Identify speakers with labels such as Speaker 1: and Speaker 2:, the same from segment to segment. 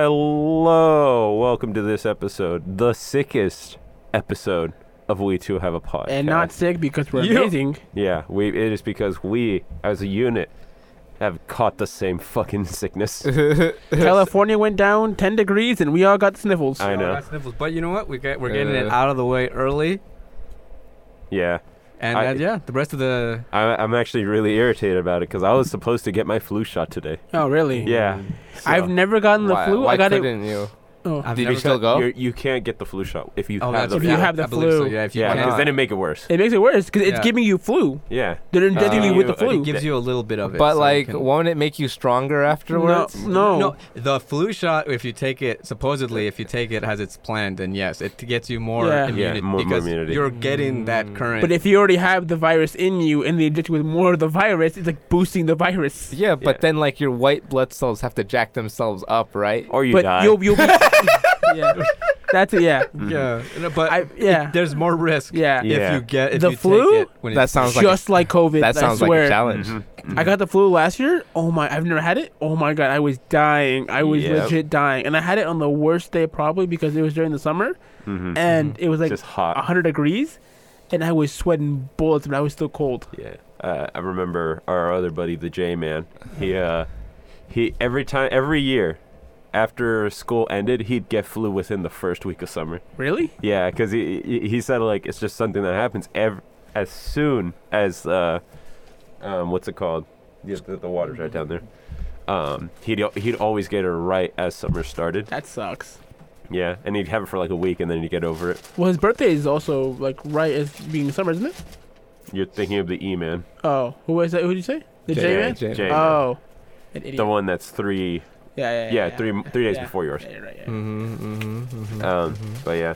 Speaker 1: Hello, welcome to this episode, the sickest episode of We Two Have a Podcast.
Speaker 2: and not sick because we're
Speaker 1: You-
Speaker 2: amazing.
Speaker 1: yeah, we it is because we as a unit have caught the same fucking sickness.
Speaker 2: California went down 10 degrees and we all got sniffles.
Speaker 1: I
Speaker 3: We all
Speaker 1: know.
Speaker 3: got sniffles, But you know what? We get, we're getting it
Speaker 4: Uh.
Speaker 3: out of the way early,
Speaker 1: Yeah,
Speaker 3: and
Speaker 1: I-
Speaker 3: uh, yeah, the rest of the
Speaker 1: I, I'm actually really irritated about it because I was supposed to get my flu shot today.
Speaker 2: oh, really?
Speaker 1: Yeah,
Speaker 2: I've never gotten the
Speaker 4: why,
Speaker 2: flu.
Speaker 4: Why
Speaker 2: I got it.
Speaker 4: couldn't you?
Speaker 2: Oh.
Speaker 3: I've
Speaker 4: Did
Speaker 3: never
Speaker 4: you still
Speaker 3: got-
Speaker 4: go?
Speaker 1: You're- you can't get the flu shot if you
Speaker 3: Oh,
Speaker 1: have
Speaker 3: that's
Speaker 1: the
Speaker 2: If
Speaker 1: flu.
Speaker 2: you
Speaker 3: right.
Speaker 2: have the
Speaker 3: I believe so,
Speaker 2: flu.
Speaker 3: Yeah, if you
Speaker 1: yeah,
Speaker 3: can't-
Speaker 1: because then it make it worse.
Speaker 2: It makes it worse because it's
Speaker 3: Yeah.
Speaker 2: giving you flu.
Speaker 1: Yeah,
Speaker 2: They're injecting you with the
Speaker 1: Uh, it
Speaker 2: flu.
Speaker 3: It gives you a little bit of it.
Speaker 4: But
Speaker 3: so you
Speaker 4: like,
Speaker 3: can-
Speaker 4: won't it make you stronger afterwards?
Speaker 2: No.
Speaker 3: no, the flu shot. If you take it, supposedly, if you take it as it's planned, then yes, it gets you more
Speaker 2: Yeah. Yeah,
Speaker 3: immunity
Speaker 1: more- more
Speaker 3: because
Speaker 1: immunity.
Speaker 3: you're getting that current.
Speaker 2: But if you already have the virus in you and they inject you with more of the virus, it's like boosting the virus.
Speaker 4: Yeah, but
Speaker 1: Yeah.
Speaker 4: then like your white blood cells have to jack themselves up, right?
Speaker 3: Oh,
Speaker 1: or you
Speaker 2: but
Speaker 1: die.
Speaker 2: you'll you'll be. yeah. That's it. Yeah.
Speaker 1: Mm-hmm.
Speaker 3: yeah, no, but
Speaker 2: I- yeah.
Speaker 3: it- there's more risk.
Speaker 2: Yeah.
Speaker 1: Yeah.
Speaker 3: if you get if
Speaker 2: The
Speaker 3: you
Speaker 2: flu?
Speaker 3: Take it when
Speaker 4: That
Speaker 3: it's,
Speaker 4: sounds like
Speaker 2: Just like COVID.
Speaker 4: that sounds
Speaker 2: I
Speaker 4: like
Speaker 2: swear.
Speaker 4: a challenge.
Speaker 3: Mm-hmm.
Speaker 1: Mhm.
Speaker 2: I got the flu last year. Oh my! I've never had it. Oh my god! I was dying. I was
Speaker 1: Yep.
Speaker 2: legit dying, and I had it on the worst day probably because it was during the summer,
Speaker 1: Mhm.
Speaker 2: and it was like
Speaker 1: just hot.
Speaker 2: hundred degrees, and I was sweating bullets, but I was still cold.
Speaker 1: Yeah, uh, I remember our other buddy, the J man. He uh, he every time every year after school ended, he'd get flu within the first week of summer.
Speaker 2: Really?
Speaker 1: Yeah, because he he he said like it's just something that happens ev- as soon as uh, um, what's it called? Yeah, the, the water's right down there. Um, he'd he'd always get it right as summer started.
Speaker 2: That sucks.
Speaker 1: Yeah, and he'd have it for like a week, and then he'd get over it.
Speaker 2: Well, his birthday is also like right as being summer, isn't it?
Speaker 1: You're thinking of the E man,
Speaker 2: Oh, who was that? Who did you say? The
Speaker 4: J-
Speaker 2: J man.
Speaker 4: J-
Speaker 1: J-Man.
Speaker 2: Oh, an idiot.
Speaker 1: the one that's three.
Speaker 2: yeah, yeah,
Speaker 1: Yeah, three Mm. three days before yours.
Speaker 2: Yeah, you're right, yeah.
Speaker 4: Mhm, mhm, mhm.
Speaker 1: Um, But yeah,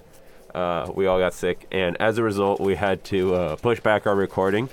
Speaker 1: uh, we all got sick, and as a result, we had to uh, push back our recording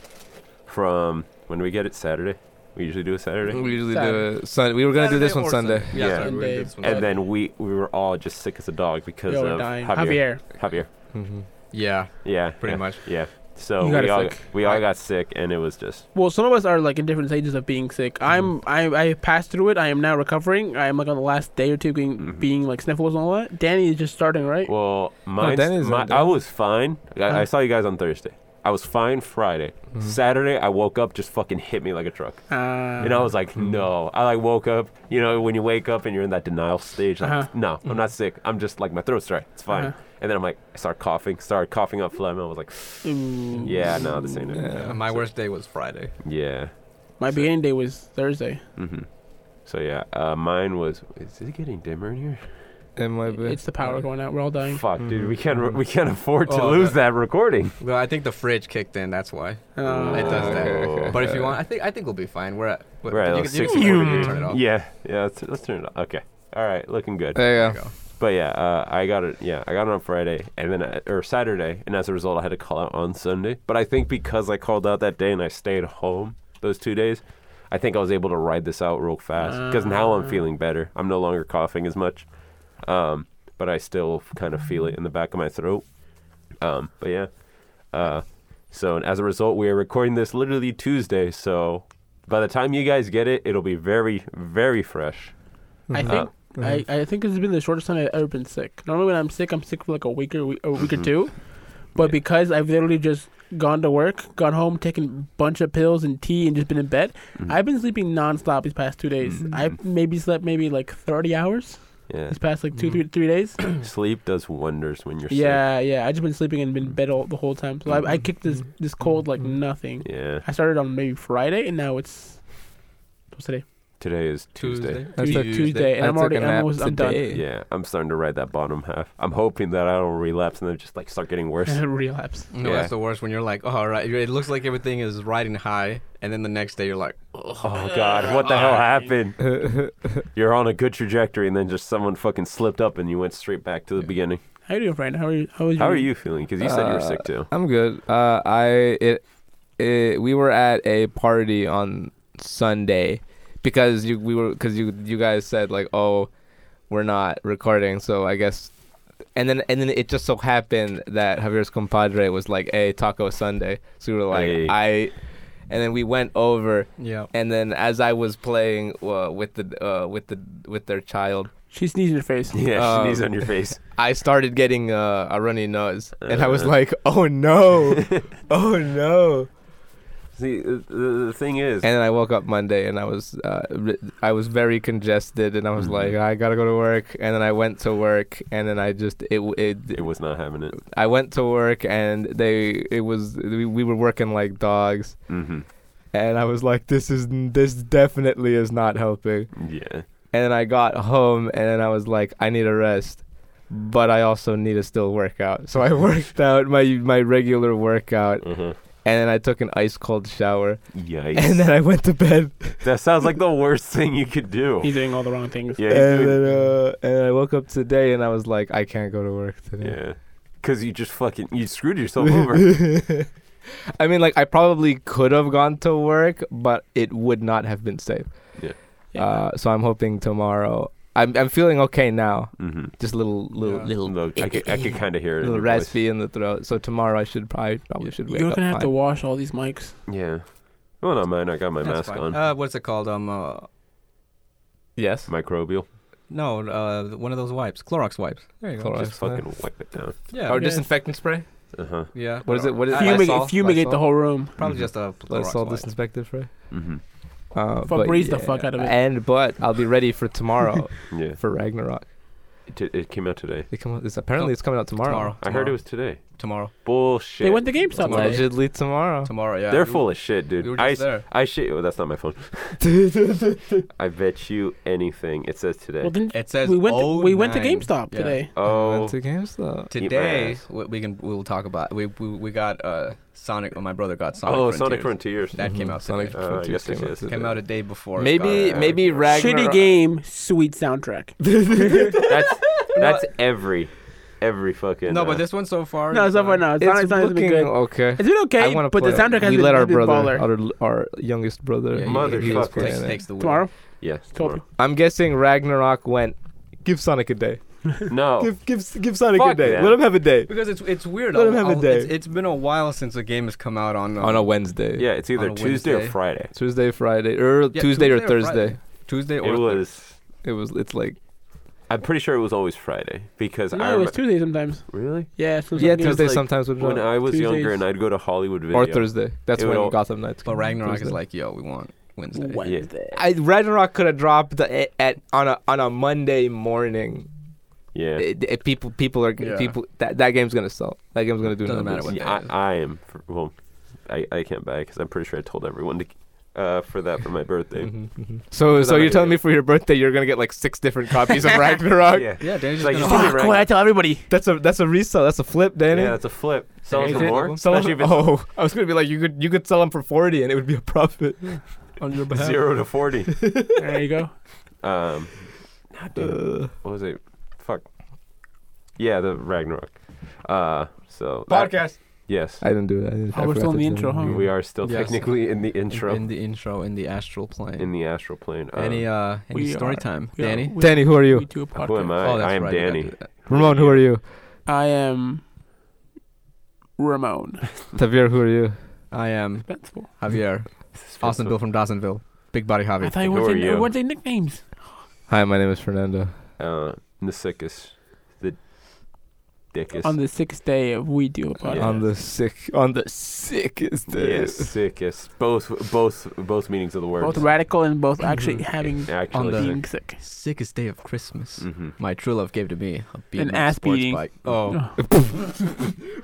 Speaker 1: from when do we get it Saturday. We usually do a Saturday,
Speaker 4: Mm-hmm. we usually
Speaker 2: Saturday.
Speaker 4: do it Sun- We were gonna do this
Speaker 3: Saturday
Speaker 4: one
Speaker 3: or
Speaker 4: Sunday.
Speaker 3: Sunday. Yeah,
Speaker 1: Yeah.
Speaker 3: sorry, we're gonna do this one
Speaker 1: and
Speaker 3: Sunday.
Speaker 1: then we we were all just sick as a dog because
Speaker 2: Yo, we're
Speaker 1: of
Speaker 2: dying.
Speaker 1: Javier.
Speaker 2: Javier.
Speaker 1: Javier.
Speaker 4: Mhm.
Speaker 3: yeah,
Speaker 1: Yeah,
Speaker 3: pretty
Speaker 1: yeah,
Speaker 3: much.
Speaker 1: Yeah. So
Speaker 2: You got
Speaker 1: we
Speaker 2: it
Speaker 1: all
Speaker 2: sick.
Speaker 1: we all got sick, and it was just
Speaker 2: Well, some of us are like in different stages of being sick. I'm
Speaker 1: Mm-hmm.
Speaker 2: I I passed through it. I am now recovering. I am like on the last day or two being
Speaker 1: Mhm.
Speaker 2: being like sniffles and all that. Danny is just starting, right?
Speaker 1: well. Mine's,
Speaker 4: that is-
Speaker 1: my, I was fine. I, I
Speaker 2: Huh?
Speaker 1: saw you guys on Thursday. I was fine Friday.
Speaker 4: mm-hmm.
Speaker 1: Saturday, I woke up, just fucking hit me like a truck.
Speaker 2: Uh,
Speaker 1: And I was like, no. I like woke up, you know, when you wake up and you're in that denial stage, like,
Speaker 2: Uh-huh.
Speaker 1: no, I'm not sick. I'm just like, my throat's dry. It's fine.
Speaker 2: Uh-huh.
Speaker 1: And then I'm like, I start coughing, started coughing up phlegm. I was like,
Speaker 2: ooh.
Speaker 1: yeah, no, this ain't it.
Speaker 4: Yeah.
Speaker 3: My worst day was Friday.
Speaker 1: Yeah.
Speaker 2: My beginning day was Thursday.
Speaker 1: hmm So yeah, uh, mine was. Is it getting dimmer in here?
Speaker 4: It might be.
Speaker 2: It's the power going out. We're all dying.
Speaker 1: Fuck, dude,
Speaker 4: Mhm.
Speaker 1: we can't re- we can't afford to
Speaker 3: Oh,
Speaker 1: lose that recording.
Speaker 3: Well, I think the fridge kicked in. That's why.
Speaker 2: Uh,
Speaker 3: It does that.
Speaker 1: Oh.
Speaker 3: But if you want, I think I think we'll be fine. We're at what,
Speaker 1: We're at
Speaker 3: you
Speaker 1: like
Speaker 3: can, you
Speaker 1: 60.
Speaker 3: can order, you can turn it off.
Speaker 1: Yeah, yeah. Let's, let's turn it off. Okay. All right, looking good.
Speaker 4: There
Speaker 3: There
Speaker 4: you
Speaker 3: you
Speaker 4: go.
Speaker 3: go.
Speaker 1: But yeah, uh, I got it. Yeah, I got it on Friday, and then I, or Saturday, and as a result, I had to call out on Sunday. But I think because I called out that day and I stayed home those two days, I think I was able to ride this out real fast. Because now I'm feeling better. I'm no longer coughing as much, um, but I still kind of feel it in the back of my throat. Um, but yeah, uh, so and as a result, we are recording this literally Tuesday. So by the time you guys get it, it'll be very, very fresh.
Speaker 4: Mm-hmm.
Speaker 2: I think. I, I think this has been the shortest time I've ever been sick. Normally, when I'm sick, I'm sick for like a week or, we- a week or two. But
Speaker 1: Mm-hmm. Yeah.
Speaker 2: because I've literally just gone to work, gone home, taken a bunch of pills and tea, and just been in bed, I've been sleeping nonstop these past two days. I maybe slept maybe like 30 hours
Speaker 1: Yeah,
Speaker 2: these past like 2 three, three days.
Speaker 4: Hmm.
Speaker 1: sleep does wonders when you're sick.
Speaker 2: yeah, yeah. I just been sleeping and been in bed all, the whole time. So I, I kicked this this cold like nothing.
Speaker 1: Yeah.
Speaker 2: I started on maybe Friday, and now it's what's today?
Speaker 1: Today is Tuesday.
Speaker 4: That's
Speaker 2: Tuesday,
Speaker 4: a-
Speaker 2: Tuesday, and
Speaker 4: I
Speaker 2: I'm
Speaker 4: took
Speaker 2: already
Speaker 4: a
Speaker 2: I'm,
Speaker 4: nap
Speaker 2: almost, I'm done.
Speaker 4: today.
Speaker 1: Yeah, I'm starting to ride that bottom half. I'm hoping that I don't relapse and then just like start getting worse.
Speaker 2: Relapse.
Speaker 3: No,
Speaker 1: Yeah.
Speaker 3: that's the worst when you're like, oh, all right, it looks like everything is riding high, and then the next day you're like,
Speaker 1: Oh god, what the hell happened? You're on a good trajectory and then just someone fucking slipped up and you went straight back to the beginning.
Speaker 2: How you doing, Brian? How are you? How was
Speaker 1: How
Speaker 2: your
Speaker 1: are
Speaker 2: week?
Speaker 1: you feeling? Because you said you were sick too.
Speaker 4: I'm good. Uh, I it, it we were at a party on Sunday because you we were because you you guys said like oh we're not recording so I guess and then and then it just so happened that Javier's compadre was like hey Taco Sunday so we were like
Speaker 1: Hey.
Speaker 4: I and then we went over,
Speaker 3: Yeah.
Speaker 4: and then as I was playing uh, with the uh, with the with their child,
Speaker 2: She sneezed in your face.
Speaker 1: Yeah,
Speaker 4: Um,
Speaker 1: she knees on your face.
Speaker 4: I started getting uh, a runny nose, and I was
Speaker 1: Uh.
Speaker 4: like, "Oh no, oh no!"
Speaker 1: See, the, the thing is,
Speaker 4: And then I woke up Monday, and I was uh, ri- I was very congested, and I was
Speaker 1: Mhm.
Speaker 4: like, "I gotta go to work." And then I went to work, and then I just it w- it,
Speaker 1: it was not having it.
Speaker 4: I went to work, and they it was we, we were working like dogs,
Speaker 1: hmm
Speaker 4: and I was like, "This is this definitely is not helping."
Speaker 1: Yeah.
Speaker 4: And then I got home, and then I was like, "I need a rest." But I also need to still work out, so I worked out my my regular workout,
Speaker 1: Uh-huh.
Speaker 4: and then I took an ice cold shower,
Speaker 1: Yikes.
Speaker 4: and then I went to bed,
Speaker 1: that sounds like the worst thing you could do.
Speaker 2: He's doing all the wrong things.
Speaker 1: Yeah.
Speaker 4: and
Speaker 1: you-
Speaker 4: then uh, and I woke up today, and I was like, I can't go to work today.
Speaker 1: yeah. Because you just fucking you screwed yourself over.
Speaker 4: I mean, like I probably could have gone to work, but it would not have been safe.
Speaker 2: Yeah.
Speaker 4: Uh, so I'm hoping tomorrow. I'm I'm feeling okay now.
Speaker 1: hmm
Speaker 4: Just little little
Speaker 3: Yeah.
Speaker 4: little
Speaker 1: Look, I could, I could kind of hear it. in
Speaker 4: little
Speaker 1: your voice.
Speaker 4: raspy in the throat. So tomorrow I should probably probably should wake
Speaker 2: You're
Speaker 4: up.
Speaker 2: gonna have to
Speaker 4: fine.
Speaker 2: wash all these mics.
Speaker 1: Yeah. Well, not mine. I got my
Speaker 3: That's
Speaker 1: mask on.
Speaker 3: fine. Uh, what's it called? Um, uh,
Speaker 4: yes.
Speaker 1: Microbial.
Speaker 3: no, uh, one of those wipes, Clorox wipes. There you go.
Speaker 4: Clorox.
Speaker 1: Just
Speaker 4: Nice, nice.
Speaker 1: fucking wipe it down.
Speaker 3: Yeah.
Speaker 4: Or
Speaker 2: Yeah.
Speaker 4: disinfectant spray.
Speaker 1: Uh huh.
Speaker 3: yeah.
Speaker 4: What is it? What is it?
Speaker 3: Fumig-
Speaker 2: Fumigate,
Speaker 4: Lysol?
Speaker 2: fumigate the
Speaker 4: Lysol?
Speaker 2: whole room.
Speaker 3: Probably just a Clorox
Speaker 4: Lysol
Speaker 3: wipe.
Speaker 4: disinfectant spray.
Speaker 1: Mm-hmm.
Speaker 4: Uh,
Speaker 2: Fuck,
Speaker 4: but
Speaker 2: breathe the fuck out of it.
Speaker 4: And but I'll be ready for tomorrow
Speaker 1: Mm-hmm. Yeah.
Speaker 4: for Ragnarok.
Speaker 1: It, it came out today.
Speaker 4: It come, out- it's apparently
Speaker 3: Oh,
Speaker 4: it's coming out tomorrow.
Speaker 3: tomorrow.
Speaker 1: I heard it was today.
Speaker 3: tomorrow.
Speaker 1: Bullshit.
Speaker 2: They went to GameStop.
Speaker 3: Tomorrow.
Speaker 2: today.
Speaker 4: Allegedly tomorrow.
Speaker 3: Tomorrow. Yeah.
Speaker 1: Oh. They're
Speaker 3: We-
Speaker 1: full of shit, dude.
Speaker 3: We were
Speaker 1: I
Speaker 3: just there.
Speaker 1: I shit. Well, that's not my phone. I bet you anything. It says today.
Speaker 2: Well, then
Speaker 3: It says
Speaker 2: we went. To, we went to
Speaker 3: 09.
Speaker 2: GameStop
Speaker 3: Yeah.
Speaker 2: today.
Speaker 4: I
Speaker 1: oh,
Speaker 4: went to GameStop.
Speaker 1: Eat my
Speaker 3: Today
Speaker 1: ass.
Speaker 3: we, we can we'll talk about we we, we got uh Sonic. Well, my brother got Sonic.
Speaker 1: oh,
Speaker 3: Frontiers.
Speaker 1: Sonic Frontiers.
Speaker 3: That came
Speaker 4: Mhm.
Speaker 3: out
Speaker 4: Sonic
Speaker 3: today.
Speaker 1: Uh,
Speaker 4: Frontiers
Speaker 1: yes, yes, yes.
Speaker 4: today.
Speaker 3: Came out a day before. uh,
Speaker 4: Maybe
Speaker 1: Scarlet.
Speaker 4: maybe Ragnarok.
Speaker 2: Shitty game, sweet soundtrack.
Speaker 1: that's that's every every fucking.
Speaker 3: No, but
Speaker 1: uh,
Speaker 3: this one so far.
Speaker 2: no,
Speaker 3: is,
Speaker 2: so far
Speaker 3: uh,
Speaker 2: no. It's,
Speaker 4: It's
Speaker 2: not, it's not gonna be
Speaker 4: looking
Speaker 2: good.
Speaker 4: okay.
Speaker 2: It's been okay,
Speaker 4: I want to
Speaker 2: but the soundtrack has
Speaker 4: We
Speaker 2: been,
Speaker 4: let our
Speaker 2: been
Speaker 4: brother,
Speaker 2: baller.
Speaker 4: our, our youngest brother,
Speaker 3: yeah, yeah,
Speaker 1: Mother
Speaker 4: he was
Speaker 1: fucker.
Speaker 4: playing
Speaker 3: takes,
Speaker 4: it.
Speaker 3: takes the win.
Speaker 2: Tomorrow,
Speaker 1: Yes.
Speaker 2: Toby.
Speaker 4: I'm guessing Ragnarok went. Give Sonic a day.
Speaker 1: tomorrow. No.
Speaker 4: Give give give Sonic
Speaker 1: Oh. Fuck
Speaker 4: a day.
Speaker 1: that.
Speaker 4: Let him have a day.
Speaker 3: Because it's it's weird.
Speaker 4: Let him have a day.
Speaker 3: It's, it's been a while since a game has come out on uh,
Speaker 4: On a Wednesday.
Speaker 1: Yeah, it's either
Speaker 3: On a
Speaker 1: Tuesday or
Speaker 3: Wednesday.
Speaker 1: Friday.
Speaker 4: Tuesday, Friday, or
Speaker 3: yeah,
Speaker 4: Tuesday, or
Speaker 3: Friday.
Speaker 4: Thursday.
Speaker 3: Tuesday or
Speaker 1: It was.
Speaker 4: It was. It's like
Speaker 1: I'm pretty sure it was always Friday because I
Speaker 2: No,
Speaker 1: remember.
Speaker 2: it's Tuesday sometimes.
Speaker 1: really.
Speaker 2: Yeah, so
Speaker 4: yeah.
Speaker 2: some games-
Speaker 4: Tuesday
Speaker 1: like
Speaker 4: sometimes would
Speaker 1: When
Speaker 4: drop.
Speaker 1: I was younger
Speaker 2: Tuesdays.
Speaker 1: and I'd go to Hollywood Video.
Speaker 4: or Thursday. That's
Speaker 1: It
Speaker 4: when
Speaker 1: would all-
Speaker 4: Gotham Knights.
Speaker 3: But
Speaker 4: came out,
Speaker 3: Ragnarok is
Speaker 4: Thursday.
Speaker 3: like, yo, we want Wednesday.
Speaker 2: Wednesday.
Speaker 4: I, Ragnarok could have dropped at, at on a on a Monday morning.
Speaker 1: Yeah.
Speaker 4: It- it- people people are
Speaker 3: Yeah.
Speaker 4: people that that game's gonna sell. That game's gonna do
Speaker 3: Doesn't matter
Speaker 4: numbers.
Speaker 3: what
Speaker 1: See,
Speaker 3: that is.
Speaker 1: I, I am. For, well, I, I can't buy because I'm pretty sure I told everyone to, uh, for that for my birthday.
Speaker 4: Mhm, mhm. So,
Speaker 1: Because
Speaker 4: so
Speaker 1: I'm
Speaker 4: you're
Speaker 1: an
Speaker 4: telling me
Speaker 1: idiot.
Speaker 4: for your birthday you're gonna get like six different copies of Ragnarok?
Speaker 1: yeah.
Speaker 3: Yeah, Danny's
Speaker 1: It's
Speaker 3: just
Speaker 1: like,
Speaker 3: gonna-
Speaker 1: you see
Speaker 2: Fuck!
Speaker 1: me right
Speaker 2: What I
Speaker 1: now.
Speaker 2: tell everybody.
Speaker 4: That's a that's a resell. That's a flip, Danny.
Speaker 1: Yeah, that's a flip. Sell
Speaker 4: Is
Speaker 1: them for
Speaker 4: it-
Speaker 1: more.
Speaker 4: Sell them
Speaker 1: Especially
Speaker 4: for-
Speaker 1: if
Speaker 4: oh, I was gonna be like you could you could sell them for forty and it would be a profit on your
Speaker 1: it's zero to forty.
Speaker 2: There you go.
Speaker 1: Um, nah, dude,
Speaker 4: Uh,
Speaker 1: what was it? Fuck. Yeah, the Ragnarok. Uh, so that-
Speaker 3: podcast.
Speaker 1: yes,
Speaker 4: I didn't do that. I didn't,
Speaker 2: Oh, we're
Speaker 4: forgot
Speaker 2: still in
Speaker 4: to
Speaker 2: the
Speaker 4: do
Speaker 2: intro,
Speaker 4: that.
Speaker 2: huh?
Speaker 1: we are still
Speaker 3: Yes.
Speaker 1: technically in the intro,
Speaker 3: In the intro, in the astral plane.
Speaker 1: in the astral plane. Uh,
Speaker 3: any uh, any
Speaker 2: we
Speaker 3: story
Speaker 2: are-
Speaker 3: time,
Speaker 2: We are-
Speaker 3: Danny?
Speaker 2: we-
Speaker 4: Danny, who are
Speaker 2: we
Speaker 4: you?
Speaker 2: do a podcast.
Speaker 1: who am I?
Speaker 3: Oh, that's
Speaker 1: I am
Speaker 3: right, we gotta
Speaker 1: Danny.
Speaker 3: do that.
Speaker 4: Ramon, who are you?
Speaker 2: I am Ramon.
Speaker 4: Tavir, who are you?
Speaker 3: I am
Speaker 2: Suspenseful.
Speaker 3: Javier. Austin Bill from Dawsonville. Big body
Speaker 2: I
Speaker 3: Javi.
Speaker 2: thought you
Speaker 1: Who
Speaker 2: weren't
Speaker 1: are
Speaker 2: saying-
Speaker 1: you?
Speaker 2: I weren't saying nicknames.
Speaker 4: Hi, my name is Fernando.
Speaker 1: Uh, the sickest, the dickest.
Speaker 2: On the sixth day of we do a podcast.
Speaker 1: Yeah.
Speaker 4: On the sick, on the sickest day.
Speaker 1: Yes, sickest. Both, both, both meanings of the word.
Speaker 2: both radical and both actually
Speaker 3: Mhm.
Speaker 2: having
Speaker 1: Actually,
Speaker 3: on the-
Speaker 2: being sick.
Speaker 3: Sickest day of Christmas.
Speaker 1: hmm
Speaker 3: My true love gave to me a BMX
Speaker 2: Mm. ass
Speaker 3: sports
Speaker 2: beating.
Speaker 3: bike. Oh,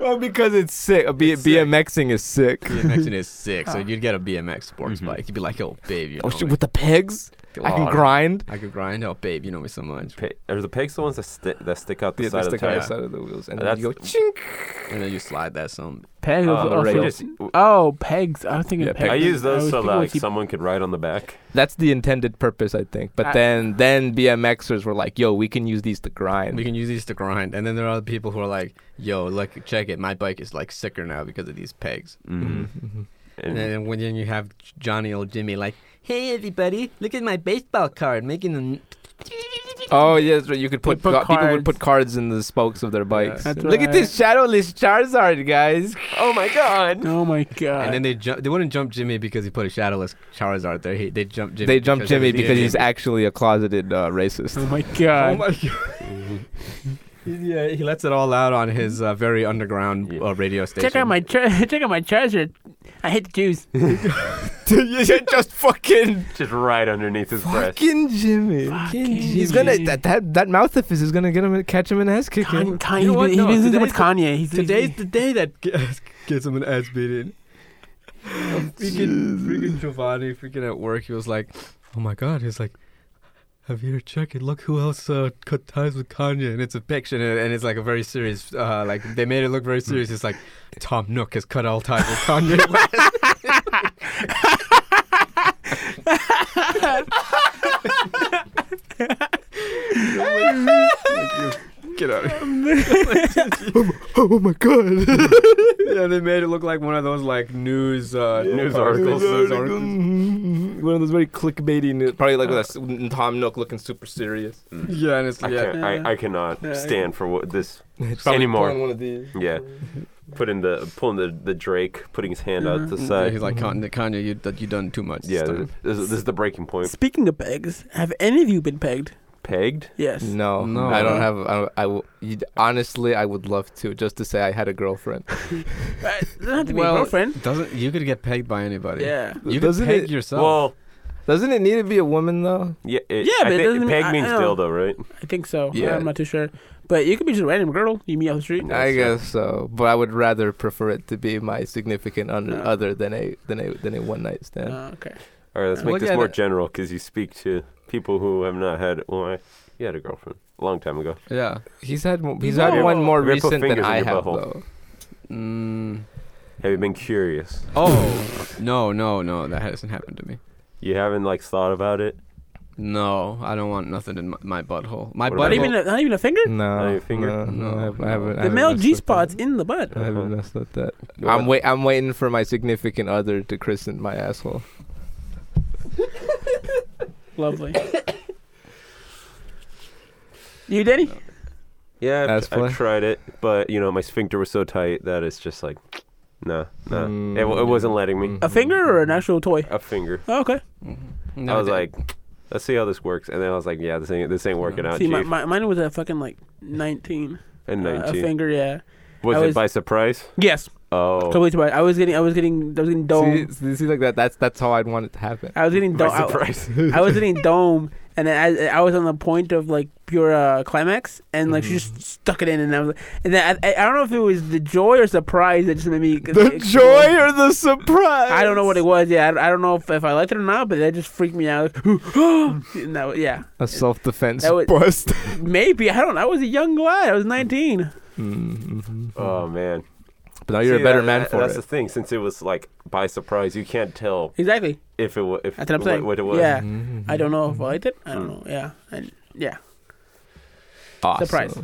Speaker 4: Well, because it's sick. B-
Speaker 3: It's sick.
Speaker 4: BMXing is sick.
Speaker 3: BMXing is sick. So
Speaker 2: Ah. Mm-hmm.
Speaker 3: you'd get a BMX sports
Speaker 1: Mhm.
Speaker 3: bike. You'd be like, yo, babe, you know
Speaker 4: Oh, shit,
Speaker 3: me.
Speaker 4: with the pegs, I can
Speaker 1: Oh,
Speaker 4: grind.
Speaker 3: I could grind. Oh, babe, you know me so much.
Speaker 1: Pe- are the pegs the ones that, sti- that stick out the
Speaker 4: Yeah,
Speaker 1: side
Speaker 4: just
Speaker 1: of
Speaker 4: the
Speaker 1: the
Speaker 4: guy
Speaker 1: tire? Uh,
Speaker 4: side of the wheels, and
Speaker 1: That's-
Speaker 4: then you go chink.
Speaker 3: And then you slide that some.
Speaker 2: Pegs.
Speaker 1: Uh,
Speaker 2: also-
Speaker 1: or
Speaker 2: also-
Speaker 1: just-
Speaker 2: oh, pegs. I was thinking
Speaker 4: Yeah,
Speaker 2: pegs.
Speaker 1: I use
Speaker 2: was
Speaker 1: those so
Speaker 2: thinking
Speaker 1: that
Speaker 2: we
Speaker 1: like,
Speaker 2: keep-
Speaker 1: someone could ride on the back.
Speaker 4: That's the intended purpose, I think.
Speaker 1: Uh,
Speaker 4: But
Speaker 2: I-
Speaker 4: then, then BMXers were like, "Yo, we can use these to grind."
Speaker 3: We can use these to grind. And then there are other people who are like, yo, look, check it. My bike is like sicker now because of these pegs.
Speaker 1: Mm.
Speaker 4: Mhm.
Speaker 3: And
Speaker 1: And,
Speaker 3: then when then you have Johnny or Jimmy like, hey everybody, look at my baseball card making a
Speaker 4: Oh yeah, that's right. You could
Speaker 2: They
Speaker 4: put,
Speaker 2: put
Speaker 4: ca- people
Speaker 2: cards.
Speaker 4: would put cards in the spokes of their bikes.
Speaker 2: That's
Speaker 4: Look at
Speaker 2: right.
Speaker 4: this shadowless Charizard, guys.
Speaker 1: Oh my god.
Speaker 2: Oh my god.
Speaker 3: And then they jump. They wouldn't jump Jimmy because he put a shadowless Charizard there. He, they jumped Jimmy.
Speaker 4: They jumped Jimmy
Speaker 3: he
Speaker 4: because
Speaker 3: did.
Speaker 4: he's actually a closeted uh, racist.
Speaker 2: oh my
Speaker 3: Oh
Speaker 2: god.
Speaker 3: my god. yeah, he lets it all out on his uh, very underground
Speaker 1: Yeah.
Speaker 3: uh, radio station.
Speaker 2: check out my tra- check out my treasure. I hate the Jews.
Speaker 4: You just fucking
Speaker 1: Just right underneath his breast.
Speaker 4: fucking Jimmy.
Speaker 2: Fucking
Speaker 4: He's gonna
Speaker 2: Jimmy.
Speaker 4: that, that that mouth of his is gonna get him catch him an ass
Speaker 2: Kanye,
Speaker 4: kicking.
Speaker 2: Kanye,
Speaker 3: You know what?
Speaker 2: he's been,
Speaker 3: No,
Speaker 2: he's been listening to much
Speaker 3: today's
Speaker 2: Kanye. He's
Speaker 3: Today's the day that g- gets him an ass beating. freaking, freaking Giovanni, freaking at work, he was like, "Oh my God!" He's like, "Have you checked it? Look who else uh, cut ties with Kanye." And it's a picture, and, and it's like a very serious. Uh, like they made it look very serious. It's like Tom Nook has cut all ties with Kanye. West." Get out of here. oh, my god. yeah, they made it look like one of those like news uh,
Speaker 1: news articles.
Speaker 3: News articles.
Speaker 4: One of those very clickbaity, news- probably like with a s- Tom Nook looking super serious.
Speaker 3: Yeah, and it's
Speaker 1: I,
Speaker 3: yeah.
Speaker 1: can't, I, I cannot
Speaker 2: Yeah.
Speaker 1: stand for what this.
Speaker 4: Probably
Speaker 1: Anymore.
Speaker 4: pulling One of these.
Speaker 1: Yeah. Putting the pulling the, the Drake, putting his hand out
Speaker 2: Mm-hmm.
Speaker 1: to the
Speaker 3: Yeah,
Speaker 1: side.
Speaker 3: he's like Kanye, Kanye you that you done too much. this
Speaker 1: yeah,
Speaker 3: time."
Speaker 1: this, this is the breaking point.
Speaker 2: Speaking of pegs, have any of you been pegged?
Speaker 1: Pegged?
Speaker 2: Yes.
Speaker 4: No,
Speaker 3: No.
Speaker 4: I don't have. I, I will- you'd- honestly, I would love to just to say I had a girlfriend.
Speaker 2: Uh, it doesn't have to be
Speaker 3: Well,
Speaker 2: a girlfriend.
Speaker 3: doesn't you could get pegged by anybody?
Speaker 2: Yeah.
Speaker 3: you could
Speaker 4: Doesn't
Speaker 3: peg
Speaker 4: it-
Speaker 3: yourself.
Speaker 1: Well,
Speaker 4: Doesn't it need to be a woman though?
Speaker 1: yeah. It,
Speaker 2: Yeah,
Speaker 1: I
Speaker 2: but it
Speaker 1: thi-
Speaker 2: doesn't mean-
Speaker 1: peg
Speaker 2: I- I
Speaker 1: means
Speaker 2: don't-
Speaker 1: dildo, right?
Speaker 2: I think so.
Speaker 4: Yeah.
Speaker 2: I'm not too sure. But you could be just a random girl you meet on the street.
Speaker 1: Yeah,
Speaker 4: I
Speaker 1: sure.
Speaker 4: guess so, but I would rather prefer it to be my significant under,
Speaker 2: Yeah.
Speaker 4: other than a than a than a one night stand.
Speaker 2: Uh, okay.
Speaker 1: All right, let's
Speaker 3: Uh,
Speaker 1: make
Speaker 3: look
Speaker 1: this
Speaker 3: at
Speaker 1: more
Speaker 3: it.
Speaker 1: general because you speak to people who have not had. Well, I, you had a girlfriend a long time ago.
Speaker 3: yeah.
Speaker 4: he's had mo- he's
Speaker 2: No.
Speaker 4: had one more
Speaker 1: We're gonna put
Speaker 4: recent than
Speaker 1: fingers in
Speaker 4: I
Speaker 1: your
Speaker 4: have
Speaker 1: butthole.
Speaker 4: though.
Speaker 3: Mm.
Speaker 1: Have you been curious?
Speaker 3: Oh no, no, no, that hasn't happened to me.
Speaker 1: You haven't like thought about it.
Speaker 3: No, I don't want nothing in my, my butthole. My
Speaker 1: What about-
Speaker 2: Not
Speaker 3: butthole.
Speaker 2: even a, not even a finger.
Speaker 4: No,
Speaker 1: your finger?
Speaker 4: no, no, I haven't- I haven't. Mm, I
Speaker 2: the
Speaker 4: haven't
Speaker 2: male
Speaker 4: messed
Speaker 2: G
Speaker 4: with
Speaker 2: spot's
Speaker 4: that.
Speaker 2: in the butt.
Speaker 4: I haven't messed with that.
Speaker 1: What-
Speaker 4: I'm wait. I'm waiting for my significant other to christen my asshole.
Speaker 2: Lovely. you, Danny?
Speaker 1: Yeah, I've,
Speaker 4: Ass
Speaker 1: I
Speaker 4: play?
Speaker 1: tried it, but you know my sphincter was so tight that it's just like, no, no,
Speaker 4: Mm.
Speaker 1: it, w- it wasn't letting me.
Speaker 4: Mm.
Speaker 2: A finger or an actual toy?
Speaker 1: A finger.
Speaker 2: Oh, okay.
Speaker 3: No,
Speaker 1: I was
Speaker 3: that-
Speaker 1: like, let's see how this works, and then I was like, yeah, this ain't this ain't working out,
Speaker 2: See,
Speaker 1: chief.
Speaker 2: my, my, mine was a fucking like 19.
Speaker 1: and
Speaker 2: Uh, a
Speaker 1: nineteen.
Speaker 2: finger, yeah.
Speaker 1: was,
Speaker 2: I
Speaker 1: it
Speaker 2: was-
Speaker 1: by surprise?
Speaker 2: Yes.
Speaker 1: Oh,
Speaker 2: Totally surprised. I was getting, I was getting, I was getting domed.
Speaker 4: See, see, see, like that. That's that's how I'd want it to happen.
Speaker 2: I was getting
Speaker 1: by
Speaker 2: domed. I-
Speaker 1: surprise.
Speaker 2: I was in a dome, and then I, I was on the point of like pure uh, climax, and like she just stuck it in, and I was, and then I, I I don't know if it was the joy or surprise that just made me
Speaker 4: the joy or the surprise?
Speaker 2: I don't know what it was. Yeah, I, I don't know if, if I liked it or not, but that just freaked me out. and that, was- yeah,
Speaker 4: A self defense
Speaker 2: That was-
Speaker 4: bust.
Speaker 2: maybe I don't. I was a young lad. I was nineteen.
Speaker 4: mm-hmm.
Speaker 1: oh man,
Speaker 4: but now Oh, you're
Speaker 1: See,
Speaker 4: a better
Speaker 1: that-
Speaker 4: man
Speaker 1: that-
Speaker 4: for
Speaker 1: That's
Speaker 4: it.
Speaker 1: the thing, since it was like by surprise, you can't tell
Speaker 2: Exactly.
Speaker 1: if it wa- if
Speaker 2: That's what I'm saying.
Speaker 1: what, what it was.
Speaker 2: Yeah.
Speaker 4: Mhm.
Speaker 2: I don't know if I liked it. I don't know.
Speaker 1: Mm.
Speaker 2: Yeah. And yeah.
Speaker 4: Awesome.
Speaker 2: Surprise.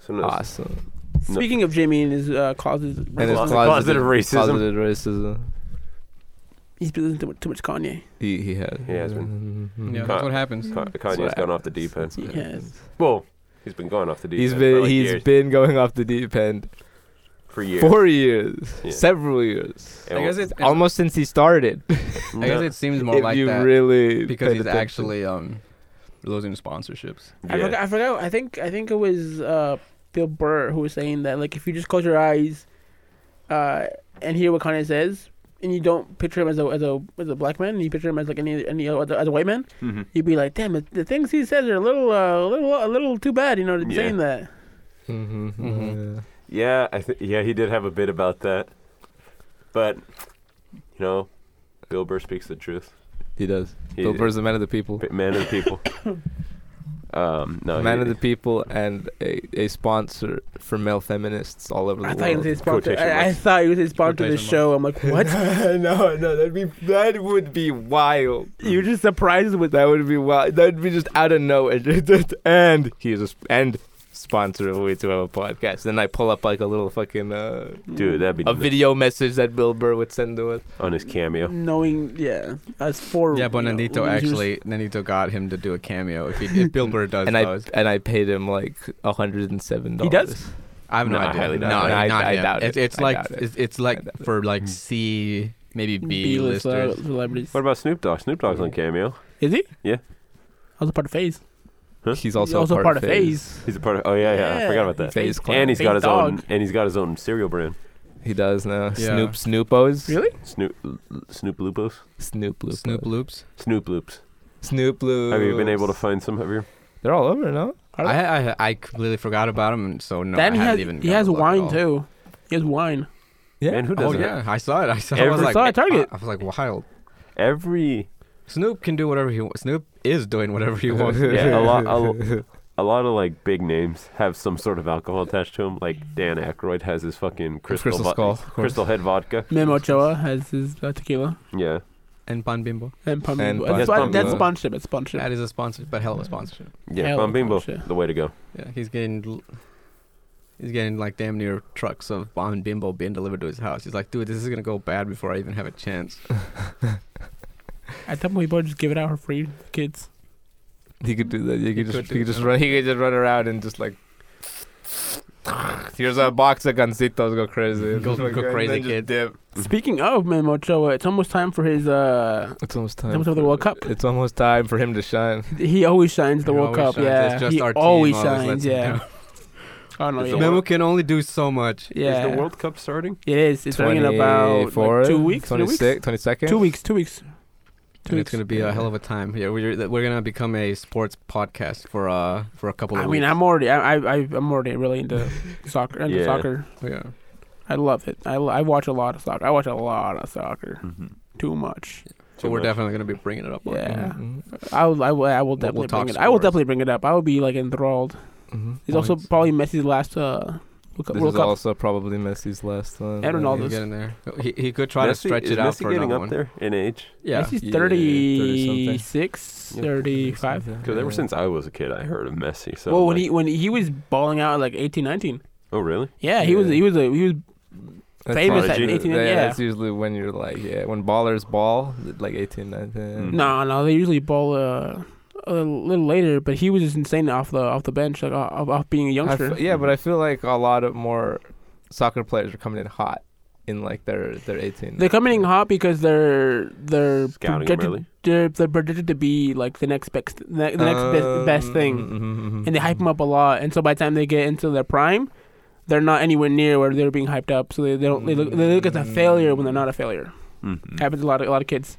Speaker 1: Sometimes-
Speaker 4: Ah, Awesome.
Speaker 1: No.
Speaker 2: Speaking of Jimmy and his uh, closet,
Speaker 4: And it's
Speaker 1: Closet-
Speaker 4: closeted,
Speaker 1: closeted racism.
Speaker 4: Closeted racism.
Speaker 2: he's been listening to too much Kanye.
Speaker 4: He he Mm-hmm. has.
Speaker 1: He has
Speaker 3: yeah,
Speaker 1: Con-
Speaker 3: that's what happens.
Speaker 1: Ka- Kanye's
Speaker 4: what
Speaker 1: gone off the deep end.
Speaker 2: He has.
Speaker 1: Well, he's been going off the deep
Speaker 4: He's
Speaker 1: end for
Speaker 4: been
Speaker 1: like
Speaker 4: he's
Speaker 1: years,
Speaker 4: been going off the deep end
Speaker 1: for years.
Speaker 4: for years,
Speaker 1: Yeah.
Speaker 4: several years,
Speaker 1: And
Speaker 3: I guess it's
Speaker 4: almost since he started.
Speaker 1: well,
Speaker 3: I guess it seems more
Speaker 4: if
Speaker 3: like
Speaker 4: you
Speaker 3: that
Speaker 4: really
Speaker 3: because
Speaker 4: paid
Speaker 3: he's
Speaker 4: attention.
Speaker 3: actually um losing sponsorships.
Speaker 2: I
Speaker 1: yeah.
Speaker 2: forgot. I forgot. I think. I think it was uh, Bill Burr who was saying that like if you just close your eyes, uh, and hear what Kanye says, and you don't picture him as a as a as a black man, and you picture him as like any any other as a white man,
Speaker 1: Mhm.
Speaker 2: you'd be like, damn, it, the things he says are a little uh, a little a little too bad, you know,
Speaker 1: Yeah.
Speaker 2: saying that.
Speaker 4: Mhm,
Speaker 3: Mhm.
Speaker 4: yeah.
Speaker 1: Yeah, I th- yeah, he did have a bit about that, but you know, Bill Burr speaks the truth.
Speaker 4: He does.
Speaker 1: He-
Speaker 4: Bill Burr's a man of the people.
Speaker 1: b- man of the people. um, no,
Speaker 4: man
Speaker 1: he-
Speaker 4: of the people and a, a sponsor for male feminists all over the
Speaker 2: I
Speaker 4: world.
Speaker 2: thought he was his sponsor.
Speaker 1: Quotation
Speaker 2: I, I
Speaker 1: marks.
Speaker 2: thought he was his sponsor the
Speaker 3: Quotation
Speaker 2: show. I'm like, what?
Speaker 4: no, no, that'd be that would be wild.
Speaker 2: You're just surprised with
Speaker 4: That would be wild. That would be just out of nowhere. and he's a, sp- and sponsor a way to have a podcast. Then I pull up like a little fucking uh,
Speaker 1: Dude, that'd be
Speaker 4: a
Speaker 1: nuts.
Speaker 4: video message that Bill Burr would send to us.
Speaker 1: on his cameo.
Speaker 2: knowing yeah as for
Speaker 3: Yeah, but
Speaker 2: you know,
Speaker 3: Nandito
Speaker 2: losers.
Speaker 3: actually Nandito got him to do a cameo. If, he, if Bill Burr does
Speaker 4: and I
Speaker 3: those,
Speaker 4: and I paid him like hundred and seven
Speaker 2: He
Speaker 4: dollars.
Speaker 2: does?
Speaker 3: I have no,
Speaker 1: No, I
Speaker 3: idea.
Speaker 1: highly doubt
Speaker 3: no,
Speaker 1: it.
Speaker 3: not
Speaker 4: I- I
Speaker 3: him.
Speaker 4: doubt
Speaker 3: It's,
Speaker 4: it.
Speaker 3: it's
Speaker 4: I
Speaker 3: like
Speaker 4: doubt it.
Speaker 3: it's, it's
Speaker 4: I
Speaker 3: like
Speaker 4: doubt it.
Speaker 3: for like C maybe B
Speaker 2: B-list uh,
Speaker 3: listers.
Speaker 2: celebrities.
Speaker 1: What about Snoop Dogg? Snoop Dogg's on cameo.
Speaker 2: Is he?
Speaker 1: Yeah.
Speaker 2: Also part of Phase.
Speaker 4: He's
Speaker 2: He's
Speaker 4: also,
Speaker 2: also part, of
Speaker 4: Phase.
Speaker 2: Phase.
Speaker 1: He's a part of. Oh yeah, yeah. I forgot about that.
Speaker 4: Phase Clan.
Speaker 1: And he's got his own.
Speaker 2: Dog.
Speaker 1: And he's got his own cereal brand.
Speaker 4: He does now.
Speaker 3: Yeah.
Speaker 4: Snoop Snoopos.
Speaker 2: Really?
Speaker 1: Snoop Snoop Lupos.
Speaker 4: Snoop Loop.
Speaker 3: Snoop Loops.
Speaker 1: Snoop Loops.
Speaker 4: Snoop Loop.
Speaker 1: Have you been able to find some of your?
Speaker 4: They're all over now.
Speaker 3: I, I I completely forgot about him, and so no,
Speaker 2: then
Speaker 3: I
Speaker 2: he
Speaker 3: haven't
Speaker 2: has
Speaker 3: even.
Speaker 2: he
Speaker 3: gotten
Speaker 2: has
Speaker 3: a look at
Speaker 2: wine
Speaker 3: all.
Speaker 2: too. He has wine.
Speaker 4: Yeah.
Speaker 1: Man, who
Speaker 3: Oh
Speaker 1: doesn't?
Speaker 3: yeah, I saw it. I saw. it. I
Speaker 1: Every-
Speaker 3: was like,
Speaker 2: saw it at Target.
Speaker 3: I, I was like, wild.
Speaker 1: Every
Speaker 3: Snoop can do whatever he wants. Snoop is doing whatever he wants.
Speaker 1: yeah, a lot a, a lot of like big names have some sort of alcohol attached to them. Like Dan Aykroyd has his fucking crystal
Speaker 4: Crystal
Speaker 1: vo-
Speaker 4: Skull, of course.
Speaker 1: crystal head vodka.
Speaker 2: Mem Ochoa has his uh, tequila
Speaker 1: Yeah,
Speaker 3: and Pan Bimbo.
Speaker 2: and Pump.
Speaker 4: And
Speaker 2: It's
Speaker 4: Pump
Speaker 2: spon-
Speaker 1: Bimbo.
Speaker 2: that's sponsorship. It's sponsorship.
Speaker 3: That is a sponsor, but hell of a sponsorship.
Speaker 1: yeah.
Speaker 2: Hell,
Speaker 1: Bon Bimbo,
Speaker 2: shit.
Speaker 1: the way to go.
Speaker 3: Yeah, he's getting. l- He's getting like damn near trucks of Bon Bimbo being delivered to his house. He's like, dude, this is gonna go bad before I even have a chance.
Speaker 2: At that point, we both just give it out for free, kids.
Speaker 4: He could do that. He could
Speaker 3: could
Speaker 4: just,
Speaker 3: do
Speaker 4: he could just
Speaker 3: that.
Speaker 4: run. He could just run around and just like. Here's a box of gancitos. Go crazy.
Speaker 3: Go- go
Speaker 4: And then
Speaker 3: crazy,
Speaker 4: just
Speaker 3: kid.
Speaker 4: dip.
Speaker 1: Mm-hmm.
Speaker 2: Speaking of Mem Ochoa, it's almost time for his. uh
Speaker 4: It's almost time.
Speaker 2: almost time for the World Cup.
Speaker 4: It's almost time for him to shine.
Speaker 2: He always shines the
Speaker 3: He
Speaker 2: World
Speaker 3: always
Speaker 2: Cup.
Speaker 3: shines.
Speaker 2: Yeah,
Speaker 3: It's just
Speaker 2: he
Speaker 3: our team
Speaker 2: always
Speaker 3: always
Speaker 2: shines.
Speaker 3: lets him
Speaker 2: Yeah.
Speaker 3: down.
Speaker 2: I don't know.
Speaker 1: It's
Speaker 2: Yeah.
Speaker 1: the
Speaker 3: Memo can only do so much.
Speaker 2: yeah.
Speaker 1: Is the World Cup starting?
Speaker 2: It is. It's running in about like,
Speaker 4: 24th,
Speaker 2: two weeks. Three weeks.
Speaker 4: 26th, 22nd.
Speaker 2: Two weeks. Two weeks. Two
Speaker 3: And
Speaker 2: weeks.
Speaker 3: it's gonna be a hell of a time. Yeah, we're th- we're gonna become a sports podcast for uh for a couple of
Speaker 2: I mean,
Speaker 3: weeks.
Speaker 2: I'm already. I, I I- I'm already really into soccer. Into
Speaker 1: Yeah.
Speaker 2: soccer.
Speaker 3: yeah.
Speaker 2: I love it. I, lo- I watch a lot of soccer. I watch a lot of soccer.
Speaker 4: Mm-hmm.
Speaker 2: Too much.
Speaker 3: So
Speaker 1: Too
Speaker 3: we're
Speaker 1: much.
Speaker 3: definitely gonna be bringing it up. on-
Speaker 2: Yeah.
Speaker 4: Mhm,
Speaker 2: I will. I will. I will
Speaker 3: But
Speaker 2: definitely
Speaker 3: we'll talk
Speaker 2: bring it. I will
Speaker 3: scores.
Speaker 2: definitely bring it up. I will be like enthralled.
Speaker 4: mhm.
Speaker 2: It's also
Speaker 3: Points.
Speaker 2: probably Messi's last uh, World Cup.
Speaker 4: This
Speaker 2: World
Speaker 4: is
Speaker 2: Cup.
Speaker 4: also probably Messi's last one.
Speaker 2: And
Speaker 3: He's
Speaker 2: Ronaldo's.
Speaker 3: getting there. He, he could try
Speaker 1: Messi-
Speaker 3: to stretch
Speaker 1: is
Speaker 3: it out
Speaker 1: Messi
Speaker 3: for
Speaker 1: getting
Speaker 3: another
Speaker 1: up
Speaker 3: one.
Speaker 1: there in age?
Speaker 3: Yeah.
Speaker 2: Messi's
Speaker 4: Yeah,
Speaker 2: 36,
Speaker 1: Yeah,
Speaker 2: 35.
Speaker 1: Because
Speaker 4: Mm.
Speaker 1: ever since I was a kid, I heard of Messi. So
Speaker 2: well,
Speaker 1: I'm
Speaker 2: when
Speaker 1: like,
Speaker 2: he when he was balling out at like 18, 19.
Speaker 1: oh really?
Speaker 2: Yeah, he was
Speaker 4: Yeah.
Speaker 2: he was a he was famous
Speaker 1: at Prodigy.
Speaker 2: 18,
Speaker 4: yeah,
Speaker 2: yeah.
Speaker 4: That's usually when you're like, yeah, when ballers ball, like 18, 19.
Speaker 1: Mm.
Speaker 2: no no they usually ball uh, a little later, but he was just insane off the off the bench like off, off being a
Speaker 4: I f-
Speaker 2: youngster.
Speaker 4: yeah, but I feel like a lot of more soccer players are coming in hot in like their their 18.
Speaker 2: They're coming in hot because they're they're
Speaker 1: Scouting
Speaker 2: projected,
Speaker 1: really?
Speaker 2: they're they're projected to be like the next best the next
Speaker 4: Um,
Speaker 2: best, best thing,
Speaker 4: mm-hmm.
Speaker 2: and they hype them up a lot. And so by the time they get into their prime, they're not anywhere near where they're being hyped up. So they, they don't they look they look as a failure when they're not a failure.
Speaker 1: Mhm.
Speaker 2: Happens to a lot of a lot of kids.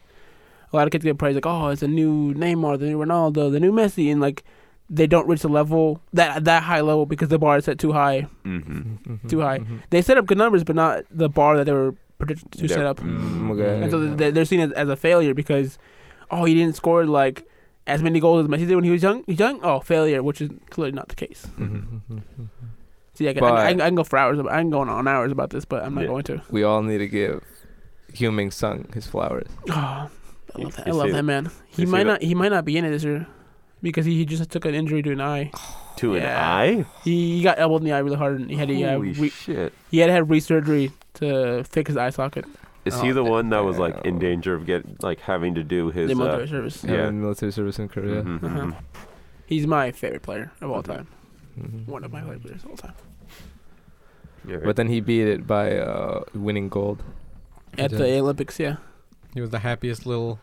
Speaker 2: A lot of kids get praised like, oh, it's a new Neymar, the new Ronaldo, the new Messi, and like they don't reach the level that that high level because the bar is set too high.
Speaker 1: Mhm.
Speaker 4: Mm-hmm.
Speaker 2: too high. They set up good numbers, but not the bar that they were predicted to
Speaker 1: Yeah.
Speaker 2: set up.
Speaker 1: Mm,
Speaker 4: okay.
Speaker 2: And so they- they're seen as, as a failure because, oh, he didn't score like as many goals as Messi did when he was young. He's young. Oh, failure, which is clearly not the case.
Speaker 4: Mm-hmm.
Speaker 2: See, I can, I, I,
Speaker 4: But-
Speaker 2: can- I can go for hours. about- I can go on, on hours about this, but I'm not
Speaker 1: Yeah.
Speaker 2: going to.
Speaker 4: We all need to give Huming Sung his flowers.
Speaker 2: Oh, I
Speaker 1: You-
Speaker 2: love that. I
Speaker 1: you
Speaker 2: love
Speaker 1: see-
Speaker 2: that man. He
Speaker 1: you see
Speaker 2: might
Speaker 1: that-
Speaker 2: not. He might not be in it this year because he, he just took an injury to an eye.
Speaker 1: To an
Speaker 2: Yeah.
Speaker 1: eye?
Speaker 2: He, he got elbowed in the eye really hard, and he had to uh,
Speaker 1: Holy
Speaker 2: re-
Speaker 1: shit!
Speaker 2: he had to have resurgery to fix his eye socket.
Speaker 1: Is he
Speaker 3: Oh,
Speaker 1: the one that was like in
Speaker 4: damn.
Speaker 1: danger of get like having to do his?
Speaker 2: The
Speaker 1: uh,
Speaker 2: military service.
Speaker 1: Yeah.
Speaker 4: Yeah, in military service in Korea.
Speaker 1: mhm,
Speaker 2: Uh-huh.
Speaker 1: mhm.
Speaker 2: He's my favorite player of all time.
Speaker 4: Mhm.
Speaker 2: One of my favorite players of all time.
Speaker 1: Yeah, right.
Speaker 4: But then he beat it by uh, winning gold.
Speaker 3: He
Speaker 2: At the
Speaker 3: did.
Speaker 2: Olympics, yeah.
Speaker 3: He was the happiest little.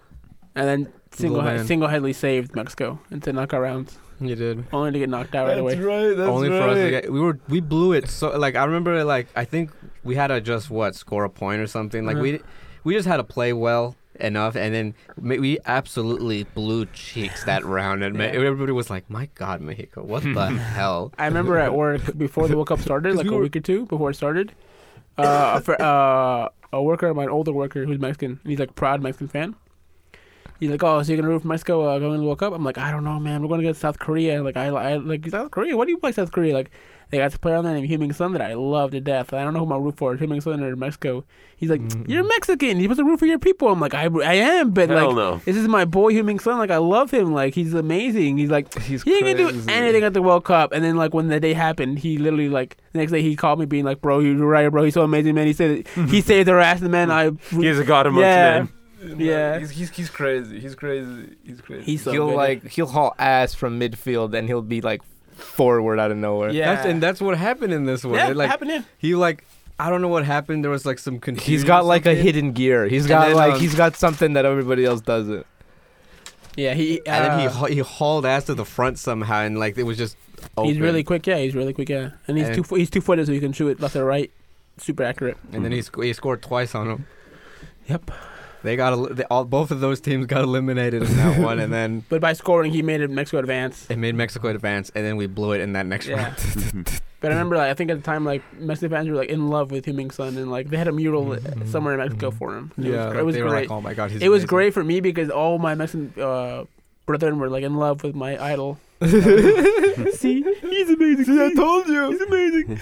Speaker 2: And then single
Speaker 3: man.
Speaker 2: single handedly saved Mexico into knockout rounds,
Speaker 3: He did.
Speaker 2: only to get knocked out right away.
Speaker 4: right. That's
Speaker 3: Only for us. To get, we were we blew it. So like I remember like I think we had to just what score a point or something. Like
Speaker 2: Uh-huh.
Speaker 3: we we just had to play well enough, and then ma- we absolutely blew cheeks that round, and ma-
Speaker 2: Yeah.
Speaker 3: everybody was like, "My God, Mexico, what the hell?"
Speaker 2: I remember at work before the World Cup started,
Speaker 3: 'Cause
Speaker 2: like
Speaker 3: we
Speaker 2: a
Speaker 3: were-
Speaker 2: week or two before it started. Uh, a, fr- uh, a worker, my older worker, who's Mexican, and he's like proud Mexican fan. He's like, oh, so you're gonna root for Mexico uh, going to the World Cup? I'm like, I don't know, man. We're going to go to South Korea. Like, I, I like South Korea. What do you play South Korea? Like, they got this player on there named Heung-Min Sun that I love to death. I don't know who my root for. Heung-Min Sun or Mexico. He's like,
Speaker 3: Mm.
Speaker 2: you're Mexican. You're supposed to root for your people. I'm like, I, I am, but
Speaker 1: Hell
Speaker 2: like,
Speaker 1: no.
Speaker 2: this is my boy Heung-Min Sun. Like, I love him. Like, he's amazing. He's like,
Speaker 4: He's
Speaker 2: he didn't do
Speaker 4: crazy.
Speaker 2: anything at the World Cup. And then like when the day happened, he literally like the next day he called me being like, bro, you're right, bro. He's so amazing, man. He said he saved our ass, and man, I
Speaker 1: He's a god amongst
Speaker 2: Yeah.
Speaker 1: men.
Speaker 2: Yeah.
Speaker 3: He's, he's, he's crazy. He's crazy. He's crazy.
Speaker 2: he's so
Speaker 4: he'll
Speaker 2: good.
Speaker 4: like he'll haul ass from midfield and he'll be like forward out of nowhere.
Speaker 2: Yeah.
Speaker 3: That's, and that's what happened in this one.
Speaker 2: yeah,
Speaker 3: It, like
Speaker 2: happened yeah.
Speaker 3: he like I don't know what happened. There was like some confusion.
Speaker 4: He's got
Speaker 3: or
Speaker 4: like a
Speaker 3: something.
Speaker 4: hidden gear. He's
Speaker 3: And
Speaker 4: got
Speaker 3: then,
Speaker 4: like
Speaker 3: um,
Speaker 4: he's got something that everybody else doesn't.
Speaker 2: Yeah, he uh,
Speaker 3: And then he hau- he hauled ass to the front somehow, and like it was just. Open.
Speaker 2: he's really quick. Yeah, he's really quick. Yeah, and he's
Speaker 3: And-
Speaker 2: two fo- he's two footed, so he can shoot it left or right. Super accurate.
Speaker 3: And then he, sc- he scored twice on him.
Speaker 2: Yep.
Speaker 3: They got el- they, all, both of those teams got eliminated in that one, and then
Speaker 2: But by scoring, he made it Mexico advance.
Speaker 3: it made Mexico advance, and then we blew it in that next
Speaker 2: Yeah.
Speaker 3: round.
Speaker 1: Mm-hmm.
Speaker 2: But I remember, like, I think at the time, like Mexican fans were like in love with Heung-Min Sun, and like they had a mural
Speaker 3: Mhm.
Speaker 2: somewhere in Mexico for him. It was,
Speaker 3: Yeah,
Speaker 2: gr- it was
Speaker 3: they
Speaker 2: great.
Speaker 3: were like, "Oh my god, he's
Speaker 2: it was
Speaker 3: amazing."
Speaker 2: great for me because all my Mexican uh, brethren were like in love with my idol. See, he's amazing. See, I told you, he's amazing.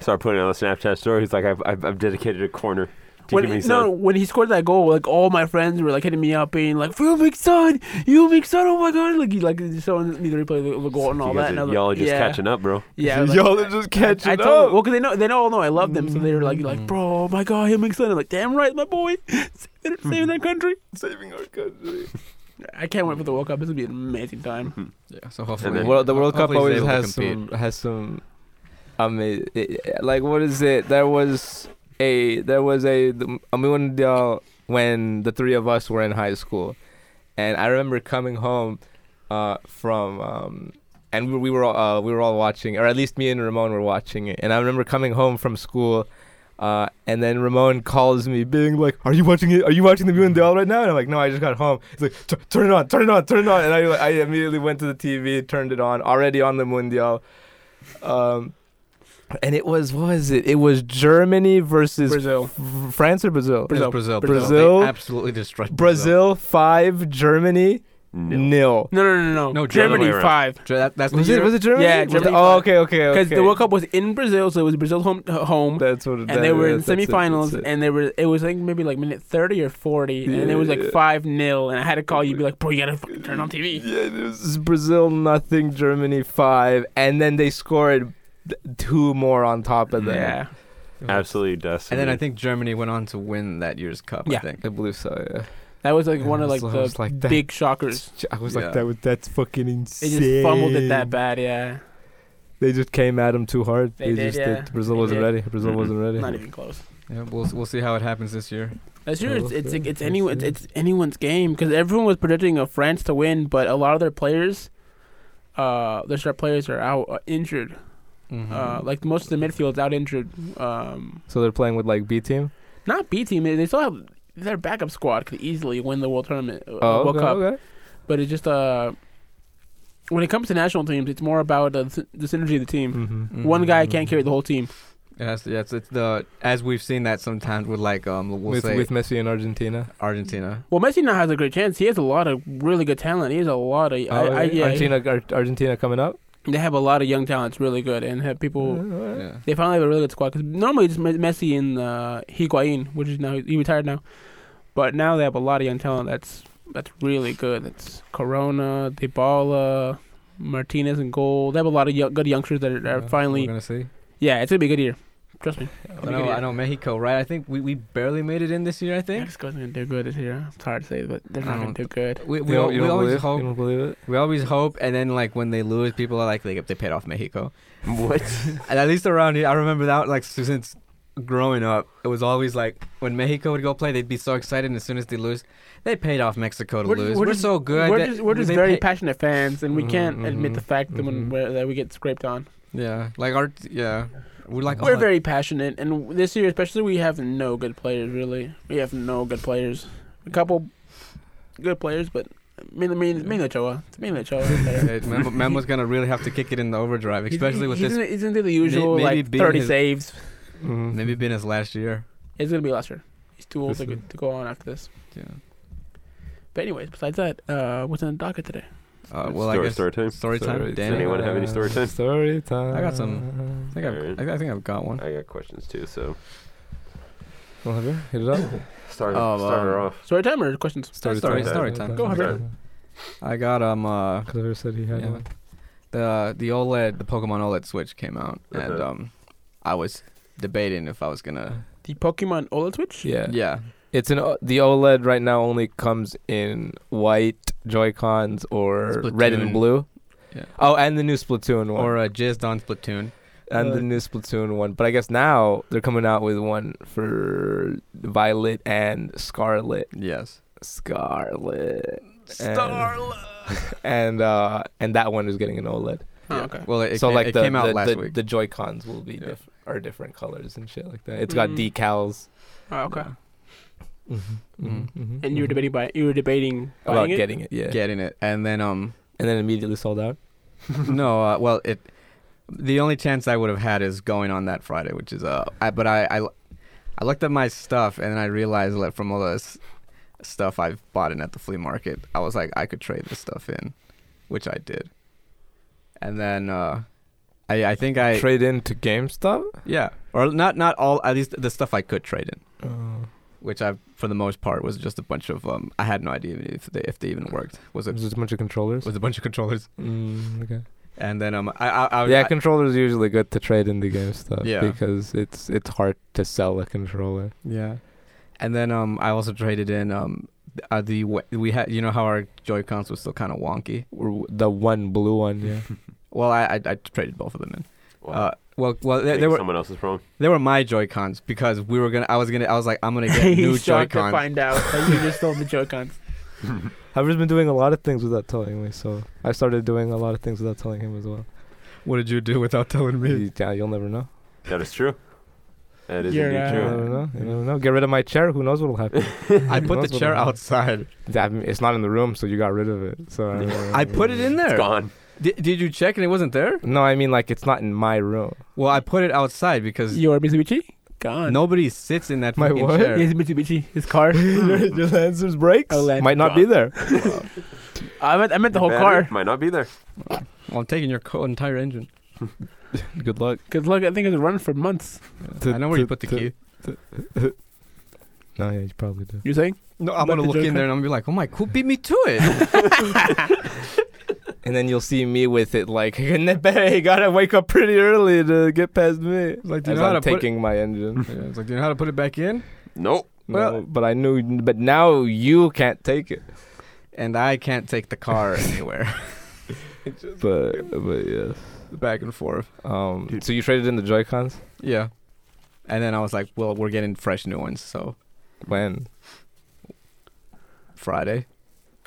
Speaker 1: Start putting on the Snapchat story. He's like, I've, I've, I've dedicated a corner to
Speaker 2: When,
Speaker 1: give me
Speaker 2: no,
Speaker 1: some.
Speaker 2: when he scored that goal, like all my friends were like hitting me up, being like, "You make son, you make son, oh my god!" Like, he, like someone need to replay the, the goal and all
Speaker 1: You
Speaker 2: that.
Speaker 1: guys
Speaker 2: And
Speaker 1: are-
Speaker 2: I was like,
Speaker 1: y'all are just
Speaker 2: yeah.
Speaker 1: catching up, bro.
Speaker 2: Yeah, I was like-
Speaker 4: Y'all are just catching
Speaker 2: I
Speaker 4: up.
Speaker 2: told them, well, 'cause they know they know all know I love them, so they were like, like, bro, oh my god, him son, I'm like, damn right, my boy, saving, saving that country.
Speaker 3: Saving our country.
Speaker 2: I can't wait for the World Cup. This will be an amazing time.
Speaker 3: Yeah, so hopefully
Speaker 1: then-
Speaker 4: Well, the World Cup
Speaker 3: hopefully
Speaker 4: always
Speaker 3: he's able to
Speaker 4: has
Speaker 3: compete.
Speaker 4: some has some. I mean, it, like what is it? There was a there was a I mean when the, when the three of us were in high school, and I remember coming home uh, from um, and we, we were all, uh, we were all watching, or at least me and Ramon were watching it, and I remember coming home from school. Uh, and then Ramon calls me, being like, "Are you watching it? Are you watching the Mutant Doll right now?" And I'm like, "No, I just got home." He's like, "Tu- "Turn it on, turn it on, turn it on!" And I, I immediately went to the TV, turned it on, already on the Mundial. Um, and it was what was it? It was Germany versus
Speaker 2: Brazil.
Speaker 4: F- France or Brazil?
Speaker 3: It was
Speaker 2: Brazil.
Speaker 3: Brazil.
Speaker 4: Brazil.
Speaker 3: They absolutely destroyed
Speaker 4: Brazil five, Germany
Speaker 1: No.
Speaker 4: nil.
Speaker 2: No, no, no, no.
Speaker 3: No,
Speaker 1: Germany
Speaker 2: Germany
Speaker 1: around.
Speaker 2: five.
Speaker 3: Brazil. That, that's
Speaker 4: Was
Speaker 3: the
Speaker 4: it
Speaker 3: year-
Speaker 4: was it Germany?
Speaker 2: Yeah,
Speaker 4: Was
Speaker 2: Germany
Speaker 4: it- oh,
Speaker 2: five.
Speaker 4: okay, okay, okay.
Speaker 2: because the World Cup was in Brazil, so it was Brazil's home uh, home,
Speaker 4: That's what.
Speaker 2: and they were in
Speaker 4: that's it, that's
Speaker 2: semifinals,
Speaker 4: it.
Speaker 2: and they were it was I think maybe like minute thirty or forty, and it was like
Speaker 4: Yeah.
Speaker 2: five 0 and I had to call you, be like, bro, you gotta fucking turn on TV.
Speaker 4: Yeah, this is Brazil nothing, Germany five, and then they scored th- two more on top of that.
Speaker 2: Yeah,
Speaker 1: Absolutely dust.
Speaker 3: And then I think Germany went on to win that year's cup.
Speaker 2: Yeah.
Speaker 3: I think.
Speaker 4: I believe so. Yeah,
Speaker 2: that was like one of
Speaker 4: I
Speaker 2: like
Speaker 4: was- I
Speaker 2: the
Speaker 4: was like that.
Speaker 2: big shockers.
Speaker 4: I was
Speaker 3: Yeah.
Speaker 4: like that. was- That's fucking
Speaker 2: They
Speaker 4: insane.
Speaker 2: just fumbled it that bad. Yeah,
Speaker 4: They just came at him too hard.
Speaker 2: They did,
Speaker 4: just
Speaker 2: yeah.
Speaker 4: Brazil
Speaker 2: They
Speaker 4: wasn't
Speaker 2: did. Mm-hmm.
Speaker 4: ready. Brazil
Speaker 1: Mhm.
Speaker 4: wasn't ready.
Speaker 2: not even close.
Speaker 3: Yeah, we'll we'll see how it happens this year.
Speaker 2: That's
Speaker 4: Yeah,
Speaker 2: true. It's
Speaker 4: we'll
Speaker 2: it's,
Speaker 4: see.
Speaker 2: it's
Speaker 4: We'll
Speaker 2: anyone
Speaker 4: see.
Speaker 2: it's, it's anyone's game because everyone was predicting of France to win, but a lot of their players, uh, their star players are out uh, injured.
Speaker 3: Mm-hmm.
Speaker 2: Uh, like most of the midfield's out injured. Um,
Speaker 4: So they're playing with like B team.
Speaker 2: not B team. They they still have their backup squad could easily win the world tournament, uh,
Speaker 4: Oh,
Speaker 2: World
Speaker 4: okay,
Speaker 2: Cup.
Speaker 4: okay.
Speaker 2: But it's just uh, when it comes to national teams, it's more about uh, the sy- the synergy of the team.
Speaker 4: Mm-hmm.
Speaker 2: One guy can't carry the whole team.
Speaker 3: Yes, yes. It's the as we've seen that sometimes with like um we'll
Speaker 4: with,
Speaker 3: say
Speaker 4: with Messi in Argentina.
Speaker 3: Argentina.
Speaker 2: Well, Messi now has a great chance. He has a lot of really good talent. He has a lot of I,
Speaker 4: Oh,
Speaker 2: I, yeah,
Speaker 4: Argentina, Ar- Argentina coming up.
Speaker 2: They have a lot of young talents, really good, and have people.
Speaker 3: Yeah.
Speaker 2: They finally have a really good squad because normally it's Me- Messi and uh, Higuain, which is now he retired now, but now they have a lot of young talent that's that's really good. It's Corona, Dybala, Martinez, and goal. They have a lot of young, good youngsters that are, are
Speaker 3: Yeah,
Speaker 2: finally.
Speaker 3: We're gonna see.
Speaker 2: Yeah, it's gonna be a good year. Trust me.
Speaker 3: I know, I know Mexico, right? I think we, we barely made it in this year. I think
Speaker 2: Mexico's gonna do good this year. It's hard to say, but they're
Speaker 3: I
Speaker 2: not gonna
Speaker 3: don't-
Speaker 2: do good.
Speaker 3: we we,
Speaker 4: You
Speaker 3: al-
Speaker 4: don't- you
Speaker 3: we
Speaker 4: don't
Speaker 3: always
Speaker 4: believe-
Speaker 3: hope
Speaker 4: You don't believe it?
Speaker 3: we always hope, and then like when they lose, people are like they they paid off Mexico.
Speaker 1: what?
Speaker 3: And at least around here, I remember that like since growing up, it was always like when Mexico would go play, they'd be so excited, and as soon as they lose, they paid off Mexico to
Speaker 2: We're just-
Speaker 3: lose.
Speaker 2: we're
Speaker 3: We're,
Speaker 2: just-
Speaker 3: so good.
Speaker 2: we're
Speaker 3: that
Speaker 2: just, we're just
Speaker 3: they
Speaker 2: very
Speaker 3: pay- Mm-hmm,
Speaker 2: passionate fans, and we
Speaker 4: Mhm,
Speaker 2: can't admit
Speaker 4: mhm,
Speaker 2: the fact that when
Speaker 4: mhm.
Speaker 2: we're, that we get scraped on.
Speaker 3: yeah, like our yeah, we're like
Speaker 2: We're
Speaker 3: oh,
Speaker 2: very passionate, and this year especially, we have no good players. Really, we have no good players. A couple good players, but mainly mainly, mainly Ochoa. It's mainly Ochoa. is better.
Speaker 3: Yeah, Mem- Mem was gonna really have to kick it in the overdrive, especially
Speaker 2: he's,
Speaker 3: with
Speaker 2: he's
Speaker 3: this.
Speaker 2: Gonna, he's gonna do the usual
Speaker 3: maybe
Speaker 2: like
Speaker 3: being
Speaker 2: thirty
Speaker 3: his-
Speaker 2: saves.
Speaker 4: Mhm.
Speaker 3: Maybe been his last year.
Speaker 2: It's gonna be last year. He's too old to,
Speaker 4: This
Speaker 2: go-
Speaker 4: is-
Speaker 2: to go on after this.
Speaker 3: Yeah.
Speaker 2: But anyways, besides that, uh, what's on the docket today?
Speaker 3: Uh, well,
Speaker 1: story,
Speaker 3: I guess
Speaker 1: story time.
Speaker 3: story time.
Speaker 4: Story
Speaker 3: Danny,
Speaker 1: Does anyone have any story time?
Speaker 4: Story time.
Speaker 3: I got some. I think, I've, I think I've got one.
Speaker 1: I got questions too, so
Speaker 4: Well, have you? Hit it up.
Speaker 1: start
Speaker 3: Oh,
Speaker 1: start her
Speaker 3: um,
Speaker 1: off.
Speaker 2: Story time or questions?
Speaker 3: Story, story,
Speaker 1: time.
Speaker 3: story time.
Speaker 2: Go, Javier.
Speaker 3: I got um uh,
Speaker 4: Clever said he had
Speaker 3: Yeah,
Speaker 4: one.
Speaker 3: the the OLED, the Pokemon OLED Switch came out, and
Speaker 1: Uh-huh.
Speaker 3: um, I was debating if I was gonna.
Speaker 2: The Pokemon OLED Switch?
Speaker 4: Yeah.
Speaker 3: Yeah,
Speaker 4: It's an o- the OLED right now only comes in white Joy Cons or red and
Speaker 3: Splatoon.
Speaker 4: blue.
Speaker 3: Yeah.
Speaker 4: Oh, and the new Splatoon one,
Speaker 3: or uh, Jizz Don Splatoon.
Speaker 4: and
Speaker 3: uh,
Speaker 4: the new Splatoon one. But I guess now they're coming out with one for Violet and Scarlet,
Speaker 3: Yes.
Speaker 4: Scarlet, and and, uh, and that one is getting an OLED.
Speaker 2: Oh,
Speaker 3: Yeah.
Speaker 2: okay.
Speaker 3: Well, it,
Speaker 4: so
Speaker 3: ca-
Speaker 4: like
Speaker 3: it
Speaker 4: the,
Speaker 3: came out
Speaker 4: the,
Speaker 3: last
Speaker 4: the,
Speaker 3: week.
Speaker 4: the Joy Cons will be
Speaker 3: Yeah.
Speaker 4: diff- are different colors and shit like that. It's got
Speaker 2: Mm.
Speaker 4: decals.
Speaker 2: Oh, okay.
Speaker 4: Mm-hmm.
Speaker 3: Mhm.
Speaker 2: And you were debating by you were debating
Speaker 4: about
Speaker 2: buying it?
Speaker 4: getting it, yeah.
Speaker 3: Getting it, and then um,
Speaker 4: and then immediately sold out.
Speaker 3: no, uh, well, it. The only chance I would have had is going on that Friday, which is uh, I, but I, I, I looked at my stuff and I realized that from all this stuff I've bought in at the flea market, I was like, I could trade this stuff in, which I did, and then uh, I, I think I,
Speaker 4: Trade in to GameStop.
Speaker 3: yeah, or not, not all, at least the stuff I could trade in,
Speaker 4: Oh.
Speaker 3: which I, for the most part, was just a bunch of um, I had no idea if they if they even worked. Was
Speaker 4: Is
Speaker 3: it
Speaker 4: this a bunch of controllers?
Speaker 3: was a bunch of controllers,
Speaker 4: Mm, okay.
Speaker 3: and then um, I, I, I
Speaker 4: yeah,
Speaker 3: I-
Speaker 4: controllers are usually good to trade in the GameStop
Speaker 3: Yeah.
Speaker 4: because it's it's hard to sell a controller.
Speaker 3: Yeah, and then um, I also traded in um, th- uh, the wa- we had you know how our Joy Cons was still kind of wonky.
Speaker 4: Or The one blue one, yeah.
Speaker 3: Well, I I, I traded both of them in.
Speaker 1: Wow.
Speaker 3: Uh, well, well, they,
Speaker 1: Think
Speaker 3: they were
Speaker 1: someone else's problem.
Speaker 3: they were my Joy Cons because we were gonna. I was gonna. I was like, I'm gonna get new
Speaker 2: He's
Speaker 3: Joy
Speaker 2: shocked to
Speaker 3: Cons.
Speaker 2: find out that you just sold the Joy-Cons.
Speaker 4: I've just been doing a lot of things without telling me, so I started doing a lot of things without telling him as well.
Speaker 3: What did you do without telling
Speaker 4: You, yeah, you'll never know.
Speaker 1: That is true. That is
Speaker 2: You're,
Speaker 1: indeed
Speaker 2: uh,
Speaker 4: You
Speaker 1: true.
Speaker 4: never know. You never know. Get rid of my chair. Who knows what'll happen?
Speaker 3: I put the
Speaker 4: That's what
Speaker 3: chair
Speaker 4: I mean.
Speaker 3: outside.
Speaker 4: That- it's not in the room, so you got rid of it. So I, don't
Speaker 3: I
Speaker 4: know.
Speaker 3: put it in
Speaker 1: It's
Speaker 3: there.
Speaker 1: gone.
Speaker 3: Did, did you check and it wasn't there?
Speaker 4: No, I mean like it's not in my room.
Speaker 3: Well, I put it outside because
Speaker 2: Your Mitsubishi? Gone.
Speaker 3: nobody sits in that
Speaker 4: My
Speaker 3: fucking
Speaker 4: what?
Speaker 3: chair.
Speaker 2: His Mitsubishi, his car.
Speaker 4: Just answers breaks.
Speaker 2: Oh, let-
Speaker 4: Might not be there.
Speaker 2: I meant, I meant the whole
Speaker 1: Battery
Speaker 2: car.
Speaker 1: might not be there.
Speaker 3: Well, I'm taking your co- entire engine.
Speaker 4: Good luck.
Speaker 2: Cause look, I think it's run for months.
Speaker 4: To-
Speaker 3: I know where
Speaker 4: to-
Speaker 3: you put the
Speaker 4: to-
Speaker 3: key.
Speaker 4: No, yeah, you probably do.
Speaker 2: You saying?
Speaker 3: No, I'm
Speaker 2: But
Speaker 3: gonna
Speaker 2: the
Speaker 3: look
Speaker 2: Joy
Speaker 3: in there and I'm gonna be like, oh my, who beat me to it?
Speaker 4: And then you'll see me with it like, you gotta wake up pretty early to get past me.
Speaker 3: Like, do you
Speaker 4: As
Speaker 3: know how to
Speaker 4: I'm
Speaker 3: put
Speaker 4: taking my engine.
Speaker 3: it? Yeah, it's like, do you know how to put it back in?
Speaker 1: Nope.
Speaker 4: No, but I knew. But now you can't take it.
Speaker 3: And I can't take the car anywhere.
Speaker 4: But but yes.
Speaker 3: back and forth.
Speaker 4: Um.
Speaker 1: Dude.
Speaker 4: So you traded in the Joy Cons
Speaker 3: Yeah. And then I was like, well, we're getting fresh new ones, so
Speaker 4: when?
Speaker 3: Friday,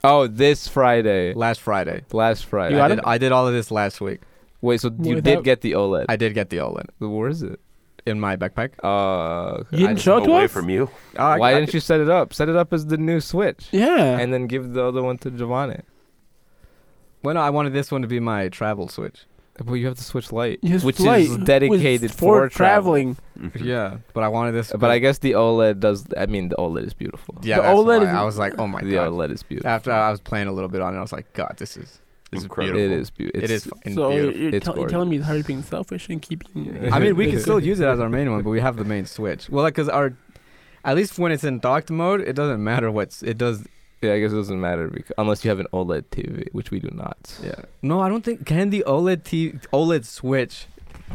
Speaker 4: Oh, this Friday,
Speaker 3: last Friday.
Speaker 4: last Friday.
Speaker 2: You
Speaker 3: I
Speaker 2: got
Speaker 3: did,
Speaker 2: it?
Speaker 3: I did all of this last week.
Speaker 4: Wait, so you
Speaker 2: Without-
Speaker 4: did get the OLED?
Speaker 3: I did get the OLED
Speaker 4: Where is it?
Speaker 3: in my backpack.
Speaker 4: Uh.
Speaker 2: You didn't
Speaker 4: I-
Speaker 2: show it to
Speaker 1: Away
Speaker 2: us?
Speaker 1: from you.
Speaker 3: Uh, I-
Speaker 4: Why
Speaker 3: I-
Speaker 4: didn't you set it up? Set it up as the new Switch,
Speaker 2: Yeah.
Speaker 4: and then give the other one to Giovanni.
Speaker 3: Well, no, I wanted this one to be my travel switch.
Speaker 4: Well, you have to switch light,
Speaker 2: His
Speaker 4: which
Speaker 2: flight
Speaker 4: is dedicated
Speaker 2: was for,
Speaker 4: for traveling.
Speaker 2: traveling.
Speaker 1: Mm-hmm.
Speaker 3: Yeah, but I wanted this.
Speaker 4: But I guess the OLED does. I mean, the OLED is beautiful.
Speaker 3: yeah,
Speaker 2: the
Speaker 3: that's
Speaker 2: OLED
Speaker 3: why.
Speaker 2: is-
Speaker 3: I was like, oh my
Speaker 4: the
Speaker 3: god.
Speaker 4: OLED is beautiful.
Speaker 3: After I was playing a little bit on it, I was like, God, this is this is
Speaker 1: Incredible.
Speaker 3: beautiful.
Speaker 4: It is beautiful.
Speaker 3: It is fucking
Speaker 2: So you're,
Speaker 3: beautiful.
Speaker 2: you're,
Speaker 4: It's
Speaker 2: tell, you're telling me how you're being selfish and keeping.
Speaker 4: Yeah.
Speaker 3: I mean, we can still use it as our main one, but we have the main switch. Well, because our, at least when it's in docked mode, it doesn't matter what's it does.
Speaker 4: Yeah, I guess it doesn't matter because, unless you have an E OLED TV, which we do not.
Speaker 3: Yeah. No, I don't think can the OLED TV, OLED switch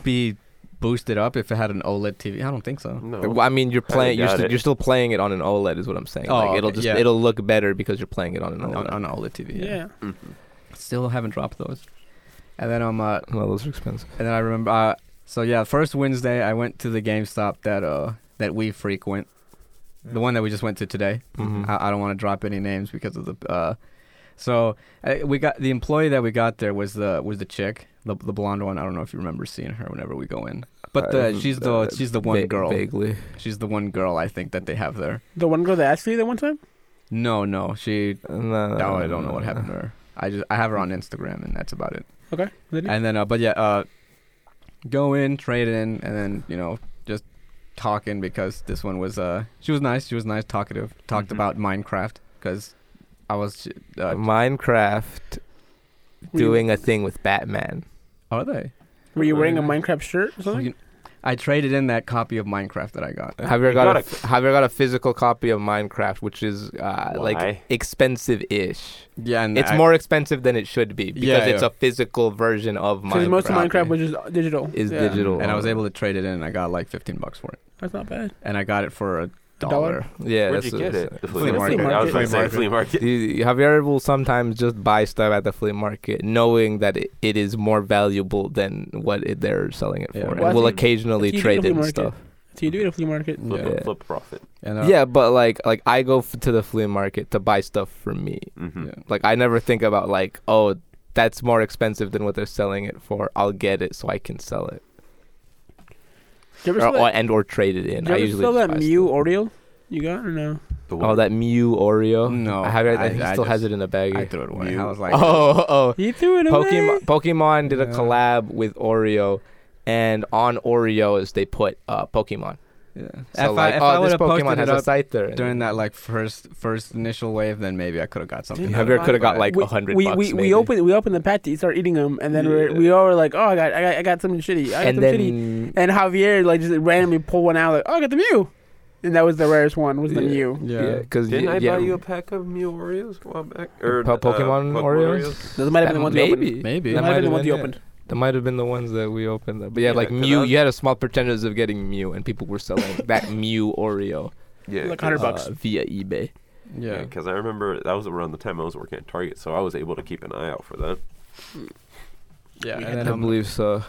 Speaker 3: be boosted up if it had an OLED TV. I don't think so.
Speaker 1: No.
Speaker 4: Well, I mean, you're
Speaker 1: I
Speaker 4: playing. You're,
Speaker 1: got
Speaker 4: st-
Speaker 1: it.
Speaker 4: you're still playing it on an OLED, is what I'm saying.
Speaker 3: Oh,
Speaker 4: like, it'll
Speaker 3: okay,
Speaker 4: just
Speaker 3: yeah.
Speaker 4: it'll look better because you're playing it on an E
Speaker 3: On,
Speaker 4: OLED.
Speaker 3: on an OLED TV. Yeah.
Speaker 2: Yeah.
Speaker 1: Mhm.
Speaker 3: Still haven't dropped those. And then um, uh,
Speaker 4: Well, those are expensive.
Speaker 3: and then I remember. Uh, so yeah, first Wednesday I went to the GameStop that uh that we frequent, the one that we just went to today.
Speaker 4: Mhm.
Speaker 3: I, I don't want to drop any names because of the. Uh, so uh, we got the employee that we got there was the was the chick, the the blonde one. I don't know if you remember seeing her whenever we go in, but the,
Speaker 4: Uh,
Speaker 3: she's the
Speaker 4: uh,
Speaker 3: she's the one
Speaker 4: va-
Speaker 3: girl.
Speaker 4: Vaguely.
Speaker 3: She's the one girl I think that they have there.
Speaker 2: The one girl that asked you that one time?
Speaker 3: No, no, she.
Speaker 4: No,
Speaker 3: No, I don't know what happened to her.
Speaker 4: Uh,
Speaker 3: I just I have her on Instagram and that's about it.
Speaker 2: Okay. Lady?
Speaker 3: And then, uh, but yeah, uh, go in, trade in, and then you know just
Speaker 4: Mm-hmm.
Speaker 3: talking because this one was uh she was nice, she was nice, talkative, talked
Speaker 1: Mhm.
Speaker 3: about Minecraft because I was. Uh,
Speaker 4: Minecraft
Speaker 2: Were you-
Speaker 4: doing a thing with Batman.
Speaker 3: are they?
Speaker 2: Were you wearing a Minecraft shirt or something?
Speaker 3: You- I traded in that copy of Minecraft that I got.
Speaker 4: Javier
Speaker 1: You
Speaker 4: got,
Speaker 1: gotta-
Speaker 4: a, Javier got a physical copy of Minecraft, which is uh, like
Speaker 1: Why?
Speaker 4: expensive ish.
Speaker 3: Yeah, and
Speaker 4: It's
Speaker 3: I-
Speaker 4: more expensive than it should be because
Speaker 3: Yeah,
Speaker 4: it's
Speaker 3: yeah.
Speaker 4: a physical version of
Speaker 2: Because
Speaker 4: Minecraft.
Speaker 2: most of Minecraft was just digital.
Speaker 4: Is
Speaker 2: Yeah.
Speaker 4: digital.
Speaker 3: And I was able to trade it in, and I got like 15 bucks for it,
Speaker 2: That's not bad.
Speaker 3: and I got it for a
Speaker 2: dollar?
Speaker 3: dollar.
Speaker 4: Yeah,
Speaker 1: Where'd
Speaker 4: that's
Speaker 1: you get
Speaker 4: what I
Speaker 1: it?
Speaker 4: said.
Speaker 1: The
Speaker 3: Flea market.
Speaker 1: I was going to
Speaker 3: Flea
Speaker 1: say flea market.
Speaker 4: He- Javier will sometimes just buy stuff at the flea market, knowing that it, it is more valuable than what it, they're selling it
Speaker 3: Yeah.
Speaker 4: for,
Speaker 3: Well,
Speaker 2: I
Speaker 4: and will
Speaker 2: think
Speaker 4: occasionally
Speaker 2: it's easy
Speaker 4: trade
Speaker 2: to flea
Speaker 4: in
Speaker 2: market.
Speaker 4: stuff.
Speaker 2: So you do it at a flea market.
Speaker 1: Flip,
Speaker 4: Yeah.
Speaker 1: flip profit.
Speaker 3: And, uh,
Speaker 4: Yeah, but like like I go f- to the flea market to buy stuff for me.
Speaker 1: Mm-hmm.
Speaker 3: yeah.
Speaker 4: Like I never think about like oh that's more expensive than what they're selling it for. I'll get it so I can sell it
Speaker 2: Did you
Speaker 4: or,
Speaker 2: ever sell
Speaker 4: or-
Speaker 2: that,
Speaker 4: and or trade it in.
Speaker 2: did you
Speaker 4: I
Speaker 2: ever
Speaker 4: usually
Speaker 2: sell
Speaker 4: just
Speaker 2: that
Speaker 4: buy
Speaker 2: Mew
Speaker 4: stuff.
Speaker 2: Oreo you got or no?
Speaker 1: The
Speaker 4: Oh, that Mew Oreo.
Speaker 3: No,
Speaker 4: I have it. I,
Speaker 3: I-
Speaker 4: think he
Speaker 3: I
Speaker 4: still has
Speaker 3: just-
Speaker 4: it in a baggie.
Speaker 3: I threw it away.
Speaker 1: You-
Speaker 3: I was like,
Speaker 4: oh, oh,
Speaker 2: You threw it away.
Speaker 4: Pokemon Pokemon did a
Speaker 3: Yeah.
Speaker 4: collab with Oreo, and on Oreos they put uh, Pokemon.
Speaker 3: Yeah.
Speaker 4: So
Speaker 3: if
Speaker 4: like,
Speaker 3: I, if
Speaker 4: oh,
Speaker 3: I would
Speaker 4: this
Speaker 3: have
Speaker 4: Pokemon
Speaker 3: posted
Speaker 4: has
Speaker 3: it
Speaker 4: a
Speaker 3: up
Speaker 4: site there.
Speaker 3: during that like first first initial wave, then maybe I could have got something.
Speaker 2: Dude,
Speaker 3: out of
Speaker 4: Javier
Speaker 3: it,
Speaker 4: could have got
Speaker 3: but-
Speaker 4: like
Speaker 2: we,
Speaker 4: a hundred.
Speaker 2: we,
Speaker 4: bucks,
Speaker 2: we, we
Speaker 4: maybe.
Speaker 2: opened we opened the patty, started eating them, and then we're, we all were like, "Oh, I got I got, I got something shitty, I got
Speaker 4: and
Speaker 2: something shitty." And
Speaker 4: then
Speaker 2: Javier like just randomly pulled one out, like, "Oh, I got the Mew," and that was the rarest one was the
Speaker 4: Yeah.
Speaker 2: Mew.
Speaker 4: yeah,
Speaker 3: Yeah.
Speaker 4: because
Speaker 1: Didn't
Speaker 4: yeah,
Speaker 1: I buy you a pack of Mew Oreos a while back? Or
Speaker 4: Po-
Speaker 1: uh,
Speaker 4: Pokemon Oreos?
Speaker 2: Those might have
Speaker 4: that-
Speaker 2: been the ones we opened.
Speaker 4: maybe
Speaker 3: Maybe.
Speaker 2: That
Speaker 4: That
Speaker 2: might have
Speaker 4: might
Speaker 2: been the
Speaker 4: have
Speaker 2: ones
Speaker 4: been
Speaker 2: you
Speaker 4: it.
Speaker 2: opened.
Speaker 4: that might have been the ones that we opened. up. But yeah,
Speaker 1: Yeah,
Speaker 4: like
Speaker 1: 'cause
Speaker 4: Mew,
Speaker 1: I was-
Speaker 4: you had a small percentage of getting Mew, and people were selling that Mew Oreo
Speaker 1: Yeah,
Speaker 2: Like
Speaker 1: 'cause-
Speaker 2: $100 bucks.
Speaker 4: uh, via eBay.
Speaker 1: Yeah,
Speaker 3: Yeah.
Speaker 1: because I remember that was around the time I was working at Target, so I was able to keep an eye out for that.
Speaker 3: Yeah.
Speaker 2: We
Speaker 3: And
Speaker 2: had
Speaker 3: then,
Speaker 4: I
Speaker 3: um,
Speaker 4: believe so.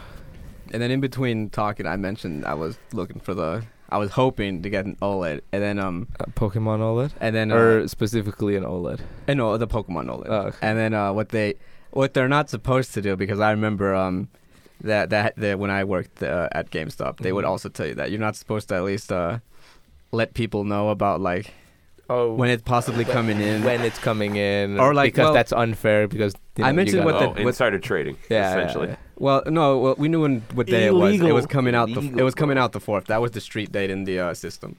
Speaker 3: and then in between talking, I mentioned I was looking for the. I was hoping to get an OLED, and then um,
Speaker 4: Uh, Pokemon OLED,
Speaker 3: and then uh,
Speaker 4: or specifically an E OLED.
Speaker 3: and no, the Pokemon OLED.
Speaker 4: Oh, okay.
Speaker 3: And then uh, what they, what they're not supposed to do, because I remember um, that that, that when I worked uh, at GameStop, they would
Speaker 4: Mhm.
Speaker 3: also tell you that you're not supposed to at least uh, let people know about like
Speaker 4: Oh,
Speaker 3: when it's possibly coming in.
Speaker 4: when it's coming in,
Speaker 3: Or, like,
Speaker 4: because
Speaker 3: well,
Speaker 4: that's unfair. Because you
Speaker 3: I
Speaker 4: know, you
Speaker 3: mentioned
Speaker 4: gotta-
Speaker 3: what the-
Speaker 1: oh, insider trading,
Speaker 4: yeah,
Speaker 1: essentially.
Speaker 4: yeah,
Speaker 3: Well, no, well, we knew when what day it was. It
Speaker 2: Illegal.
Speaker 3: was coming out. The,
Speaker 1: Illegal,
Speaker 3: it was coming
Speaker 1: bro.
Speaker 3: out the fourth. That was the street date in the uh, system.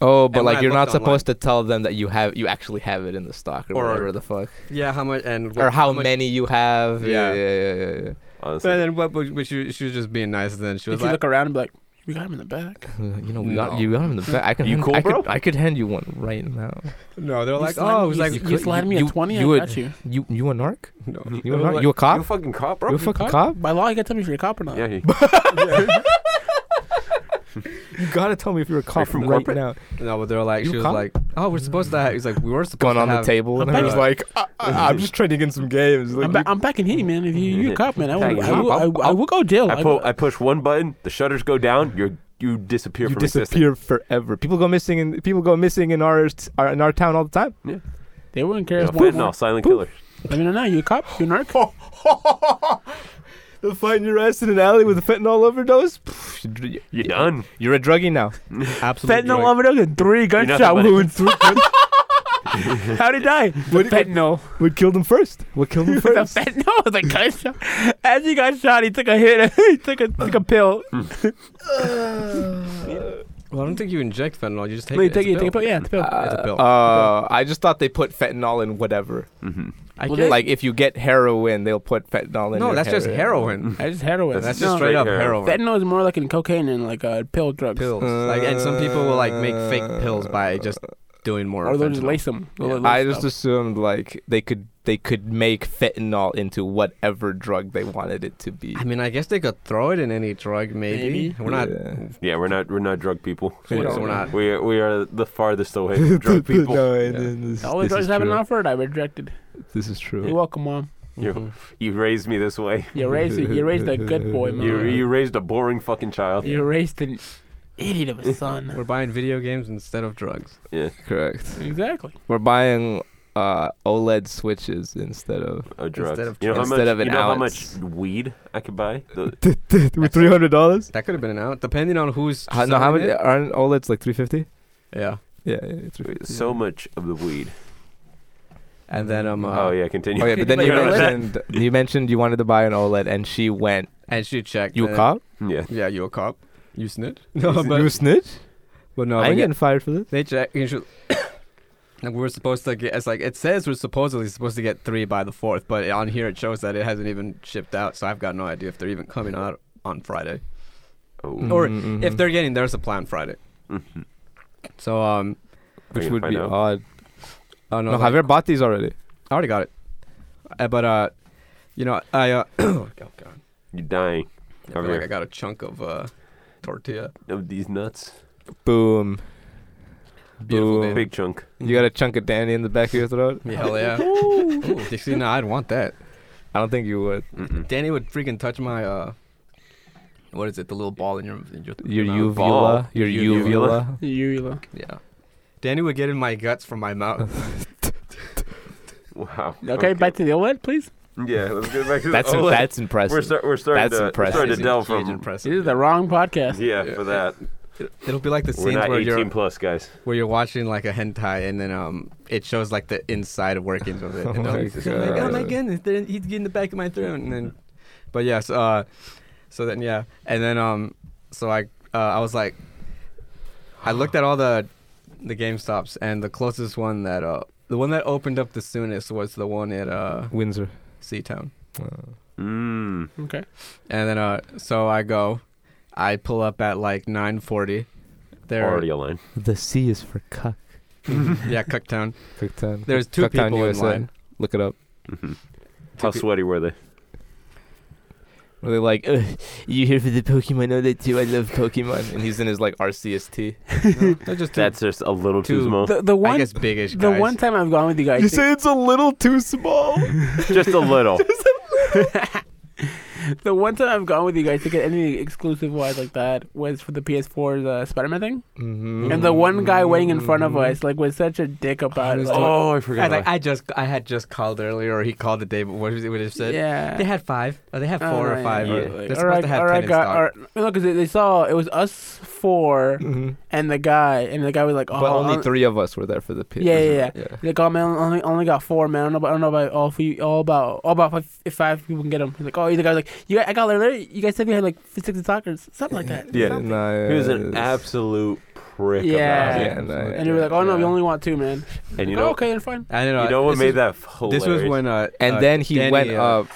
Speaker 4: Oh, but
Speaker 3: And when
Speaker 4: like
Speaker 3: I
Speaker 4: you're not
Speaker 3: looked online-
Speaker 4: supposed to tell them that you have you actually have it in the stock or,
Speaker 3: Or-
Speaker 4: whatever the fuck
Speaker 3: Yeah, how much and
Speaker 4: or how
Speaker 3: much-
Speaker 4: many you have. Yeah,
Speaker 3: Yeah.
Speaker 4: yeah, yeah, yeah.
Speaker 3: But
Speaker 1: Honestly,
Speaker 3: then what? But she, she was just being nice. And then she was
Speaker 2: If you
Speaker 3: like,
Speaker 2: look around and be like, "We got him in the back."
Speaker 4: yeah. You know, we
Speaker 3: No.
Speaker 4: got you got 'em in the back. I can
Speaker 1: You
Speaker 4: hand-
Speaker 1: cool,
Speaker 4: I
Speaker 1: bro?
Speaker 4: Could, I could hand you one right now.
Speaker 3: no, they're
Speaker 2: You
Speaker 3: like,
Speaker 2: slide-
Speaker 3: oh, it was
Speaker 2: you-
Speaker 3: like,
Speaker 2: you,
Speaker 4: could-
Speaker 2: slide me
Speaker 4: you-
Speaker 2: a twenty.
Speaker 4: you
Speaker 2: I
Speaker 4: would-
Speaker 2: got you.
Speaker 4: You you a narc?
Speaker 3: no.
Speaker 4: You a
Speaker 1: They were
Speaker 4: narc?
Speaker 1: like,
Speaker 4: you a cop?
Speaker 1: You a fucking cop, bro?
Speaker 4: you a fucking cop?
Speaker 2: By law, you got to tell me if you're a cop or not.
Speaker 1: Yeah, he-
Speaker 4: You gotta tell me if you're a cop
Speaker 1: from
Speaker 4: right
Speaker 1: corporate?
Speaker 4: now.
Speaker 3: No, but they're like,
Speaker 4: You
Speaker 3: she was
Speaker 4: come?
Speaker 3: like, oh, we're supposed to. have He's like, we were supposed
Speaker 4: Going
Speaker 3: to
Speaker 4: on the
Speaker 3: have-
Speaker 4: table, and
Speaker 2: I'm
Speaker 4: I was
Speaker 2: back-
Speaker 4: like, I, am just trying to get some games. Like,
Speaker 2: I'm, back, I'm back in Haiti, man. If you, you're a cop, man, I
Speaker 1: Yeah,
Speaker 2: will,
Speaker 1: you
Speaker 2: I
Speaker 1: cop.
Speaker 2: will, I will, I will go
Speaker 4: Oh,
Speaker 2: jail.
Speaker 1: I, pull, I push one button, the shutters go down, you you disappear
Speaker 4: you
Speaker 1: from
Speaker 4: disappear forever. People go missing in people go missing in our, t- our in our town all the time.
Speaker 2: they wouldn't care.
Speaker 1: existence.
Speaker 2: if one-
Speaker 1: Yeah, fentanyl, silent
Speaker 4: Poof.
Speaker 1: killer.
Speaker 2: I mean, no, no, you a cop, you a narc.
Speaker 4: They'll find your ass in an alley with a fentanyl overdose. Pff, you-
Speaker 1: You're done.
Speaker 4: You're a druggie now.
Speaker 3: absolute
Speaker 2: Fentanyl
Speaker 3: drug.
Speaker 2: overdose and three
Speaker 1: nothing
Speaker 2: gunshot
Speaker 1: but a-
Speaker 2: wounds. How'd he die?
Speaker 4: What-
Speaker 2: fentanyl.
Speaker 4: What killed him first? What killed him
Speaker 2: The
Speaker 4: first?
Speaker 2: fentanyl was a gunshot. As he got shot, he took a hit. He took a took a pill.
Speaker 3: Well, I don't think you inject fentanyl. You just take
Speaker 2: Wait,
Speaker 3: it.
Speaker 2: take
Speaker 3: It's
Speaker 2: it, take a pill. Yeah, it's a pill.
Speaker 3: It's a pill.
Speaker 4: Uh, I just thought they put fentanyl in whatever.
Speaker 1: Mhm.
Speaker 3: I
Speaker 2: Well,
Speaker 3: guess-
Speaker 4: Like if you get heroin, they'll put fentanyl in.
Speaker 3: no,
Speaker 4: your
Speaker 3: that's just heroin.
Speaker 2: I just heroin.
Speaker 1: That's
Speaker 3: That's
Speaker 1: No.
Speaker 3: just straight up
Speaker 1: Straight
Speaker 3: heroin.
Speaker 2: Fentanyl is more like in cocaine and like a pill drug.
Speaker 3: pills. like, and some people will like make fake pills by just doing more.
Speaker 2: Or they'll just
Speaker 3: fentanyl.
Speaker 2: lace them.
Speaker 3: Yeah.
Speaker 4: Uh, I just assumed like they could they could make fentanyl into whatever drug they wanted it to be.
Speaker 3: I mean, I guess they could throw it in any drug, maybe.
Speaker 2: Maybe.
Speaker 3: We're not.
Speaker 4: Yeah.
Speaker 1: Yeah, we're not we're not drug people.
Speaker 3: We
Speaker 1: We're,
Speaker 3: don't- we're not.
Speaker 1: We are, we are the farthest away from drug people.
Speaker 4: No, it
Speaker 3: Yeah.
Speaker 4: is-
Speaker 2: All the
Speaker 4: this
Speaker 2: drugs
Speaker 4: is
Speaker 2: I've been
Speaker 4: true.
Speaker 2: offered, I rejected.
Speaker 4: This is true.
Speaker 2: You're welcome, mom.
Speaker 1: You-
Speaker 3: Mhm.
Speaker 1: You raised me this way.
Speaker 2: You raised a, you raised a good boy, mom.
Speaker 1: You, you raised a boring fucking child.
Speaker 2: You raised an idiot of a son.
Speaker 3: We're buying video games instead of drugs.
Speaker 4: Correct.
Speaker 2: exactly.
Speaker 4: We're buying uh, OLED switches instead of
Speaker 1: A drug.
Speaker 3: Instead of-
Speaker 1: you know how
Speaker 4: instead
Speaker 1: much,
Speaker 4: of an
Speaker 1: you know how much
Speaker 4: ounce.
Speaker 1: weed I could buy? The-
Speaker 4: with three hundred dollars.
Speaker 3: That could have been an out, depending on who's.
Speaker 4: No, how
Speaker 3: selling
Speaker 4: many
Speaker 3: it.
Speaker 4: aren't OLEDs like three fifty?
Speaker 3: Yeah.
Speaker 4: Yeah, yeah, three fifty.
Speaker 1: so much of the weed.
Speaker 3: And then um. Uh,
Speaker 1: Oh yeah, continue.
Speaker 4: Oh yeah, but then you
Speaker 1: Yeah.
Speaker 4: mentioned you mentioned you wanted to buy an OLED, and she went.
Speaker 3: And she checked.
Speaker 4: You
Speaker 3: and-
Speaker 4: a cop?
Speaker 1: Yeah.
Speaker 3: Yeah, you a cop. You snitch? No,
Speaker 4: you a
Speaker 3: but,
Speaker 4: snitch?
Speaker 3: but no.
Speaker 4: I
Speaker 3: but
Speaker 4: ain't
Speaker 3: yeah,
Speaker 4: getting fired for this.
Speaker 3: they check. And she, Like we're supposed to get. It's like it says we're supposedly supposed to get three by the fourth, but on here it shows that it hasn't even shipped out. So I've got no idea if they're even coming out on Friday,
Speaker 1: Oh,
Speaker 4: Mm.
Speaker 3: or
Speaker 4: Mhm,
Speaker 3: if
Speaker 4: mhm.
Speaker 3: they're getting theirs a plan Friday.
Speaker 1: Mhm.
Speaker 3: So um,
Speaker 1: We
Speaker 4: which
Speaker 1: can
Speaker 4: would
Speaker 1: find
Speaker 4: be
Speaker 1: out.
Speaker 4: odd.
Speaker 3: oh
Speaker 4: No, Javier bought these already.
Speaker 3: I already got it. Uh, but uh, you know, I uh, oh god,
Speaker 1: you're dying
Speaker 3: I feel
Speaker 1: Javier.
Speaker 3: like I got a chunk of uh tortilla.
Speaker 1: of these nuts.
Speaker 4: Boom.
Speaker 3: Beautiful
Speaker 4: Boom.
Speaker 3: day.
Speaker 1: Big chunk.
Speaker 4: You got a chunk of Danny in the back of your throat?
Speaker 3: Yeah, hell yeah. Ooh, you see, no, I'd want that.
Speaker 4: I don't think you would.
Speaker 1: Mm-mm.
Speaker 3: Danny would freaking touch my uh, what is it? The little ball in your in your,
Speaker 4: Your
Speaker 3: mouth.
Speaker 4: uvula. Your
Speaker 1: Uvula.
Speaker 4: uvula.
Speaker 2: Uvula.
Speaker 3: Yeah. Danny would get in my guts from my mouth.
Speaker 1: Wow.
Speaker 2: Okay, back to the OLED, please.
Speaker 1: Yeah, let's get back to
Speaker 4: That's
Speaker 1: the OLED.
Speaker 4: that's impressive.
Speaker 1: we're, start, we're starting
Speaker 4: that's
Speaker 1: to we're
Speaker 4: impressive.
Speaker 1: starting to delve
Speaker 3: Huge
Speaker 1: from
Speaker 3: impressive.
Speaker 2: This is the wrong podcast.
Speaker 1: yeah,
Speaker 3: Yeah.
Speaker 1: for that.
Speaker 3: It'll be like the
Speaker 1: We're
Speaker 3: scenes
Speaker 1: not
Speaker 3: where
Speaker 1: 18
Speaker 3: you're
Speaker 1: plus guys.
Speaker 3: where you're watching like a hentai and then um it shows like the inside workings of it.
Speaker 4: Oh
Speaker 3: and
Speaker 4: my
Speaker 3: I'm like, like, oh my
Speaker 4: God.
Speaker 3: goodness, then he's getting the back of my throat and then but yes, uh so then yeah. And then um so I uh, I was like I looked at all the the GameStops and the closest one that uh the one that opened up the soonest was the one at uh
Speaker 4: Windsor.
Speaker 3: Seatown.
Speaker 1: Mm.
Speaker 2: Okay.
Speaker 3: And then uh so I go, I pull up at like nine forty. There
Speaker 1: Already a line.
Speaker 4: The C is for cuck.
Speaker 3: yeah, Cooktown.
Speaker 4: Cooktown.
Speaker 3: There's two
Speaker 4: Cooktown,
Speaker 3: people in
Speaker 4: USA.
Speaker 3: line.
Speaker 4: Look it up.
Speaker 1: Mhm. How sweaty were they?
Speaker 4: Where they're like, Ugh, you here for the Pokemon? Oh, that too. I love Pokemon. And he's in his like RCST.
Speaker 3: They're just two
Speaker 1: That's just a little too
Speaker 3: two-
Speaker 1: small.
Speaker 2: The, the
Speaker 3: I
Speaker 2: one
Speaker 3: guess biggish
Speaker 2: the
Speaker 3: guys.
Speaker 2: one time I've gone with you guys,
Speaker 4: it's a little too small.
Speaker 1: just a little.
Speaker 2: the one time I've gone with you guys to get anything exclusive wise like that was for the PS4's uh, Spider-Man thing,
Speaker 1: Mm-hmm.
Speaker 2: and the one guy waiting in front of us like was such a dick about it.
Speaker 3: Mm-hmm.
Speaker 2: Like,
Speaker 3: Honestly.
Speaker 1: oh, I
Speaker 3: I,
Speaker 1: Mm-hmm. forgot.
Speaker 3: like, I just I had just called earlier, or he called the day. But what was it? What it said?
Speaker 2: yeah.
Speaker 3: They had five. Or they had
Speaker 2: Oh,
Speaker 3: four
Speaker 2: yeah,
Speaker 3: or five.
Speaker 1: yeah,
Speaker 3: Or,
Speaker 1: yeah.
Speaker 3: They're
Speaker 2: Like,
Speaker 3: supposed
Speaker 2: alright,
Speaker 3: to have
Speaker 2: alright,
Speaker 3: ten
Speaker 2: guy-
Speaker 3: in stock.
Speaker 2: alright. No, because they, they saw it was us four
Speaker 4: Mhm.
Speaker 2: and the guy, and the guy was like, "Oh,
Speaker 4: But only
Speaker 2: I'm-
Speaker 4: three of us were there for the pit.
Speaker 2: Yeah, yeah,
Speaker 4: yeah.
Speaker 2: Like, oh man, only only got four man. I don't know about, I don't know about all for you, all about all about five, if five people can get them. Like, oh, the guy was like, you guys, I got there. You guys said we had like sixty talkers, something like that.
Speaker 1: Yeah.
Speaker 2: Something.
Speaker 4: Nah,
Speaker 1: he was an
Speaker 4: it's-
Speaker 1: absolute prick
Speaker 2: Yeah.
Speaker 1: about it.
Speaker 4: Yeah, nah,
Speaker 2: uh, And they were like, oh no, we
Speaker 3: Yeah.
Speaker 2: only want two, man.
Speaker 1: And you
Speaker 2: Like, "Oh,
Speaker 1: know,
Speaker 2: okay, then fine.
Speaker 3: I don't know.
Speaker 1: you know what
Speaker 3: this
Speaker 1: made
Speaker 3: was,
Speaker 1: that hilarious?
Speaker 3: This was when. Uh,
Speaker 4: and
Speaker 3: uh,
Speaker 4: then he
Speaker 3: Danny,
Speaker 4: went
Speaker 3: uh,
Speaker 4: up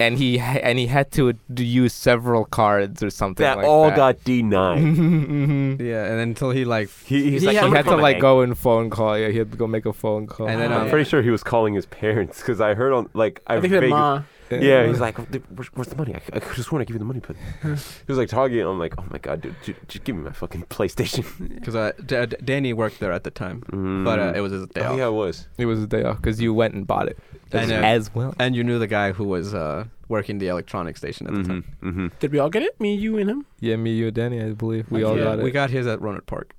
Speaker 4: and he ha- and he had to d- use several cards or something
Speaker 1: that
Speaker 4: like
Speaker 1: all
Speaker 4: that.
Speaker 1: got denied.
Speaker 4: Mhm, mhm.
Speaker 3: Yeah, and then until he like.
Speaker 1: He, he's
Speaker 2: He
Speaker 1: like,
Speaker 2: had-
Speaker 1: "I'm
Speaker 4: he
Speaker 1: gonna
Speaker 4: had to
Speaker 1: call my
Speaker 4: like
Speaker 1: bank."
Speaker 4: go and phone call. Yeah, he had to go make a phone call.
Speaker 3: And then,
Speaker 2: Oh,
Speaker 1: I'm
Speaker 3: um,
Speaker 2: yeah.
Speaker 1: pretty sure he was calling his parents because I heard on like I,
Speaker 2: I think that
Speaker 1: vague-
Speaker 2: ma.
Speaker 1: Yeah, he's like, "Dude, where's, where's the money? I, I just want to give you the money, but he was like talking. I'm like, oh my god, dude, ju- just give me my fucking PlayStation.
Speaker 3: because uh, D- D- Danny worked there at the time,
Speaker 1: Mm.
Speaker 3: but uh, it was his day
Speaker 1: oh,
Speaker 3: off.
Speaker 1: yeah, it was.
Speaker 4: it was a day off because you went and bought it
Speaker 3: I
Speaker 4: as,
Speaker 3: know.
Speaker 4: as well.
Speaker 3: And you knew the guy who was uh, working the electronics station at the time.
Speaker 1: Mm-hmm.
Speaker 2: Did we all get it? Me, you, and him.
Speaker 4: Yeah, me, you, Danny, I believe we all
Speaker 2: Yeah,
Speaker 4: got it.
Speaker 3: We got his at Ronard Park.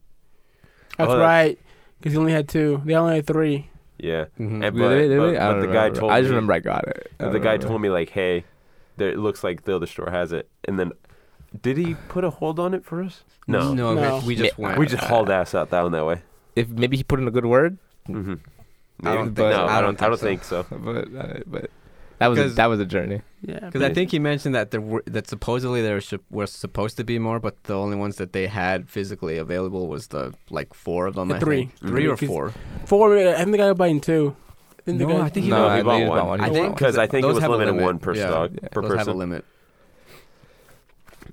Speaker 2: That's
Speaker 1: Oh, that-
Speaker 2: right. Because he only had two. They only had three.
Speaker 1: Yeah,
Speaker 3: Mm-hmm.
Speaker 1: And-
Speaker 4: Wait, wait, wait,
Speaker 1: but-
Speaker 4: wait, I
Speaker 1: but
Speaker 4: don't
Speaker 1: the guy
Speaker 4: remember.
Speaker 1: told
Speaker 4: I just
Speaker 1: me-
Speaker 4: remember I got it. I
Speaker 1: the
Speaker 4: don't
Speaker 1: guy
Speaker 4: remember.
Speaker 1: told me like, hey, there, it looks like the other store has it, and then did he put a hold on it for us? No,
Speaker 3: no,
Speaker 2: No.
Speaker 3: We, we just
Speaker 4: Me-
Speaker 3: went.
Speaker 1: we just hauled ass out that one that way.
Speaker 4: if maybe he put in a good word,
Speaker 1: Mm-hmm.
Speaker 3: I don't think
Speaker 1: no,
Speaker 4: so.
Speaker 1: I don't. I don't
Speaker 3: so.
Speaker 1: think so.
Speaker 4: but uh, but that was a,
Speaker 3: Because-
Speaker 4: that was a journey.
Speaker 2: Yeah.
Speaker 3: Because I think he mentioned that there were that supposedly there sh- were supposed to be more, but the only ones that they had physically available was the like four of them.
Speaker 2: The
Speaker 3: I
Speaker 2: three.
Speaker 3: think. three
Speaker 1: Mm-hmm.
Speaker 3: or
Speaker 2: Mhm.
Speaker 3: four.
Speaker 2: Four. I think the guy was buying two. Then the
Speaker 3: No,
Speaker 2: guy-
Speaker 3: I think he
Speaker 4: no,
Speaker 3: bought-
Speaker 1: he
Speaker 4: I
Speaker 1: bought
Speaker 4: think he bought
Speaker 1: one.
Speaker 4: one.
Speaker 3: I
Speaker 4: He
Speaker 3: think-
Speaker 4: bought one.
Speaker 1: Because I think it
Speaker 3: those
Speaker 1: was
Speaker 3: have a
Speaker 1: limited
Speaker 3: limit.
Speaker 1: one per
Speaker 3: Yeah.
Speaker 1: stock
Speaker 4: Yeah.
Speaker 1: per
Speaker 3: Those have a
Speaker 1: person.
Speaker 3: limit.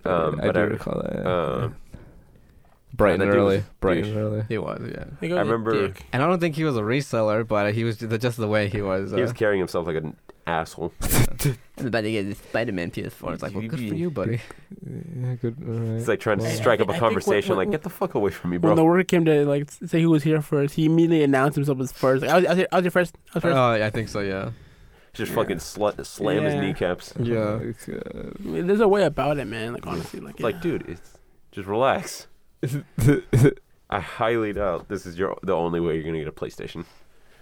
Speaker 1: Um,
Speaker 4: I
Speaker 1: but
Speaker 4: do
Speaker 1: I,
Speaker 4: recall that. yeah.
Speaker 1: um,
Speaker 4: bright
Speaker 1: that
Speaker 4: and
Speaker 1: dude was
Speaker 4: early, bright and
Speaker 1: douche.
Speaker 4: early.
Speaker 3: He was, yeah.
Speaker 2: The guy
Speaker 1: I
Speaker 2: was a
Speaker 1: remember-
Speaker 2: dick.
Speaker 3: And I don't think he was a reseller, but he was the, just the way he was. Uh,
Speaker 1: he was carrying himself like an asshole.
Speaker 3: I'm about to get this Spider-Man PS4. It's like, well, good for you, buddy.
Speaker 4: Yeah, good. all right.
Speaker 1: He's like trying to
Speaker 2: Well-
Speaker 1: strike up
Speaker 2: I
Speaker 1: a
Speaker 2: think what-
Speaker 1: conversation.
Speaker 2: what-
Speaker 1: like, get the fuck away from me,
Speaker 2: When the
Speaker 1: bro.
Speaker 2: worker came to like s- say who was here first, he immediately announced himself as first. Like, I was, I was, here, I was here first. I was
Speaker 3: Oh,
Speaker 2: first.
Speaker 3: I think so. Yeah.
Speaker 1: Just fucking sl- slam his
Speaker 2: Yeah.
Speaker 1: kneecaps.
Speaker 3: Yeah.
Speaker 4: uh,
Speaker 2: I mean, There's a way about it, man. Like honestly, like,
Speaker 1: Like,
Speaker 2: yeah.
Speaker 1: dude, it's just relax. I highly doubt this is your the only way you're gonna get a PlayStation,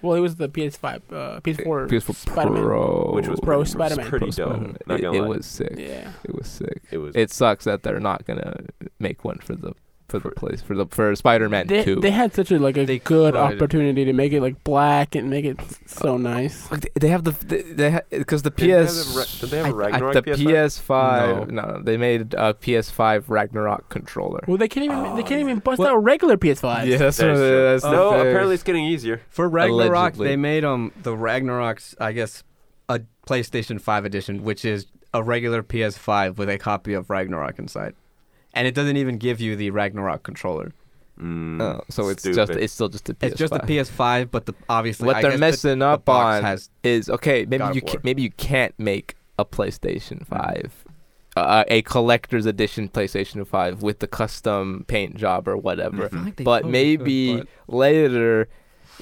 Speaker 2: well, it was the PS5, uh, PS4,
Speaker 4: PS4
Speaker 2: Spider-Man.
Speaker 4: Pro,
Speaker 1: which was
Speaker 2: Pro
Speaker 1: pretty-
Speaker 2: Spider-Man.
Speaker 1: Pretty
Speaker 4: Pro
Speaker 1: dope.
Speaker 4: Spider-Man.
Speaker 1: Not
Speaker 4: It,
Speaker 1: gonna
Speaker 4: it
Speaker 1: lie.
Speaker 4: was sick.
Speaker 2: Yeah.
Speaker 4: It was sick.
Speaker 1: It was.
Speaker 4: It sucks that they're not gonna make one for the for for the place for the for Spider-Man
Speaker 2: They,
Speaker 4: Two.
Speaker 2: they had such a like a
Speaker 3: They
Speaker 2: good
Speaker 3: tried it.
Speaker 2: opportunity to make it like black and make it s- so nice.
Speaker 4: Look, they- they have the they, they ha- because the
Speaker 1: Did they have
Speaker 4: PS
Speaker 1: a Ra- did they have a
Speaker 4: I- I-
Speaker 1: Ragnarok
Speaker 4: the
Speaker 1: PS5?
Speaker 4: PS5 no. they made a PS5 Ragnarok controller.
Speaker 2: Well, they can't even they can't even bust
Speaker 3: Well-
Speaker 2: out regular PS5.
Speaker 4: Yeah, that's,
Speaker 1: That
Speaker 4: what-
Speaker 1: is true.
Speaker 4: that's the
Speaker 1: no,
Speaker 4: thing.
Speaker 1: apparently it's getting easier.
Speaker 3: For Ragnarok,
Speaker 4: Allegedly.
Speaker 3: they made um the Ragnarok's I guess a PlayStation 5 edition, which is a regular PS5 with a copy of Ragnarok inside. And it doesn't even give you the Ragnarok controller.
Speaker 1: Mm,
Speaker 4: Oh, so it's
Speaker 1: stupid.
Speaker 4: just it's still just a PS5.
Speaker 3: It's just the PS5, but the obviously
Speaker 4: what
Speaker 3: I
Speaker 4: they're
Speaker 3: guess
Speaker 4: messing
Speaker 3: the, the
Speaker 4: up
Speaker 3: box
Speaker 4: on
Speaker 3: has
Speaker 4: is okay. Maybe
Speaker 3: God of
Speaker 4: you ca-
Speaker 3: War.
Speaker 4: maybe you can't make a PlayStation
Speaker 3: Hmm.
Speaker 4: Five, uh, a collector's edition PlayStation Five with the custom paint job or whatever.
Speaker 3: I think Hmm. they
Speaker 4: Mm, But
Speaker 3: totally should,
Speaker 4: maybe
Speaker 3: Oh, but-
Speaker 4: later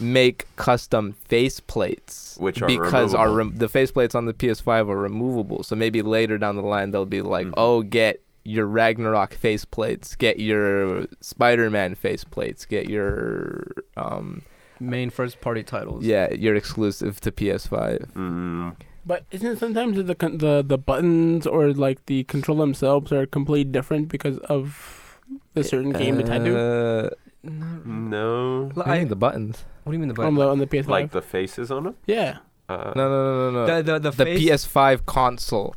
Speaker 4: make custom faceplates
Speaker 1: Which are
Speaker 4: because our
Speaker 1: removable.
Speaker 4: rem- the faceplates on the PS5 are removable. So maybe later down the line they'll be like,
Speaker 3: Hmm.
Speaker 1: Mhm.
Speaker 4: "Oh, get your Ragnarok faceplates, get your Spider-Man faceplates, get your um
Speaker 3: main first party titles.
Speaker 4: yeah, you're exclusive to PS5."
Speaker 1: Mm,
Speaker 2: But isn't sometimes the con- the the buttons or like the control themselves are completely different because of the certain game that I do
Speaker 4: Uh,
Speaker 3: Not,
Speaker 1: no,
Speaker 3: Like,
Speaker 4: I think the buttons.
Speaker 3: what do you mean the
Speaker 2: on
Speaker 3: button?
Speaker 2: the on the PS5?
Speaker 1: like the faces on them.
Speaker 2: yeah,
Speaker 1: Uh,
Speaker 4: No, no, no, no, no.
Speaker 3: The the the,
Speaker 4: The,
Speaker 3: face- Oh,
Speaker 4: PS5 console.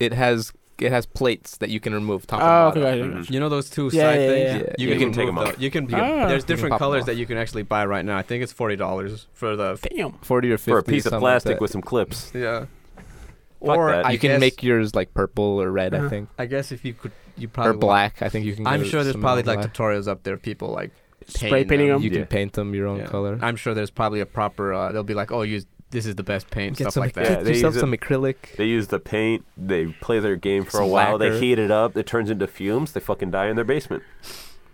Speaker 4: It has it has plates that you can remove top
Speaker 2: Oh,
Speaker 4: and bottom.
Speaker 2: okay,
Speaker 1: mhm.
Speaker 3: You know those two
Speaker 2: Yeah,
Speaker 3: side
Speaker 2: yeah,
Speaker 3: things?
Speaker 2: yeah.
Speaker 4: Yeah,
Speaker 3: You,
Speaker 1: yeah.
Speaker 3: can,
Speaker 1: You can take
Speaker 3: remove
Speaker 1: 'em
Speaker 3: those.
Speaker 1: off.
Speaker 3: You can.
Speaker 2: Ah.
Speaker 3: there's
Speaker 4: You can
Speaker 3: different
Speaker 4: pop 'em
Speaker 3: colors
Speaker 4: off.
Speaker 3: that you can actually buy right now. I think it's forty dollars for the.
Speaker 2: damn.
Speaker 4: Forty or fifty.
Speaker 1: for a piece of
Speaker 4: something like
Speaker 1: plastic
Speaker 4: that.
Speaker 1: with some clips.
Speaker 3: Yeah.
Speaker 1: Fuck
Speaker 3: or
Speaker 1: that.
Speaker 3: I
Speaker 4: you can
Speaker 3: guess-
Speaker 4: make yours like purple or red, I
Speaker 1: Uh-huh.
Speaker 4: think,
Speaker 3: I guess if you could, you probably.
Speaker 4: or black. I think you can.
Speaker 3: I'm
Speaker 4: go
Speaker 3: sure there's
Speaker 4: some
Speaker 3: probably
Speaker 4: other
Speaker 3: like
Speaker 4: black.
Speaker 3: tutorials up there. People like
Speaker 2: Spray painting them.
Speaker 4: you
Speaker 1: Yeah.
Speaker 4: can paint them your own
Speaker 3: yeah.
Speaker 4: color.
Speaker 3: I'm sure there's probably a proper. Uh, they'll be like, oh, use this is the best paint
Speaker 4: Get
Speaker 3: stuff
Speaker 4: some,
Speaker 3: like
Speaker 4: get
Speaker 3: that.
Speaker 1: Yeah, they
Speaker 4: yourself
Speaker 1: use it-
Speaker 4: some acrylic.
Speaker 1: They use the paint. They play their game for a
Speaker 4: Some
Speaker 1: while.
Speaker 4: lacquer.
Speaker 1: They heat it up. It turns into fumes. They fucking die in their basement.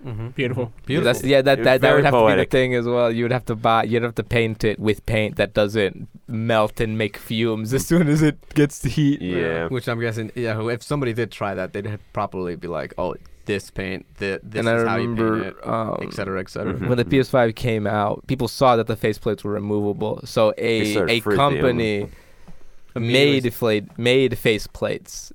Speaker 3: Mm-hmm.
Speaker 2: Beautiful.
Speaker 3: Beautiful.
Speaker 4: That's, yeah, that,
Speaker 1: It's
Speaker 4: that, that
Speaker 1: very
Speaker 4: would have to be the
Speaker 1: poetic.
Speaker 4: thing as well. You would have to buy, you'd have to paint it with paint that doesn't melt and make fumes as soon as it gets the heat.
Speaker 1: Yeah.
Speaker 3: Which I'm guessing, yeah. If somebody did try that, they'd probably be like, oh, this paint, th- this
Speaker 4: and
Speaker 3: is
Speaker 4: I
Speaker 3: how you paint
Speaker 4: remember
Speaker 3: it,
Speaker 4: um,
Speaker 3: et cetera, et cetera.
Speaker 1: Mhm.
Speaker 4: when the PS5 came out, people saw that the faceplates were removable. So
Speaker 1: They
Speaker 4: a
Speaker 1: started
Speaker 4: a
Speaker 1: frizzing
Speaker 4: company
Speaker 1: them.
Speaker 3: Immediately
Speaker 4: made fla- made faceplates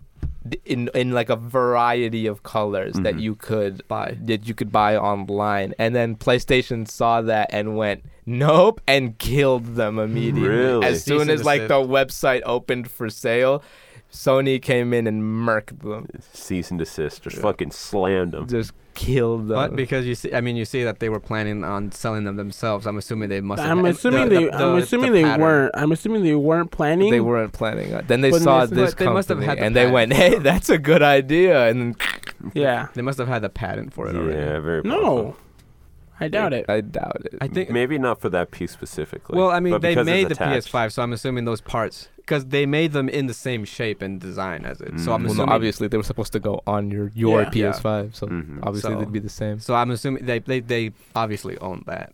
Speaker 4: d- in in like a variety of colors that
Speaker 1: Mhm.
Speaker 4: you could buy that you could buy online, and then PlayStation saw that and went nope and killed them immediately.
Speaker 1: Really?
Speaker 4: As soon
Speaker 3: Cease and
Speaker 4: as like
Speaker 3: desist.
Speaker 4: the website opened for sale, Sony came in and murked them,
Speaker 1: Cease and desist. Just
Speaker 3: Yeah.
Speaker 1: fucking slammed them.
Speaker 4: just killed them.
Speaker 3: But because you see, I mean, you see that they were planning on selling them themselves. I'm assuming they must. have
Speaker 2: I'm
Speaker 3: had-
Speaker 2: assuming
Speaker 3: the-
Speaker 2: they
Speaker 3: the-
Speaker 2: I'm
Speaker 3: the-
Speaker 2: assuming
Speaker 3: the
Speaker 2: they
Speaker 3: pattern.
Speaker 2: weren't I'm assuming they weren't planning.
Speaker 4: They weren't planning on. Then they
Speaker 2: But
Speaker 4: saw
Speaker 2: this-
Speaker 4: this
Speaker 3: but they must have
Speaker 4: company
Speaker 3: had the
Speaker 4: and they went,
Speaker 3: patents,
Speaker 4: "Hey,
Speaker 3: though.
Speaker 4: that's a good idea." And
Speaker 2: Yeah.
Speaker 3: They must have had the patent for it already.
Speaker 1: Yeah, very.
Speaker 2: No,
Speaker 1: powerful.
Speaker 2: I doubt it.
Speaker 4: I doubt it.
Speaker 3: I think.
Speaker 1: maybe not for that piece specifically.
Speaker 3: well, I mean,
Speaker 1: but
Speaker 3: they
Speaker 1: because it's
Speaker 3: made the
Speaker 1: attached.
Speaker 3: PS5, so I'm assuming those parts because they made them in the same shape and design as it. So I'm
Speaker 1: Mm.
Speaker 4: Well,
Speaker 3: assuming.
Speaker 4: no, obviously they were supposed to go on your your
Speaker 2: Yeah.
Speaker 4: PS5, so
Speaker 1: Mhm.
Speaker 4: obviously
Speaker 3: So-
Speaker 4: they'd be the same.
Speaker 3: So I'm assuming they they, they obviously own that.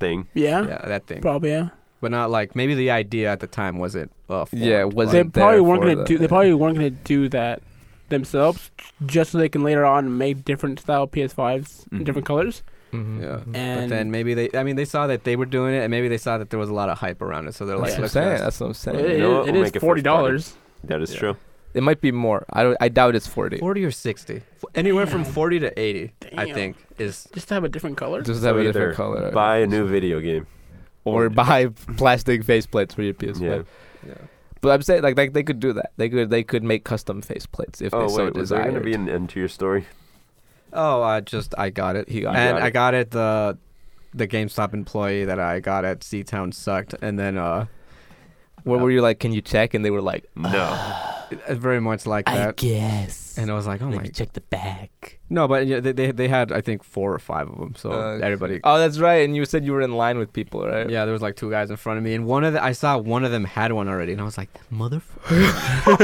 Speaker 1: thing.
Speaker 2: Yeah,
Speaker 3: Yeah, that thing.
Speaker 2: probably. Yeah,
Speaker 3: But not like maybe the idea at the time wasn't. Uh, formed,
Speaker 4: Yeah, it
Speaker 2: they
Speaker 4: wasn't- there
Speaker 2: probably weren't
Speaker 4: for
Speaker 2: gonna
Speaker 4: the-
Speaker 2: do. They probably weren't gonna do that themselves, just so they can later on make different style PS5s in
Speaker 1: Mhm.
Speaker 2: different colors.
Speaker 4: Mhm.
Speaker 3: Yeah.
Speaker 4: Mhm.
Speaker 2: Mm-hmm. And
Speaker 3: But then maybe they. I mean, they saw that they were doing it, and maybe they saw that there was a lot of hype around it. So they're
Speaker 4: That's
Speaker 3: like,
Speaker 4: what I'm
Speaker 3: let's
Speaker 4: saying.
Speaker 3: just-
Speaker 4: That's what I'm saying.
Speaker 2: it,
Speaker 1: You know what?
Speaker 2: it
Speaker 1: We'll
Speaker 2: is
Speaker 1: make it
Speaker 2: forty dollars.
Speaker 1: That is
Speaker 3: Yeah.
Speaker 1: true.
Speaker 4: It might be more. I don't. I doubt it's forty.
Speaker 3: 40 or 60 F- anywhere from
Speaker 2: Damn.
Speaker 3: 40 to 80 i
Speaker 2: Damn.
Speaker 3: think is
Speaker 2: Just to have a different color.
Speaker 4: Just
Speaker 1: So
Speaker 4: have a
Speaker 1: either
Speaker 4: different
Speaker 3: Uh,
Speaker 4: color.
Speaker 1: Buy a new video game.
Speaker 4: or buy plastic faceplates for your PS5.
Speaker 1: Yeah.
Speaker 3: yeah.
Speaker 4: But I'm saying like, like they could do that. They could they could make custom faceplates if
Speaker 1: oh
Speaker 4: they
Speaker 1: wait,
Speaker 4: so
Speaker 1: was there
Speaker 4: desired.
Speaker 1: gonna be an end to your story?
Speaker 3: oh i just i got it
Speaker 4: He got
Speaker 3: and
Speaker 1: it.
Speaker 3: i got it the the gamestop employee that i got at c-town sucked and then uh
Speaker 4: Where were you like? Can you check? And they were like,
Speaker 1: No.
Speaker 3: it- it's uh, very much like that
Speaker 4: guess.
Speaker 3: and i was like oh
Speaker 4: Let
Speaker 3: my
Speaker 4: me check the back.
Speaker 3: no but yeah, they, they, they had i think four or five of them so
Speaker 4: Uh,
Speaker 3: everybody
Speaker 4: Oh, that's right. And you said you were in line with people, right?
Speaker 3: yeah, there was like two guys in front of me, and one of the, I saw one of them had one already, and I was like, "Motherfucker!"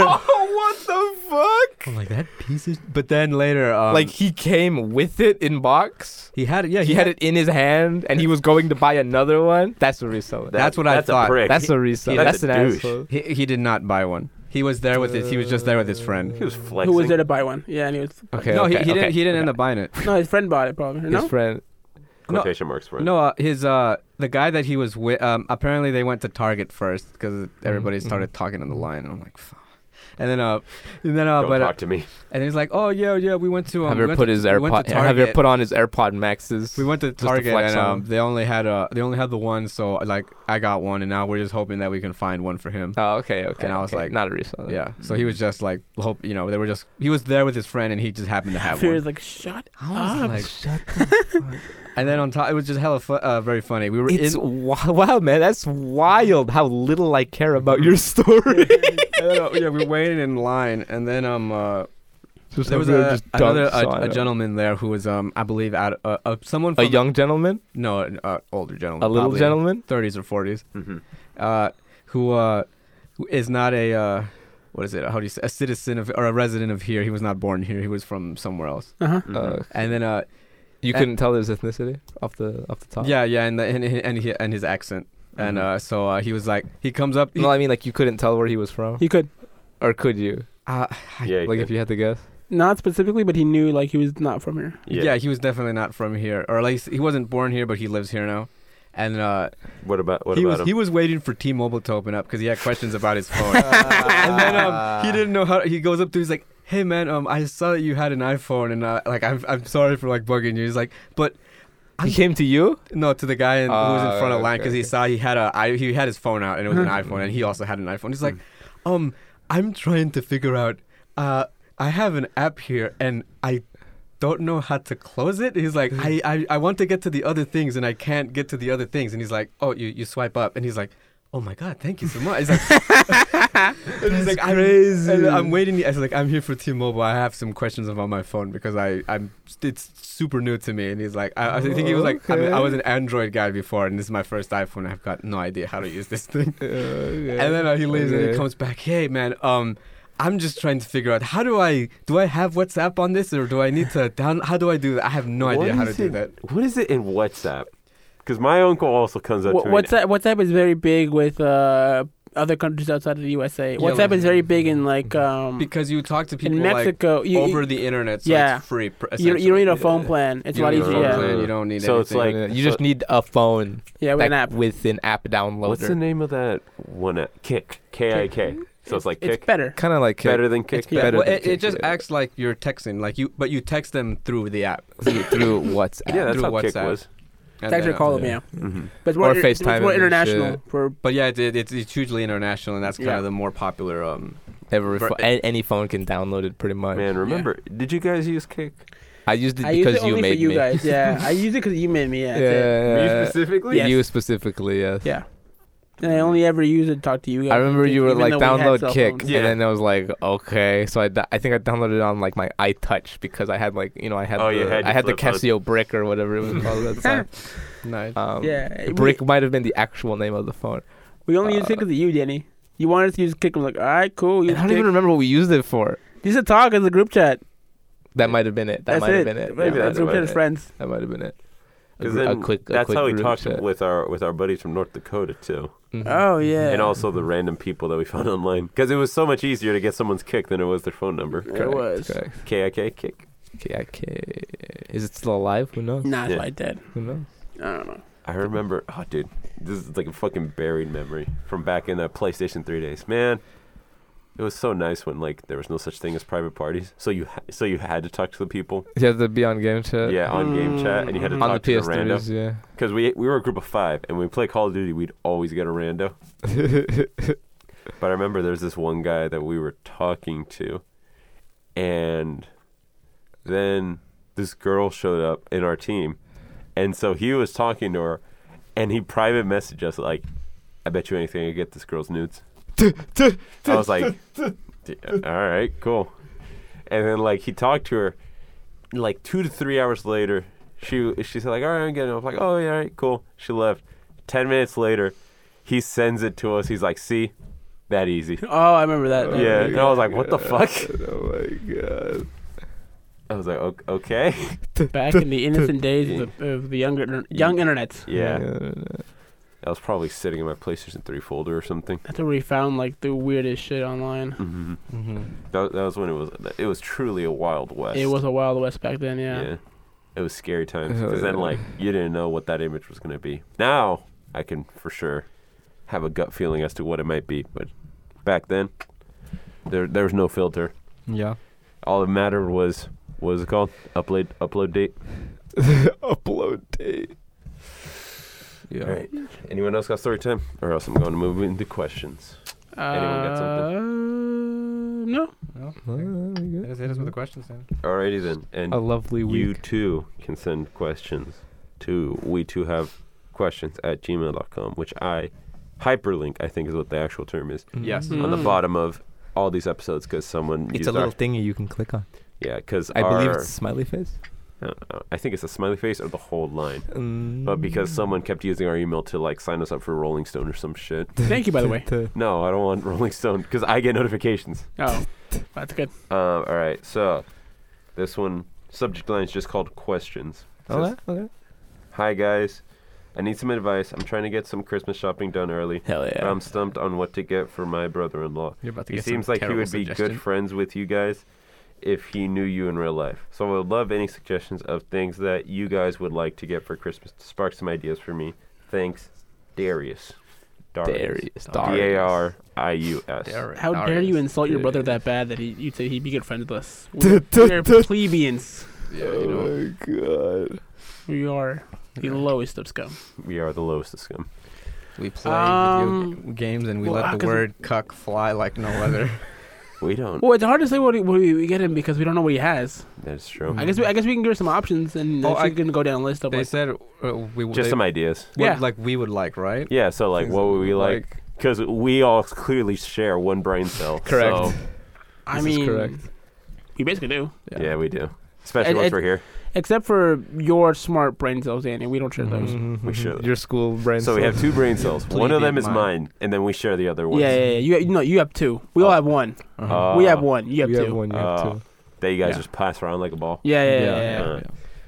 Speaker 4: what the fuck?
Speaker 3: I'm like, "That piece is." But then later, um,
Speaker 4: like he came with it in box.
Speaker 3: he had it. Yeah,
Speaker 4: He had it in his hand, and he was going to buy another one. That's a reseller.
Speaker 3: That's what I
Speaker 1: that's
Speaker 3: thought.
Speaker 1: A prick.
Speaker 4: That's
Speaker 1: he,
Speaker 4: a reseller.
Speaker 1: that's
Speaker 4: That's,
Speaker 1: a
Speaker 4: an
Speaker 1: douche.
Speaker 4: asshole.
Speaker 3: He, he did not buy one. He was there with his. He was just there with his friend.
Speaker 1: he was flexing.
Speaker 2: Who was there to buy one? Yeah, and he was.
Speaker 4: Okay.
Speaker 3: Uh, no, he,
Speaker 4: okay,
Speaker 3: he didn't.
Speaker 4: okay,
Speaker 3: He didn't end
Speaker 4: okay.
Speaker 3: up buying it.
Speaker 2: No, his friend bought it probably.
Speaker 4: His
Speaker 2: No,
Speaker 4: friend.
Speaker 3: No.
Speaker 1: Quotation marks for it.
Speaker 3: No, uh, his uh, the guy that he was with. Um, apparently they went to Target first because everybody
Speaker 4: mhm.
Speaker 3: started talking on the line. And I'm like, "Fuck." And then uh, and then uh,
Speaker 1: Don't
Speaker 3: but uh,
Speaker 1: talk to me.
Speaker 3: and he's like, oh yeah, yeah, we went to um,
Speaker 4: Have
Speaker 3: we
Speaker 4: her
Speaker 3: went
Speaker 4: put
Speaker 3: to-
Speaker 4: his
Speaker 3: we went
Speaker 4: AirPod.
Speaker 3: to
Speaker 4: Have her
Speaker 3: Target."
Speaker 4: put on his AirPod Maxes.
Speaker 3: We went to
Speaker 4: to
Speaker 3: Target
Speaker 4: flex
Speaker 3: and
Speaker 4: on
Speaker 3: um,
Speaker 4: him.
Speaker 3: they only had uh, they only had the one, so like I got one, and now we're just hoping that we can find one for him.
Speaker 4: Oh, okay, okay.
Speaker 3: And I was
Speaker 4: okay.
Speaker 3: like-
Speaker 4: not a reseller.
Speaker 3: Yeah. So he was just like hope you know they were just he was there with his friend and he just happened to have
Speaker 2: Fear
Speaker 3: one.
Speaker 2: is like, shut
Speaker 3: I was
Speaker 2: up.
Speaker 3: like, and then on top, it was just hella fu- uh, very funny. We were
Speaker 4: It's
Speaker 3: in.
Speaker 4: wow, wow, man. That's wild. How little I care about your story.
Speaker 3: and then, uh, yeah, we waited in line, and then um, uh, there was
Speaker 4: Somebody
Speaker 3: a,
Speaker 4: just dunked
Speaker 3: another a,
Speaker 4: on
Speaker 3: a
Speaker 4: it.
Speaker 3: gentleman there who was um, I believe out uh, uh, someone
Speaker 4: A
Speaker 3: from
Speaker 4: young gentleman,
Speaker 3: no an uh, older gentleman,
Speaker 4: a little
Speaker 3: probably
Speaker 4: gentleman.
Speaker 3: thirties or forties,
Speaker 1: Mm-hmm.
Speaker 3: uh, who uh, who is not a uh, what is it? How do you say a citizen of or a resident of here? He was not born here. He was from somewhere else.
Speaker 2: uh-huh.
Speaker 1: Mm-hmm.
Speaker 4: Uh,
Speaker 3: And then uh,
Speaker 4: you
Speaker 3: Uh,
Speaker 4: couldn't tell his ethnicity off the off the top.
Speaker 3: yeah, yeah, and the, and and, he, and his accent. And
Speaker 1: Mhm.
Speaker 3: uh, so uh, he was like, he comes up. He,
Speaker 4: No, I mean Mm-hmm. like you couldn't tell where he was from,
Speaker 2: He could
Speaker 4: or could you?
Speaker 3: uh,
Speaker 1: yeah,
Speaker 4: Like if you had to guess.
Speaker 2: not specifically, but he knew like he was not from here.
Speaker 3: yeah. he was definitely not from here, or at least he wasn't born here, but he lives here now. And uh,
Speaker 1: What about what
Speaker 3: he
Speaker 1: about
Speaker 3: was
Speaker 1: him?
Speaker 3: he was waiting for T-Mobile to open up because he had questions about his phone. and then um, he didn't know how. He goes up to he's like, "Hey man, um, I saw that you had an iPhone, and uh, like I'm I'm sorry for like bugging you." He's like, "But
Speaker 4: He came to you.
Speaker 3: no," to the guy in, who was in
Speaker 4: Ah,
Speaker 3: front of line because
Speaker 4: okay,
Speaker 3: he
Speaker 4: okay.
Speaker 3: saw he had a I, he had his phone out and it was an
Speaker 4: Mhm.
Speaker 3: iPhone, and he also had an iPhone. He's like,
Speaker 4: Hmm.
Speaker 3: "Um, I'm trying to figure out. Uh, I have an app here, and I." Don't know how to close it. He's like, I, I, I want to get to the other things and I can't get to the other things. And he's like, Oh, you, you swipe up. And he's like, Oh my God, thank you so much. He's like, And he's like, I'm, and I'm waiting. I was like, I'm here for T-Mobile. I have some questions about my phone because I, I'm. It's super new to me. And he's like, I, I think he was like, I, mean, I was an Android guy before, and this is my first iPhone. I've got no idea how to use this thing. And then uh, he leaves and he
Speaker 4: Okay.
Speaker 3: comes back. Hey, man. Um, I'm just trying to figure out how do I do I have WhatsApp on this or do I need to down? How do I do that? I have no
Speaker 1: What
Speaker 3: idea how to
Speaker 1: is
Speaker 3: do
Speaker 1: it-
Speaker 3: that.
Speaker 1: What is it in WhatsApp? Because my uncle also comes up
Speaker 2: Wha-
Speaker 1: to me.
Speaker 2: WhatsApp WhatsApp is very big with uh, other countries outside of the USA. WhatsApp
Speaker 3: like-
Speaker 2: is very big in like um,
Speaker 3: Because you talk to people
Speaker 2: in Mexico.
Speaker 3: like
Speaker 2: you,
Speaker 3: over the internet, so
Speaker 2: yeah.
Speaker 3: it's free. pr-
Speaker 2: you, you don't need a
Speaker 3: essentially.
Speaker 2: phone plan. It's a
Speaker 3: You
Speaker 2: lot
Speaker 3: don't need a
Speaker 2: easier.
Speaker 3: phone
Speaker 2: Yeah,
Speaker 3: plan, You don't need.
Speaker 1: So it's
Speaker 3: anything.
Speaker 1: like-
Speaker 4: you just need a phone
Speaker 2: yeah, with an app.
Speaker 4: that- with an app downloader.
Speaker 1: What's the name of that one? App? Kick. K I K. So it's like kick.
Speaker 2: It's better.
Speaker 4: Kind of like uh, Kick.
Speaker 1: Better than kick.
Speaker 4: It's better
Speaker 3: well,
Speaker 4: than
Speaker 3: it, it
Speaker 4: Kick,
Speaker 3: just
Speaker 4: yeah.
Speaker 3: acts like you're texting, like you, but you text them through the app.
Speaker 4: through, through WhatsApp.
Speaker 1: Yeah, that's
Speaker 3: through
Speaker 1: how kick
Speaker 3: WhatsApp.
Speaker 1: was.
Speaker 2: It's
Speaker 3: And
Speaker 2: actually
Speaker 3: then, uh,
Speaker 2: call them,
Speaker 4: yeah.
Speaker 2: yeah.
Speaker 1: Mm-hmm.
Speaker 2: But it's more,
Speaker 4: Or
Speaker 2: inter- it's
Speaker 4: FaceTime
Speaker 2: more
Speaker 4: and
Speaker 2: international
Speaker 4: shit.
Speaker 2: for
Speaker 3: But yeah, it, it, it's, it's hugely international, and that's kind
Speaker 2: Yeah.
Speaker 3: of the more popular. Um,
Speaker 4: Every
Speaker 3: Ver-
Speaker 4: pho- a- any phone can download it pretty much.
Speaker 1: Man, remember? Did you guys use kick?
Speaker 4: I used it
Speaker 2: I use
Speaker 4: because
Speaker 2: it
Speaker 4: you
Speaker 2: only
Speaker 4: made
Speaker 2: for you
Speaker 4: me.
Speaker 2: guys. Yeah, I use it because you made me. Yeah, that's it.
Speaker 4: yeah.
Speaker 1: you specifically?
Speaker 2: yes.
Speaker 4: You specifically, yes.
Speaker 2: yeah. And I only ever use it to talk to you guys.
Speaker 4: I remember you were
Speaker 2: even
Speaker 4: like
Speaker 2: though we had
Speaker 4: download
Speaker 2: cell
Speaker 4: Kick,
Speaker 2: phones.
Speaker 1: Yeah.
Speaker 4: and then I was like, okay. So I, d- I think I downloaded it on like my iTouch because I had like you know I had
Speaker 1: Oh,
Speaker 4: the,
Speaker 1: you had
Speaker 4: I
Speaker 1: your
Speaker 4: had the
Speaker 1: flip phone.
Speaker 4: Casio brick or whatever it was called at the time.
Speaker 3: nice.
Speaker 4: Um,
Speaker 2: Yeah, we-
Speaker 4: brick might have been the actual name of the phone.
Speaker 2: We only use it because of you, Danny. You wanted us to use Kick. I'm like, all right, cool.
Speaker 4: And
Speaker 2: Use
Speaker 4: I don't
Speaker 2: Kick.
Speaker 4: even remember what we used it for.
Speaker 2: Use it to talk as a group chat.
Speaker 4: That might have been it.
Speaker 2: That's
Speaker 4: That might
Speaker 2: it.
Speaker 4: have been it.
Speaker 2: Maybe that's
Speaker 4: that might have
Speaker 2: group
Speaker 4: been
Speaker 2: chat as
Speaker 4: it.
Speaker 2: friends.
Speaker 4: That might have been it. A
Speaker 1: Because
Speaker 4: gr- a
Speaker 1: then
Speaker 4: quick- a
Speaker 1: that's
Speaker 4: quick
Speaker 1: how we
Speaker 4: group
Speaker 1: talked
Speaker 4: chat.
Speaker 1: with our with our buddies from North Dakota too,
Speaker 4: Mhm.
Speaker 2: Oh yeah.
Speaker 1: and also the random people that we found online. Because it was so much easier to get someone's kick than it was their phone number.
Speaker 2: it
Speaker 4: Correct,
Speaker 2: was.
Speaker 4: correct.
Speaker 1: K I K kick.
Speaker 4: Okay, okay. Is it still alive? Who knows?
Speaker 2: Nah, it's
Speaker 1: Yeah.
Speaker 2: like that.
Speaker 4: Who knows?
Speaker 2: I don't know.
Speaker 1: I remember. Oh, dude, this is like a fucking buried memory from back in the PlayStation Three days. Man, it was so nice when like there was no such thing as private parties. So you ha- so you had to talk to the people.
Speaker 4: You have to be on game chat.
Speaker 1: Yeah, on game chat, and you had to
Speaker 2: Mm,
Speaker 4: Uh, mm-hmm. On the
Speaker 1: talk to the
Speaker 4: PS3s,
Speaker 1: rando.
Speaker 4: yeah.
Speaker 1: Because we we were a group of five, and when we play Call of Duty, we'd always get a rando. But I remember there's this one guy that we were talking to, and then this girl showed up in our team, and so he was talking to her, and he private messaged us like, "I bet you anything I get this girl's nudes." I was like, "D- "All right, cool," and then like he talked to her, like two to three hours later, she she's like, "All right, I'm getting." it." I was like, "Oh yeah, all right, cool." She left. Ten minutes later, he sends it to us. He's like, "See, that easy."
Speaker 2: Oh, I remember that.
Speaker 1: Yeah, and I was like, "What the fuck?"
Speaker 4: oh my god.
Speaker 1: I was like, "O- "Okay."
Speaker 2: Back in the innocent days of the, of the younger inter- young internet.
Speaker 1: Yeah, I was probably sitting in my PlayStation 3 folder or something.
Speaker 2: That's where we found like the weirdest shit online.
Speaker 1: Mm-hmm.
Speaker 3: Mm-hmm.
Speaker 1: That, that was when it was. It was truly a wild west.
Speaker 2: It was a wild west back then. Yeah.
Speaker 1: It was scary times
Speaker 4: Hell
Speaker 1: because then
Speaker 4: yeah.
Speaker 1: like you didn't know what that image was going to be. Now I can for sure have a gut feeling as to what it might be, but back then There, there was no filter.
Speaker 3: Yeah.
Speaker 1: All that mattered was what is it called? Upload, upload date.
Speaker 4: Upload date.
Speaker 1: Yeah. All right. Anyone else got story time? Or else I'm going to move into questions. Anyone got
Speaker 2: something? Uh, No.
Speaker 3: Well, hit us- hit us with the questions then.
Speaker 1: Alrighty then. And
Speaker 4: A lovely week.
Speaker 1: you too can send questions to we too have questions at gmail.com, which I hyperlink, I think is what the actual term is,
Speaker 3: Yes.
Speaker 2: Mhm.
Speaker 1: on the
Speaker 2: Mm.
Speaker 1: bottom of all these episodes because someone
Speaker 4: Mm-hmm. It's
Speaker 1: used
Speaker 4: a little
Speaker 1: our,
Speaker 4: thingy you can click on.
Speaker 1: yeah because
Speaker 4: I believe it's smiley face.
Speaker 1: uh, I think it's a smiley face or the whole line.
Speaker 4: Mm.
Speaker 1: But because someone kept using our email to like sign us up for Rolling Stone or some shit.
Speaker 2: Thank you, by the way.
Speaker 1: No, I don't want Rolling Stone because I get notifications.
Speaker 2: Oh, that's good.
Speaker 1: Um, all right, so this one subject line is just called questions. It says,
Speaker 4: Oh, Okay, okay.
Speaker 1: Hi guys, I need some advice. I'm trying to get some Christmas shopping done early.
Speaker 4: Hell
Speaker 1: but I'm stumped on what to get for my brother-in-law.
Speaker 3: You're about to
Speaker 1: He
Speaker 3: get some
Speaker 1: seems like he
Speaker 3: terrible
Speaker 1: would be
Speaker 3: suggestion.
Speaker 1: good friends with you guys if he knew you in real life. So I would love any suggestions of things that you guys would like to get for Christmas. Spark some ideas for me. Thanks, Darius.
Speaker 4: Darius.
Speaker 1: D A
Speaker 4: Darius.
Speaker 1: R I U S.
Speaker 3: Darius.
Speaker 2: How dare you insult your brother
Speaker 4: Yes.
Speaker 2: that bad that he, you say he'd be good friends with us? We're, we're plebeians.
Speaker 3: Yeah, you know.
Speaker 4: Oh my god.
Speaker 2: We are the lowest of scum.
Speaker 1: We are the lowest of scum.
Speaker 3: We play video
Speaker 2: Um,
Speaker 3: g- games and we
Speaker 2: well, uh,
Speaker 3: let the
Speaker 2: 'cause-
Speaker 3: word cuck fly like no other.
Speaker 1: We don't.
Speaker 2: Well, it's hard to say what, he, what we we get him because we don't know what he has.
Speaker 1: That's true.
Speaker 2: I guess
Speaker 4: Mm.
Speaker 2: we, I guess we can give her some options and
Speaker 3: Oh,
Speaker 2: oh,
Speaker 3: I-
Speaker 2: she's gonna go down a list of
Speaker 3: they
Speaker 2: like,
Speaker 3: said uh, we
Speaker 1: Just some ideas.
Speaker 3: what,
Speaker 2: Yeah.
Speaker 3: like we would like, right?
Speaker 1: Yeah, so like,
Speaker 3: Things
Speaker 1: what
Speaker 3: that
Speaker 1: would
Speaker 3: we
Speaker 1: we like? Because we all clearly share one brain cell.
Speaker 4: Correct.
Speaker 1: so-
Speaker 2: I
Speaker 4: This is
Speaker 2: mean,
Speaker 4: correct.
Speaker 2: we basically do,
Speaker 1: yeah. we do. Especially
Speaker 2: And-
Speaker 1: once
Speaker 2: and-
Speaker 1: we're here.
Speaker 2: except for your smart brain cells, Andy. We don't share those.
Speaker 4: Mhm,
Speaker 1: We
Speaker 4: mhm.
Speaker 1: should.
Speaker 4: Your school brain.
Speaker 1: So we have two brain cells. One of them is
Speaker 3: Plebeian
Speaker 1: mine, and then we share the other one.
Speaker 2: Yeah, yeah, yeah. You, you know, you have two. We all
Speaker 1: Oh.
Speaker 2: have one.
Speaker 1: Uh,
Speaker 2: we have one. Uh-huh. You have
Speaker 4: you
Speaker 2: two.
Speaker 4: have one. You
Speaker 1: Uh,
Speaker 4: have two.
Speaker 1: That you guys
Speaker 2: Yeah.
Speaker 1: just pass around like a ball.
Speaker 2: Yeah, yeah, yeah, yeah, yeah.
Speaker 1: yeah.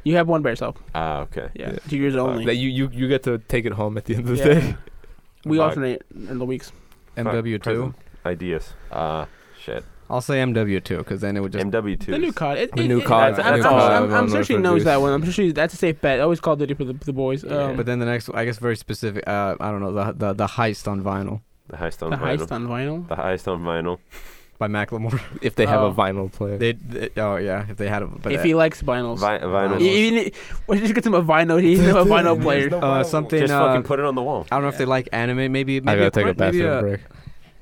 Speaker 2: You have one by yourself.
Speaker 1: Ah, okay.
Speaker 2: Yeah,
Speaker 4: Yeah. Uh,
Speaker 2: two years only.
Speaker 4: That you, you you get to take it home at the end of the
Speaker 2: Yeah.
Speaker 4: day.
Speaker 2: we
Speaker 1: Fuck.
Speaker 2: alternate in the weeks.
Speaker 3: MW
Speaker 1: Present
Speaker 3: two.
Speaker 1: Ideas. Ah, shit.
Speaker 3: I'll say MW two because then it would just
Speaker 1: MW two.
Speaker 2: The new COD. It,
Speaker 4: The
Speaker 2: it-
Speaker 4: new
Speaker 2: it-
Speaker 4: COD.
Speaker 2: I'm,
Speaker 1: That's
Speaker 2: I'm,
Speaker 1: all
Speaker 2: I'm,
Speaker 4: I'm
Speaker 2: I'm sure
Speaker 4: gonna
Speaker 2: she knows that
Speaker 4: produce.
Speaker 2: one. I'm sure she's that's a safe bet. Always Call of Duty for the, the boys.
Speaker 1: Yeah.
Speaker 2: Um,
Speaker 3: But then the next, I guess, very specific. Uh, I don't know the the, the heist on vinyl
Speaker 1: The heist on
Speaker 2: the
Speaker 1: vinyl.
Speaker 2: heist on vinyl.
Speaker 1: The heist on vinyl.
Speaker 3: by Macklemore.
Speaker 4: If they have
Speaker 2: Oh.
Speaker 4: a vinyl player.
Speaker 3: They, they oh yeah, if they had a but
Speaker 2: if
Speaker 3: uh,
Speaker 2: he likes vinyls,
Speaker 1: Vi- vinyl.
Speaker 2: You- you need- we just get him a vinyl. He's a vinyl player.
Speaker 3: uh, something.
Speaker 1: just
Speaker 3: uh,
Speaker 1: fucking put it on the wall.
Speaker 3: I don't know if they like anime. Maybe maybe
Speaker 4: I gotta
Speaker 3: a
Speaker 4: take a
Speaker 3: crunch- maybe
Speaker 4: bathroom
Speaker 3: a,
Speaker 4: break.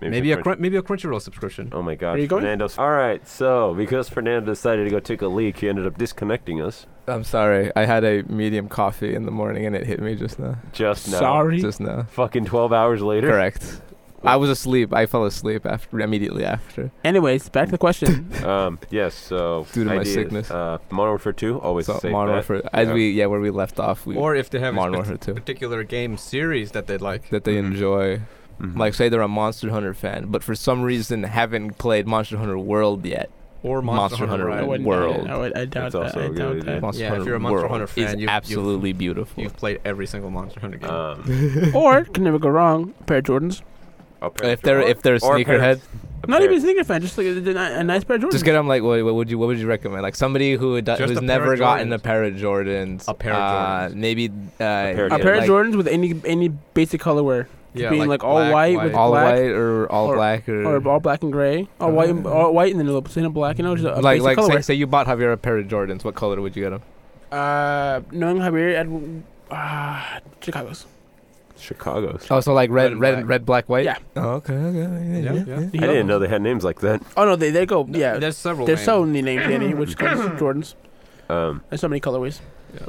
Speaker 3: maybe a
Speaker 1: French-
Speaker 3: crunch, maybe a Crunchyroll subscription.
Speaker 1: Oh my God,
Speaker 2: Are you going?
Speaker 1: Fernando's. All right, so because Fernando decided to go take a leak, he ended up disconnecting us
Speaker 4: I'm sorry. I had a medium coffee in the morning and it hit me just now.
Speaker 1: just now.
Speaker 2: Sorry.
Speaker 4: Just now.
Speaker 1: Fucking 12 hours later.
Speaker 4: Correct. I was asleep. I fell asleep after immediately after.
Speaker 2: Anyways, back to the question.
Speaker 1: Um, yes, so.
Speaker 4: Due to my
Speaker 1: ideas.
Speaker 4: sickness.
Speaker 1: Uh, Modern Warfare 2, always
Speaker 4: so
Speaker 1: a safe
Speaker 4: Modern
Speaker 1: bet.
Speaker 4: Warfare, as
Speaker 1: Yeah.
Speaker 4: we yeah where we left off, we
Speaker 3: Or if they have a
Speaker 4: Modern
Speaker 3: spe-
Speaker 4: Warfare 2
Speaker 3: particular game series that they like.
Speaker 4: that they
Speaker 1: Mhm.
Speaker 4: enjoy.
Speaker 1: Mhm.
Speaker 4: Like say they're a Monster Hunter fan, but for some reason haven't played Monster Hunter World yet.
Speaker 3: or
Speaker 4: Monster Hunter
Speaker 2: I
Speaker 3: Rise.
Speaker 2: wouldn't doubt
Speaker 4: World.
Speaker 2: it. I, would, I doubt
Speaker 1: That's also
Speaker 2: that. I
Speaker 1: a good
Speaker 2: doubt
Speaker 1: idea.
Speaker 2: that.
Speaker 4: Monster
Speaker 3: Yeah, if
Speaker 4: Hunter
Speaker 3: you're a Monster
Speaker 4: World
Speaker 3: Hunter fan,
Speaker 4: is
Speaker 3: you've- you've-
Speaker 4: absolutely beautiful.
Speaker 3: You've played every single Monster Hunter game.
Speaker 1: Um,
Speaker 2: or can never go wrong. A pair of Jordans.
Speaker 1: a pair
Speaker 4: if they're
Speaker 1: of-
Speaker 4: if they're a
Speaker 1: or a pair of-
Speaker 4: sneakerhead,
Speaker 1: a
Speaker 2: Not
Speaker 1: pair-
Speaker 2: even a sneaker fan. Just like a, a a nice pair of Jordans.
Speaker 4: just get them like what, what would you what would you recommend? Like somebody who had,
Speaker 3: Just a
Speaker 4: who's
Speaker 3: pair
Speaker 4: never
Speaker 3: of
Speaker 4: gotten
Speaker 3: Jordans.
Speaker 4: a pair of Jordans.
Speaker 3: A pair of
Speaker 4: uh,
Speaker 3: Jordans.
Speaker 4: Maybe uh,
Speaker 1: pair of
Speaker 2: a
Speaker 1: Yeah,
Speaker 2: pair of
Speaker 4: like,
Speaker 2: Jordans with any any basic colorware. being, like, all white with-
Speaker 4: all
Speaker 2: black
Speaker 4: white or all
Speaker 2: or-
Speaker 4: black or,
Speaker 2: or all black and gray, or white, and, all white, and then a little bit of black. You know, just a a
Speaker 4: like
Speaker 2: basic
Speaker 4: like say,
Speaker 2: colorway.
Speaker 4: say you bought Javier a pair of Jordans. What color would you get them?
Speaker 2: Uh, knowing Javier at uh, Chicago's,
Speaker 1: Chicago's.
Speaker 4: Oh, so like
Speaker 3: Red
Speaker 4: red,
Speaker 3: and
Speaker 4: red,
Speaker 3: black.
Speaker 4: red, black, white.
Speaker 2: Yeah.
Speaker 4: Oh, okay. okay, Yeah.
Speaker 3: Yeah,
Speaker 4: yeah,
Speaker 3: yeah.
Speaker 4: yeah.
Speaker 1: I didn't know they had names like that.
Speaker 2: Oh no, they they go yeah.
Speaker 3: There's several.
Speaker 2: There's
Speaker 3: names.
Speaker 2: so many names, Danny, which comes Jordans.
Speaker 1: Um,
Speaker 2: There's so many colorways.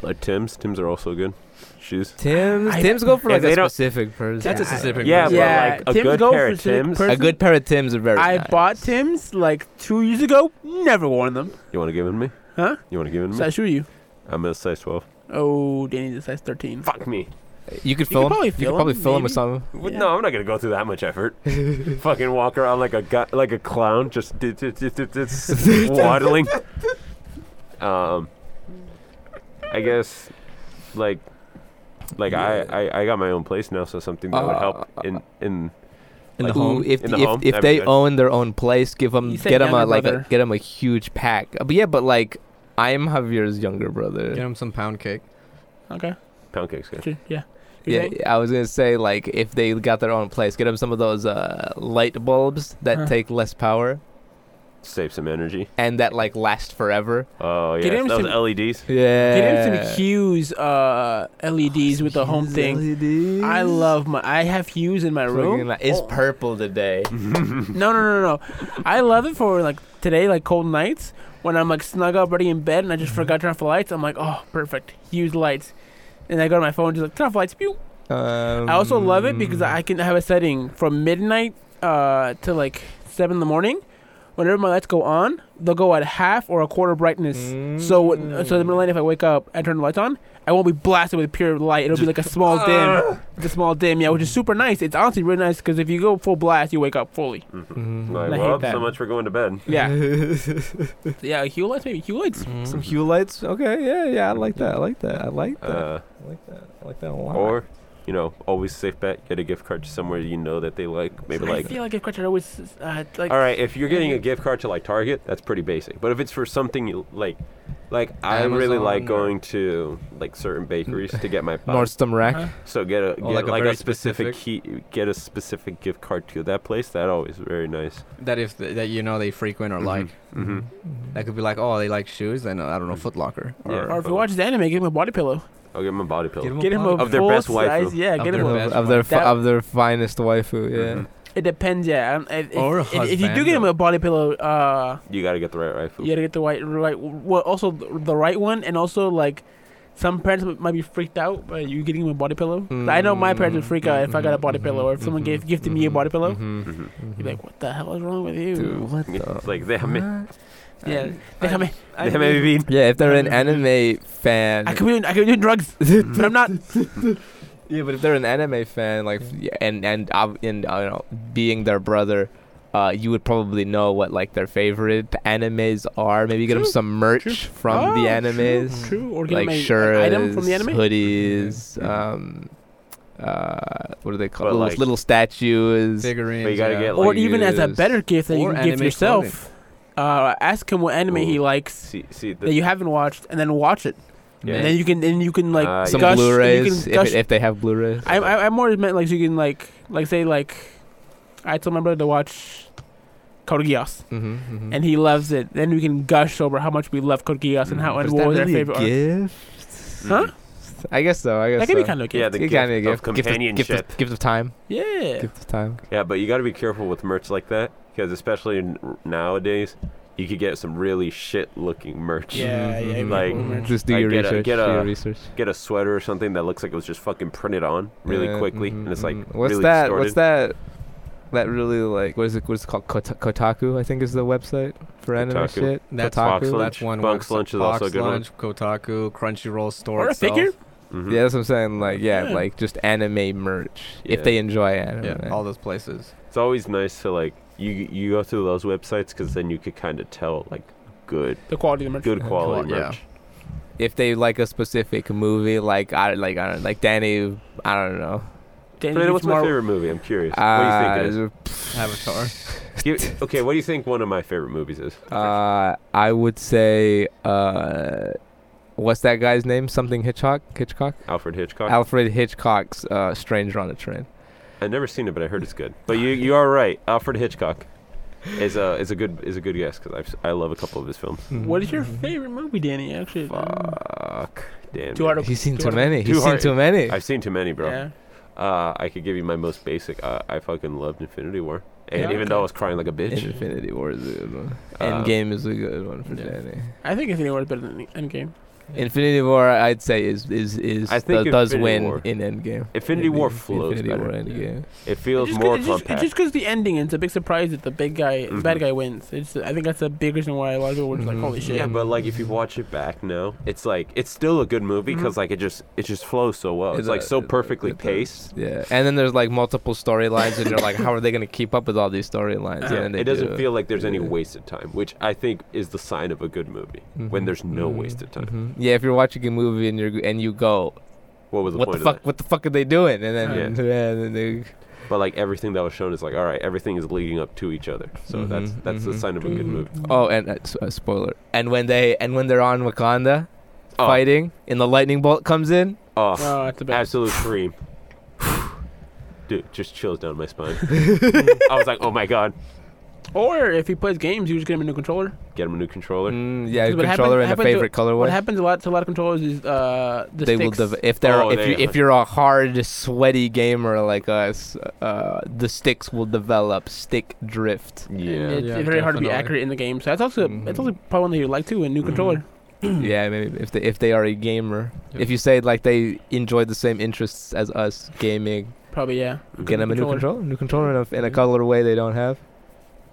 Speaker 1: like Tim's. Tim's are also good. Shoes.
Speaker 4: Tim's.
Speaker 2: I-
Speaker 4: Tim's go for
Speaker 1: If
Speaker 4: like
Speaker 1: they
Speaker 4: a
Speaker 1: don't-
Speaker 4: specific person.
Speaker 3: That's a specific.
Speaker 1: Yeah,
Speaker 3: person.
Speaker 1: but
Speaker 2: Yeah,
Speaker 1: like a
Speaker 2: Tim's
Speaker 1: good
Speaker 2: go
Speaker 1: pair
Speaker 2: for
Speaker 1: of
Speaker 2: specific
Speaker 1: Tim's.
Speaker 4: A
Speaker 2: person.
Speaker 4: good pair of Tim's are very.
Speaker 2: I
Speaker 4: nice.
Speaker 2: bought Tim's like two years ago. Never worn them.
Speaker 1: You want to give it to me?
Speaker 2: Huh?
Speaker 1: You want to give it to me?
Speaker 2: So I shoot you.
Speaker 1: I'm a size 12.
Speaker 2: Oh, Danny's a size 13.
Speaker 1: Fuck me.
Speaker 4: You could
Speaker 2: could
Speaker 4: fill 'em.
Speaker 2: probably
Speaker 4: You
Speaker 2: fill
Speaker 4: could probably
Speaker 2: 'em,
Speaker 4: fill them with
Speaker 2: maybe.
Speaker 4: something.
Speaker 1: What
Speaker 2: Yeah.
Speaker 1: No, I'm not gonna go through that much effort. Fucking walk around like a gu- like a clown, just d- d- d- d- d- s- waddling. Um, I guess, like, like I, I I got my own place now, so something
Speaker 2: Uh,
Speaker 1: that would help in in
Speaker 4: In
Speaker 1: Like,
Speaker 4: the home. If
Speaker 1: in the
Speaker 4: if,
Speaker 1: home,
Speaker 4: if
Speaker 1: that'd be
Speaker 4: they
Speaker 1: good.
Speaker 4: own their own place, give them
Speaker 2: You
Speaker 4: get
Speaker 2: said
Speaker 4: 'em a
Speaker 2: younger
Speaker 4: like a,
Speaker 2: brother.
Speaker 4: get 'em a huge pack. Uh, But yeah, but like I'm Javier's younger brother.
Speaker 3: Get him some pound cake.
Speaker 2: Okay.
Speaker 1: pound cakes. Good.
Speaker 2: Sure. Yeah. You
Speaker 4: Yeah,
Speaker 2: think?
Speaker 4: I was gonna say like if they got their own place, get them some of those uh, light bulbs that
Speaker 2: Huh.
Speaker 4: take less power.
Speaker 1: save some energy.
Speaker 4: and that like last forever.
Speaker 1: Oh yeah,
Speaker 2: Get him
Speaker 1: that was
Speaker 2: some-
Speaker 1: LEDs.
Speaker 4: Yeah. Oh,
Speaker 2: Get him some Hughes uh, LEDs with the home
Speaker 4: E
Speaker 2: thing. I love my. I have Hughes in my room.
Speaker 4: it's
Speaker 2: Oh.
Speaker 4: purple today.
Speaker 2: No, no, no, no. no. I love it for like today, like cold nights when I'm like snug up, already in bed, and I just forgot to turn off the lights. I'm like, oh, perfect. Hughes lights. And I go to my phone, just like turn off lights. Pew.
Speaker 4: Um,
Speaker 2: I also love it because I can have a setting from midnight uh, to like seven in the morning. Whenever my lights go on, they'll go at half or a quarter brightness.
Speaker 4: Mm.
Speaker 2: So, when- uh, so the middle of the night, if I wake up and turn the lights on, I won't be blasted with pure light. It'll be like a small dim, the small dim, yeah, which is super nice. It's honestly really nice because if you go full blast, you wake up fully.
Speaker 1: Mm-hmm.
Speaker 4: Mm-hmm.
Speaker 1: Like,
Speaker 2: Mm-hmm. I hate
Speaker 1: well,
Speaker 2: that.
Speaker 1: so much for going to bed.
Speaker 2: Yeah, yeah, Hue lights, maybe Hue lights.
Speaker 4: some hue lights. Okay, yeah, yeah, I like that. I like that. I like that.
Speaker 1: Uh,
Speaker 4: I like that. I like that a lot.
Speaker 1: or, you know, always safe bet. Get a gift card to somewhere you know that they like. Maybe
Speaker 2: I
Speaker 1: like.
Speaker 2: feel like if Crutcher always uh, like
Speaker 1: All right, if you're getting a gift card to like Target, that's pretty basic. But if it's for something you like, like I really
Speaker 4: Amazon
Speaker 1: like
Speaker 4: or-
Speaker 1: going to like certain bakeries to get my pie.
Speaker 4: Nordstrom Rack.
Speaker 2: Huh?
Speaker 1: So get a get
Speaker 3: like
Speaker 1: like, a,
Speaker 3: a very
Speaker 1: specific, key, get a specific gift card to that place. That always very nice.
Speaker 3: that if th- that you know they frequent or like.
Speaker 1: Mm-hmm.
Speaker 3: That could be like, oh, they like shoes, then uh, I don't know, Foot Locker.
Speaker 1: Yeah.
Speaker 3: Or,
Speaker 2: Or if you watch this anime, give him a body pillow.
Speaker 1: I'll get my body pillow.
Speaker 3: Get 'em a
Speaker 2: Get him a
Speaker 3: body-
Speaker 1: Of their
Speaker 2: full
Speaker 1: best waifu.
Speaker 2: size- Yeah,
Speaker 3: Of
Speaker 2: get him
Speaker 3: their
Speaker 2: a
Speaker 3: best
Speaker 4: Of, of their fi-
Speaker 2: That-
Speaker 4: of their finest waifu. Yeah.
Speaker 1: Mhm.
Speaker 2: It depends, yeah. Um, If, if,
Speaker 3: Or a
Speaker 2: if, if you do
Speaker 3: husband,
Speaker 2: get him
Speaker 3: or-
Speaker 2: a body pillow, uh,
Speaker 1: You gotta get the right right food.
Speaker 2: you gotta get the white, right. Well, also the the right one, and also like some parents m- might be freaked out by you getting him a body pillow. I know my parents would freak out if I got a body pillow, or if someone gave gifted me a body pillow.
Speaker 4: Mm-hmm.
Speaker 1: Mhm.
Speaker 2: You'd be like, "What the hell is wrong with you?"
Speaker 4: Dude, what the?
Speaker 1: It's like they have me.
Speaker 2: Yeah, they have me.
Speaker 1: They have me beat.
Speaker 4: Yeah, if they're an anime fan.
Speaker 2: I could be doing, I could be doing drugs, but I'm not.
Speaker 4: Yeah, but if they're an anime fan, like, yeah, and and ob- and uh, you know, being their brother, uh, you would probably know what like their favorite animes are. Maybe get them
Speaker 2: True,
Speaker 4: some merch
Speaker 2: true.
Speaker 4: from
Speaker 2: Oh,
Speaker 4: the animes,
Speaker 2: True, true. or get
Speaker 4: like
Speaker 2: him a- an
Speaker 4: shirts,
Speaker 2: item from the anime.
Speaker 4: hoodies,
Speaker 1: Mhm.
Speaker 4: um, uh, what do they call
Speaker 1: But,
Speaker 4: little,
Speaker 1: like-
Speaker 4: little statues?
Speaker 3: Figurines.
Speaker 1: But you gotta
Speaker 3: yeah.
Speaker 1: get,
Speaker 2: or
Speaker 1: like,
Speaker 2: even as a
Speaker 4: is-
Speaker 2: better gift that you
Speaker 3: or
Speaker 2: can give
Speaker 3: anime
Speaker 2: yourself. Uh, ask him what anime he
Speaker 1: Ooh.
Speaker 2: likes
Speaker 1: See, see, the,
Speaker 2: that you haven't watched, and then watch it.
Speaker 1: Yeah.
Speaker 2: And then you can, then you can like
Speaker 1: Ah, yeah.
Speaker 4: Uh, Some
Speaker 2: gush, you
Speaker 4: Blu-rays,
Speaker 2: can
Speaker 4: if,
Speaker 2: gush-
Speaker 4: it- if they have Blu-rays.
Speaker 2: I, I I more meant like so you can like like say like I told my brother to watch Code Geass,
Speaker 4: mm-hmm, mm-hmm.
Speaker 2: and he loves it. Then we can gush over how much we love Code Geass and
Speaker 4: Mm-hmm.
Speaker 2: how and what was their favorite. art.
Speaker 4: gift?
Speaker 2: Huh?
Speaker 4: I guess so. I guess
Speaker 2: That could
Speaker 4: so.
Speaker 2: be kind of a
Speaker 1: yeah,
Speaker 2: gift.
Speaker 1: the
Speaker 4: It
Speaker 1: gift,
Speaker 4: can be a
Speaker 1: of
Speaker 4: gift of-
Speaker 1: companionship.
Speaker 4: Gift of, gift of time.
Speaker 2: Yeah.
Speaker 4: Gift of time.
Speaker 1: Yeah, but you got to be careful with merch like that because especially n- nowadays, you could get some really shit-looking merch.
Speaker 2: Yeah, yeah,
Speaker 4: Mhm.
Speaker 1: Like,
Speaker 2: Mhm.
Speaker 4: just do
Speaker 1: Mm-hmm. like,
Speaker 4: your
Speaker 1: get a- get
Speaker 4: research. do your
Speaker 1: a-
Speaker 4: research.
Speaker 1: Get a sweater or something that looks like it was just fucking printed on really
Speaker 4: Yeah,
Speaker 1: quickly,
Speaker 4: mhm,
Speaker 1: and it's like
Speaker 4: mhm. what's
Speaker 1: really
Speaker 4: that?
Speaker 1: distorted.
Speaker 4: What's that? That really like what is it? What's it called? Kota- Kotaku, I think, is the website for anime
Speaker 1: Kotaku.
Speaker 4: shit.
Speaker 3: That's
Speaker 1: Fox
Speaker 4: Kotaku.
Speaker 1: Lunch.
Speaker 3: That's one
Speaker 1: Box
Speaker 3: website.
Speaker 1: Lunch is also a
Speaker 3: Box
Speaker 1: good one.
Speaker 3: Lunch, Kotaku, Crunchyroll store.
Speaker 2: Or a
Speaker 3: itself.
Speaker 2: figure.
Speaker 1: Mhm.
Speaker 4: Yeah, that's what I'm saying. Like, yeah,
Speaker 2: Yeah.
Speaker 4: like just anime merch
Speaker 1: Yeah.
Speaker 4: if they enjoy anime.
Speaker 3: Yeah, all those places.
Speaker 1: It's always nice to like you you go through those websites because then you could kind of tell like good
Speaker 2: The quality of the merch.
Speaker 1: good quality
Speaker 3: qual- yeah.
Speaker 1: merch.
Speaker 4: if they like a specific movie, like I like I don't like Danny. I don't know.
Speaker 2: Danny
Speaker 1: Fernando,
Speaker 2: Beach
Speaker 1: what's my
Speaker 2: Mar-
Speaker 1: favorite movie? I'm curious. what do you think it is?
Speaker 4: uh,
Speaker 3: Avatar.
Speaker 1: Give- okay, what do you think one of my favorite movies is?
Speaker 4: Uh, I would say uh, what's that guy's name? Something Hitchcock. Hitchcock.
Speaker 1: Alfred Hitchcock.
Speaker 4: Alfred Hitchcock's uh, Stranger on a Train.
Speaker 1: I've never seen it, but I heard it's good. But you you are right. Alfred Hitchcock is a is a good is a good guess because I I love a couple of his films.
Speaker 2: What is your favorite movie, Danny? Actually, um,
Speaker 1: Fuck, damn.
Speaker 2: Mm-hmm. Too
Speaker 1: man.
Speaker 2: hard to-
Speaker 4: He's seen
Speaker 2: Too
Speaker 4: too
Speaker 2: hard-
Speaker 4: many.
Speaker 1: too
Speaker 4: He's seen
Speaker 1: hard-
Speaker 4: too many.
Speaker 1: I've seen too many, bro.
Speaker 2: Yeah.
Speaker 1: Uh, I could give you my most basic. Uh, I fucking loved Infinity War, and
Speaker 2: Yeah,
Speaker 1: even
Speaker 2: okay.
Speaker 1: though I was crying like a bitch,
Speaker 4: Infinity War is a good one.
Speaker 1: Uh,
Speaker 4: Endgame is a good one for
Speaker 1: yeah.
Speaker 4: Danny.
Speaker 2: I think Infinity War is better than Endgame.
Speaker 4: Infinity War, I'd say, is is is
Speaker 1: I think
Speaker 4: do- does
Speaker 1: Infinity
Speaker 4: win
Speaker 1: War-
Speaker 4: in Endgame.
Speaker 1: Infinity War flows
Speaker 4: Infinity
Speaker 1: better.
Speaker 4: War Endgame.
Speaker 1: it feels
Speaker 2: It's just 'cause-
Speaker 1: more
Speaker 2: it's just-
Speaker 1: compact.
Speaker 2: It's just because the ending. It's a big surprise that the big guy,
Speaker 1: Mhm.
Speaker 2: bad guy, wins. It's. I think that's the big reason why a lot of people were just like,
Speaker 4: Mhm.
Speaker 2: "Holy shit!"
Speaker 1: yeah, but like if
Speaker 2: Mm-hmm.
Speaker 1: you watch it back now, it's like it's still a good movie because like it just it just flows so well. Oh, It's,
Speaker 4: It
Speaker 1: like
Speaker 4: does,
Speaker 1: so
Speaker 4: it does,
Speaker 1: perfectly
Speaker 4: it does.
Speaker 1: paced.
Speaker 4: Yeah, and then there's like multiple storylines, and you're like, how are they gonna keep up with all these storylines?
Speaker 1: Yeah,
Speaker 4: and then they
Speaker 1: it doesn't
Speaker 4: do.
Speaker 1: feel like there's any
Speaker 4: Yeah.
Speaker 1: wasted time, which I think is the sign of a good movie when
Speaker 4: Mhm.
Speaker 1: there's no
Speaker 4: Mhm.
Speaker 1: wasted time.
Speaker 4: Mhm. Yeah, if you're watching a movie and you and you go,
Speaker 1: What was the
Speaker 4: what the
Speaker 1: point
Speaker 4: fuck?
Speaker 1: of
Speaker 4: What the fuck are they doing? And
Speaker 1: Yeah.
Speaker 4: then yeah, and then they,
Speaker 1: that? But like everything that was shown is like, all right, everything is leading up to each other. So that's
Speaker 4: Mhm,
Speaker 1: that's the
Speaker 4: mhm.
Speaker 1: sign of a
Speaker 2: Mm-hmm.
Speaker 1: good movie.
Speaker 4: oh, and uh, s- uh, spoiler. And when they and when they're on Wakanda
Speaker 1: Oh.
Speaker 4: fighting, and the lightning bolt comes in.
Speaker 1: Oh,
Speaker 2: Oh, it's the best.
Speaker 1: absolute cream. Dude, just chills down my spine. I was like, oh my god.
Speaker 2: Or if he plays games, you just get him a new controller.
Speaker 1: Get him a new controller.
Speaker 4: Mm, yeah,
Speaker 2: 'Cause what
Speaker 4: controller
Speaker 2: happened-
Speaker 4: and a favorite
Speaker 2: happened What
Speaker 4: colorway.
Speaker 2: happens a lot to a lot of controllers is uh, the
Speaker 4: They will
Speaker 2: sticks.
Speaker 4: div- if they're
Speaker 1: Oh,
Speaker 4: if
Speaker 1: they-
Speaker 4: you if you're a hard sweaty gamer like us, uh, the sticks will develop stick drift.
Speaker 2: And
Speaker 1: Yeah.
Speaker 2: it's
Speaker 3: Yeah,
Speaker 2: it's very hard to be
Speaker 3: definitely.
Speaker 2: accurate in the game. So that's also
Speaker 4: Mhm.
Speaker 2: that's also probably one that you like too. A new
Speaker 1: Mhm.
Speaker 2: controller.
Speaker 4: yeah, maybe if they if they are a gamer,
Speaker 3: Yep.
Speaker 4: if you say like they enjoy the same interests as us, gaming,
Speaker 2: Probably yeah.
Speaker 4: get them a new controller, new controller in a, in a colorway they don't have.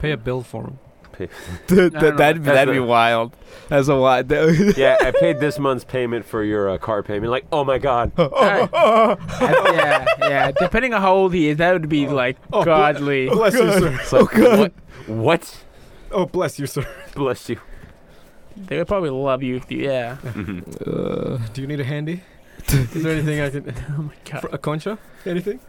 Speaker 3: Pay a bill for him.
Speaker 4: Dude,
Speaker 2: I don't know.
Speaker 4: that'd
Speaker 1: That's
Speaker 4: that'd be
Speaker 1: a-
Speaker 4: wild. That's a lot. dude.
Speaker 1: yeah, I paid this month's payment for your uh, car payment. Like, oh my god.
Speaker 2: yeah, yeah. Depending on how old he is, that would be like
Speaker 3: oh,
Speaker 2: godly.
Speaker 3: Bless you, sir.
Speaker 1: It's like, What? What?
Speaker 3: Oh, bless you, sir.
Speaker 1: Bless you.
Speaker 2: They would probably love you if you. Yeah.
Speaker 1: Mhm.
Speaker 4: Uh,
Speaker 3: Do you need a handy? Is there anything I can?
Speaker 2: Oh my god.
Speaker 3: For a concha? Anything?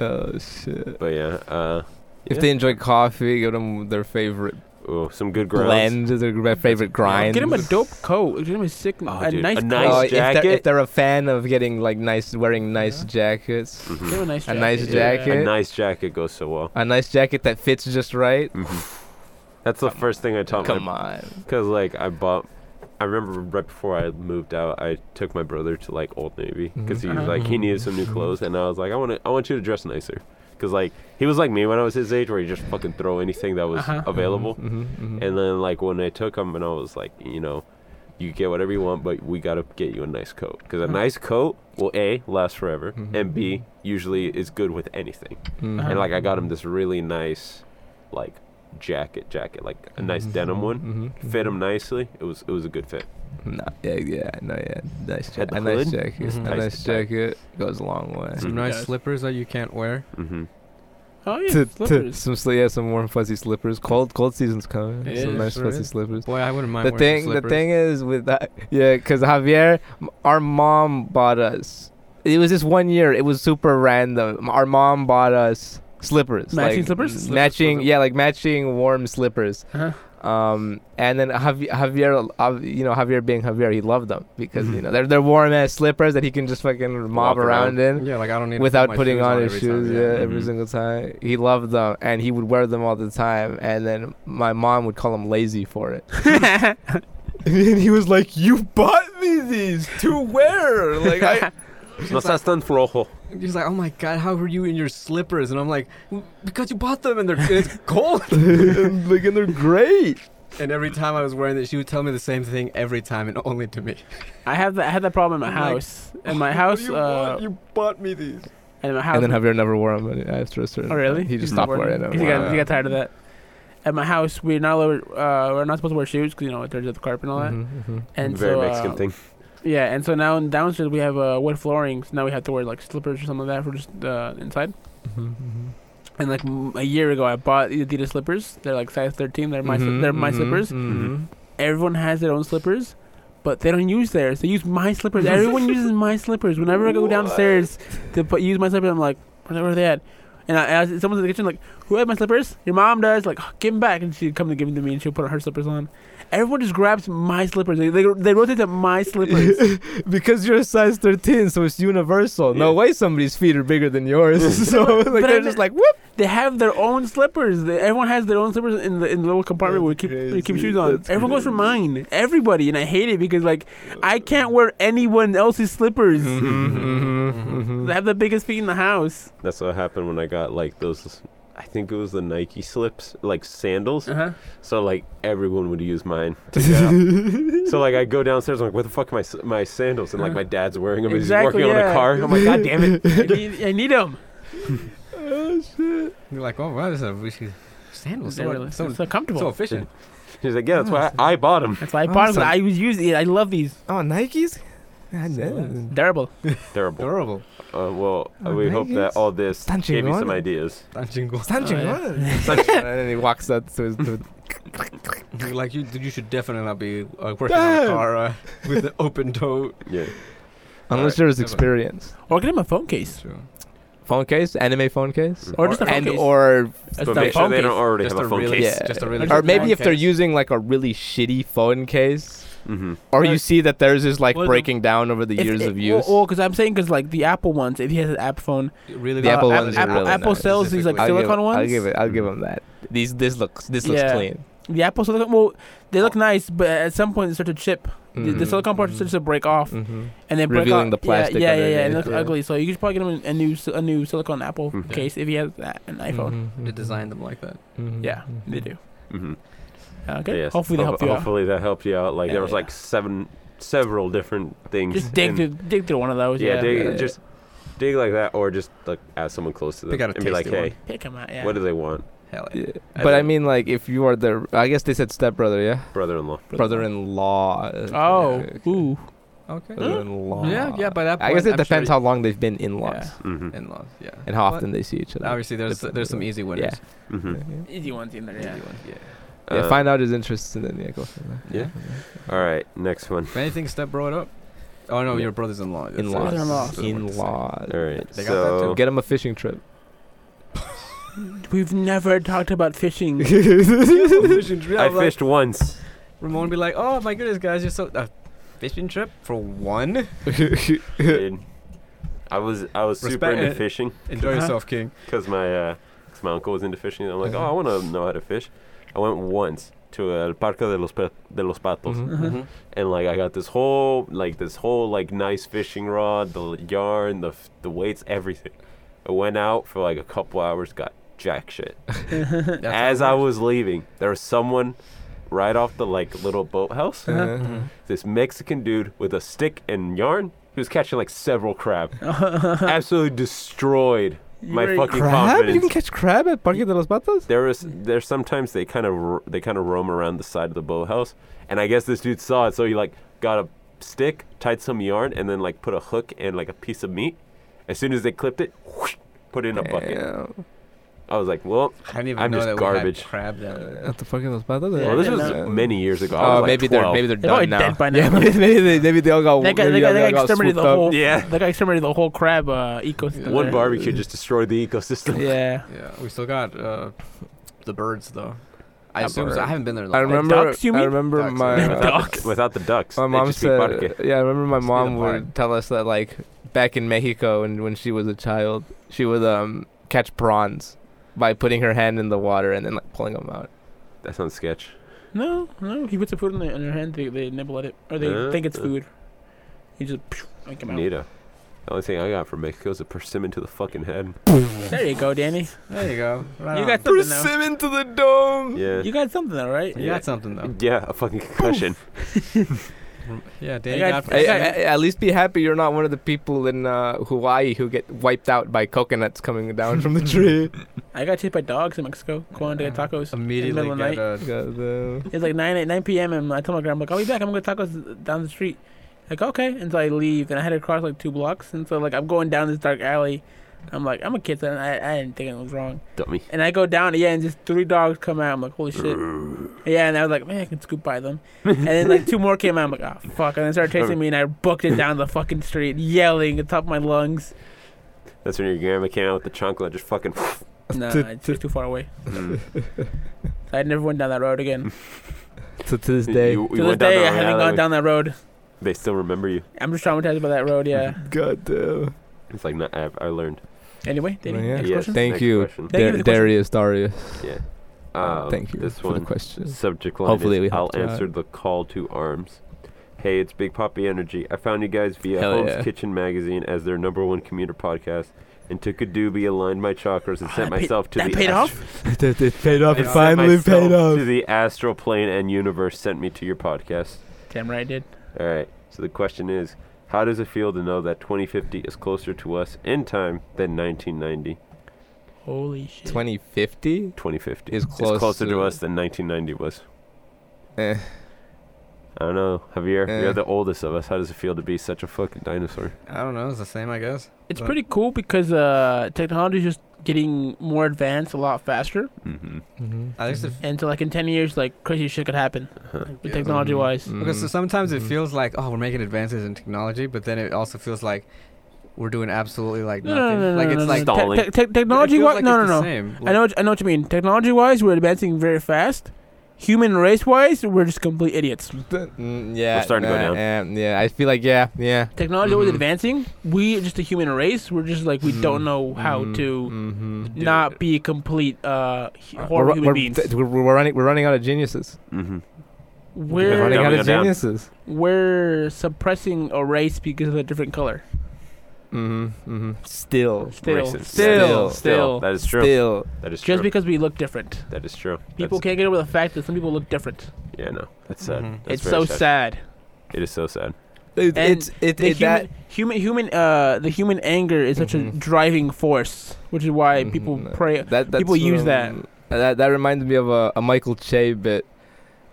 Speaker 4: oh shit.
Speaker 1: But yeah, uh,
Speaker 4: If
Speaker 1: Yeah.
Speaker 4: they enjoy coffee, give them their favorite
Speaker 1: ooh, some good grounds.
Speaker 4: blend, their favorite grind.
Speaker 2: Get him a dope coat. Get him a sick,
Speaker 1: Oh,
Speaker 2: a,
Speaker 1: dude, a
Speaker 2: nice
Speaker 1: nice
Speaker 4: Oh,
Speaker 2: coat.
Speaker 4: if, they're,
Speaker 1: jacket.
Speaker 4: if they're a fan of getting like nice, wearing nice
Speaker 3: Yeah.
Speaker 4: jackets,
Speaker 2: Get him
Speaker 1: Mhm.
Speaker 2: a nice
Speaker 4: Oh, a
Speaker 2: jacket.
Speaker 4: nice
Speaker 1: A
Speaker 4: jacket.
Speaker 1: nice jacket goes so well.
Speaker 4: a nice jacket that fits just right.
Speaker 1: Mhm. That's the first thing I taught
Speaker 4: Mm-hmm. Come
Speaker 1: my
Speaker 4: on,
Speaker 1: because like I bought. I remember right before I moved out, I took my brother to like Old Navy because he was
Speaker 2: Mhm.
Speaker 1: like he needed some new clothes, and I was like, I want to, I want you to dress nicer, because like he was like me when I was his age, where he just fucking throw anything that was
Speaker 2: Uh-huh.
Speaker 1: available,
Speaker 4: Mhm, mhm.
Speaker 1: and then like when I took him, and I was like, you know, you get whatever you want, but we gotta get you a nice coat, because a
Speaker 2: Mhm.
Speaker 1: nice coat will a last forever,
Speaker 4: Mhm.
Speaker 1: and b usually is good with anything,
Speaker 4: Mhm.
Speaker 1: and like I got him this really nice, like jacket, jacket, like a nice
Speaker 4: Mhm,
Speaker 1: denim one
Speaker 4: mhm,
Speaker 1: fit him
Speaker 4: mhm.
Speaker 1: nicely. It was it was a good fit.
Speaker 4: No, yeah, yeah, no, yeah. Nice
Speaker 1: Had
Speaker 4: jacket.
Speaker 1: the
Speaker 4: A nice
Speaker 1: hood. Mm-hmm.
Speaker 4: jacket.
Speaker 3: Mhm.
Speaker 4: A
Speaker 1: Nice
Speaker 4: nice
Speaker 1: jacket.
Speaker 4: jacket goes a long way.
Speaker 1: Mm.
Speaker 3: Some nice
Speaker 2: Yes.
Speaker 3: slippers that you can't wear.
Speaker 1: Mm-hmm.
Speaker 2: Oh yeah,
Speaker 4: T- t-
Speaker 2: slippers.
Speaker 4: some sli- yeah, some warm fuzzy slippers. Cold cold season's coming.
Speaker 2: It
Speaker 4: some
Speaker 2: is,
Speaker 4: nice
Speaker 3: sure
Speaker 4: fuzzy
Speaker 3: is.
Speaker 4: slippers.
Speaker 3: Boy, I wouldn't mind
Speaker 4: the
Speaker 3: wearing
Speaker 4: thing
Speaker 3: some
Speaker 4: the
Speaker 3: slippers.
Speaker 4: thing is with that yeah because javier m- our mom bought us it was this one year it was super random our mom bought us slippers
Speaker 2: Matching
Speaker 4: like,
Speaker 2: slippers?
Speaker 4: m-
Speaker 2: Slippers,
Speaker 4: matching
Speaker 3: slippers.
Speaker 4: yeah like matching warm slippers
Speaker 2: Uh-huh.
Speaker 4: um and then Javi- javier uh, you know javier being javier he loved them because you
Speaker 3: Mhm.
Speaker 4: know they're, they're warm ass slippers that he can just fucking mob
Speaker 1: Walk around.
Speaker 4: around in
Speaker 3: Yeah, like I don't need to
Speaker 4: without
Speaker 3: put my
Speaker 4: putting
Speaker 3: shoes
Speaker 4: on
Speaker 3: on
Speaker 4: his
Speaker 3: every time,
Speaker 4: shoes, yeah, every
Speaker 2: Mm-hmm.
Speaker 1: Mhm.
Speaker 4: single time. He loved them, and he would wear them all the time. And then my mom would call him lazy for it. and then he was like, "You bought me these to wear." Like, I,
Speaker 1: No seas tan flojo.
Speaker 3: He's like, oh my god, how are you in your slippers? And I'm like, "W- because you bought them and they're and it's cold.
Speaker 4: and, like, and they're great.
Speaker 3: and every time I was wearing it, she would tell me the same thing every time and only to me.
Speaker 2: I have that. I had that problem in my
Speaker 3: I'm like,
Speaker 2: house. in my
Speaker 3: "What do
Speaker 2: house,
Speaker 3: you
Speaker 2: uh,
Speaker 3: want? You bought me these.
Speaker 2: in my house.
Speaker 4: And then Javier never wore them after a certain.
Speaker 2: Oh, really?
Speaker 4: He just
Speaker 2: He's
Speaker 4: stopped
Speaker 2: bored.
Speaker 4: wearing them.
Speaker 2: He got, he
Speaker 1: Wow.
Speaker 2: got tired of that. At my house, we're not allowed, uh, we're not supposed to wear shoes because you know it turns out the carpet and all that.
Speaker 4: Mhm, mhm.
Speaker 2: And
Speaker 1: Very
Speaker 2: so,
Speaker 1: Mexican
Speaker 2: uh,
Speaker 1: thing.
Speaker 2: Yeah, and so now in downstairs we have uh, wood flooring. So now we have to wear like slippers or something like that for just uh, inside.
Speaker 4: Mhm, mhm.
Speaker 2: And like m- a year ago, I bought Adidas slippers. They're like size 13. They're my
Speaker 4: Mhm,
Speaker 2: sli- they're my
Speaker 4: mhm,
Speaker 2: slippers.
Speaker 4: mhm.
Speaker 2: Everyone has their own slippers, but they don't use theirs. They use my slippers. Everyone uses my slippers. Whenever I go downstairs to put, use my slippers, I'm like, where where are they at? And I ask someone's in the kitchen, like, who had my slippers? Your mom does. Like, give them back. And she'd come to give them to me, and she'll put her slippers on. Everyone just grabs my slippers. They they, they rotate to my slippers.
Speaker 4: because you're a size 13, so it's universal. No
Speaker 1: Yeah.
Speaker 4: way somebody's feet are bigger than yours. so like
Speaker 2: But I
Speaker 4: they're
Speaker 2: mean-
Speaker 4: just like,
Speaker 2: They have their own slippers. They, everyone has their own slippers in the in the little compartment where we
Speaker 4: That's
Speaker 2: keep where we keep
Speaker 4: crazy.
Speaker 2: shoes on.
Speaker 4: That's
Speaker 2: everyone goes for
Speaker 4: crazy.
Speaker 2: mine. Everybody, and I hate it because like I can't wear anyone else's slippers.
Speaker 4: Mm-hmm.
Speaker 2: They have the biggest feet in the house.
Speaker 1: That's what happened when I got like those. I think it was the Nike slips, like sandals.
Speaker 2: Uh huh.
Speaker 3: Uh-huh.
Speaker 1: So like everyone would use mine. So like I go downstairs. I'm like, where the fuck are my s- my sandals? And like my dad's wearing them.
Speaker 2: Uh-huh. Exactly,
Speaker 1: he's working on
Speaker 2: yeah.
Speaker 1: a car. I'm like, god damn it.
Speaker 2: I need, I need them.
Speaker 3: You're like, oh wow, this is a we should- sandals.
Speaker 2: They're
Speaker 3: So,
Speaker 2: really, so,
Speaker 3: so,
Speaker 2: so comfortable.
Speaker 3: so efficient.
Speaker 1: He's like, yeah, that's why I, I bought them.
Speaker 2: That's why I bought 'em.
Speaker 4: Awesome.
Speaker 2: I was using it. I love these.
Speaker 4: Oh, Nikes? I know.
Speaker 2: Terrible.
Speaker 1: Terrible. Uh,
Speaker 3: Durable.
Speaker 1: well,
Speaker 4: Oh,
Speaker 1: we hope that
Speaker 4: Nikes.
Speaker 1: all this
Speaker 4: Tan
Speaker 1: gave you
Speaker 4: chingón.
Speaker 1: some ideas.
Speaker 3: Tanjingo.
Speaker 4: Sancho,
Speaker 2: Oh, yeah.
Speaker 4: what? Sancho. and then he walks up to his. To,
Speaker 3: You're like, you you should definitely not be uh, working on a car uh, with an open toe.
Speaker 1: Yeah.
Speaker 4: unless there's
Speaker 3: never mind.
Speaker 4: experience.
Speaker 2: Or get him a phone case.
Speaker 4: Phone case? Anime phone case?
Speaker 2: Or just a phone
Speaker 4: and
Speaker 2: case.
Speaker 4: or
Speaker 2: That's
Speaker 1: but
Speaker 2: the
Speaker 1: make sure
Speaker 2: phone
Speaker 1: they
Speaker 2: case.
Speaker 1: don't already
Speaker 3: Just
Speaker 1: have
Speaker 3: a
Speaker 1: a phone
Speaker 3: really-
Speaker 1: case.
Speaker 4: yeah,
Speaker 3: just a really
Speaker 4: or
Speaker 3: good
Speaker 4: maybe
Speaker 3: phone
Speaker 4: if they're
Speaker 3: case.
Speaker 4: using like a really shitty phone case
Speaker 1: Mm-hmm.
Speaker 4: or you see that theirs is like
Speaker 3: Well, the-
Speaker 4: breaking down over the
Speaker 2: If
Speaker 4: years
Speaker 2: it-
Speaker 4: of use.
Speaker 2: Well, because I'm saying because like the Apple ones, if he has an app phone,
Speaker 3: Really,
Speaker 4: The
Speaker 2: uh,
Speaker 4: Apple
Speaker 2: App-
Speaker 4: ones are
Speaker 2: Apple,
Speaker 4: really
Speaker 2: Apple
Speaker 4: nice.
Speaker 2: sells these like
Speaker 4: I'll give-
Speaker 2: silicon ones.
Speaker 4: I'll give it. I'll give them that. These this looks this looks
Speaker 2: Yeah.
Speaker 4: clean.
Speaker 2: The Apple silicon, well, they
Speaker 1: Oh.
Speaker 2: look nice, but at some point they start to chip. The,
Speaker 1: Hmm.
Speaker 2: the
Speaker 4: Mhm.
Speaker 2: silicon part starts to break off,
Speaker 4: Mhm.
Speaker 2: and then break
Speaker 4: Revealing
Speaker 2: off-
Speaker 4: the plastic
Speaker 2: Yeah, yeah, yeah, yeah. It
Speaker 4: underneath,
Speaker 2: looks
Speaker 4: yeah.
Speaker 2: ugly. So you could probably get him a new si- a new silicon Apple
Speaker 1: Mhm.
Speaker 2: case if he has that, an
Speaker 1: Hmm.
Speaker 2: iPhone.
Speaker 4: Mhm.
Speaker 3: They designed them like that.
Speaker 4: Mhm.
Speaker 2: Yeah, they
Speaker 4: Mhm.
Speaker 2: do.
Speaker 1: Mm-hmm.
Speaker 2: Okay.
Speaker 1: Hmm. Yes.
Speaker 2: Hopefully they
Speaker 1: Ho-
Speaker 2: help you out.
Speaker 1: Hopefully that helped you out. Like
Speaker 2: Yeah,
Speaker 1: there was
Speaker 2: yeah.
Speaker 1: like seven, several different things.
Speaker 2: Just dig
Speaker 1: and-
Speaker 2: through, dig through one of those.
Speaker 1: Yeah,
Speaker 2: Yeah, Uh,
Speaker 1: dig,
Speaker 4: yeah.
Speaker 1: just dig like that, or just like ask someone close to them
Speaker 3: Pick out a
Speaker 1: and be like,
Speaker 3: tasty
Speaker 1: "Hey,
Speaker 3: one.
Speaker 2: pick him out. Yeah.
Speaker 1: what do they want,
Speaker 3: Hell yeah.
Speaker 4: Yeah.
Speaker 3: I
Speaker 4: But I
Speaker 3: think-
Speaker 4: mean, like, if you are the, I guess they said stepbrother, yeah,
Speaker 1: brother-in-law?"
Speaker 4: brother-in-law. uh,
Speaker 2: Oh,
Speaker 4: okay, okay.
Speaker 2: ooh.
Speaker 3: Okay.
Speaker 4: Brother-in-law.
Speaker 3: Yeah, yeah. By that point,
Speaker 4: I guess it
Speaker 3: I'm sure
Speaker 4: depends how long they've been in-laws
Speaker 1: Mm-hmm.
Speaker 3: in laws. Yeah.
Speaker 4: and how
Speaker 3: But
Speaker 4: often they see each other.
Speaker 3: Obviously, there's
Speaker 4: Depends
Speaker 3: there's
Speaker 4: on
Speaker 3: some
Speaker 4: the-
Speaker 3: easy winners.
Speaker 1: Mm-hmm.
Speaker 4: Yeah.
Speaker 2: Easy ones in there.
Speaker 3: Easy
Speaker 2: Yeah.
Speaker 3: ones, yeah.
Speaker 4: Yeah,
Speaker 3: Uh,
Speaker 4: find out his interests and then yeah, go from there.
Speaker 1: Yeah. All right, next one.
Speaker 3: If anything, step brought up. Oh no,
Speaker 4: Yeah.
Speaker 3: your brothers-in-law. That's-
Speaker 4: In-laws.
Speaker 2: Brother-in-law.
Speaker 3: that's what I wanted to say.
Speaker 4: In-laws.
Speaker 1: All right,
Speaker 3: They got that
Speaker 1: so
Speaker 4: Get him a fishing trip.
Speaker 2: We've never talked about fishing.
Speaker 1: I
Speaker 4: Mm-hmm.
Speaker 3: I
Speaker 1: fished once.
Speaker 3: Ramon be like, "Oh my goodness, guys, you're so uh, fishing trip for one.
Speaker 1: dude. I was I was super
Speaker 3: Respect
Speaker 1: into
Speaker 3: it.
Speaker 1: fishing
Speaker 3: Enjoy
Speaker 2: Uh-huh.
Speaker 3: yourself, King."
Speaker 1: because my uh 'cause my uncle was into fishing. I'm like,
Speaker 4: Uh-huh.
Speaker 1: "Oh, I want to know how to fish." I went once to El Parque de los Pe- de los Patos.
Speaker 2: Mm-hmm.
Speaker 4: Mhm.
Speaker 1: and like I got this whole like this whole like nice fishing rod, the yarn, the f- the weights, everything. I went out for like a couple hours, got jack shit.
Speaker 3: That's how
Speaker 1: As
Speaker 3: it
Speaker 1: I
Speaker 3: works.
Speaker 1: was leaving, there was someone right off the like little boathouse.
Speaker 4: Uh-huh.
Speaker 1: This Mexican dude with a stick and yarn, he was catching like several crab.
Speaker 2: Uh-huh.
Speaker 1: Absolutely destroyed my
Speaker 2: You're a
Speaker 1: fucking
Speaker 4: Crab? You
Speaker 1: confidence.
Speaker 4: can catch crab at Parque de los Patos?
Speaker 1: There was there's sometimes they kind of ro- they kind of roam around the side of the boathouse, and I guess this dude saw it, so he like got a stick, tied some yarn, and then like put a hook and like a piece of meat. As soon as they clipped it, whoosh, put it in a bucket.
Speaker 4: Damn.
Speaker 1: I was like, well,
Speaker 3: I didn't even
Speaker 1: I'm
Speaker 3: know
Speaker 1: just
Speaker 3: that we
Speaker 1: garbage.
Speaker 3: had crab down there.
Speaker 4: At the Parque de los Patos?
Speaker 2: Yeah,
Speaker 1: well, this
Speaker 2: yeah,
Speaker 1: was
Speaker 2: no.
Speaker 1: many years ago. I
Speaker 4: Oh,
Speaker 1: was like
Speaker 4: maybe they're
Speaker 1: 12.
Speaker 4: maybe they're
Speaker 2: They're probably
Speaker 4: done now.
Speaker 2: dead by
Speaker 4: Yeah,
Speaker 2: now.
Speaker 4: maybe they maybe they all got
Speaker 2: That guy,
Speaker 4: maybe
Speaker 2: that guy,
Speaker 4: they
Speaker 2: that guy
Speaker 4: all got
Speaker 2: exterminated the
Speaker 4: swooped up.
Speaker 2: whole.
Speaker 1: Yeah.
Speaker 2: That guy exterminated the whole crab uh, ecosystem.
Speaker 1: one
Speaker 2: there.
Speaker 1: barbecue just destroyed the ecosystem.
Speaker 2: Yeah.
Speaker 3: Yeah, we still got uh, the birds though. I
Speaker 4: Yeah,
Speaker 3: assume
Speaker 4: birds.
Speaker 3: so. I haven't been there. in a
Speaker 4: I
Speaker 3: long time.
Speaker 4: remember
Speaker 2: ducks, you
Speaker 4: I
Speaker 2: mean?
Speaker 4: remember
Speaker 3: Ducks,
Speaker 4: my uh,
Speaker 3: yeah.
Speaker 1: Without,
Speaker 2: Ducks.
Speaker 1: The, without the ducks,
Speaker 4: My
Speaker 1: they
Speaker 4: mom
Speaker 1: just speak
Speaker 4: said,
Speaker 1: parque.
Speaker 4: yeah, I remember my
Speaker 3: Speak
Speaker 4: mom
Speaker 3: the
Speaker 4: would
Speaker 3: part.
Speaker 4: tell us that like back in Mexico and when she was a child, she would um catch prawns by putting her hand in the water and then like pulling them out.
Speaker 1: That sounds sketch.
Speaker 2: No, no. He puts the food in, the, in their hand. They, they nibble at it, or they
Speaker 1: Uh,
Speaker 2: think it's
Speaker 1: uh.
Speaker 2: food. He just phew, like him out.
Speaker 1: Nita. The only thing I got from Mexico is a persimmon to the fucking head.
Speaker 2: There you go, Danny.
Speaker 3: There you go. Right
Speaker 2: You
Speaker 3: on.
Speaker 2: got something though.
Speaker 4: Persimmon to the dome.
Speaker 1: Yeah.
Speaker 2: You got something though, right?
Speaker 3: You
Speaker 1: Yeah.
Speaker 3: got something though.
Speaker 1: Yeah, a fucking concussion.
Speaker 3: Yeah, Danny
Speaker 2: I
Speaker 3: got.
Speaker 2: got-
Speaker 4: Hey, a- a- at least be happy you're not one of the people in uh, Hawaii who get wiped out by coconuts coming down from the tree.
Speaker 2: I got hit by dogs in Mexico. Going to get tacos.
Speaker 3: Immediately
Speaker 2: in the middle of the night.
Speaker 3: got a
Speaker 4: Goddamn.
Speaker 2: It's like 9, 9 p.m. and I told my grandma, like, I'll be back. I'm going to go tacos down the street. Like, okay. And so I leave and I had to cross like two blocks. And so, like, I'm going down this dark alley. I'm like, I'm a kid, so I, I didn't think it was wrong.
Speaker 1: Dummy.
Speaker 2: And I go down, yeah, and just three dogs come out. I'm like, holy shit. Yeah, and I was like, man, I can scoop by them. And then, like, two more came out. I'm like, oh, fuck. And they started chasing me, and I booked it down the fucking street, yelling at the top of my lungs.
Speaker 1: That's when your grandma came out with the chocolate, just fucking.
Speaker 2: Nah, it's just too far away. So I never went down that road again.
Speaker 4: So to this day,
Speaker 1: You- you
Speaker 2: to this
Speaker 1: went down
Speaker 2: day,
Speaker 1: that
Speaker 2: I haven't
Speaker 1: alley.
Speaker 2: gone down that road.
Speaker 1: They still remember you.
Speaker 2: I'm just traumatized by that road, yeah.
Speaker 4: goddamn.
Speaker 1: It's like not, I, I learned.
Speaker 2: Anyway, Danny,
Speaker 4: Yeah.
Speaker 2: next
Speaker 1: Yes.
Speaker 2: question.
Speaker 4: Thank
Speaker 1: Next
Speaker 4: you.
Speaker 1: question.
Speaker 2: Thank you for
Speaker 4: Dar-
Speaker 2: the question.
Speaker 4: Darius Darius.
Speaker 1: Yeah. Um,
Speaker 4: Thank you
Speaker 1: This
Speaker 4: for the
Speaker 1: one.
Speaker 4: question.
Speaker 1: Subject line.
Speaker 4: Uh, Hopefully
Speaker 1: is,
Speaker 4: we
Speaker 1: I'll
Speaker 4: helped you out.
Speaker 1: answer the call to arms. Hey, it's Big Poppy Energy. I found you guys via
Speaker 4: Hell
Speaker 1: Home's
Speaker 4: yeah.
Speaker 1: Kitchen Magazine as their number one commuter podcast, and took a doobie, aligned my chakras, and sent
Speaker 2: Ah, that paid-
Speaker 1: myself to
Speaker 2: that
Speaker 1: the
Speaker 2: paid
Speaker 1: astral-
Speaker 2: off?
Speaker 4: it, it
Speaker 3: Paid
Speaker 4: paid off. It
Speaker 3: off.
Speaker 1: sent
Speaker 4: finally paid
Speaker 1: myself
Speaker 4: off.
Speaker 1: to the astral plane and universe. Sent me to your podcast.
Speaker 2: Damn right, dude.
Speaker 1: All right. So the question is, how does it feel to know that 2050 is closer to us in time than 1990?
Speaker 2: Holy shit.
Speaker 4: 2050?
Speaker 1: 2050
Speaker 4: Is
Speaker 1: It's
Speaker 4: close
Speaker 1: closer to,
Speaker 4: to-
Speaker 1: us than 1990 was.
Speaker 4: Eh.
Speaker 1: I don't know, Javier.
Speaker 4: Eh.
Speaker 1: You're the oldest of us. How does it feel to be such a fucking dinosaur?
Speaker 3: I don't know. It's the same, I guess.
Speaker 4: Mm-hmm.
Speaker 2: It's
Speaker 3: But-
Speaker 2: pretty cool because uh, technology is just getting more advanced a lot faster.
Speaker 1: Mm-hmm.
Speaker 3: I guess it
Speaker 2: And so, like, in 10 years, like, crazy shit could happen
Speaker 1: Mm-hmm.
Speaker 2: with
Speaker 3: Yeah.
Speaker 2: technology wise.
Speaker 3: Okay, so sometimes it
Speaker 4: Mhm.
Speaker 3: feels like oh we're making advances in technology, but then it also feels like we're doing absolutely like
Speaker 2: No, no,
Speaker 3: nothing.
Speaker 2: no, no,
Speaker 3: like
Speaker 2: no,
Speaker 3: it's
Speaker 2: no,
Speaker 3: like
Speaker 1: Stop. stalling.
Speaker 2: Te- te-
Speaker 3: it feels
Speaker 2: technology wise,
Speaker 3: like
Speaker 2: no,
Speaker 3: it's
Speaker 2: no,
Speaker 3: the
Speaker 2: no.
Speaker 3: Same.
Speaker 2: I know, what, I know what you mean. Technology wise, we're advancing very fast. human race wise, we're just complete idiots.
Speaker 4: Mm, yeah.
Speaker 1: We're starting to go
Speaker 4: nah, eh, yeah, I feel like yeah, yeah.
Speaker 2: Technology always
Speaker 4: Mhm.
Speaker 2: advancing. We just a human race. We're just like we don't
Speaker 3: Mhm.
Speaker 2: know how to
Speaker 4: Mm-hmm.
Speaker 2: not be complete uh, hu- horrible
Speaker 4: we're,
Speaker 2: human
Speaker 4: we're,
Speaker 2: beings.
Speaker 4: th- we're, we're running. We're running out of geniuses.
Speaker 1: hmm
Speaker 4: We're
Speaker 1: We're
Speaker 2: we're
Speaker 4: running
Speaker 1: down,
Speaker 4: out
Speaker 1: we're
Speaker 4: of
Speaker 1: down.
Speaker 4: geniuses.
Speaker 2: we're suppressing a race because of a different color.
Speaker 4: Mm-hmm. Mm-hmm. Still.
Speaker 2: Still,
Speaker 1: Racist.
Speaker 2: still,
Speaker 4: Still,
Speaker 2: still,
Speaker 1: That is true.
Speaker 4: Still.
Speaker 1: That is true.
Speaker 2: Just because we look different,
Speaker 1: that is true.
Speaker 2: people
Speaker 1: That's-
Speaker 2: can't get over the fact that some people look different.
Speaker 1: Yeah, no. That's
Speaker 4: Mm-hmm.
Speaker 1: sad.
Speaker 3: Mhm.
Speaker 1: That's
Speaker 2: it's so
Speaker 1: very
Speaker 2: sad.
Speaker 1: It is so sad.
Speaker 4: It,
Speaker 2: And
Speaker 4: it's it,
Speaker 2: The
Speaker 4: it that
Speaker 2: human, human, human, uh, the human anger is such a
Speaker 4: Mhm.
Speaker 2: driving force, which is why people
Speaker 4: Mhm.
Speaker 2: pray.
Speaker 4: that that's
Speaker 2: people use that.
Speaker 4: um, That that reminds me of a, a Michael Che bit.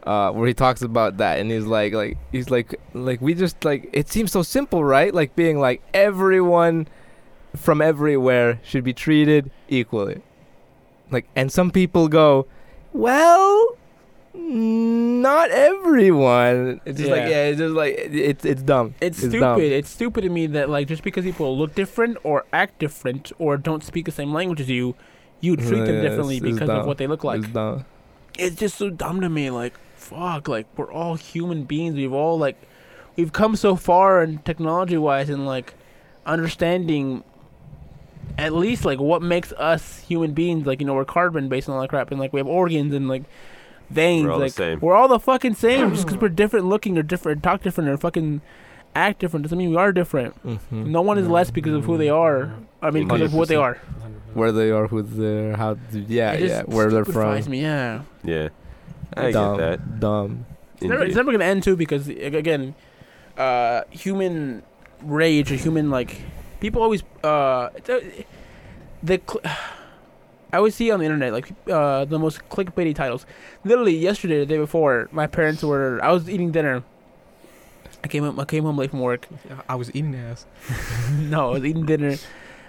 Speaker 4: Uh, where he talks about that and he's like like he's like like we just like it seems so simple right like being like everyone from everywhere should be treated equally like and some people go well not everyone it's just like
Speaker 2: Yeah.
Speaker 4: yeah it's just like it, it's it's dumb
Speaker 2: It's, stupid.
Speaker 4: dumb.
Speaker 2: It's stupid to me that like just because people look different or act different or don't speak the same language as you, you treat
Speaker 4: Yeah,
Speaker 2: them
Speaker 4: yeah,
Speaker 2: differently
Speaker 4: it's- it's
Speaker 2: because of
Speaker 4: dumb.
Speaker 2: what they look like.
Speaker 4: it's dumb
Speaker 2: it's just so dumb to me. Like, fuck, like we're all human beings. We've all like, we've come so far in technology wise and like understanding at least like what makes us human beings. Like you know we're carbon based and all that crap, and like we have organs and like veins.
Speaker 1: We're all the
Speaker 2: like
Speaker 1: same.
Speaker 2: we're all the fucking same. just because we're different looking or different, talk different or fucking act different doesn't mean we are different.
Speaker 4: mm-hmm.
Speaker 2: No one is less because of who they are. I mean, because of what they are.
Speaker 4: where they are, who they're, how, th- yeah,
Speaker 2: It just
Speaker 4: yeah, where they're from.
Speaker 2: stupefies me, yeah.
Speaker 1: Yeah. I
Speaker 4: dumb,
Speaker 1: get
Speaker 4: Dumb.
Speaker 1: that.
Speaker 2: It's never,
Speaker 1: Indeed.
Speaker 2: it's never gonna end too because a- again, uh, human rage or human like people always uh it's a- the cl- I always see on the internet like uh the most clickbaity titles. Literally yesterday, the day before, my parents were I was eating dinner. I came home, I came home late from work.
Speaker 3: I was eating ass.
Speaker 2: no, I was eating dinner.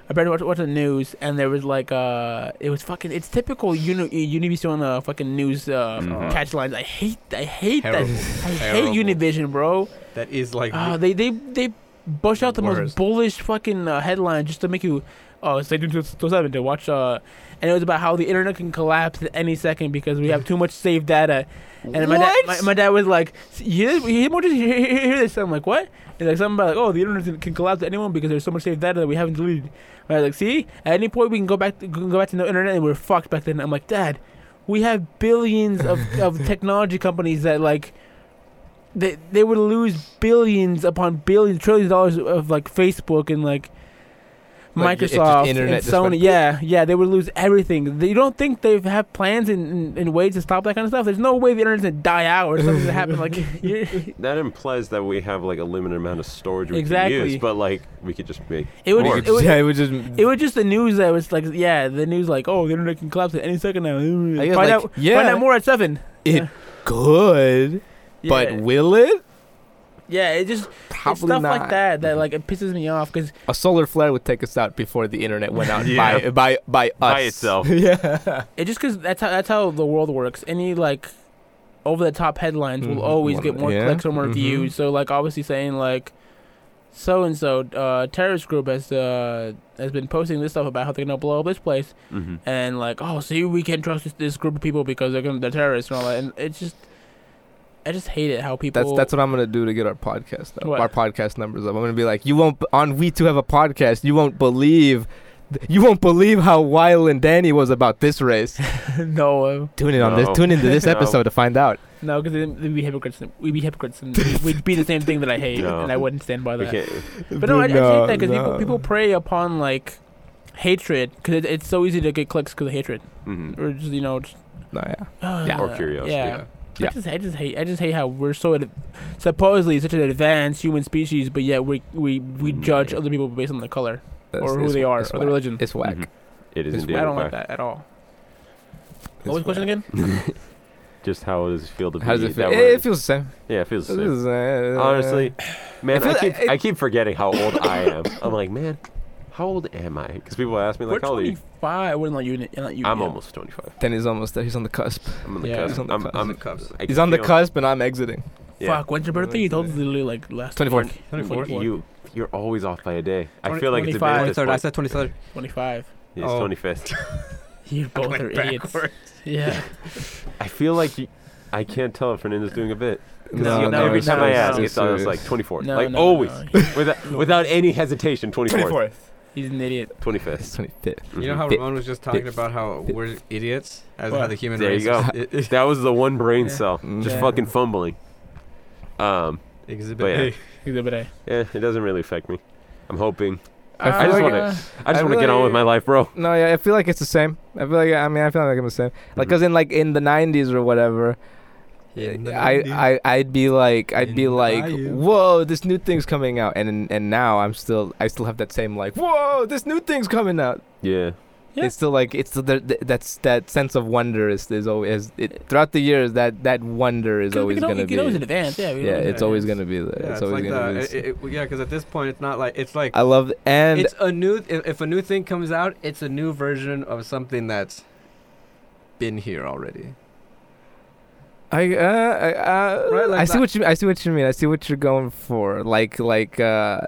Speaker 2: I better watch, watch the news, and there was like uh, it was fucking. It's typical uni Univision on the fucking news uh,
Speaker 1: Mhm.
Speaker 2: catch lines. I hate, I hate that.
Speaker 3: Terrible.
Speaker 2: I
Speaker 3: Terrible.
Speaker 2: hate Univision, bro.
Speaker 3: That is like
Speaker 2: Uh, they they they bush out the most
Speaker 3: Worst.
Speaker 2: bullish fucking uh, headline just to make you oh stay tuned to to seven to watch uh, and it was about how the internet can collapse at any second because we have too much saved data. And my dad, my, my dad was like, "You hear, hear, hear, hear this?" I'm like, "What?" He's like, "Something about like, oh, the internet can- can collapse at anyone because there's so much saved data that we haven't deleted." And I was like, "See, at any point we can go back, to, go back to no internet, and we're fucked back then." I'm like, "Dad, we have billions of, of technology companies that like, they they would lose billions upon billions, trillions of dollars of like Facebook and like."
Speaker 4: Like, if just
Speaker 2: Microsoft
Speaker 4: internet
Speaker 2: and
Speaker 4: just went
Speaker 2: Sony, yeah, yeah, they would lose everything. They- You don't think they have plans and, and, and ways to stop that kind of stuff? There's no way the internet's gonna die out or something's gonna happen. Like, you-
Speaker 1: That implies that we have like a limited amount of storage we can
Speaker 2: Exactly.
Speaker 1: use, but like we could just make.
Speaker 2: it would,
Speaker 1: Or-
Speaker 2: just, it would,
Speaker 4: yeah, it would just. It
Speaker 2: it was just the news that was like, yeah, the news like, oh, the internet can collapse at any second now.
Speaker 4: I
Speaker 2: Find
Speaker 4: guess, like,
Speaker 2: out,
Speaker 4: yeah.
Speaker 2: find out more at seven.
Speaker 4: good, but
Speaker 2: yeah,
Speaker 4: will it?
Speaker 2: yeah, it just it's
Speaker 4: Probably
Speaker 2: stuff
Speaker 4: not.
Speaker 2: like that that like it pisses me off because
Speaker 4: A solar flare would take us out before the internet went out
Speaker 1: Yeah.
Speaker 4: by by by us
Speaker 1: By itself.
Speaker 4: yeah.
Speaker 2: it just because that's how that's how the world works. Any like over the top headlines will
Speaker 4: Mhm.
Speaker 2: always
Speaker 4: Wanna-
Speaker 2: get more
Speaker 4: yeah.
Speaker 2: clicks or more
Speaker 4: Mhm.
Speaker 2: views. So like obviously saying like so and so uh terrorist group has uh has been posting this stuff about how they're gonna blow up this place
Speaker 4: Mm-hmm.
Speaker 1: hmm
Speaker 2: and like oh see we can't trust this, this group of people because they're gonna they're terrorists and all that and it's just I just hate it how people
Speaker 4: That's that's what I'm gonna do to get our podcast up,
Speaker 2: What?
Speaker 4: our podcast numbers up. I'm gonna be like, you won't b- on we two have a podcast. You won't believe, you won't believe how wild and Danny was about this race.
Speaker 2: no uh,
Speaker 4: tune in on
Speaker 1: No.
Speaker 4: this. Tune into this
Speaker 1: No.
Speaker 4: episode to find out.
Speaker 2: no because then we'd be hypocrites and- we'd be hypocrites and we'd be the same thing that I hate
Speaker 1: No.
Speaker 2: and I wouldn't stand by
Speaker 1: We
Speaker 2: that.
Speaker 1: can't.
Speaker 2: But no, I, I just
Speaker 4: uh,
Speaker 2: hate that because people, people prey upon like hatred because it, it's so easy to get clicks because of hatred
Speaker 1: hmm
Speaker 2: or just you know just,
Speaker 4: No, yeah.
Speaker 2: uh,
Speaker 1: Or curiosity.
Speaker 2: Yeah.
Speaker 3: yeah.
Speaker 4: Yeah.
Speaker 2: I just I just hate I just hate how we're so ad- supposedly such an advanced human species, but yet we we we judge other people based on their color
Speaker 4: That's-
Speaker 2: or who
Speaker 4: it's-
Speaker 2: they are
Speaker 4: It's
Speaker 2: or
Speaker 4: whack.
Speaker 2: their religion.
Speaker 4: It's whack.
Speaker 1: Mhm. It is
Speaker 4: It's-
Speaker 1: indeed.
Speaker 2: I don't like
Speaker 1: whack.
Speaker 2: that at all.
Speaker 4: It's
Speaker 2: What was the question
Speaker 4: whack.
Speaker 2: again?
Speaker 1: Just how does it feel to be?
Speaker 4: How does it feel?
Speaker 1: That
Speaker 4: It,
Speaker 1: way?
Speaker 4: it feels the same.
Speaker 1: yeah, it feels the
Speaker 4: It
Speaker 1: same.
Speaker 4: feels eh, the same.
Speaker 1: Honestly, man,
Speaker 4: I feel
Speaker 1: I keep
Speaker 4: uh, like-
Speaker 1: I keep forgetting how old I am. I'm like, man, how old am I? Because people ask me
Speaker 2: we're
Speaker 1: like, how old are you?
Speaker 2: 25. We're not you. Not you.
Speaker 1: I'm
Speaker 2: yet.
Speaker 1: almost 25.
Speaker 4: Danny's almost there. He's on the cusp.
Speaker 1: I'm on the
Speaker 2: Yeah.
Speaker 1: cusp.
Speaker 2: He's
Speaker 4: on the
Speaker 1: I'm,
Speaker 4: cusp.
Speaker 1: I'm,
Speaker 3: the cups.
Speaker 1: I
Speaker 4: He's on the
Speaker 1: feel-
Speaker 4: cusp, and I'm exiting.
Speaker 1: Yeah.
Speaker 2: Fuck. When's your birthday? You told us literally like last.
Speaker 4: 24th.
Speaker 2: week.
Speaker 3: 24th.
Speaker 1: You you're always off by a day. I
Speaker 3: 20
Speaker 1: feel like it's a bit
Speaker 2: 25.
Speaker 1: at this
Speaker 3: 23rd. I
Speaker 1: point.
Speaker 3: said 23rd.
Speaker 2: 25.
Speaker 1: Yeah, It's
Speaker 3: Oh.
Speaker 1: 25th.
Speaker 2: You both are idiots. Yeah.
Speaker 1: I feel like you, I can't tell if Fernando's doing a bit. 'Cause
Speaker 4: No,
Speaker 1: you-
Speaker 2: no,
Speaker 1: every
Speaker 2: no,
Speaker 1: time I
Speaker 2: no,
Speaker 1: ask,
Speaker 2: no.
Speaker 1: it's always like 24.
Speaker 2: No,
Speaker 1: like
Speaker 2: no,
Speaker 1: always.
Speaker 2: no.
Speaker 1: Without, without any hesitation, 24th.
Speaker 2: He's an idiot.
Speaker 1: 25th.
Speaker 4: twenty fifth.
Speaker 1: Mhm.
Speaker 3: You know how
Speaker 4: Fit.
Speaker 3: Ramon was just talking about how we're idiots as how
Speaker 2: What?
Speaker 3: the human
Speaker 1: There you
Speaker 3: race
Speaker 1: go.
Speaker 3: is- i- i-
Speaker 1: that was the one brain
Speaker 2: Yeah.
Speaker 1: cell. Just
Speaker 2: Yeah.
Speaker 1: fucking fumbling. Um,
Speaker 3: exhibit
Speaker 1: But yeah.
Speaker 3: A.
Speaker 2: Exhibit A.
Speaker 1: yeah, it doesn't really affect me. I'm hoping.
Speaker 4: I
Speaker 1: I just
Speaker 4: feel
Speaker 1: want
Speaker 4: like-
Speaker 1: to.
Speaker 2: uh,
Speaker 1: I just
Speaker 4: I
Speaker 1: want to get on
Speaker 4: really-
Speaker 1: with my life, bro.
Speaker 4: No, yeah, I feel like it's the same. I feel like I mean, I feel like I'm the same. Like,
Speaker 1: Mhm.
Speaker 4: cause in like in the '90s or whatever,
Speaker 3: In the
Speaker 4: I, I I'd be like I'd be
Speaker 3: In the
Speaker 4: like,
Speaker 3: bayou.
Speaker 4: whoa, this new thing's coming out, and and now I'm still I still have that same like, whoa, this new thing's coming out.
Speaker 1: Yeah.
Speaker 2: Yeah.
Speaker 4: It's still like it's still the, the, that's that sense of wonder is is always it, throughout the years that that wonder is
Speaker 2: 'Cause we
Speaker 4: always
Speaker 2: can al-
Speaker 4: gonna
Speaker 2: we
Speaker 4: be
Speaker 2: can always advance. Yeah, we can
Speaker 4: yeah,
Speaker 2: always
Speaker 4: it's
Speaker 2: advance.
Speaker 4: always gonna be there.
Speaker 3: Yeah,
Speaker 4: it's
Speaker 3: it's
Speaker 4: always
Speaker 3: like
Speaker 4: gonna
Speaker 3: that.
Speaker 4: be.
Speaker 3: It-
Speaker 4: the
Speaker 3: it- it- yeah, because at this point, it's not like it's like
Speaker 4: I love and
Speaker 3: it's a new. If if a new thing comes out, it's a new version of something that's been here already.
Speaker 4: I uh, I, uh,
Speaker 3: Right, like
Speaker 4: I see
Speaker 3: that-
Speaker 4: what you I see what you mean. I see what you're going for. Like like uh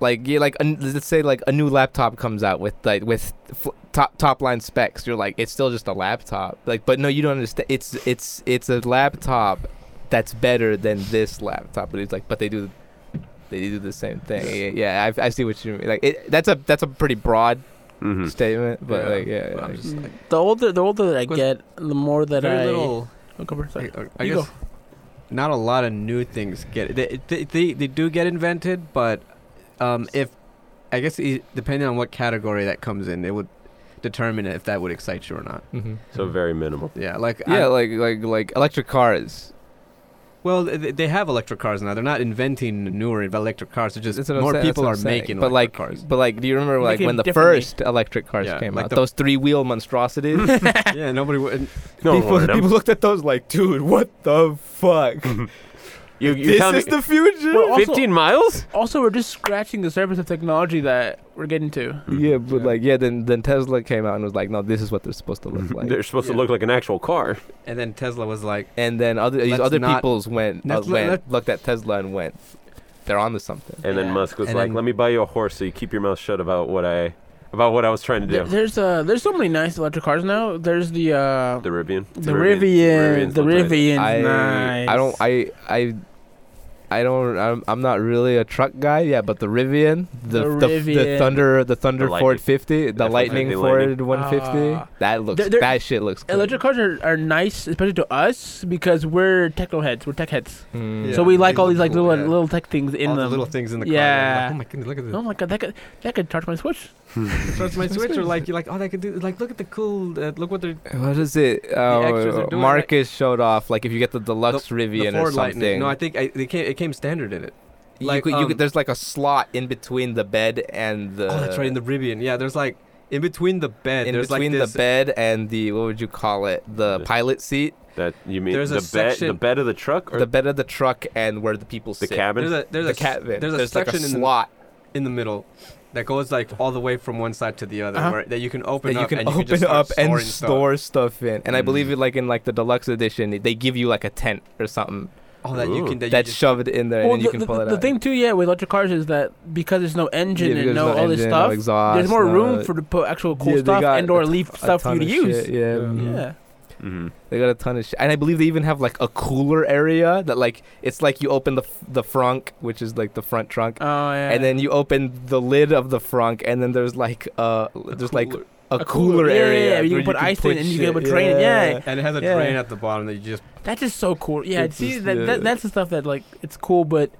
Speaker 4: like yeah, like an let's say like a new laptop comes out with like with f- top top line specs. You're like it's still just a laptop. Like but no, you don't understand. It's it's it's a laptop that's better than this laptop. But it's like but they do they do the same thing. Yeah, I, I see what you mean. Like it, that's a that's a pretty broad
Speaker 1: hmm
Speaker 4: statement. But
Speaker 3: Yeah,
Speaker 4: like yeah,
Speaker 3: but I'm
Speaker 4: like-
Speaker 3: just like
Speaker 2: Mm. The older, the older that I
Speaker 3: With
Speaker 2: get, the more that
Speaker 3: very
Speaker 2: I.
Speaker 3: little.
Speaker 2: Oh, go first, sorry.
Speaker 3: I, uh, I
Speaker 2: You
Speaker 3: guess
Speaker 2: go.
Speaker 3: not a lot of new things get they they, they, they do get invented, but um, if I guess it, depending on what category that comes in, it would determine if that would excite you or not.
Speaker 4: mhm.
Speaker 1: So very minimal.
Speaker 3: Yeah, like I-
Speaker 4: yeah, like like like electric cars.
Speaker 3: Well, th- they have electric cars now. They're not inventing newer electric cars. It's just
Speaker 4: That's what I'm
Speaker 3: more
Speaker 4: saying, that's
Speaker 3: people
Speaker 4: what
Speaker 3: are
Speaker 4: I'm saying.
Speaker 3: making
Speaker 4: but
Speaker 3: electric
Speaker 4: like,
Speaker 3: cars.
Speaker 4: But like, do you remember like
Speaker 2: Making
Speaker 4: when the
Speaker 2: differently.
Speaker 4: first electric cars
Speaker 3: Yeah,
Speaker 4: came
Speaker 3: like
Speaker 4: out?
Speaker 3: the-
Speaker 4: those three wheel monstrosities.
Speaker 3: yeah, nobody would.
Speaker 1: No one
Speaker 4: people,
Speaker 1: wanted 'em.
Speaker 4: people looked at those like, dude, what the fuck?
Speaker 1: You, you
Speaker 4: this
Speaker 1: tell me-
Speaker 4: is the future.
Speaker 2: Well, also-
Speaker 1: 15 miles?
Speaker 2: Also, we're just scratching the surface of technology that we're getting to.
Speaker 4: yeah, but
Speaker 3: Yeah.
Speaker 4: like, yeah. Then then Tesla came out and was like, no, this is what they're supposed to look like.
Speaker 1: They're supposed to
Speaker 3: Yeah.
Speaker 1: look like an actual car.
Speaker 3: And then Tesla was like,
Speaker 4: and then other these
Speaker 3: Let's
Speaker 4: other
Speaker 3: not-
Speaker 4: peoples went uh,
Speaker 3: let's-
Speaker 4: went
Speaker 3: let-
Speaker 4: looked at Tesla and went, they're onto something.
Speaker 1: And
Speaker 2: Yeah.
Speaker 1: then Musk was
Speaker 3: And
Speaker 1: like,
Speaker 3: then-
Speaker 1: "Let me buy you a horse, so you keep your mouth shut about what I about what I was trying to
Speaker 2: There-
Speaker 1: do."
Speaker 2: There's uh, there's so many nice electric cars now. There's the uh,
Speaker 1: The Rivian.
Speaker 2: the Rivian, the Rivian's
Speaker 4: I
Speaker 2: nice.
Speaker 4: I don't I I. I don't. I'm, I'm not really a truck guy. Yeah, but the Rivian, the
Speaker 2: The
Speaker 4: the, the
Speaker 2: Rivian.
Speaker 4: Thunder, the Thunder
Speaker 1: Lightning.
Speaker 4: Ford 50, the
Speaker 1: Definitely
Speaker 4: Lightning
Speaker 1: the
Speaker 4: Ford
Speaker 1: Lightning.
Speaker 4: 150.
Speaker 2: Ah.
Speaker 4: that looks.
Speaker 2: They're- they're-
Speaker 4: that shit looks. Cool.
Speaker 2: Electric cars are, are nice, especially to us because we're techno heads. We're tech heads,
Speaker 4: Mm.
Speaker 3: Yeah,
Speaker 2: so we
Speaker 3: they
Speaker 2: like all
Speaker 3: look
Speaker 2: these like
Speaker 3: cool,
Speaker 2: little
Speaker 3: yeah.
Speaker 2: little tech things in
Speaker 3: all
Speaker 2: them.
Speaker 3: the little things in the
Speaker 2: Yeah.
Speaker 3: car. Like, oh my goodness,
Speaker 2: oh
Speaker 3: look
Speaker 2: my god, that could that could charge my Switch.
Speaker 3: at this. That's my switch. Or like, you're like, oh, they could do. Like, look at the cool. Uh, look what they're.
Speaker 4: What is it?
Speaker 3: extras are
Speaker 4: Uh,
Speaker 3: doing
Speaker 4: Marcus showed off like if you get the deluxe
Speaker 3: The
Speaker 4: Rivian or
Speaker 3: Ford
Speaker 4: something.
Speaker 3: Lightning. No, I think I, they came, it came standard in it.
Speaker 4: you
Speaker 3: like,
Speaker 4: could- you could-
Speaker 3: um,
Speaker 4: there's like a slot in between the bed and the.
Speaker 3: oh, that's right. In the Rivian. Yeah, there's like in between the bed.
Speaker 4: in
Speaker 3: there's
Speaker 4: between
Speaker 3: like this,
Speaker 4: the bed and the what would you call it? The
Speaker 1: The-
Speaker 4: pilot seat,
Speaker 1: That you mean
Speaker 3: There's a
Speaker 1: the bed, the
Speaker 3: section-
Speaker 1: bed of the truck, or
Speaker 4: the bed of the truck, and where the people
Speaker 1: the
Speaker 4: sit.
Speaker 1: cabin?
Speaker 3: There's a there's
Speaker 4: the
Speaker 3: a
Speaker 4: cabin.
Speaker 3: there's a
Speaker 4: like a
Speaker 3: section in
Speaker 4: slot
Speaker 3: in the middle that goes like all the way from one side to the other,
Speaker 2: Uh-huh.
Speaker 3: where that you can open
Speaker 4: that you
Speaker 3: up
Speaker 4: can
Speaker 3: and you
Speaker 4: open
Speaker 3: can just start
Speaker 4: up and
Speaker 3: storing stuff. Mm-hmm.
Speaker 4: store stuff in. And I believe
Speaker 1: Mm.
Speaker 4: it like in like the deluxe edition, they give you like a tent or something
Speaker 3: Oh, that
Speaker 1: Ooh.
Speaker 3: you can that you
Speaker 4: that's
Speaker 3: just-
Speaker 4: shoved in there,
Speaker 2: Well,
Speaker 4: and then you
Speaker 2: the,
Speaker 4: can
Speaker 2: the,
Speaker 4: pull it
Speaker 2: the
Speaker 4: out.
Speaker 2: thing too, yeah, with electric cars is that because there's no
Speaker 4: Yeah,
Speaker 2: engine
Speaker 4: because
Speaker 2: and no
Speaker 4: no
Speaker 2: all this
Speaker 4: engine, no
Speaker 2: stuff,
Speaker 4: exhaust,
Speaker 2: there's more
Speaker 4: no-
Speaker 2: room for to put actual cool
Speaker 4: Yeah, they
Speaker 2: stuff
Speaker 4: got
Speaker 2: and or
Speaker 4: a-
Speaker 2: leave
Speaker 4: a
Speaker 2: stuff for you
Speaker 4: ton
Speaker 2: to
Speaker 4: of
Speaker 2: use.
Speaker 4: shit, yeah,
Speaker 3: Yeah.
Speaker 4: mhm.
Speaker 2: Yeah.
Speaker 1: Mhm.
Speaker 4: they got a ton of shit, and I believe they even have like a cooler area that like it's like you open the f- the frunk, which is like the front trunk.
Speaker 2: Oh yeah.
Speaker 4: And then you open the lid of the frunk, and then there's like uh,
Speaker 3: a
Speaker 4: there's like
Speaker 3: cooler-
Speaker 4: a,
Speaker 2: A
Speaker 4: cooler,
Speaker 2: cooler- yeah,
Speaker 4: area.
Speaker 2: yeah, yeah, you
Speaker 4: where
Speaker 2: can put ice in and you can
Speaker 4: shit,
Speaker 2: drain it, yeah.
Speaker 3: and it has a
Speaker 4: Yeah.
Speaker 3: drain at the bottom that you just
Speaker 2: That's just so cool. Yeah,
Speaker 4: It's
Speaker 2: see,
Speaker 4: just,
Speaker 2: that,
Speaker 4: yeah.
Speaker 2: that that's the stuff that like it's cool, but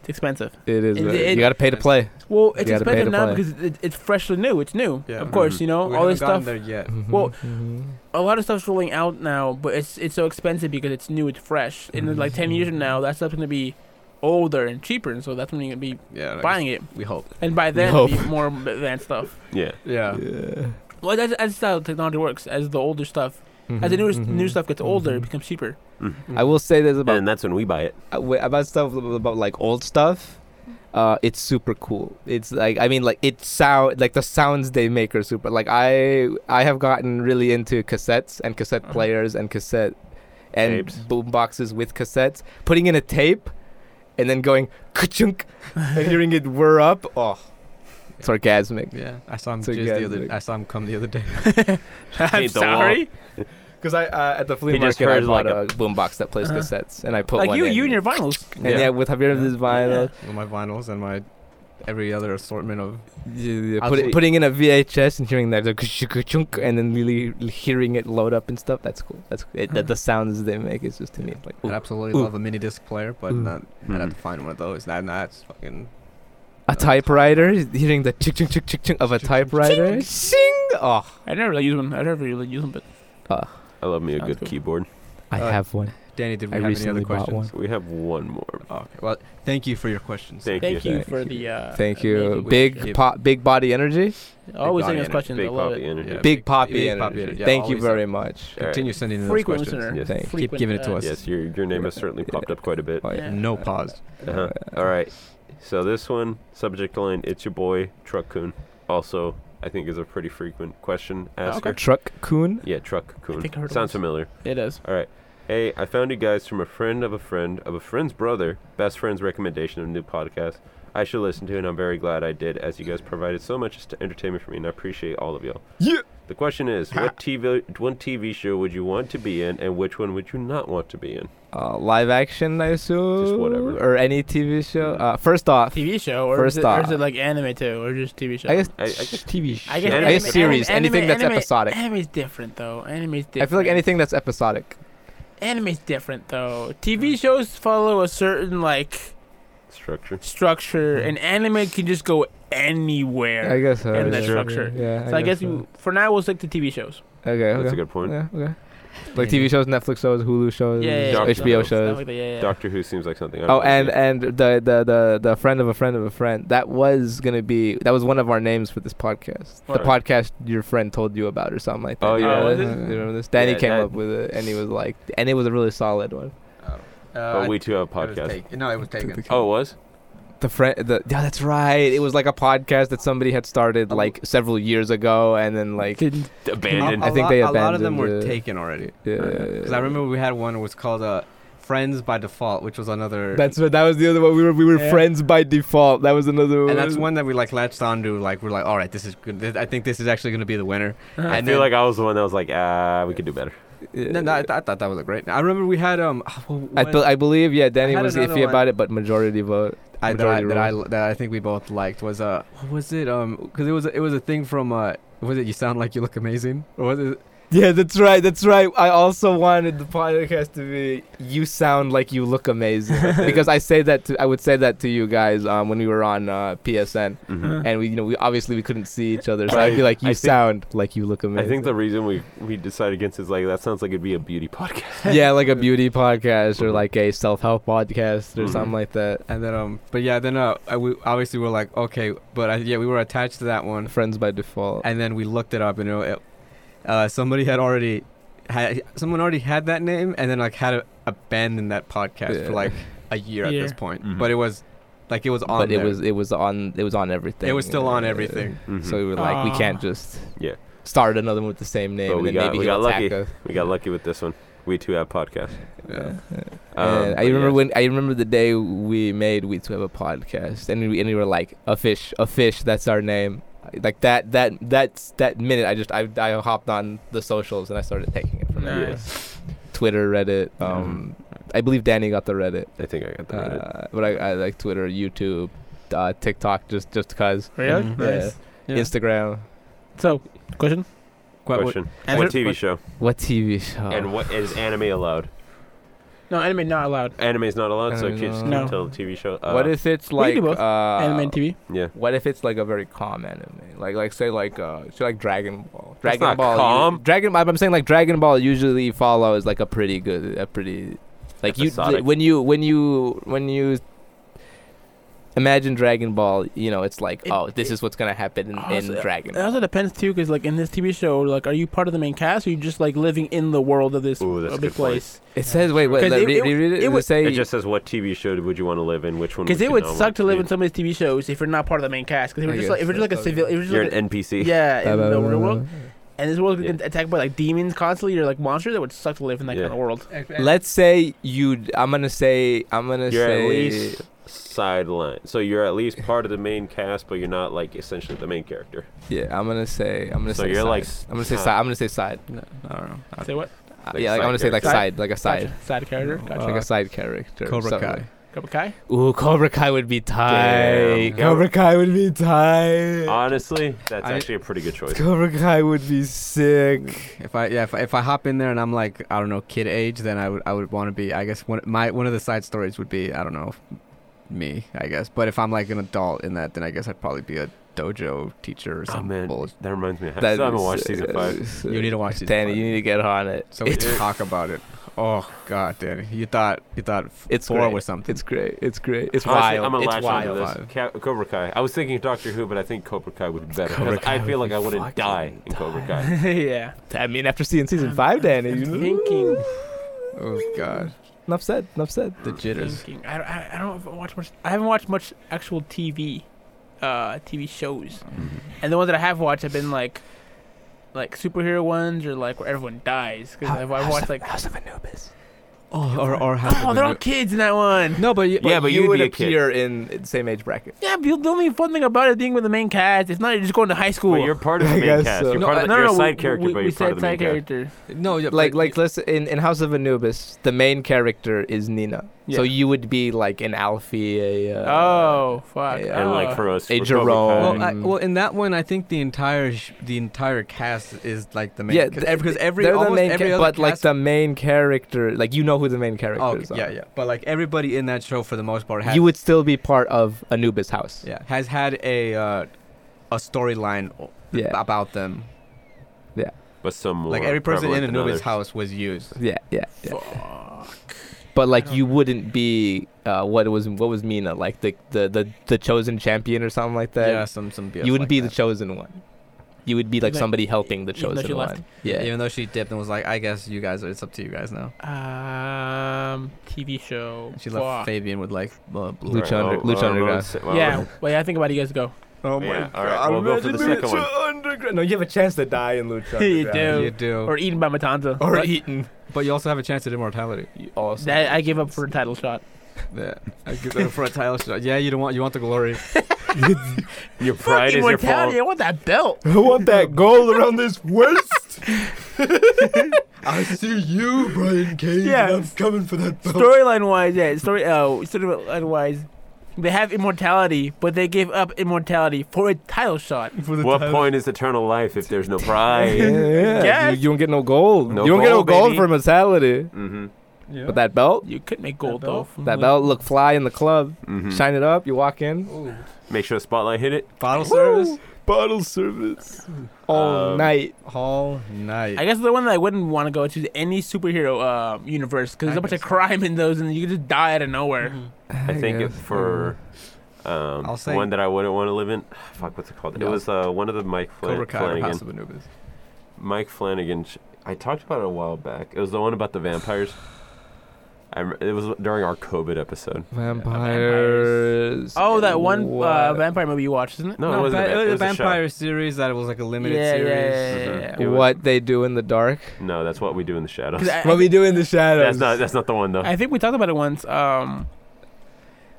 Speaker 2: it's expensive.
Speaker 4: It is.
Speaker 2: It-
Speaker 4: right.
Speaker 2: it-
Speaker 4: you gotta pay to play.
Speaker 2: Well, it's
Speaker 4: gotta pay to
Speaker 2: expensive now
Speaker 4: play. Mm-hmm.
Speaker 2: because it, it's freshly new. It's new,
Speaker 3: Yeah.
Speaker 2: of course.
Speaker 1: Mhm.
Speaker 2: You know
Speaker 3: we
Speaker 2: all
Speaker 3: haven't
Speaker 2: this
Speaker 3: gotten
Speaker 2: stuff.
Speaker 3: there yet.
Speaker 2: Well, A lot of stuff's rolling out now, but it's it's so expensive because it's new. It's fresh. And In like ten years
Speaker 4: Mm-hmm.
Speaker 2: from now, that stuff's gonna be older and cheaper, and so that's when you're gonna be
Speaker 3: Yeah, like,
Speaker 2: buying it.
Speaker 3: We hope.
Speaker 2: And by then,
Speaker 4: hope.
Speaker 2: it'll be more advanced stuff.
Speaker 1: Yeah,
Speaker 3: Yeah.
Speaker 2: Well, that's, that's how technology works. As the older stuff, as
Speaker 4: Mm-hmm,
Speaker 2: the newer new stuff gets older, it
Speaker 4: Mhm.
Speaker 2: becomes cheaper.
Speaker 4: I will say this about
Speaker 1: and that's when we buy it.
Speaker 4: uh, wait, about stuff about like old stuff. Uh, it's super cool. It's like I mean, like it sound like the sounds they make are super. Like I I have gotten really into cassettes and cassette
Speaker 2: Uh-huh.
Speaker 4: players and cassette and
Speaker 1: Tapes.
Speaker 4: boom boxes with cassettes. Putting in a tape, and then going ka-chunk and hearing it whir up. Oh, it's orgasmic.
Speaker 3: Yeah. I saw him
Speaker 4: So
Speaker 3: just
Speaker 4: guys,
Speaker 3: the other.
Speaker 4: like-
Speaker 3: I saw him come the other day.
Speaker 2: I'm
Speaker 1: Paint the wall.
Speaker 2: sorry.
Speaker 3: because I uh, at the flea
Speaker 4: He
Speaker 3: market
Speaker 4: just heard
Speaker 3: I
Speaker 4: like
Speaker 3: bought
Speaker 4: a boombox that plays
Speaker 2: Uh-huh.
Speaker 4: cassettes, and I put
Speaker 5: Like
Speaker 4: one
Speaker 5: you,
Speaker 4: in.
Speaker 5: you and your vinyls.
Speaker 4: and yeah,
Speaker 1: Yeah.
Speaker 4: with Javier yeah. vinyl,
Speaker 3: with my vinyls and my every other assortment of
Speaker 4: you- you
Speaker 3: I'll
Speaker 4: put it,
Speaker 3: sleep.
Speaker 4: putting in a VHS and hearing that, like, chunk, and then really hearing it load up and stuff. That's cool. That's it, the, the sounds they make is just to me like.
Speaker 3: I'd
Speaker 4: ooh.
Speaker 3: absolutely
Speaker 4: Ooh.
Speaker 3: love a mini disc player, but
Speaker 4: Ooh. Hmm.
Speaker 3: not I'd have
Speaker 1: Mhm.
Speaker 3: to find one of those. That that's fucking
Speaker 4: A typewriter, hearing the chick chick chick chick chick of a typewriter. Sing. Oh,
Speaker 5: I never really use one. I never really use one, but
Speaker 1: I love me a
Speaker 5: Sounds
Speaker 1: good
Speaker 5: cool.
Speaker 1: keyboard.
Speaker 4: I
Speaker 3: Uh,
Speaker 4: have one.
Speaker 3: Danny. Did we
Speaker 4: I
Speaker 3: have any other
Speaker 4: recently bought
Speaker 3: questions?
Speaker 1: We have one more.
Speaker 3: Oh, okay. Well, thank you for your questions.
Speaker 1: Thank,
Speaker 2: Thank you
Speaker 4: Thank
Speaker 2: for
Speaker 4: you.
Speaker 2: the. Uh, amazing
Speaker 4: Thank you.
Speaker 2: question.
Speaker 4: Big po- big body energy.
Speaker 2: Always
Speaker 3: Big
Speaker 2: sending us
Speaker 3: Bobby
Speaker 2: questions. I
Speaker 1: Big
Speaker 2: love
Speaker 1: Poppy
Speaker 2: it.
Speaker 1: energy.
Speaker 3: Yeah.
Speaker 4: Big
Speaker 3: Big-
Speaker 4: poppy
Speaker 3: big
Speaker 4: energy.
Speaker 3: poppy energy. Yeah,
Speaker 4: Thank you
Speaker 3: always
Speaker 4: very much.
Speaker 1: All right.
Speaker 3: Continue sending in those
Speaker 2: Frequent
Speaker 3: questions.
Speaker 2: listener.
Speaker 4: Yeah, thank you.
Speaker 3: Keep giving it to
Speaker 2: uh,
Speaker 3: us.
Speaker 1: Yes, your your name has certainly popped up quite a bit.
Speaker 4: Oh,
Speaker 2: Yeah.
Speaker 3: No pause.
Speaker 1: Uh-huh. All right. So this one, subject line, it's your boy Truck Coon. Also, I think is a pretty frequent question asker.
Speaker 4: Truck coon.
Speaker 1: Yeah, Truck Coon.
Speaker 2: think I heard of
Speaker 1: Sounds
Speaker 2: this.
Speaker 1: familiar.
Speaker 2: It is.
Speaker 1: All right. Hey, I found you guys from a friend of a friend of a friend's brother, best friend's recommendation of a new podcast. I should listen to, and I'm very glad I did, as you guys provided so much st- entertainment for me, and I appreciate all of y'all.
Speaker 3: Yeah.
Speaker 1: The question is, what TV, what TV show would you want to be in, and which one would you not want to be in?
Speaker 4: Uh, live action, I assume.
Speaker 1: whatever.
Speaker 4: Or any TV show.
Speaker 1: Yeah.
Speaker 4: Uh, first off,
Speaker 2: TV show, or,
Speaker 4: First
Speaker 2: is, it, or is
Speaker 4: off.
Speaker 2: it like anime too, or just TV show?
Speaker 4: I guess
Speaker 1: I- I guess-
Speaker 4: TV show.
Speaker 2: I
Speaker 4: I
Speaker 2: guess
Speaker 4: guess,
Speaker 1: anime-
Speaker 4: series.
Speaker 2: anime-
Speaker 4: anything that's
Speaker 2: anime-
Speaker 4: episodic.
Speaker 2: Anime's different though. Anime's different.
Speaker 4: I feel like anything that's episodic.
Speaker 2: Anime's different though. TV shows follow a certain like
Speaker 1: Structure.
Speaker 2: structure, and anime can just go anywhere.
Speaker 4: I guess. Uh,
Speaker 2: And
Speaker 1: that
Speaker 4: yeah.
Speaker 2: structure.
Speaker 4: Yeah.
Speaker 2: so I guess
Speaker 4: so.
Speaker 2: we, for now we'll stick to TV shows.
Speaker 4: Okay. okay.
Speaker 1: That's a good point.
Speaker 4: Yeah. Okay. Like TV shows, Netflix shows, Hulu shows,
Speaker 2: Yeah, yeah, yeah,
Speaker 1: Doctor
Speaker 4: HBO
Speaker 1: Who.
Speaker 2: Stuff
Speaker 4: shows.
Speaker 2: like that, yeah, yeah.
Speaker 1: Doctor Who seems like something. I
Speaker 4: Oh,
Speaker 1: would
Speaker 4: and
Speaker 1: do.
Speaker 4: and the, the the the friend of a friend of a friend. That was gonna be that was one of our names for this podcast. The
Speaker 1: What?
Speaker 4: podcast your friend told you about or something like that.
Speaker 1: Oh,
Speaker 4: You
Speaker 1: yeah.
Speaker 4: remember
Speaker 2: Oh, was
Speaker 4: this?
Speaker 2: it?
Speaker 4: You remember this? Danny
Speaker 1: Yeah,
Speaker 4: came
Speaker 1: that-
Speaker 4: up with it, and he was like, and it was a really solid one.
Speaker 1: Oh.
Speaker 3: Uh,
Speaker 1: but we too have a podcast.
Speaker 3: No, it was taken.
Speaker 1: Oh, it was?
Speaker 4: The friend, the yeah, that's right. It was like a podcast that somebody had started like several years ago, and then like
Speaker 2: Didn't-
Speaker 1: Abandoned.
Speaker 4: I think they
Speaker 3: a lot of them
Speaker 4: abandoned
Speaker 3: were
Speaker 4: the-
Speaker 3: taken already.
Speaker 4: yeah.
Speaker 3: Because I remember we had one that was called uh, Friends by Default, which was another.
Speaker 4: That's what that was the other one. We were we were
Speaker 2: Yeah.
Speaker 4: friends by default. That was another one.
Speaker 3: and that's one that we like latched onto. Like we're like, all right, this is good. Th- I think this is actually gonna be the winner.
Speaker 2: Uh-huh.
Speaker 1: I
Speaker 3: And
Speaker 1: feel
Speaker 3: then-
Speaker 1: like I was the one that was like, ah, we could do better.
Speaker 4: Yeah.
Speaker 3: No, no, I, th- I thought that was a great. I remember we had um. oh,
Speaker 4: I,
Speaker 3: when-
Speaker 4: be- I believe yeah. Danny
Speaker 3: had
Speaker 4: was
Speaker 3: another
Speaker 4: iffy
Speaker 3: one.
Speaker 4: about it, but majority vote.
Speaker 3: I, that, I,
Speaker 4: Majority
Speaker 3: that, I,
Speaker 4: rules.
Speaker 3: that I think we both liked was uh what was it um because it was it was a thing from uh was it you sound like you look amazing or was it
Speaker 4: Yeah, that's right. That's right. I also wanted the podcast to be "You sound like you look amazing" because I say that to I would say that to you guys um, when we were on uh, PSN
Speaker 1: Mhm.
Speaker 4: and we you know we obviously we couldn't see each other, so
Speaker 1: But
Speaker 4: I'd be
Speaker 1: I-
Speaker 4: like,
Speaker 1: I
Speaker 4: "You
Speaker 1: think-
Speaker 4: sound like you look amazing."
Speaker 1: I think the reason we we decided against is like that sounds like it'd be a beauty podcast.
Speaker 4: yeah, like a beauty podcast or like a self help podcast or
Speaker 3: Mm-hmm.
Speaker 1: Mhm.
Speaker 4: something like that.
Speaker 3: and then um but yeah then uh I, we obviously we're like okay but I, yeah we were attached to that one
Speaker 4: Friends by default.
Speaker 3: and then we looked it up and it, uh somebody had already had someone already had that name and then like had a, abandoned that podcast
Speaker 4: Yeah.
Speaker 3: for like a year at
Speaker 2: Yeah.
Speaker 3: this point
Speaker 1: Mhm.
Speaker 3: but it was like it was on
Speaker 4: Mm-hmm. but it
Speaker 3: there.
Speaker 4: was it was on it was on everything.
Speaker 3: it was still on
Speaker 4: Uh,
Speaker 3: everything
Speaker 1: Mhm.
Speaker 4: So we were like, we can't just
Speaker 1: Yeah.
Speaker 4: start another one with the same name
Speaker 1: But
Speaker 4: and
Speaker 1: we
Speaker 4: then
Speaker 1: got-
Speaker 4: maybe
Speaker 1: we
Speaker 4: he'll
Speaker 1: got
Speaker 4: attack
Speaker 1: lucky.
Speaker 4: us.
Speaker 1: we got lucky with this one. We too have podcast.
Speaker 3: Yeah.
Speaker 1: Um,
Speaker 4: And
Speaker 1: but
Speaker 4: I remember
Speaker 1: yeah.
Speaker 4: when I remember the day we made we to have a podcast, and we and we were like a fish, a fish. That's our name. Like that that that's that minute. I just I I hopped on the socials and I started taking it from there.
Speaker 2: Nice.
Speaker 4: Twitter, Reddit. Um, I believe Danny got the Reddit,
Speaker 1: I think I got that. right.
Speaker 4: uh, but I, I like Twitter, YouTube, uh, TikTok, just just cause
Speaker 2: Really?
Speaker 3: Mhm.
Speaker 2: Nice.
Speaker 3: Yeah.
Speaker 4: Instagram.
Speaker 2: So, question.
Speaker 3: Quite-
Speaker 1: Question:
Speaker 2: Answer-
Speaker 1: What TV
Speaker 2: question.
Speaker 1: show
Speaker 4: What TV show?
Speaker 1: and what is anime allowed?
Speaker 2: No, anime not allowed.
Speaker 1: Anime is not allowed, so
Speaker 4: Anime's
Speaker 1: kids
Speaker 4: not
Speaker 1: can
Speaker 2: allowed.
Speaker 1: tell TV show. Uh,
Speaker 4: what if it's
Speaker 2: We
Speaker 4: like
Speaker 2: can do both.
Speaker 4: uh,
Speaker 2: anime and TV.
Speaker 1: Yeah,
Speaker 4: What if it's like a very calm anime? Like like say like uh say like Dragon Ball. Dragon
Speaker 1: not
Speaker 4: Ball.
Speaker 1: calm.
Speaker 4: Dragon I'm saying like Dragon Ball usually follows like a pretty good a pretty like you
Speaker 1: Episodic.
Speaker 4: when you when you when you imagine Dragon Ball, you know, it's like
Speaker 2: It-
Speaker 4: oh this
Speaker 2: it- uh,
Speaker 4: is what's going to happen in, in
Speaker 2: Also-
Speaker 4: Dragon
Speaker 2: It
Speaker 4: Ball.
Speaker 2: also depends too, because like in this TV show, like, are you part of the main cast, or are you just like living in the world of this
Speaker 1: Ooh, that's a
Speaker 2: of this
Speaker 1: good point.
Speaker 2: place?
Speaker 4: It says wait wait
Speaker 2: 'Cause
Speaker 4: let,
Speaker 2: it-
Speaker 4: re-
Speaker 2: it-
Speaker 4: re- read it,
Speaker 2: it
Speaker 4: it
Speaker 2: would-
Speaker 4: say
Speaker 1: it just says what TV show would you want to live in? Which one?
Speaker 2: Because
Speaker 1: would
Speaker 2: it
Speaker 1: you
Speaker 2: would
Speaker 1: not
Speaker 2: suck
Speaker 1: want
Speaker 2: to live
Speaker 1: be
Speaker 2: in some of these TV shows if you're not part of the main cast. Because if
Speaker 4: I
Speaker 2: you're just
Speaker 4: guess
Speaker 2: like if you're just like a
Speaker 4: that's okay.
Speaker 2: civil, if you're just
Speaker 1: You're
Speaker 2: like
Speaker 1: an NPC.
Speaker 2: a, yeah, in the real world, and this world is
Speaker 1: Yeah.
Speaker 2: getting attacked by like demons constantly, or like monsters, that would suck to live in that
Speaker 1: Yeah.
Speaker 2: kind of world.
Speaker 4: Let's say you I'm going to say I'm going to
Speaker 1: You're
Speaker 4: say
Speaker 1: at least sideline. So you're at least part of the main cast, but you're not like essentially the main character.
Speaker 4: yeah, I'm going to say I'm going to
Speaker 1: So
Speaker 4: say
Speaker 1: you're
Speaker 4: side.
Speaker 1: like
Speaker 4: I'm going to say
Speaker 1: side.
Speaker 4: side. I'm going to say side. No, I don't know.
Speaker 2: Say what?
Speaker 4: Uh,
Speaker 1: Like
Speaker 4: yeah, like, I
Speaker 1: side
Speaker 4: want to say like
Speaker 2: character.
Speaker 4: side, like a side,
Speaker 2: Gotcha. Side character.
Speaker 3: No.
Speaker 2: Gotcha.
Speaker 4: like
Speaker 3: Uh,
Speaker 4: a side character.
Speaker 3: Cobra
Speaker 4: something
Speaker 3: Kai.
Speaker 4: like-
Speaker 2: Cobra Kai.
Speaker 4: Ooh, Cobra Kai would be tight.
Speaker 1: Damn.
Speaker 4: Cobra Kai would be tight.
Speaker 1: Honestly, that's
Speaker 3: I-
Speaker 1: actually a pretty good choice.
Speaker 4: Cobra Kai would be sick.
Speaker 3: If I yeah, if, I- if I hop in there and I'm like I don't know kid age, then I would I would want to be I guess one my one of the side stories would be I don't know me I guess. But if I'm like an adult in that, then I guess I'd probably be a dojo teacher or
Speaker 1: Oh
Speaker 3: something.
Speaker 1: man,
Speaker 3: bullshit.
Speaker 1: that reminds me. I still haven't watched season five.
Speaker 3: You need to watch season
Speaker 4: Danny,
Speaker 3: five.
Speaker 4: you need to get on it.
Speaker 3: So we
Speaker 4: it's
Speaker 3: can talk about it. Oh god, Danny, you thought you thought f-
Speaker 4: It's
Speaker 3: four
Speaker 4: great.
Speaker 3: was something.
Speaker 4: it's great. It's great. It's
Speaker 1: Honestly,
Speaker 4: wild.
Speaker 1: I'm gonna
Speaker 4: it's
Speaker 1: latch
Speaker 4: wild.
Speaker 1: onto this. Ca- Cobra Kai. I was thinking Doctor Who, but I think Cobra Kai would be better
Speaker 4: Cobra
Speaker 1: because I
Speaker 4: Kai
Speaker 1: feel
Speaker 4: would
Speaker 1: like I
Speaker 4: be
Speaker 1: wouldn't
Speaker 4: fucking
Speaker 1: die in Cobra Kai.
Speaker 2: yeah.
Speaker 4: I mean, after seeing season five, Danny,
Speaker 2: I'm
Speaker 4: you
Speaker 2: thinking.
Speaker 3: Oh god,
Speaker 4: Enough said. Enough said.
Speaker 3: the jitters.
Speaker 2: Thinking. I, I, I don't watch much. I haven't watched much actual TV, uh, TV shows,
Speaker 1: Mm-hmm.
Speaker 2: and the ones that I have watched have been like, like superhero ones or like where everyone dies. Because I've, I've watched like,
Speaker 4: House of Anubis.
Speaker 3: Oh, or or
Speaker 2: oh, they're all kids in that one.
Speaker 4: No, but you,
Speaker 1: Yeah, but
Speaker 4: you
Speaker 1: you'd
Speaker 4: would
Speaker 1: be a kid.
Speaker 4: appear in in same age bracket.
Speaker 2: Yeah, but the only fun thing about it being with the main cast, if not, you're just going to high school.
Speaker 1: But you're part of
Speaker 4: I
Speaker 1: the main
Speaker 4: guess
Speaker 1: cast.
Speaker 4: so.
Speaker 1: You're
Speaker 4: No,
Speaker 1: part of the,
Speaker 2: no,
Speaker 1: you're a
Speaker 2: no,
Speaker 1: side
Speaker 2: we,
Speaker 1: character,
Speaker 2: we,
Speaker 1: but
Speaker 2: we
Speaker 1: you're part
Speaker 2: said
Speaker 1: of the main
Speaker 2: side
Speaker 1: cast.
Speaker 2: character.
Speaker 3: No, yeah,
Speaker 4: Like,
Speaker 3: but-
Speaker 4: like, listen. In, in House of Anubis, the main character is Nina. So
Speaker 2: Yeah.
Speaker 4: you would be like an Alfie. A, uh,
Speaker 2: oh fuck!
Speaker 4: yeah.
Speaker 1: And
Speaker 2: oh.
Speaker 1: like for us,
Speaker 4: Hey,
Speaker 1: for Cobra Kai,
Speaker 4: Jerome.
Speaker 3: Well, I,
Speaker 4: Um,
Speaker 3: well, in that one, I think the entire sh- the entire cast is like the main.
Speaker 4: Yeah,
Speaker 3: because
Speaker 4: th-
Speaker 3: every, 'cause every
Speaker 4: they're the
Speaker 3: almost
Speaker 4: main,
Speaker 3: every
Speaker 4: cha-
Speaker 3: other
Speaker 4: but like
Speaker 3: cast-
Speaker 4: the main character, like you know who the main
Speaker 3: Oh,
Speaker 4: characters
Speaker 3: okay, yeah,
Speaker 4: are.
Speaker 3: yeah. But like everybody in that show for the most part has
Speaker 4: um, You would still be part of Anubis House.
Speaker 3: yeah has had a uh, a storyline o-
Speaker 4: Yeah.
Speaker 3: about them.
Speaker 1: but some more
Speaker 3: like every person in
Speaker 1: prevalent than
Speaker 3: Anubis
Speaker 1: others.
Speaker 3: house was used.
Speaker 4: Yeah, yeah, yeah.
Speaker 2: Fuck.
Speaker 4: But like
Speaker 3: Oh.
Speaker 2: don't
Speaker 4: you wouldn't be uh, what was what was Mina like the, the the the chosen champion or something like that.
Speaker 3: yeah, some some. BS
Speaker 4: you wouldn't
Speaker 3: like
Speaker 4: be
Speaker 3: that.
Speaker 4: the chosen one. You would be like
Speaker 2: Even-
Speaker 4: somebody helping the
Speaker 2: even though
Speaker 4: chosen
Speaker 2: she
Speaker 4: one.
Speaker 2: left?
Speaker 4: Yeah.
Speaker 3: Even though she dipped and was like, I guess you guys, are, it's up to you guys now.
Speaker 2: Um, TV show.
Speaker 3: And she left
Speaker 2: Fuck.
Speaker 3: Fabian with like uh, blue.
Speaker 4: Lucha Under-
Speaker 1: well,
Speaker 4: Lucha
Speaker 1: well,
Speaker 4: Underground.
Speaker 1: well, well,
Speaker 2: yeah, wait, I think about it, you guys go.
Speaker 3: Oh
Speaker 1: my Yeah, all right, God, we'll go for the imagine second Lucha
Speaker 4: Underground. No, you have a chance to die in Lucha
Speaker 2: You
Speaker 4: Underground.
Speaker 2: do.
Speaker 3: You do,
Speaker 2: Or Eaten by Matanza.
Speaker 4: Or
Speaker 2: But
Speaker 4: eaten.
Speaker 3: but you also have a chance at immortality.
Speaker 4: Also.
Speaker 2: that, I give up for a title shot.
Speaker 3: Yeah, I give that for a title shot. Yeah, you don't want you want the glory.
Speaker 1: Your pride is your fault.
Speaker 2: I want that belt.
Speaker 4: I want that gold around this waist.
Speaker 3: I see you, Brian Cage.
Speaker 2: Yeah. and I'm
Speaker 3: coming for that
Speaker 2: Storyline wise, yeah. Story, oh, storyline wise, they have immortality, but they give up immortality for a title shot.
Speaker 1: What point is eternal life if there's no pride?
Speaker 4: yeah,
Speaker 2: Yes.
Speaker 4: You, you don't get no gold.
Speaker 1: No
Speaker 4: you don't get no
Speaker 1: gold,
Speaker 4: gold
Speaker 1: baby.
Speaker 4: for mentality.
Speaker 1: mm-hmm.
Speaker 4: But that belt,
Speaker 2: You could make gold
Speaker 3: That
Speaker 2: though.
Speaker 3: belt?
Speaker 4: that belt look fly in the club.
Speaker 1: Mhm.
Speaker 4: Shine it up. You walk in.
Speaker 1: Make sure the spotlight hit it.
Speaker 3: Bottle service
Speaker 4: Bottle service all
Speaker 1: Um,
Speaker 4: night.
Speaker 3: all night.
Speaker 2: I guess the one that I wouldn't want to go to is any superhero uh, universe because there's
Speaker 3: I
Speaker 2: a bunch of
Speaker 3: guess.
Speaker 2: crime in those, and you could just die out of nowhere.
Speaker 1: I think it
Speaker 4: guess.
Speaker 1: for um,
Speaker 3: I'll say-
Speaker 1: one that I wouldn't want to live in. Fuck, what's it called?
Speaker 3: Yeah.
Speaker 1: It was uh, one of the Mike Flan-
Speaker 3: Cobra Kai or
Speaker 1: Flanagan.
Speaker 3: House of Anubis.
Speaker 1: Mike Flanagan. sh- I talked about it a while back. It was the one about the vampires. I rem- it was during our COVID episode.
Speaker 4: vampires.
Speaker 2: Oh, that one uh,
Speaker 4: What?
Speaker 2: vampire movie you watched, isn't it?
Speaker 1: No, it wasn't. a va- it was a show.
Speaker 3: vampire series that was like a limited
Speaker 2: yeah, yeah,
Speaker 3: series. Uh-huh.
Speaker 2: yeah, yeah,
Speaker 1: Mhm.
Speaker 2: yeah.
Speaker 1: It was-
Speaker 4: what they do in the dark.
Speaker 1: No, that's what we do in the shadows.
Speaker 2: 'Cause I-
Speaker 4: What we do in the
Speaker 1: That's
Speaker 4: shadows.
Speaker 1: not. That's not the one though.
Speaker 2: I think we talked about it once. Um,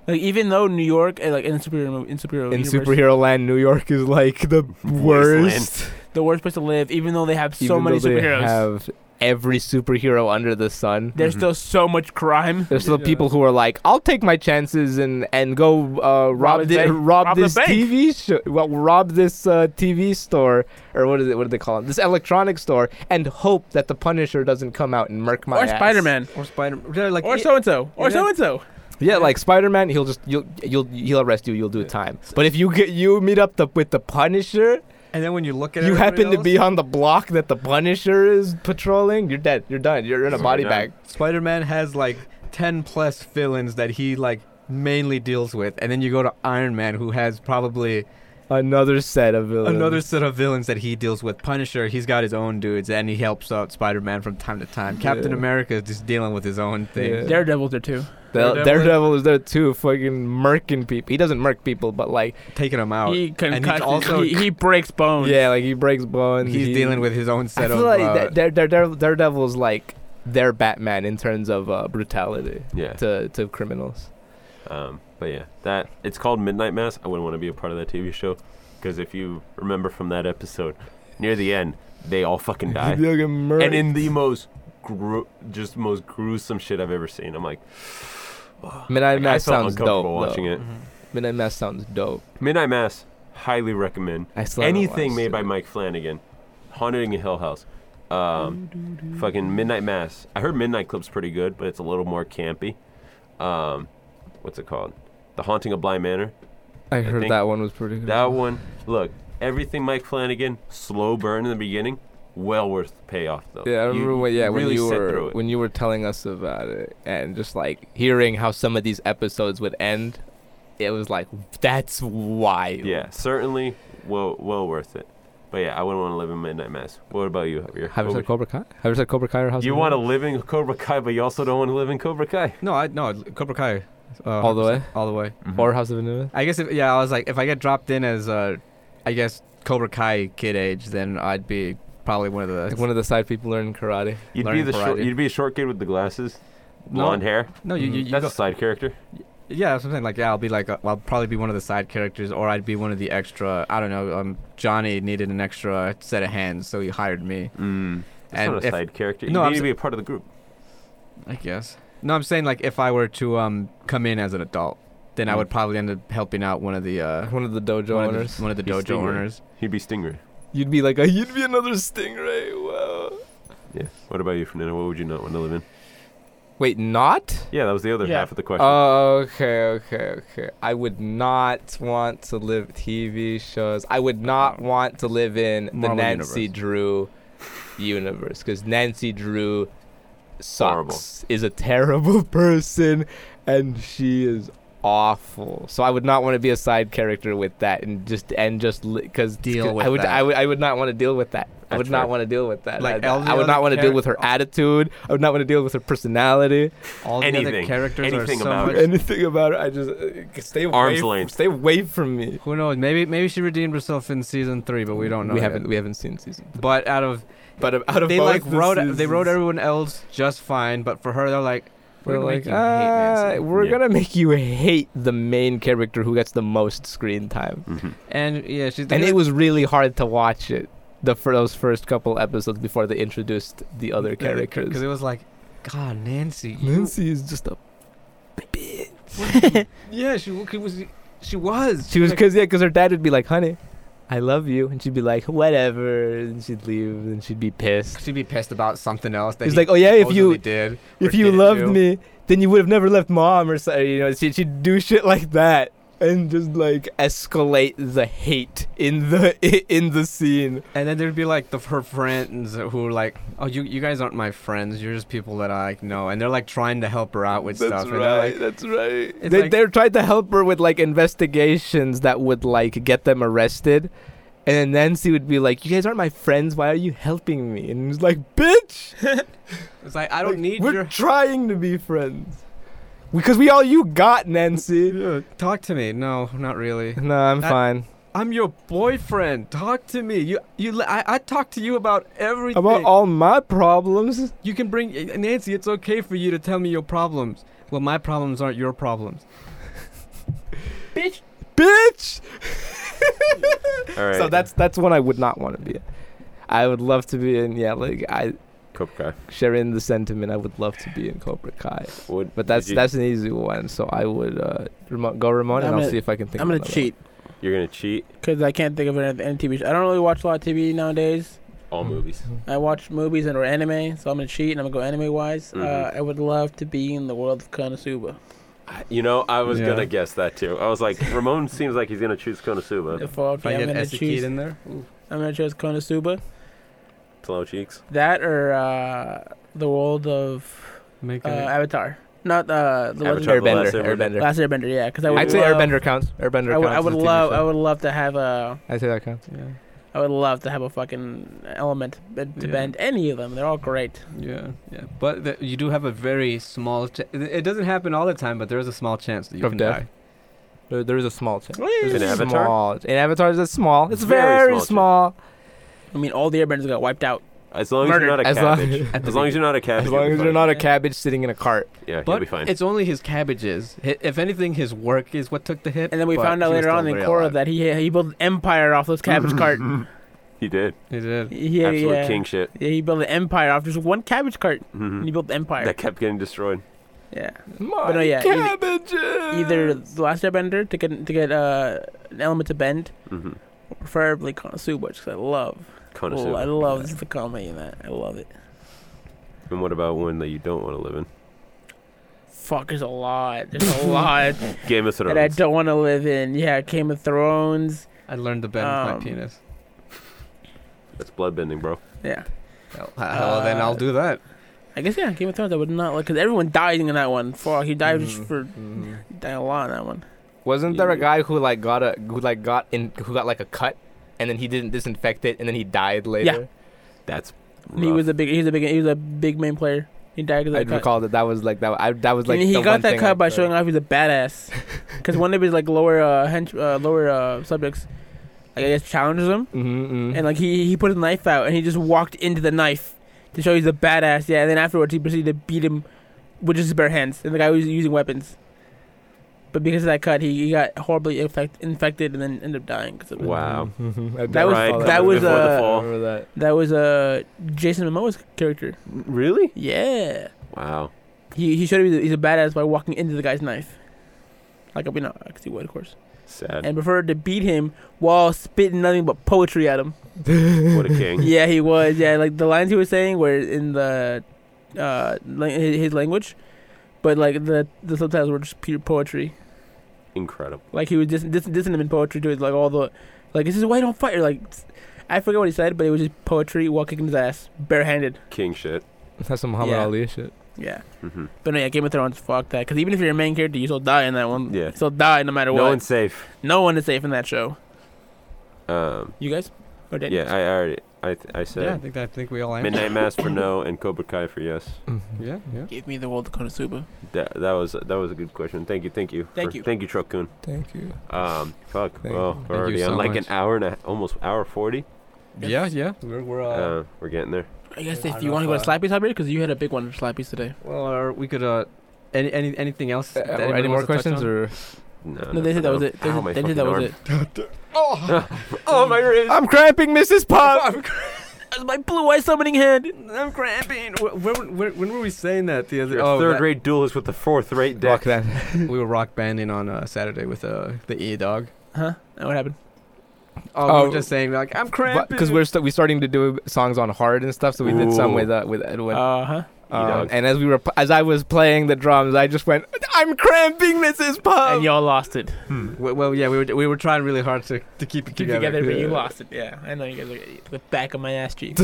Speaker 2: like even though New York, uh, like in superhero, mov- in superhero,
Speaker 4: in
Speaker 2: universe,
Speaker 4: superhero land, New York is like the worst.
Speaker 2: the worst place to live. Even though they have so
Speaker 4: Even
Speaker 2: many
Speaker 4: though they
Speaker 2: superheroes,
Speaker 4: have every superhero under the sun.
Speaker 2: there's
Speaker 1: Mhm.
Speaker 2: still so much crime.
Speaker 4: There's still
Speaker 3: Yeah.
Speaker 4: people who are like, "I'll take my chances and and go uh, rob
Speaker 2: a
Speaker 4: thi-
Speaker 2: bank-
Speaker 4: rob,
Speaker 2: rob the
Speaker 4: this
Speaker 2: bank."
Speaker 4: TV show, well, rob this uh, TV store or what is it? What do they call it? This electronic store, and hope that the Punisher doesn't come out and murk my
Speaker 2: or
Speaker 4: ass.
Speaker 2: Spider Man,
Speaker 3: Or Spider. yeah, Like
Speaker 2: or
Speaker 3: it-
Speaker 2: so and so, or
Speaker 3: yeah.
Speaker 2: so and so.
Speaker 4: Yeah, like Spider Man, he'll just you'll you'll he'll arrest you. You'll do time. But if you get you meet up the, with the Punisher,
Speaker 3: and then when you look at
Speaker 4: you
Speaker 3: everybody
Speaker 4: happen to be
Speaker 3: else,
Speaker 4: on the block that the Punisher is patrolling. You're dead. You're done. You're in a
Speaker 2: Oh
Speaker 1: You're
Speaker 4: body
Speaker 1: done.
Speaker 4: bag.
Speaker 3: Spider-Man has like ten plus villains that he like mainly deals with, and then you go to Iron Man who has probably
Speaker 4: Another set of villains.
Speaker 3: another set of villains that he deals with. Punisher, he's got his own dudes, and he helps out Spider-Man from time to time. Captain
Speaker 4: Yeah.
Speaker 3: America is just dealing with his own thing.
Speaker 4: Yeah.
Speaker 2: Daredevils are too.
Speaker 3: Daredevil.
Speaker 4: Daredevil. Daredevil is there too, fucking murking people. He doesn't murk people, but like
Speaker 3: taking him out.
Speaker 2: he
Speaker 3: he's
Speaker 2: concusses.
Speaker 3: also-
Speaker 2: he, he breaks bones.
Speaker 4: yeah, like he breaks bones.
Speaker 3: Oh, he's
Speaker 4: he-
Speaker 3: dealing with his own
Speaker 4: I
Speaker 3: set
Speaker 4: feel
Speaker 3: of.
Speaker 4: like
Speaker 3: uh,
Speaker 4: that- Dare, Dare, Dare- Daredevil's like their Batman in terms of uh, brutality
Speaker 1: Yeah.
Speaker 4: to to criminals.
Speaker 1: Um, but yeah, that it's called Midnight Mass. I wouldn't want to be a part of that TV show because if you remember from that episode, near the end, they all fucking die,
Speaker 4: They'll get murked.
Speaker 1: and in the most gru- just most gruesome shit I've ever seen. I'm like,
Speaker 4: Midnight
Speaker 1: like, I
Speaker 4: Mass
Speaker 1: felt
Speaker 4: sounds
Speaker 1: uncomfortable
Speaker 4: dope.
Speaker 1: watching
Speaker 4: though.
Speaker 1: it.
Speaker 2: Mm-hmm.
Speaker 4: Midnight Mass sounds dope.
Speaker 1: Midnight Mass, highly recommend.
Speaker 4: I still haven't
Speaker 1: Anything
Speaker 4: watched
Speaker 1: made
Speaker 4: it.
Speaker 1: by Mike Flanagan, Haunting a Hill House, um, fucking Midnight Mass. I heard Midnight Clip's pretty good, but it's a little more campy. Um, what's it called? The Haunting of Blind Manor.
Speaker 4: I heard
Speaker 1: think
Speaker 4: that one was pretty good.
Speaker 1: That one, look, everything Mike Flanagan, slow burn in the beginning, well worth the payoff though.
Speaker 4: Yeah, I
Speaker 1: You-
Speaker 4: remember
Speaker 1: you
Speaker 4: when yeah
Speaker 1: really
Speaker 4: when you
Speaker 1: sit
Speaker 4: were
Speaker 1: through it.
Speaker 4: when you were telling us about it and just like hearing how some of these episodes would end, it was like that's wild.
Speaker 1: Yeah, certainly well well worth it. But yeah, I wouldn't want to live in Midnight Mass. What about you, Javier?
Speaker 4: Have you
Speaker 1: What
Speaker 4: said Cobra Kai? Have you said Cobra Kai or House?
Speaker 1: would-
Speaker 4: of
Speaker 1: You
Speaker 4: Gucci?
Speaker 1: want to live in Cobra Kai, but you also don't want to live in Cobra Kai.
Speaker 3: No, I no Cobra Kai. Uh,
Speaker 4: all the way
Speaker 3: 100%, All the way.
Speaker 4: or House of Anubis?
Speaker 3: I guess if, yeah, I was like, if I get dropped in as uh, I guess Cobra Kai kid age, then I'd be probably one of the
Speaker 4: Like one of the side people learning karate.
Speaker 1: You'd be
Speaker 3: Learning
Speaker 1: the short,
Speaker 3: karate.
Speaker 1: you'd be a short kid with the glasses,
Speaker 3: No.
Speaker 1: blonde hair. Mm-hmm.
Speaker 3: no, you, you, you
Speaker 1: That's
Speaker 3: go-
Speaker 1: a side character.
Speaker 3: yeah, that's what I'm saying. Like yeah, I'll be like uh, I'll probably be one of the side characters, or I'd be one of the extra. I don't know. Um, Johnny needed an extra set of hands, so he hired me.
Speaker 1: Mm. That's
Speaker 3: And
Speaker 1: not a
Speaker 3: if-
Speaker 1: side character. You
Speaker 3: No,
Speaker 1: need
Speaker 3: I'm
Speaker 1: to
Speaker 3: s-
Speaker 1: be a part of the group.
Speaker 3: I guess. No, I'm saying like if I were to um come in as an adult, then I would probably end up helping out one of the uh
Speaker 4: One of the dojo
Speaker 3: one
Speaker 4: owners.
Speaker 3: of the, one of the
Speaker 1: He's
Speaker 3: dojo
Speaker 1: Stingray.
Speaker 3: owners.
Speaker 1: You'd be Stingray.
Speaker 4: You'd be like, "Oh, you'd be another stingray. Wow.
Speaker 1: Yeah. What about you, Fernando? What would you not want to live in?
Speaker 4: Wait, not?
Speaker 1: Yeah, that was the other
Speaker 2: Yeah.
Speaker 1: half of the question.
Speaker 4: Oh, okay, okay, okay. I would not want to live TV shows. I would not
Speaker 1: Oh.
Speaker 4: want to live in the
Speaker 3: Marvel
Speaker 4: Nancy
Speaker 3: universe.
Speaker 4: Drew universe because Nancy Drew sucks.
Speaker 1: Horrible.
Speaker 4: Is a terrible person, and she is awful. So I would not want to be a side character with that, and just and just because
Speaker 3: Deal
Speaker 4: I
Speaker 3: with
Speaker 4: would
Speaker 3: that.
Speaker 4: I would I would not want to deal with that. I
Speaker 1: That's
Speaker 4: would not
Speaker 1: fair.
Speaker 4: want to deal with that.
Speaker 3: Like
Speaker 4: I,
Speaker 3: all the
Speaker 4: I would
Speaker 3: other
Speaker 4: not want to deal with her
Speaker 3: charac-
Speaker 4: attitude. I would not want to deal with her personality
Speaker 3: All the
Speaker 1: Anything.
Speaker 3: other characters
Speaker 1: Anything
Speaker 3: are so
Speaker 1: about
Speaker 3: much
Speaker 1: her.
Speaker 4: anything about it. I just uh, stay away.
Speaker 1: Arm's
Speaker 4: from-
Speaker 1: length.
Speaker 4: Stay away from me.
Speaker 3: Who knows? Maybe maybe she redeemed herself in season three, but we don't know.
Speaker 4: We
Speaker 3: yet.
Speaker 4: haven't. We haven't seen season. Three.
Speaker 3: But out of
Speaker 4: But out of
Speaker 3: they
Speaker 4: both
Speaker 3: like
Speaker 4: the
Speaker 3: wrote they wrote
Speaker 4: seasons,
Speaker 3: everyone else just fine, but for her they're like
Speaker 4: We're
Speaker 3: gonna
Speaker 4: like,
Speaker 3: make you hate
Speaker 4: "Ah,
Speaker 3: Nancy."
Speaker 4: we're
Speaker 1: Yeah.
Speaker 4: gonna make you hate the main character who gets the most screen time,
Speaker 1: Mhm.
Speaker 3: and yeah, she's
Speaker 4: and it was really hard to watch it. The for those first couple episodes before they introduced the other
Speaker 3: because
Speaker 4: characters.
Speaker 3: it was like, God, Nancy, you-
Speaker 4: Nancy is just a bitch.
Speaker 3: yeah, she w- she was she was
Speaker 4: She was
Speaker 3: like,
Speaker 4: because yeah, because her dad would be like, "Honey, I love you," and she'd be like, "Whatever," and she'd leave, and she'd be pissed.
Speaker 3: she'd be pissed about something else. That
Speaker 4: He's
Speaker 3: he
Speaker 4: like, "Oh yeah, if
Speaker 3: supposedly
Speaker 4: you
Speaker 3: did or
Speaker 4: if you
Speaker 3: didn't
Speaker 4: loved
Speaker 3: do."
Speaker 4: me, then you would have never left mom or so, you know, she, she'd do shit like that and just like escalate the hate in the in the scene.
Speaker 3: and then there'd be like the her friends who were like, oh you you guys aren't my friends, you're just people that I like, know, and they're like trying to help her out with stuff, and they're like,
Speaker 4: that's right.
Speaker 3: It's
Speaker 4: They
Speaker 3: like-
Speaker 4: they're trying to help her with like investigations that would like get them arrested. And then Nancy would be like, "You guys aren't my friends. Why are you helping me?" And he's like, "Bitch,
Speaker 3: it's like I don't
Speaker 4: like,
Speaker 3: need
Speaker 4: We're
Speaker 3: your
Speaker 4: trying to be friends because we all you got, Nancy."
Speaker 3: talk to me. No, not really.
Speaker 4: No, I'm
Speaker 3: That-
Speaker 4: fine.
Speaker 3: I'm your boyfriend. Talk to me. You, you. li- I, I talk to you about everything.
Speaker 4: About all my problems.
Speaker 3: you can bring eh, Nancy. It's okay for you to tell me your problems. Well, my problems aren't your problems.
Speaker 2: Bitch.
Speaker 4: bitch.
Speaker 1: All right.
Speaker 4: So that's that's one I would not want to be. in. I would love to be in yeah, like I
Speaker 1: Cobra Kai.
Speaker 4: share in the sentiment. I would love to be in Cobra Kai,
Speaker 1: What-
Speaker 4: but that's
Speaker 1: did you-
Speaker 4: that's an easy one. So I would uh, Ramon, go Ramon,
Speaker 2: I'm
Speaker 4: and I'll
Speaker 2: gonna-
Speaker 4: see if I can think.
Speaker 2: I'm
Speaker 4: of
Speaker 2: gonna
Speaker 4: another
Speaker 2: cheat
Speaker 1: you're gonna cheat
Speaker 2: because I can't think of any, any TV. Show. I don't really watch a lot of TV nowadays.
Speaker 1: all movies.
Speaker 2: I watch movies and or anime, so I'm gonna cheat and I'm gonna go anime wise.
Speaker 1: Mhm.
Speaker 2: Uh, I wowould love to be in the world of Konosuba.
Speaker 1: I- You know, I was
Speaker 3: Yeah.
Speaker 1: gonna guess that too. I was like, Ramon seems like he's gonna choose Konosuba.
Speaker 2: If, okay,
Speaker 3: If I
Speaker 2: I'm
Speaker 3: get
Speaker 2: gonna
Speaker 3: Ezekiel
Speaker 2: choose.
Speaker 3: in there,
Speaker 2: I'm gonna choose Konosuba.
Speaker 1: Slow cheeks.
Speaker 2: That or uh, the world of
Speaker 3: make
Speaker 2: uh,
Speaker 3: it.
Speaker 2: Airbender. Avatar. Not uh, the
Speaker 4: one.
Speaker 2: one-
Speaker 1: Avatar, The
Speaker 4: Airbender,
Speaker 1: Last Airbender.
Speaker 4: Airbender.
Speaker 2: Last Airbender. Yeah, because I would
Speaker 4: I'd say
Speaker 2: love-
Speaker 4: Airbender counts. Airbender
Speaker 2: I would,
Speaker 4: counts.
Speaker 2: I would
Speaker 4: as a TV
Speaker 2: love.
Speaker 4: show.
Speaker 2: I would love to have a.
Speaker 4: I'd say that counts.
Speaker 3: yeah,
Speaker 2: I would love to have a fucking element to
Speaker 3: Yeah.
Speaker 2: bend any of them. They're all great.
Speaker 3: yeah, yeah. But th- you do have a very small. Ch- it doesn't happen all the time, but there is a small chance that you
Speaker 4: Of
Speaker 3: can
Speaker 4: death?
Speaker 3: die.
Speaker 4: There, there is a small chance.
Speaker 1: In
Speaker 4: There's a
Speaker 1: Avatar?
Speaker 4: small. In Avatar, is a small. It's
Speaker 1: Very
Speaker 4: very,
Speaker 1: small chance.
Speaker 4: small.
Speaker 2: I mean, all the airbenders got wiped out.
Speaker 1: As long as you're
Speaker 2: Murdered.
Speaker 1: not a
Speaker 4: As long-
Speaker 1: cabbage.
Speaker 4: At
Speaker 1: as long as you're not a cabbage.
Speaker 4: As long
Speaker 1: you'll
Speaker 4: as
Speaker 1: be
Speaker 4: you're
Speaker 1: fine.
Speaker 4: not a cabbage sitting in a cart.
Speaker 1: Yeah, you'll
Speaker 3: But
Speaker 1: be fine.
Speaker 3: it's only his cabbages. Hi- If anything, his work is what took the hit.
Speaker 2: And then we
Speaker 3: but
Speaker 2: found out
Speaker 3: he was
Speaker 2: later
Speaker 3: still
Speaker 2: on in
Speaker 3: very
Speaker 2: Korra
Speaker 3: alive.
Speaker 2: that he he built an empire off this cabbage cart.
Speaker 1: He did.
Speaker 3: He did.
Speaker 2: Yeah,
Speaker 1: Absolute
Speaker 2: yeah.
Speaker 1: king shit.
Speaker 2: Yeah, he built an empire off just one cabbage cart. And
Speaker 1: hmm
Speaker 2: he built the empire.
Speaker 1: That kept getting destroyed.
Speaker 2: yeah.
Speaker 4: My
Speaker 2: no, yeah, either-
Speaker 4: cabbages.
Speaker 2: Either the last airbender to get to get uh, an element to bend,
Speaker 1: hmm
Speaker 2: or preferably Konosuba, because I love
Speaker 1: Connoisseur.
Speaker 2: Well, I love the comedy in that. I love it.
Speaker 1: and what about one that you don't want to live in?
Speaker 2: Fuck, there's a lot. There's a lot
Speaker 1: Game of Thrones.
Speaker 2: that I don't want to live in. Yeah, Game of Thrones.
Speaker 3: I learned to bend
Speaker 2: Um,
Speaker 3: my penis.
Speaker 1: That's bloodbending, bro.
Speaker 2: Yeah,
Speaker 3: Well, h- well, then I'll do that.
Speaker 2: I guess yeah, Game of Thrones. I would not like because everyone dies in that one. Fuck, he
Speaker 1: Mm.
Speaker 2: died just
Speaker 3: Mhm.
Speaker 2: for dying a lot in that one.
Speaker 4: Mm-hmm. Wasn't there a
Speaker 1: Yeah.
Speaker 4: guy who like got a who like got in who got like a cut and then he didn't disinfect it and then he died later?
Speaker 1: That's.
Speaker 2: He
Speaker 1: rough.
Speaker 2: was a big. He was a big. He was a big main player. He died because
Speaker 4: I
Speaker 2: of that cut.
Speaker 4: recall that that was like that. I, that was like
Speaker 2: and he
Speaker 4: the
Speaker 2: got
Speaker 4: one
Speaker 2: that
Speaker 4: thing I
Speaker 2: cut by
Speaker 4: saw.
Speaker 2: showing off he's a badass. Because one of his like lower uh, hench, uh lower uh, subjects, like I guess challenges him.
Speaker 4: Mhm, mhm.
Speaker 2: and like he he put his knife out and he just walked into the knife to show he's a badass. Yeah, and then afterwards he proceeded to beat him with just his bare hands, and the guy was using weapons. But because of that cut, he, he got horribly infect, infected and then ended up dying. 'cause of it.
Speaker 1: Wow.
Speaker 4: Mhm.
Speaker 2: That was-
Speaker 4: Recall
Speaker 2: that was,
Speaker 4: Before the
Speaker 2: uh,
Speaker 4: fall. I remember that.
Speaker 2: That was uh, Jason Momoa's character.
Speaker 1: Really?
Speaker 2: Yeah,
Speaker 1: Wow.
Speaker 2: he he showed he's a, he's a badass by walking into the guy's knife. Like I mean, not because he would, of course,
Speaker 1: Sad.
Speaker 2: and preferred to beat him while spitting nothing but poetry at him.
Speaker 1: what a king.
Speaker 2: yeah, he was. Yeah, like the lines he was saying were in the uh la- his his language, but like the the subtitles were just pure poetry.
Speaker 1: Incredible.
Speaker 2: Like he was just dis- dissing him in poetry too. It's like all the like this is why you don't fight. Or, like I forget what he said, but it was just poetry while kicking his ass barehanded.
Speaker 1: King shit.
Speaker 4: That's some Muhammad
Speaker 2: Yeah.
Speaker 4: Ali shit.
Speaker 2: Yeah,
Speaker 1: hmm
Speaker 2: but no, yeah, Game of Thrones, fuck that. Because even if you're a main character, you still die in that one.
Speaker 1: Yeah.
Speaker 2: you still die no matter
Speaker 1: No
Speaker 2: what.
Speaker 1: one's safe.
Speaker 2: no one is safe in that show.
Speaker 1: Um,
Speaker 2: You guys? Or Danny?
Speaker 1: yeah, I already. I, th- I
Speaker 3: Yeah, I
Speaker 1: said
Speaker 3: think that, I think we all answered.
Speaker 1: Midnight Mass for no and Cobra Kai for yes.
Speaker 4: Mm-hmm.
Speaker 3: Yeah, yeah.
Speaker 2: Give me the world of Konosuba.
Speaker 1: That, that was that was a good question. Thank you, thank you,
Speaker 2: Thank
Speaker 1: for-
Speaker 2: you.
Speaker 1: thank you, Truck Coon.
Speaker 4: Thank you.
Speaker 1: Um, fuck.
Speaker 4: Thank
Speaker 1: well,
Speaker 4: you. Thank
Speaker 1: we're
Speaker 4: you
Speaker 1: already
Speaker 3: so
Speaker 1: on like
Speaker 3: much.
Speaker 1: an hour and a almost hour forty.
Speaker 3: Yeah, yeah. We're, we're
Speaker 1: Uh,
Speaker 3: uh,
Speaker 1: we're getting there.
Speaker 2: I guess
Speaker 3: Yeah, I
Speaker 2: if
Speaker 3: don't
Speaker 2: you want to
Speaker 3: know
Speaker 2: go
Speaker 3: if
Speaker 2: to Slappy's Hybrid, because you had a big one for Slappy's today.
Speaker 3: well, or we could uh, any, Uh, any anything else? that anybody
Speaker 4: Uh, any more
Speaker 3: wants to touch
Speaker 4: questions
Speaker 3: on?
Speaker 4: or?
Speaker 1: No,
Speaker 2: No, they said that was it. They said, they said that was it.
Speaker 1: Oh my wrist.
Speaker 4: I'm cramping, Mrs. Pop.
Speaker 3: I'm,
Speaker 2: That's my blue eye summoning hand.
Speaker 3: I'm cramping. Where, where, where, when were we saying that the other?
Speaker 1: Your
Speaker 3: oh,
Speaker 1: third
Speaker 3: that-
Speaker 1: grade duelist with the fourth rate
Speaker 4: Rock
Speaker 1: deck.
Speaker 4: that.
Speaker 3: we were rock banding on uh, Saturday with uh, the E Dog.
Speaker 2: Huh? And what happened?
Speaker 3: Oh, we
Speaker 4: Oh.
Speaker 3: were just saying like I'm cramping.
Speaker 4: Because we're st- we starting to do songs on hard and stuff, so we did some
Speaker 1: Ooh.
Speaker 4: with uh, with Edwin.
Speaker 2: Uh huh.
Speaker 4: Um,
Speaker 1: E-Dog.
Speaker 4: and as we were, as I was playing the drums, I just went, "I'm cramping, Mrs.
Speaker 3: Oh.
Speaker 4: Pub."
Speaker 2: and y'all lost it.
Speaker 1: Hmm.
Speaker 3: W- well, yeah, we were we were trying really hard to, to keep it
Speaker 2: Keep
Speaker 3: together.
Speaker 2: together, but you
Speaker 3: Yeah.
Speaker 2: lost it. Yeah, I know you guys are the back of my ass cheek.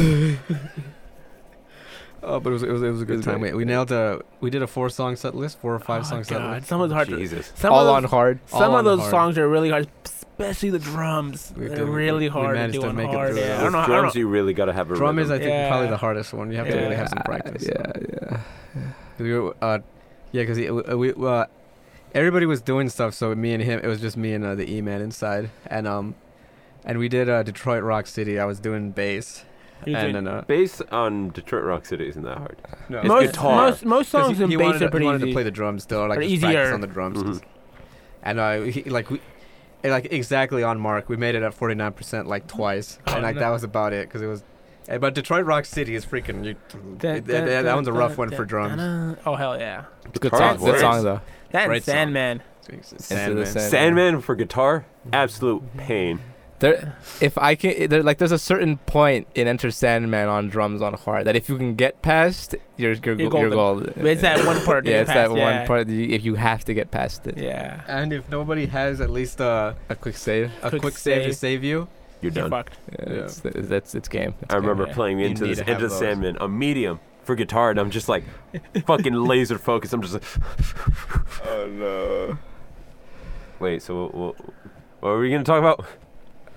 Speaker 3: Oh, but it was it was, it was a
Speaker 4: It
Speaker 3: good
Speaker 4: was
Speaker 3: time.
Speaker 4: great.
Speaker 3: We, we nailed a we did a four song set list, four or five song set
Speaker 2: Oh, God,
Speaker 3: list.
Speaker 2: some of those hard.
Speaker 1: Jesus.
Speaker 2: Some
Speaker 4: all
Speaker 2: of
Speaker 4: on
Speaker 2: those,
Speaker 4: hard.
Speaker 2: Some
Speaker 3: all
Speaker 2: of
Speaker 3: on
Speaker 2: those
Speaker 3: hard.
Speaker 2: songs are really hard, especially the drums.
Speaker 3: We
Speaker 2: They're
Speaker 3: did- we-
Speaker 2: really
Speaker 3: we
Speaker 2: hard
Speaker 3: managed
Speaker 2: to
Speaker 3: to
Speaker 2: do on
Speaker 3: make it
Speaker 2: hard.
Speaker 3: through
Speaker 2: Yeah,
Speaker 3: those.
Speaker 2: I don't know.
Speaker 1: With
Speaker 2: I don't
Speaker 1: drums, you really gotta have a
Speaker 3: Drum is,
Speaker 1: rhythm.
Speaker 3: I think,
Speaker 2: Yeah.
Speaker 3: probably the hardest one. You have to really have some
Speaker 4: Yeah,
Speaker 3: practice.
Speaker 4: Yeah, yeah.
Speaker 3: 'Cause we were, uh, yeah, because we uh, everybody was doing stuff. So me and him, it was just me and uh, the E Man inside, and um, and we did uh, Detroit Rock City. I was doing bass,
Speaker 2: You
Speaker 3: and
Speaker 2: did-
Speaker 3: then uh,
Speaker 1: Bass on Detroit Rock City isn't that hard.
Speaker 3: no,
Speaker 1: It's
Speaker 2: most,
Speaker 1: guitar.
Speaker 2: most most
Speaker 3: 'Cause
Speaker 2: songs
Speaker 3: he,
Speaker 2: in
Speaker 3: he
Speaker 2: bass
Speaker 3: wanted,
Speaker 2: are
Speaker 3: to- he
Speaker 2: pretty
Speaker 3: wanted
Speaker 2: easy.
Speaker 3: to play the drums still, like
Speaker 2: Or
Speaker 3: just practice
Speaker 2: easier.
Speaker 3: on the drums,
Speaker 1: Mhm.
Speaker 3: and uh, he, like we. and, like exactly on mark, we made it at forty nine percent like twice,
Speaker 2: Oh,
Speaker 3: and like
Speaker 2: no.
Speaker 3: that was about it because it was. eh, But Detroit Rock City is freaking. You,
Speaker 2: Dun,
Speaker 3: that, that,
Speaker 2: dun,
Speaker 3: that one's a
Speaker 2: dun,
Speaker 3: rough
Speaker 2: dun,
Speaker 3: one for
Speaker 2: dun,
Speaker 3: drums.
Speaker 2: dun. Oh hell yeah!
Speaker 4: Good
Speaker 1: Guitar
Speaker 4: song.
Speaker 1: is
Speaker 4: Good
Speaker 1: worse.
Speaker 4: song though.
Speaker 2: That and
Speaker 3: Great song.
Speaker 2: Sandman.
Speaker 3: Sandman.
Speaker 4: Sandman.
Speaker 1: Sandman for guitar, absolute pain.
Speaker 4: There, if I can, there, like, there's a certain point in Enter Sandman on drums on hard that if you can get past, you're you're,
Speaker 2: You're
Speaker 4: go- you're
Speaker 2: golden.
Speaker 4: golden.
Speaker 2: But It's that one part.
Speaker 4: yeah,
Speaker 2: you
Speaker 4: it's that
Speaker 2: passed,
Speaker 4: one
Speaker 2: yeah.
Speaker 4: part. That you, if you have to get past it,
Speaker 2: Yeah.
Speaker 3: And if nobody has at least uh,
Speaker 4: a quick save.
Speaker 3: a
Speaker 2: Quick
Speaker 3: quick, save. to
Speaker 2: save.
Speaker 3: save you,
Speaker 1: You're done.
Speaker 2: You're fucked.
Speaker 4: Yeah, It's, that's it's game. It's
Speaker 1: I
Speaker 4: game.
Speaker 1: remember
Speaker 2: Yeah.
Speaker 1: playing
Speaker 3: You
Speaker 1: into
Speaker 3: need
Speaker 1: this
Speaker 3: to have
Speaker 1: into
Speaker 3: those.
Speaker 1: Sandman on medium for guitar, and I'm just like fucking laser focused. I'm just like, oh no. Wait, so what, what, what were we gonna talk about?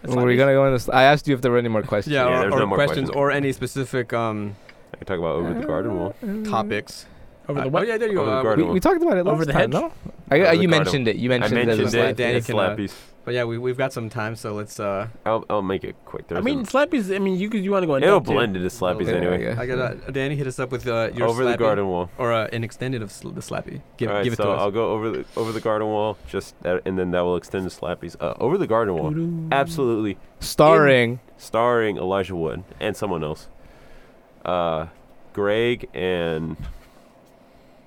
Speaker 4: Were we gonna go in this? I asked you if there were any more questions.
Speaker 3: yeah,
Speaker 1: Yeah,
Speaker 3: or,
Speaker 1: there's
Speaker 3: or
Speaker 1: no more
Speaker 3: questions,
Speaker 1: questions.
Speaker 3: or any specific um,
Speaker 1: I can talk about
Speaker 2: Oh,
Speaker 1: over the garden wall.
Speaker 3: topics.
Speaker 2: Mm-hmm. Over
Speaker 3: Uh,
Speaker 2: the what?
Speaker 3: Oh yeah, there you
Speaker 1: Over the
Speaker 3: go. Uh,
Speaker 1: garden
Speaker 4: We,
Speaker 1: wall.
Speaker 4: we talked about it
Speaker 2: Over
Speaker 4: last
Speaker 2: the
Speaker 4: time,
Speaker 2: hedge?
Speaker 4: no? I,
Speaker 1: Over the
Speaker 4: I, you
Speaker 1: garden.
Speaker 4: mentioned it. You
Speaker 1: I
Speaker 4: mentioned, it as
Speaker 1: mentioned
Speaker 4: a
Speaker 1: it.
Speaker 3: Danny
Speaker 1: it's
Speaker 3: can, uh,
Speaker 1: slappies.
Speaker 3: But yeah, we we've got some time, so let's. uh
Speaker 1: I'll, I'll make it quick. There's
Speaker 2: I mean, Slappy's. I mean, you could you want to go in
Speaker 1: it'll
Speaker 2: depth, too.
Speaker 1: blend into slappies
Speaker 3: Yeah,
Speaker 1: anyway.
Speaker 4: yeah.
Speaker 3: I got uh, Danny hit us up with uh, your
Speaker 1: Over the
Speaker 3: slappy-
Speaker 1: garden wall.
Speaker 3: or uh, an extended of sl- the slappy. Give,
Speaker 1: All right,
Speaker 3: give it
Speaker 1: so
Speaker 3: to us.
Speaker 1: I'll go over the over the garden wall, just that, and then that will extend to slappies. Uh, over the garden wall, absolutely,
Speaker 4: Starring
Speaker 1: starring Elijah Wood and someone else, uh, Greg and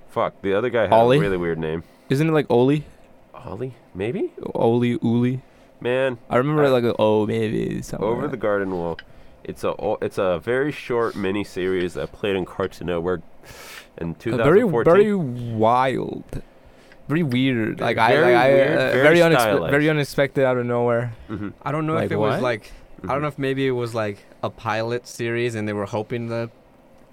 Speaker 1: fuck the other guy had
Speaker 4: Ollie?
Speaker 1: a really weird name.
Speaker 4: isn't it like Oli?
Speaker 1: Ollie, maybe
Speaker 4: Oli Uli?
Speaker 1: man.
Speaker 4: I remember
Speaker 1: Uh,
Speaker 4: like a- oh maybe something.
Speaker 1: Over the garden wall, it's a o- it's a very short mini series that played in Cartoon Network in
Speaker 4: Uh, very
Speaker 1: 2014.
Speaker 4: very wild, very weird. Like I,
Speaker 1: Very
Speaker 4: like, I
Speaker 1: weird,
Speaker 4: uh,
Speaker 1: very
Speaker 4: very unexpe-
Speaker 1: stylized.
Speaker 4: very unexpected out of nowhere.
Speaker 1: Mhm,
Speaker 3: I don't know
Speaker 4: Like
Speaker 3: if it was
Speaker 4: what?
Speaker 3: like I
Speaker 1: mhm.
Speaker 3: don't know if maybe it was like a pilot series and they were hoping that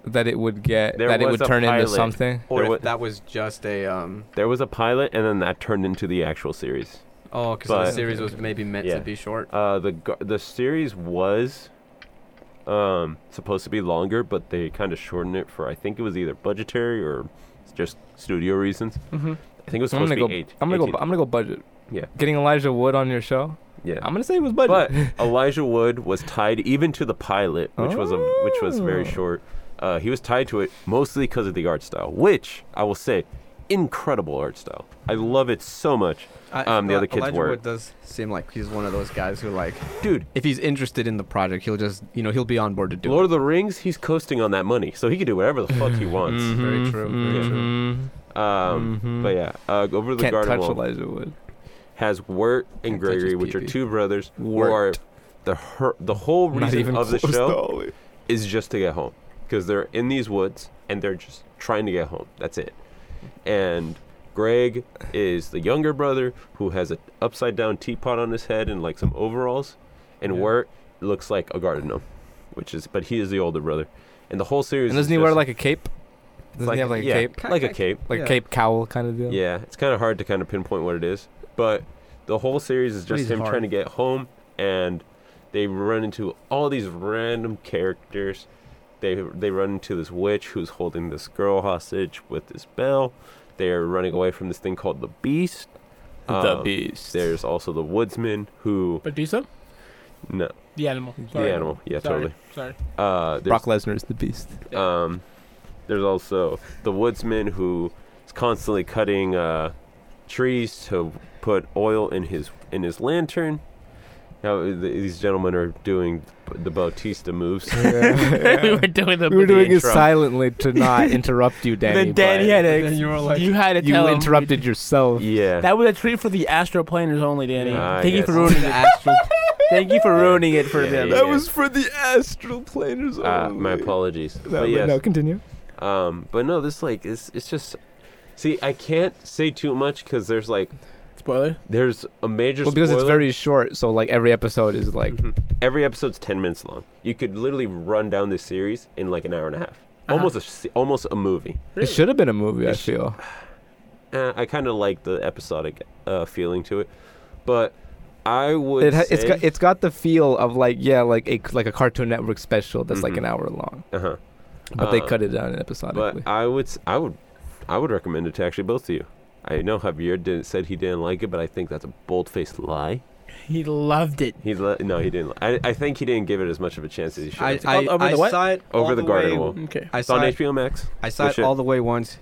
Speaker 4: That it would get
Speaker 1: There
Speaker 4: that it
Speaker 1: was
Speaker 4: would
Speaker 1: a
Speaker 4: turn
Speaker 1: pilot.
Speaker 4: into something.
Speaker 3: or
Speaker 1: There
Speaker 3: if
Speaker 1: wa-
Speaker 3: that was just a um
Speaker 1: There was a pilot, and then that turned into the actual series.
Speaker 3: oh because
Speaker 1: But-
Speaker 3: the series was maybe meant
Speaker 1: Yeah.
Speaker 3: to be short.
Speaker 1: Uh, the gar- the series was um, supposed to be longer, but they kind of shortened it for I think it was either budgetary or just studio reasons.
Speaker 3: Mm-hmm.
Speaker 2: Mhm.
Speaker 1: I think it was
Speaker 4: I'm
Speaker 1: supposed
Speaker 4: gonna
Speaker 1: to
Speaker 4: go.
Speaker 1: be eight.
Speaker 4: I'm gonna
Speaker 1: 18.
Speaker 4: go. I'm gonna go budget.
Speaker 1: Yeah.
Speaker 4: Getting Elijah Wood on your show.
Speaker 1: yeah.
Speaker 4: I'm gonna say it was budget.
Speaker 1: but Elijah Wood was tied even to the pilot, which was a which was very
Speaker 4: Oh.
Speaker 1: short. Uh, he was tied to it mostly because of the art style, which I will say, incredible art style. I love it so much,
Speaker 3: I, uh,
Speaker 1: Um, the other kids
Speaker 3: Elijah
Speaker 1: were-
Speaker 3: Wood does seem like he's one of those guys who like
Speaker 1: dude.
Speaker 3: if he's interested in the project he'll just you know he'll be on board to do
Speaker 1: Lord of the Rings, he's coasting on that money, so he can do whatever the fuck he wants.
Speaker 3: Mhm. very true, very true.
Speaker 4: Mhm.
Speaker 1: Um,
Speaker 4: Mhm.
Speaker 1: But yeah, uh, over the
Speaker 4: Can't
Speaker 1: garden
Speaker 4: touch
Speaker 1: wall.
Speaker 4: Elijah Wood.
Speaker 1: has Wert and
Speaker 3: Can't touch his
Speaker 1: Gregory, which are
Speaker 3: pee-pee.
Speaker 1: two brothers
Speaker 4: Wirt.
Speaker 1: who are the her- the whole
Speaker 4: Not
Speaker 1: reason
Speaker 4: even
Speaker 1: of the
Speaker 4: close
Speaker 1: show
Speaker 4: to Oli.
Speaker 1: is just to get home because they're in these woods and they're just trying to get home. That's it. And Greg is the younger brother who has an upside down teapot on his head and like some overalls, and
Speaker 3: Yeah.
Speaker 1: Wirt looks like a garden gnome, which is but he is the older brother. And the whole series
Speaker 4: And doesn't
Speaker 1: is
Speaker 4: he wear
Speaker 1: just
Speaker 4: like a cape? Doesn't
Speaker 1: like-
Speaker 4: he have like a
Speaker 1: yeah.
Speaker 4: cape?
Speaker 1: like a cape.
Speaker 4: Like
Speaker 3: Yeah.
Speaker 4: a cape cowl kind of deal?
Speaker 1: Yeah, it's kind of hard to kind of pinpoint what it is, but the whole series is just
Speaker 3: Pretty
Speaker 1: him
Speaker 3: hard.
Speaker 1: trying to get home, and they run into all these random characters. They they run into this witch who's holding this girl hostage with this bell. They're running away from this thing called the Beast. Um,
Speaker 4: beast.
Speaker 1: There's also the woodsman who
Speaker 2: Batista,
Speaker 1: no
Speaker 2: the animal. Sorry.
Speaker 1: the animal. Yeah,
Speaker 2: Sorry.
Speaker 1: totally.
Speaker 2: Sorry.
Speaker 1: Uh, there's
Speaker 4: Brock Lesnar's the beast.
Speaker 1: Um, there's also the woodsman who is constantly cutting uh, trees to put oil in his in his lantern. Now th- these gentlemen are doing the Bautista moves.
Speaker 2: we were doing the.
Speaker 4: We were doing it
Speaker 1: intro.
Speaker 4: silently to not interrupt you, Danny.
Speaker 2: then Danny
Speaker 4: but
Speaker 2: had
Speaker 3: And
Speaker 2: a.
Speaker 3: then you were like
Speaker 2: you had to
Speaker 4: you
Speaker 2: tell him.
Speaker 4: interrupted yourself.
Speaker 1: yeah.
Speaker 2: That was a treat for the astroplaners only, Danny.
Speaker 1: Ah,
Speaker 2: Thank you
Speaker 1: yes.
Speaker 2: for ruining it.
Speaker 3: astral
Speaker 2: Thank you for ruining it for
Speaker 1: Yeah,
Speaker 2: them.
Speaker 1: yeah, That yeah. was
Speaker 4: for the astral planers.
Speaker 1: uh, my apologies.
Speaker 4: No,
Speaker 1: but yes.
Speaker 4: no, continue.
Speaker 1: Um, but no, this like it's it's just. See, I can't say too much because there's like
Speaker 2: Spoiler.
Speaker 1: there's a major.
Speaker 4: Well, because it's
Speaker 1: spoiler.
Speaker 4: very short, so like every episode is like
Speaker 1: Mhm. every episode's 10 minutes long you could literally run down this series in like an hour and a half
Speaker 2: Uh-huh.
Speaker 1: almost a se- almost a movie
Speaker 4: it should have been a movie. I
Speaker 1: It sh-
Speaker 4: feel
Speaker 1: Eh, i kind of like the episodic uh, feeling to it but i would
Speaker 4: it ha-
Speaker 1: say,
Speaker 4: it's got it's got the feel of like yeah, like a like a Cartoon Network special that's like
Speaker 1: Mhm.
Speaker 4: an hour long,
Speaker 1: uh-huh
Speaker 4: but they
Speaker 1: Uh,
Speaker 4: cut it down
Speaker 1: but
Speaker 4: episodically.
Speaker 1: i would s- i would i would recommend it to actually both of you i know javier didn't said he didn't like it but i think that's a bold-faced lie
Speaker 2: He loved it.
Speaker 1: he's li- no he didn't li- I, I think he didn't give it as much of a chance as he should
Speaker 3: I,
Speaker 1: have.
Speaker 3: I,
Speaker 2: Over the
Speaker 3: I
Speaker 2: what?
Speaker 3: saw it
Speaker 1: Over
Speaker 3: all
Speaker 1: the garden
Speaker 3: way-
Speaker 1: wall.
Speaker 2: Okay.
Speaker 3: I
Speaker 1: it's on
Speaker 3: saw it,
Speaker 1: hbo max
Speaker 3: I saw
Speaker 1: Push
Speaker 3: it
Speaker 1: it.
Speaker 3: all the way once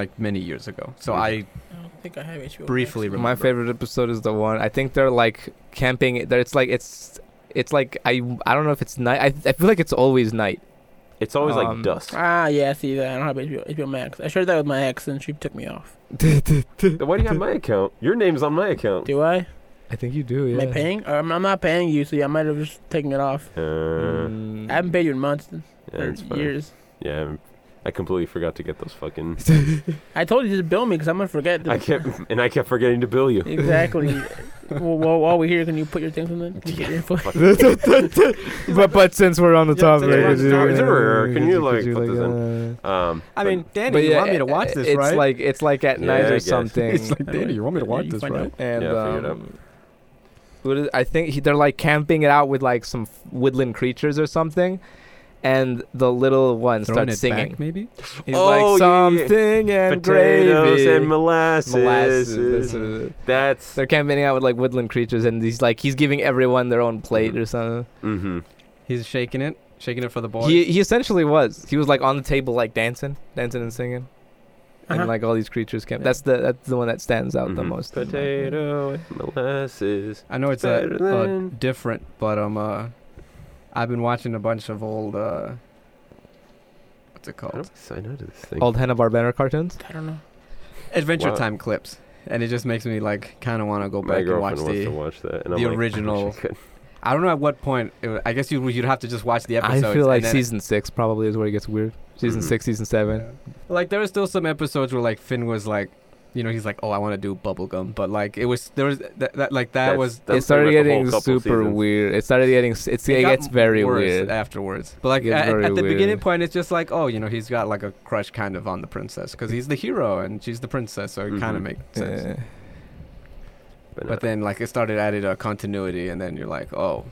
Speaker 3: like many years ago. So
Speaker 1: Mhm.
Speaker 3: I
Speaker 2: I don't think I have HBO.
Speaker 3: Briefly
Speaker 4: My favorite episode is the one I think they're like camping. There, it's like it's it's like I I don't know if it's night. I I feel like it's always night.
Speaker 1: it's always
Speaker 4: Um,
Speaker 1: like dust
Speaker 2: Ah, yeah, I see that. I don't have HBO, HBO Max. I shared that with my ex and she took me off.
Speaker 1: Then why do you have my account your name's on my account
Speaker 2: Do I?
Speaker 4: I think you do.
Speaker 2: Am
Speaker 4: Oh, Yeah.
Speaker 2: I paying? Or I'm, I'm not paying you, so yeah, I might have just taken it off.
Speaker 1: Uh,
Speaker 4: Mm.
Speaker 2: I haven't paid you in months
Speaker 1: yeah,
Speaker 2: or
Speaker 1: it's fine.
Speaker 2: years.
Speaker 1: Yeah, I'm- I completely forgot to get those fucking.
Speaker 2: I told you just bill me because I'm gonna forget.
Speaker 1: I kept and I kept forgetting to bill you.
Speaker 2: exactly. well, while, while we're here, can you put your things in there? Can you put your info?
Speaker 4: but but since we're on the
Speaker 3: Yeah,
Speaker 4: topic,
Speaker 3: since we're on the topic,
Speaker 1: can you, like, put this Um,
Speaker 3: I
Speaker 1: but-
Speaker 3: mean, Danny,
Speaker 4: but
Speaker 3: you
Speaker 4: yeah,
Speaker 3: want me to watch this,
Speaker 4: it's
Speaker 3: right?
Speaker 4: like it's like at
Speaker 1: Yeah, I
Speaker 4: night or
Speaker 1: guess.
Speaker 4: something.
Speaker 3: it's like Danny, you want me to
Speaker 2: Yeah,
Speaker 3: watch
Speaker 2: you
Speaker 3: this,
Speaker 2: find
Speaker 3: right?
Speaker 2: out.
Speaker 4: and
Speaker 1: Yeah, I figured
Speaker 4: um, what is, I think he, they're like camping it out with like some f- woodland creatures or something, and the little one
Speaker 3: Throwing
Speaker 4: starts
Speaker 3: it
Speaker 4: singing.
Speaker 3: back, maybe.
Speaker 4: He's
Speaker 1: Oh, yeah, yeah, yeah.
Speaker 4: like something and
Speaker 1: Potatoes
Speaker 4: gravy.
Speaker 1: and molasses.
Speaker 4: molasses. That's what it is.
Speaker 1: That's
Speaker 4: They're camping out with like woodland creatures, and he's like he's giving everyone their own plate or something.
Speaker 1: mm-hmm.
Speaker 3: He's shaking it, shaking it for the boys.
Speaker 4: He he essentially was. He was like on the table, like dancing, dancing and singing,
Speaker 2: Uh-huh.
Speaker 4: and like all these creatures came.
Speaker 3: Yeah.
Speaker 4: That's the that's the one that stands out the
Speaker 1: Mhm.
Speaker 4: most.
Speaker 1: potato and molasses.
Speaker 3: I know it's
Speaker 1: Better
Speaker 3: a, uh
Speaker 1: than-
Speaker 3: different, but um, uh, I've been watching a bunch of old uh, what's it
Speaker 1: How do
Speaker 3: called?
Speaker 1: I sign out of this thing?
Speaker 4: Old Hanna Barbera cartoons.
Speaker 2: I don't know.
Speaker 3: Adventure
Speaker 1: Wow.
Speaker 3: Time clips, and it just makes me like kind of want to go
Speaker 1: My
Speaker 3: back and watch
Speaker 1: girlfriend wants to
Speaker 3: the.
Speaker 1: watch that, and I'm
Speaker 3: the
Speaker 1: like, I wish I
Speaker 3: original
Speaker 1: could.
Speaker 3: I don't know at what point. It, wa- I guess you you'd have to just watch the
Speaker 4: I
Speaker 3: episodes.
Speaker 4: feel like
Speaker 3: and then-
Speaker 4: season six probably is where it gets weird. Season
Speaker 1: Mhm.
Speaker 4: six, season seven.
Speaker 3: Yeah. Like there were still some episodes where like Finn was like, you know, he's like, oh, I want to do bubblegum, but like it was there was that, that like that
Speaker 1: That's-
Speaker 3: was.
Speaker 1: that's
Speaker 4: it started
Speaker 1: pretty much the whole
Speaker 4: getting
Speaker 1: couple
Speaker 4: super
Speaker 1: seasons.
Speaker 4: weird. It started getting s- it's, it,
Speaker 3: got
Speaker 4: gets very
Speaker 3: worse
Speaker 4: weird.
Speaker 3: afterwards. But like
Speaker 4: It gets
Speaker 3: at,
Speaker 4: very
Speaker 3: at the beginning point,
Speaker 4: weird.
Speaker 3: it's just like, oh, you know, he's got like a crush kind of on the princess because he's the hero and she's the princess, so it kind
Speaker 1: Mhm.
Speaker 3: of makes sense.
Speaker 4: Yeah.
Speaker 1: But,
Speaker 3: But
Speaker 1: no.
Speaker 3: then like it started added a continuity, and then you're like, oh,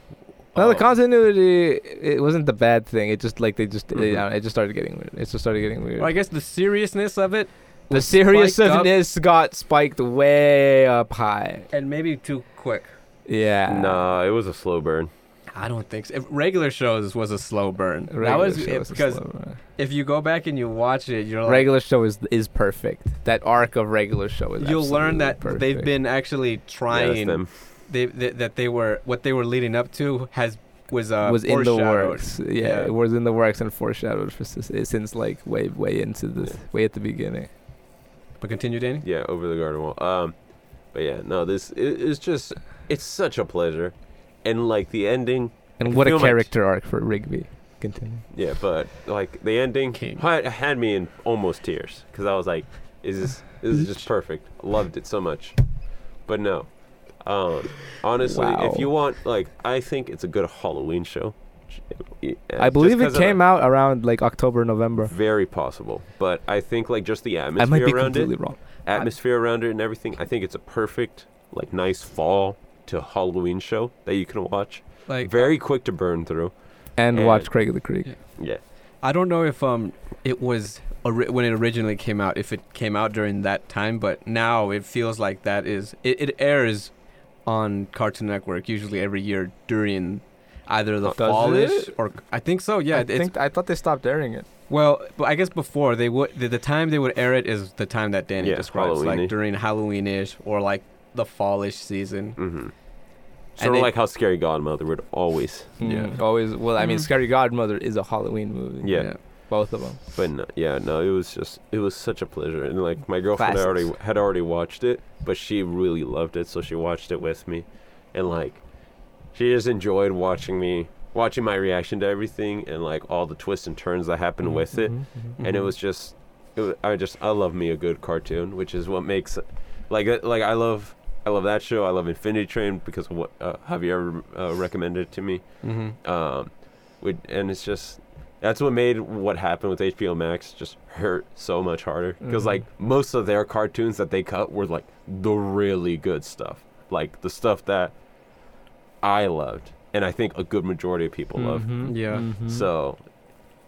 Speaker 4: No, the
Speaker 3: oh.
Speaker 4: continuity it wasn't the bad thing. It just like they just
Speaker 3: Mm-hmm.
Speaker 1: Mhm.
Speaker 4: it, it just started getting weird. It just started getting weird.
Speaker 3: Well, I guess the seriousness of it,
Speaker 4: the
Speaker 3: spiked up.
Speaker 4: seriousness got spiked way up high.
Speaker 3: and maybe too quick.
Speaker 4: Yeah.
Speaker 1: nah, it was a slow burn.
Speaker 3: I don't think so. If regular shows was a slow burn. that was
Speaker 4: show
Speaker 3: it-
Speaker 4: is a
Speaker 3: because Oh.
Speaker 4: slow burn.
Speaker 3: if you go back and you watch it, you're like,
Speaker 4: regular show is is perfect. That arc of regular show is.
Speaker 3: you'll learn
Speaker 4: absolutely
Speaker 3: that
Speaker 4: perfect.
Speaker 3: they've been actually
Speaker 1: Yeah, that's
Speaker 3: trying.
Speaker 1: them.
Speaker 3: they, they that they were what they were leading up to has was uh
Speaker 4: was in the
Speaker 3: foreshadowed.
Speaker 4: works. Yeah,
Speaker 3: Yeah.
Speaker 4: it was in the works and foreshadowed for, s- since like way way into this way at the beginning.
Speaker 3: But continue, Danny.
Speaker 1: Yeah, over the garden wall. Um, but yeah, no, this i it's just it's such a pleasure, and like the ending.
Speaker 4: And
Speaker 1: can
Speaker 4: what
Speaker 1: feel
Speaker 4: a
Speaker 1: my-
Speaker 4: character arc for Rigby. Continue.
Speaker 1: Yeah, but like the ending
Speaker 3: King.
Speaker 1: had, had me in almost tears because I was like, "Is this this is just perfect?" Loved it so much, but no. Um, honestly,
Speaker 4: Wow.
Speaker 1: if you want, like, I think it's a good Halloween show.
Speaker 4: I believe it came out around like October November.
Speaker 1: Very possible, but I think like just the
Speaker 4: I might
Speaker 1: atmosphere
Speaker 4: be
Speaker 1: around it,
Speaker 4: completely wrong.
Speaker 1: atmosphere around it, and everything. I think it's a perfect, like, nice fall to Halloween show that you can watch.
Speaker 3: Like
Speaker 1: Very quick to burn through.
Speaker 4: And
Speaker 1: And-
Speaker 4: watch Craig of the Creek.
Speaker 3: Yeah.
Speaker 1: Yeah,
Speaker 3: I don't know if um it was ori- when it originally came out if it came out during that time, but now it feels like that is it, it airs on Cartoon Network usually every year during either the
Speaker 1: Uh,
Speaker 4: does
Speaker 3: fallish
Speaker 4: it?
Speaker 3: or I think so. Yeah,
Speaker 4: I
Speaker 3: it's
Speaker 4: think I thought they stopped airing it.
Speaker 3: Well, but I guess before they would the, the time they would air it is the time that Danny
Speaker 1: Yeah,
Speaker 3: describes,
Speaker 1: Halloween-y.
Speaker 3: like during Halloweenish or like the fallish season.
Speaker 1: mm-hmm. Sort of
Speaker 3: they-
Speaker 1: like how Scary Godmother would always
Speaker 3: Yeah.
Speaker 4: Mm, Always. Well, I mean,
Speaker 5: Mm.
Speaker 4: Scary Godmother is a Halloween movie.
Speaker 1: Mm-hmm. Yeah.
Speaker 4: Both of them.
Speaker 1: But no, yeah, no, it was just it was such a pleasure, and like my girlfriend had
Speaker 4: Classics.
Speaker 1: already had already watched it, but she really loved it, so she watched it with me, and like she just enjoyed watching me watching my reaction to everything and like all the twists and turns that happened
Speaker 4: Mm-hmm.
Speaker 1: with it, and it
Speaker 3: Mhm.
Speaker 1: was just it was, I just I love me a good cartoon, which is what makes like uh, like I love I love that show, I love Infinity Train because of what uh, Javier uh, recommended it to me
Speaker 3: Mm-hmm.
Speaker 1: um, would, and it's just that's what made what happened with HBO Max just hurt so much harder because
Speaker 4: Mhm.
Speaker 1: like most of their cartoons that they cut were like the really good stuff, like the stuff that I loved, and I think a good majority of people love.
Speaker 3: Mm-hmm. Yeah.
Speaker 4: Mm-hmm.
Speaker 1: So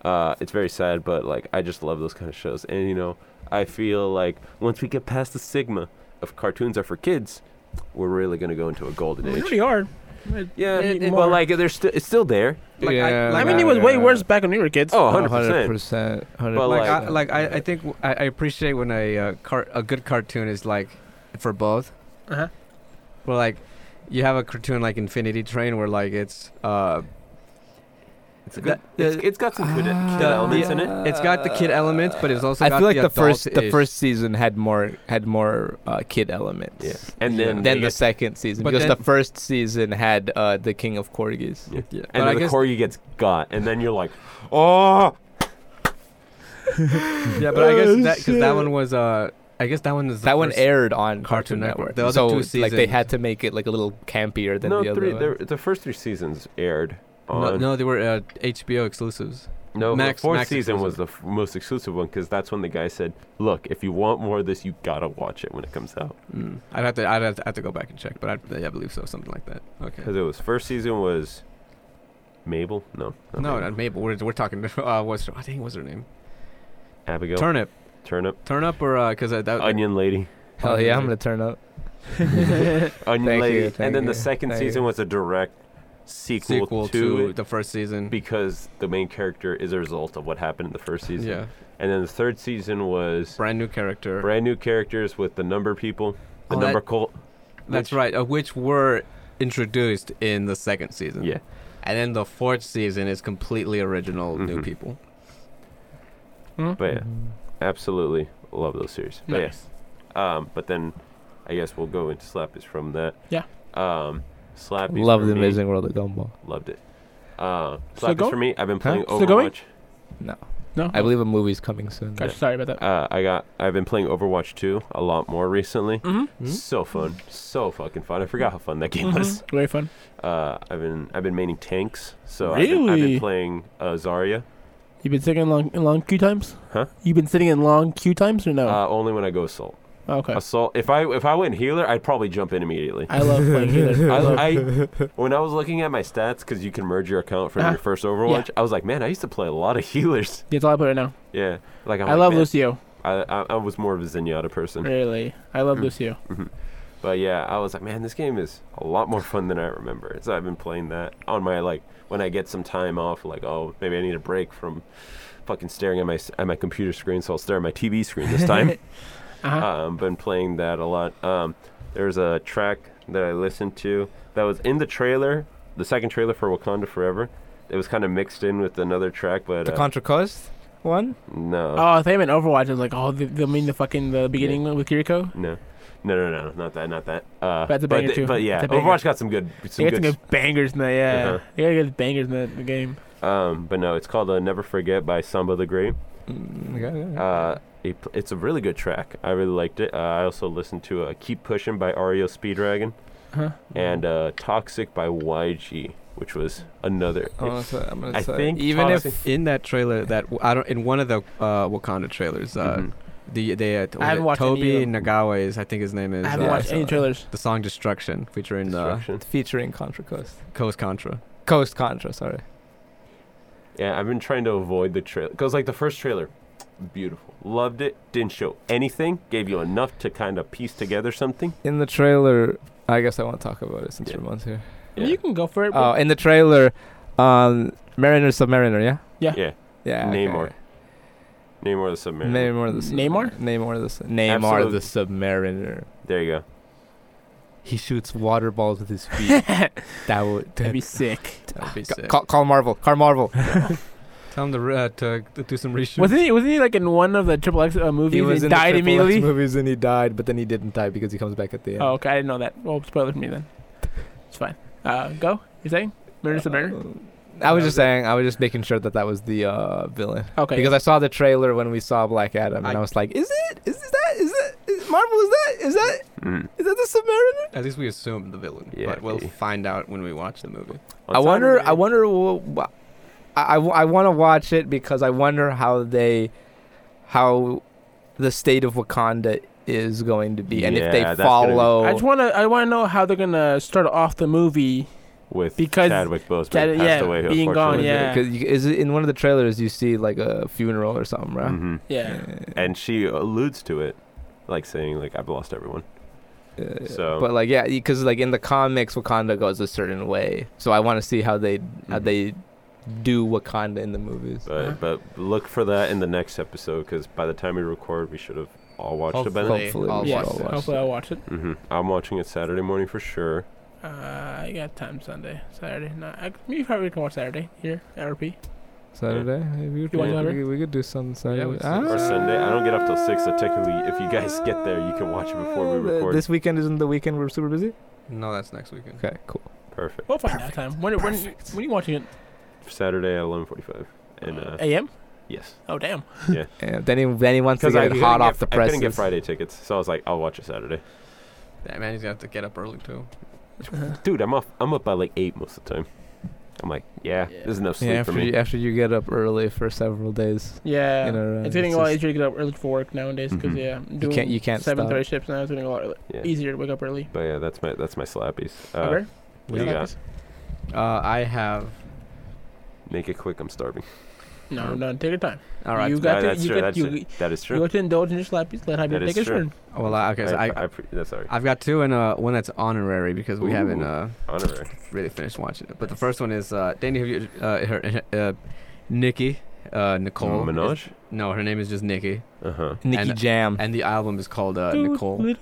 Speaker 1: uh, it's very sad, but like I just love those kind of shows, and you know I feel like once we get past the stigma of cartoons are for kids, we're really gonna go into a golden
Speaker 2: It's
Speaker 1: age.
Speaker 2: pretty hard.
Speaker 1: Yeah,
Speaker 2: It- it-
Speaker 1: but like there's still it's still there.
Speaker 3: Like, I-
Speaker 4: Yeah,
Speaker 2: I
Speaker 3: like,
Speaker 2: mean, it
Speaker 4: yeah,
Speaker 3: I-
Speaker 2: was way
Speaker 4: yeah.
Speaker 2: worse back when we were kids.
Speaker 1: Oh, 100%.
Speaker 4: 100%. 100%.
Speaker 1: But,
Speaker 3: like,
Speaker 1: like-
Speaker 3: I, like I, I think w- I, I appreciate when a uh, car, a good cartoon is like for both.
Speaker 2: Uh-huh.
Speaker 3: Where like you have a cartoon like Infinity Train where like it's uh
Speaker 1: It's
Speaker 3: a good-
Speaker 1: it's, it's got some good,
Speaker 4: Ah.
Speaker 1: good elements in it.
Speaker 3: it's got the kid elements, but it's also
Speaker 4: I
Speaker 3: got
Speaker 4: feel like the,
Speaker 3: the
Speaker 4: first the
Speaker 3: adult-ish.
Speaker 4: first season had more had more uh, kid elements.
Speaker 1: Yeah. And then
Speaker 4: Than
Speaker 1: they
Speaker 4: the
Speaker 1: get-
Speaker 4: second season
Speaker 3: But
Speaker 4: because
Speaker 3: then-
Speaker 4: the first season had uh, the King of Corgis.
Speaker 1: Yeah.
Speaker 3: Yeah. But
Speaker 1: And
Speaker 3: I
Speaker 1: then the
Speaker 3: guess-
Speaker 1: Corgi gets got, and then you're like, oh,
Speaker 3: yeah, but I
Speaker 4: Oh,
Speaker 3: guess that because that
Speaker 4: shit.
Speaker 3: one was uh I guess that one is the
Speaker 4: That one
Speaker 3: first-
Speaker 4: aired on
Speaker 3: Cartoon
Speaker 4: Cartoon
Speaker 3: Network.
Speaker 4: Network.
Speaker 3: The other
Speaker 4: so
Speaker 3: two
Speaker 4: like they had
Speaker 3: seasons-
Speaker 4: to make it like a little campier than
Speaker 1: no.
Speaker 4: the other
Speaker 1: three,
Speaker 4: one.
Speaker 1: the, the first three seasons aired
Speaker 3: No,
Speaker 1: on.
Speaker 3: no, they were uh, HBO exclusives.
Speaker 1: no,
Speaker 3: Max-
Speaker 1: the fourth
Speaker 3: Max
Speaker 1: season
Speaker 3: exclusive.
Speaker 1: was the f- most exclusive one because that's when the guy said, "Look, if you want more of this, you gotta watch it when it comes out."
Speaker 3: Mm. I'd have to I'd have to, have to go back and check, but I, yeah, I believe so, something like that. Okay.
Speaker 1: Because it was first season was Mabel? No. not
Speaker 3: No,
Speaker 1: Mabel.
Speaker 3: not Mabel. We're, we're talking. Uh, what's her, I think what's her name?
Speaker 1: Abigail.
Speaker 3: Turnip.
Speaker 1: Turnip.
Speaker 3: Turnip or uh, cause uh, that.
Speaker 1: Onion Lady.
Speaker 4: Hell yeah, I'm gonna turn up.
Speaker 1: Onion
Speaker 4: Thank
Speaker 1: Lady.
Speaker 4: you,
Speaker 1: and
Speaker 4: thank
Speaker 1: then the
Speaker 4: you,
Speaker 1: second
Speaker 4: thank
Speaker 1: season
Speaker 4: you.
Speaker 1: was a direct sequel,
Speaker 3: sequel
Speaker 1: to
Speaker 3: to
Speaker 1: it
Speaker 3: the first season.
Speaker 1: because the main character is a result of what happened in the first season.
Speaker 3: Yeah,
Speaker 1: And then the third season was
Speaker 3: brand new character.
Speaker 1: brand new characters with the number people, the
Speaker 3: Oh, that-
Speaker 1: number cult.
Speaker 3: That's
Speaker 1: which-
Speaker 3: right, of which were introduced in the second season.
Speaker 1: Yeah.
Speaker 3: and then the fourth season is completely original, new
Speaker 1: Mhm.
Speaker 3: people.
Speaker 1: But Oh, yeah,
Speaker 3: Mm.
Speaker 1: absolutely love those series. But yes. Um, but then I guess we'll go into Slappies from that.
Speaker 5: Yeah.
Speaker 1: Um, Slappies.
Speaker 4: Love
Speaker 1: for
Speaker 4: the
Speaker 1: me,
Speaker 4: Amazing World of Gumball.
Speaker 1: Loved it. Uh,
Speaker 2: Still
Speaker 1: Slappies
Speaker 2: going?
Speaker 1: for me. I've been
Speaker 4: Huh?
Speaker 1: playing
Speaker 2: Still going?
Speaker 1: Overwatch.
Speaker 5: No,
Speaker 4: I believe a movie's coming soon.
Speaker 2: Gotcha. Sorry about that.
Speaker 1: Uh, I got. I've been playing Overwatch 2 a lot more recently.
Speaker 5: Mm-hmm.
Speaker 1: So fun, so fucking fun. I forgot how fun that game
Speaker 2: Mm-hmm.
Speaker 1: was.
Speaker 5: Very fun.
Speaker 1: Uh, I've been I've been maining tanks, so I've been- I've, been,
Speaker 2: Really?
Speaker 1: playing uh, Zarya.
Speaker 2: You've been sitting in long, in long queue times.
Speaker 1: Huh?
Speaker 2: You've been sitting in long queue times or no?
Speaker 1: Uh, only when I go assault.
Speaker 2: Oh. okay.
Speaker 1: Assault. If I if I went healer, I'd probably jump in immediately.
Speaker 2: I love playing healer. I love,
Speaker 1: I, I when I was looking at my stats because you can merge your account from
Speaker 2: Uh-huh.
Speaker 1: your first Overwatch, I was like, man, I used to play a lot of healers.
Speaker 2: that's all I put right now.
Speaker 1: Yeah, like I'm
Speaker 2: I
Speaker 1: like,
Speaker 2: love
Speaker 1: man,
Speaker 2: Lucio.
Speaker 1: I, I I was more of a Zenyatta person,
Speaker 2: Really, I love
Speaker 1: Mm.
Speaker 2: Lucio.
Speaker 1: but yeah, I was like, man, this game is a lot more fun than I remember. So I've been playing that on my like when I get some time off, like oh maybe I need a break from fucking staring at my s- at my computer screen, so I'll stare at my TV screen this time.
Speaker 2: Uh-huh.
Speaker 1: um, been playing that a lot. Um, there's a track that I listened to that was in the trailer, the second trailer for Wakanda Forever. It was kind of mixed in with another track, but
Speaker 4: The
Speaker 1: uh,
Speaker 4: Contra Coast one.
Speaker 1: no,
Speaker 2: oh, I thought you meant Overwatch. I was like, oh, the, the mean the fucking the beginning with Kiriko.
Speaker 1: no, no, no, no, not that, not that. Uh,
Speaker 2: That's a
Speaker 1: but,
Speaker 2: banger
Speaker 1: th-
Speaker 2: too.
Speaker 1: but yeah,
Speaker 2: That's a banger.
Speaker 1: Overwatch got some good,
Speaker 2: They
Speaker 1: some
Speaker 2: got some
Speaker 1: good.
Speaker 2: good bangers in that. Yeah,
Speaker 1: Uh-huh.
Speaker 2: they got good bangers in that the game.
Speaker 1: um, but no, it's called uh, "Never Forget" by Samba the Great.
Speaker 4: Mm, yeah,
Speaker 2: Mm-hmm.
Speaker 4: yeah, yeah.
Speaker 1: Uh, it, pl- it's a really good track. I really liked it. Uh, I also listened to uh, "Keep Pushing" by Ario Speedwagon
Speaker 2: Huh?
Speaker 1: and uh, "Toxic" by YG, which was another.
Speaker 4: I'm
Speaker 2: Oh,
Speaker 4: gonna say- I'm gonna
Speaker 1: I
Speaker 4: say-
Speaker 1: think
Speaker 4: even if
Speaker 1: Toxic-
Speaker 3: In that trailer, that I don't in one of the uh, Wakanda trailers, uh,
Speaker 1: Mhm.
Speaker 3: the they uh,
Speaker 2: I haven't watched any
Speaker 3: Toby
Speaker 2: of
Speaker 3: Nagawa is I think his name is.
Speaker 2: I haven't
Speaker 3: uh,
Speaker 2: watched any trailers.
Speaker 3: the song "Destruction" featuring uh,
Speaker 1: Destruction.
Speaker 4: featuring Contra Coast,
Speaker 3: Coast Contra.
Speaker 4: Coast Contra. Sorry.
Speaker 1: Yeah, I've been trying to avoid the trailer because like the first trailer, beautiful, loved it. Didn't show anything. Gave you enough to kind of piece together something.
Speaker 4: In the trailer, I guess I want to talk about it since
Speaker 1: Yeah.
Speaker 4: your mom's here.
Speaker 1: Yeah,
Speaker 2: You can go for it.
Speaker 4: Oh,
Speaker 2: but-
Speaker 4: in the trailer, um, Mariner Submariner. Yeah.
Speaker 2: Yeah.
Speaker 1: Yeah.
Speaker 4: Yeah. okay.
Speaker 1: Namor. Namor the Submariner.
Speaker 4: Namor the
Speaker 2: Namor?
Speaker 4: Submariner. Namor the Sub- Namor the Submariner.
Speaker 1: There you go.
Speaker 4: He shoots water balls with his feet. that would
Speaker 2: that'd be sick.
Speaker 3: That'd be
Speaker 4: Ca-
Speaker 3: sick.
Speaker 4: Call, call Marvel. Call Marvel.
Speaker 3: Tell him to, re- uh, to to do some reshoots.
Speaker 2: Wasn't he? Wasn't he like in one of the Triple X uh, movies? and
Speaker 4: the
Speaker 2: died
Speaker 4: Triple X
Speaker 2: immediately.
Speaker 4: movies and he died, but then he didn't die because he comes back at the end.
Speaker 2: Oh, okay. I didn't know that. Well, spoiler for me then. It's fine. Uh, go. You saying? Murder the murder.
Speaker 4: I was just saying. I was just making sure that that was the uh, villain
Speaker 2: Okay.
Speaker 4: because I saw the trailer when we saw Black Adam, and
Speaker 3: I-
Speaker 4: I, was like, "Is it? Is that? Is that? Is Marvel? Is that? Is that?
Speaker 1: Mhm.
Speaker 4: Is that the Samaritan?"
Speaker 3: At least we assume the villain,
Speaker 1: Yeah,
Speaker 3: but we'll
Speaker 1: he-
Speaker 3: find out when we watch the movie.
Speaker 4: I wonder. I
Speaker 1: Saturday-
Speaker 4: wonder. wh- wh- I, want to watch it because I wonder how they, how, the state of Wakanda is going to be, and if
Speaker 1: Yeah,
Speaker 4: they
Speaker 1: that's gonna be-
Speaker 4: follow.
Speaker 2: I just wanna. I wanna know how they're gonna start off the movie.
Speaker 1: with
Speaker 2: because
Speaker 1: Chadwick Boseman
Speaker 2: Chad-
Speaker 1: passed
Speaker 2: yeah,
Speaker 1: away.
Speaker 2: being gone,
Speaker 1: unfortunately.
Speaker 2: yeah.
Speaker 4: Because is it in one of the trailers you see like a funeral or something, right?
Speaker 1: Mhm.
Speaker 2: Yeah.
Speaker 1: And she alludes to it, like saying like I've lost everyone.
Speaker 4: Uh,
Speaker 1: So-
Speaker 4: but like yeah, because like in the comics, Wakanda goes a certain way. So I want to see how they how
Speaker 1: Mhm.
Speaker 4: they do Wakanda in the movies.
Speaker 2: Uh-huh.
Speaker 1: But but look for that in the next episode because by the time we record, we should have all watched it by
Speaker 4: Hopefully.
Speaker 1: then.
Speaker 4: I'll
Speaker 2: yes.
Speaker 4: watch it.
Speaker 2: Hopefully, I'll watch it.
Speaker 1: hmm I'm watching it Saturday morning for sure.
Speaker 2: Uh, I got time Sunday, Saturday. No, I, you probably can watch Saturday here at RP.
Speaker 4: Saturday, maybe
Speaker 2: You
Speaker 4: we,
Speaker 2: want
Speaker 4: could,
Speaker 2: Saturday?
Speaker 4: we, we could do something Saturday Ah.
Speaker 3: we could do it.
Speaker 1: Or Sunday. I don't get up till 6, so technically, if you guys get there, you can watch it before we
Speaker 4: Uh,
Speaker 1: record.
Speaker 4: This weekend isn't the weekend we're super busy.
Speaker 3: No, that's next weekend.
Speaker 4: Okay, cool.
Speaker 1: Perfect.
Speaker 2: We'll find out time. When, when, when
Speaker 4: Perfect.
Speaker 2: are you watching it?
Speaker 1: Saturday at 11:45. And uh,
Speaker 2: AM?
Speaker 1: yes,
Speaker 2: Oh damn.
Speaker 4: And then he, then he wants to
Speaker 1: I
Speaker 4: get it
Speaker 1: couldn't
Speaker 4: hot
Speaker 1: get-
Speaker 4: off the
Speaker 1: I
Speaker 4: press.
Speaker 1: couldn't get Friday tickets, so I was like, I'll watch it Saturday.
Speaker 3: That man, he's gonna have to get up early too.
Speaker 1: Dude, I'm off. I'm up by like eight most of the time. I'm like, yeah,
Speaker 2: Yeah.
Speaker 1: there's enough sleep
Speaker 4: Yeah,
Speaker 1: for
Speaker 4: after
Speaker 1: me.
Speaker 4: you, after you get up early for several days.
Speaker 2: Yeah.
Speaker 4: in a row,
Speaker 2: it's getting
Speaker 4: it's
Speaker 2: a lot
Speaker 4: just-
Speaker 2: easier to get up early for work nowadays because
Speaker 1: Mhm.
Speaker 2: yeah, I'm doing
Speaker 4: can't- you can't stop.
Speaker 2: seven thirty shifts now. It's getting a lot early-
Speaker 1: Yeah.
Speaker 2: easier to wake up early.
Speaker 1: But Uh, yeah, that's my that's my slappies. Uh,
Speaker 2: okay.
Speaker 1: What do you
Speaker 2: Yeah.
Speaker 1: got?
Speaker 3: Uh, I have
Speaker 1: Make it quick. I'm starving.
Speaker 2: No, no, take your time.
Speaker 4: All right.
Speaker 2: You got
Speaker 1: Uh,
Speaker 2: to,
Speaker 1: that's
Speaker 2: you
Speaker 1: true.
Speaker 2: got,
Speaker 1: that's
Speaker 2: you,
Speaker 1: true. That is
Speaker 2: you
Speaker 1: true.
Speaker 2: got to indulge in your slappies. Let Habib
Speaker 1: That
Speaker 2: take
Speaker 1: is
Speaker 2: his
Speaker 1: true.
Speaker 2: turn.
Speaker 3: Well, uh, okay, so
Speaker 1: I,
Speaker 3: I,
Speaker 1: I, pre- yeah, sorry.
Speaker 3: I've got two and uh, one that's honorary because we haven't
Speaker 1: Ooh.
Speaker 3: uh,
Speaker 1: Honorary.
Speaker 3: really finished watching it. But the first one is uh, Danny. Have you uh, her, uh, Nikki uh, Nicole? Is-
Speaker 1: Minaj. Hmm.
Speaker 3: no, her name is just Nikki,
Speaker 1: Uh huh.
Speaker 4: Nikki
Speaker 3: And-
Speaker 4: Jam.
Speaker 3: and the album is called uh, Nicole.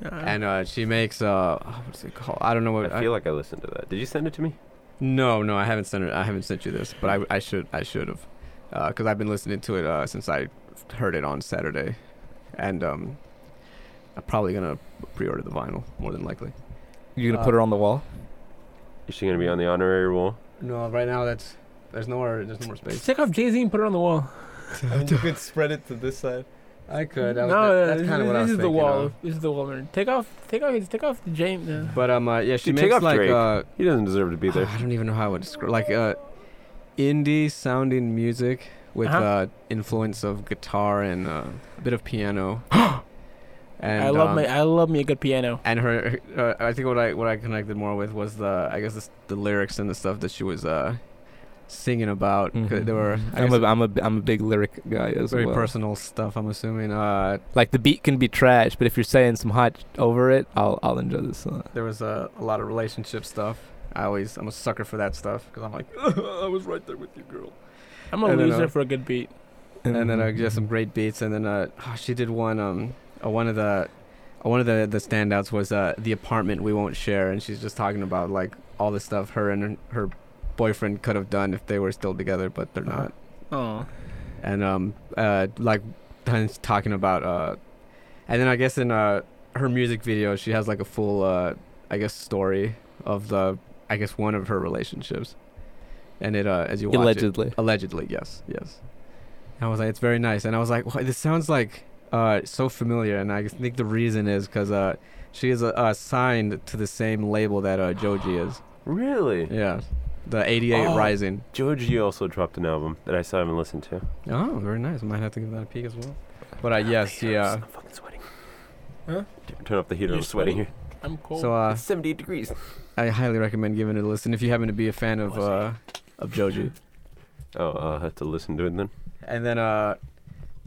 Speaker 3: And uh, she makes uh, what's it called? I don't know what.
Speaker 1: I feel like I listened to that. Did you send it to me?
Speaker 3: No, no, I haven't sent it. I haven't sent you this, but I, I should, I should have, because I've been listening to it uh, since I heard it on Saturday, and um, I'm probably gonna pre-order the vinyl more than likely.
Speaker 4: You gonna
Speaker 3: uh,
Speaker 4: put her on the wall?
Speaker 1: Is she gonna be on the honorary wall?
Speaker 3: No, right now that's there's nowhere, there's no more
Speaker 2: Just take off Jay Z and put it on the wall.
Speaker 3: I mean, you could spread it to this side. I could. I was,
Speaker 2: no,
Speaker 3: that-
Speaker 2: yeah,
Speaker 3: that's
Speaker 2: this,
Speaker 3: kind of
Speaker 2: this
Speaker 3: what I was
Speaker 2: is
Speaker 3: thinking.
Speaker 2: the wall.
Speaker 3: of.
Speaker 2: This is the wall. man. Take off, take off, his- take off the James. Uh,
Speaker 3: But um, uh, yeah, she
Speaker 1: Dude, take
Speaker 3: makes
Speaker 1: off
Speaker 3: like
Speaker 1: Drake.
Speaker 3: uh,
Speaker 1: He doesn't deserve to be there.
Speaker 3: I don't even know how I would describe like uh, indie sounding music with uh
Speaker 2: Uh-huh.
Speaker 3: influence of guitar and uh, a bit of piano. and
Speaker 2: I love
Speaker 3: um,
Speaker 2: me, I love me a good piano.
Speaker 3: and her, her- uh, I think what I what I connected more with was the I guess the, s- the lyrics and the stuff that she was uh, singing about. 'cause
Speaker 4: Mhm.
Speaker 3: They were I
Speaker 4: I'm
Speaker 3: guess,
Speaker 4: a, I'm a I'm a big lyric guy as
Speaker 3: very
Speaker 4: well.
Speaker 3: personal stuff. I'm assuming. Uh,
Speaker 4: Like the beat can be trash, but if you're saying some hot sh- over it, I'll I'll enjoy this song.
Speaker 3: there was a, a lot of relationship stuff. I always I'm a sucker for that stuff because I'm like I was right there with you, girl.
Speaker 2: I'm a
Speaker 3: I don't
Speaker 2: loser
Speaker 3: know.
Speaker 2: for a good beat.
Speaker 3: and then uh, just some great beats. And then uh, oh, she did one. Um, uh, one of the uh, one of the the standouts was uh, the apartment we won't share, and she's just talking about like all the stuff her and her boyfriend could have done if they were still together, but they're not.
Speaker 2: Oh,
Speaker 3: And um, uh, like tons talking about uh, and then I guess in uh her music video, she has like a full uh, I guess story of the I guess one of her relationships, and it uh, as you watch it,
Speaker 4: allegedly.
Speaker 3: Allegedly, yes, yes. And I was like, it's very nice. And I was like, "Why- this sounds like uh, so familiar. And I think the reason is because uh, she is uh, uh, signed to the same label that uh, Joji is.
Speaker 1: Really?
Speaker 3: Yeah, the '88
Speaker 1: Oh.
Speaker 3: Rising.
Speaker 1: Joji also dropped an album that I still haven't listened to.
Speaker 3: Oh, very nice. I might have to give that a peek as well. But uh, yes, yeah.
Speaker 1: I'm fucking sweating.
Speaker 2: Huh?
Speaker 1: T- Turn up the heater.
Speaker 2: You're
Speaker 1: I'm sweating here.
Speaker 2: I'm cold.
Speaker 3: So uh,
Speaker 1: it's 78 degrees.
Speaker 3: I highly recommend giving it a listen if you happen to be a fan of uh, of Joji.
Speaker 1: Oh, I'll have to listen to it then.
Speaker 3: And then uh,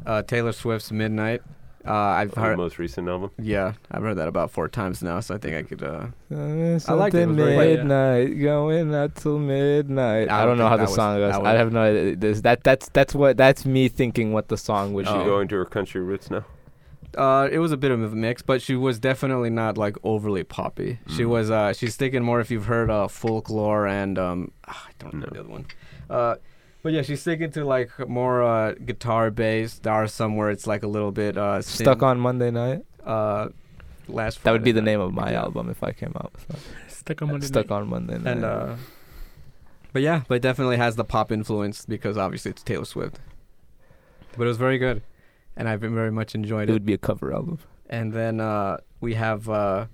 Speaker 3: uh, Taylor Swift's Midnight. Uh, I've
Speaker 1: Her
Speaker 3: heard.
Speaker 1: most recent album.
Speaker 3: Yeah, I've heard that about four times now, so I think I could. Uh,
Speaker 4: I
Speaker 3: I liked it. It was very good.
Speaker 4: midnight, going out till midnight.
Speaker 3: I
Speaker 4: I
Speaker 3: don't
Speaker 4: don't know
Speaker 3: think
Speaker 4: how
Speaker 3: that
Speaker 4: the
Speaker 3: was-
Speaker 4: song goes.
Speaker 3: that
Speaker 4: I
Speaker 3: was-
Speaker 4: have no idea. This- that that's that's what that's me thinking what the song would
Speaker 1: Is
Speaker 4: be.
Speaker 1: she
Speaker 3: Oh.
Speaker 1: going to her country roots now?
Speaker 3: Uh, it was a bit of a mix, but she was definitely not like overly poppy. She
Speaker 1: Mm.
Speaker 3: was. Uh, she's thinking more if you've heard uh, folklore and um, ah, I don't know
Speaker 1: No.
Speaker 3: the other one. Uh, but yeah, she's sticking to like more uh, guitar based. There are some where it's like a little bit uh,
Speaker 4: Stuck on Monday night.
Speaker 3: Uh, last.
Speaker 4: That would be
Speaker 3: Friday
Speaker 4: the
Speaker 3: night.
Speaker 4: name of my
Speaker 3: Yeah.
Speaker 4: album if I came out with that.
Speaker 2: stuck on Monday
Speaker 4: Stuck
Speaker 2: night.
Speaker 4: on Monday night.
Speaker 3: And uh, but yeah, but it definitely has the pop influence because obviously it's Taylor Swift. But it was very good, and I've been very much enjoyed
Speaker 4: it
Speaker 3: it.
Speaker 4: would be a cover album.
Speaker 3: And then uh, we have uh,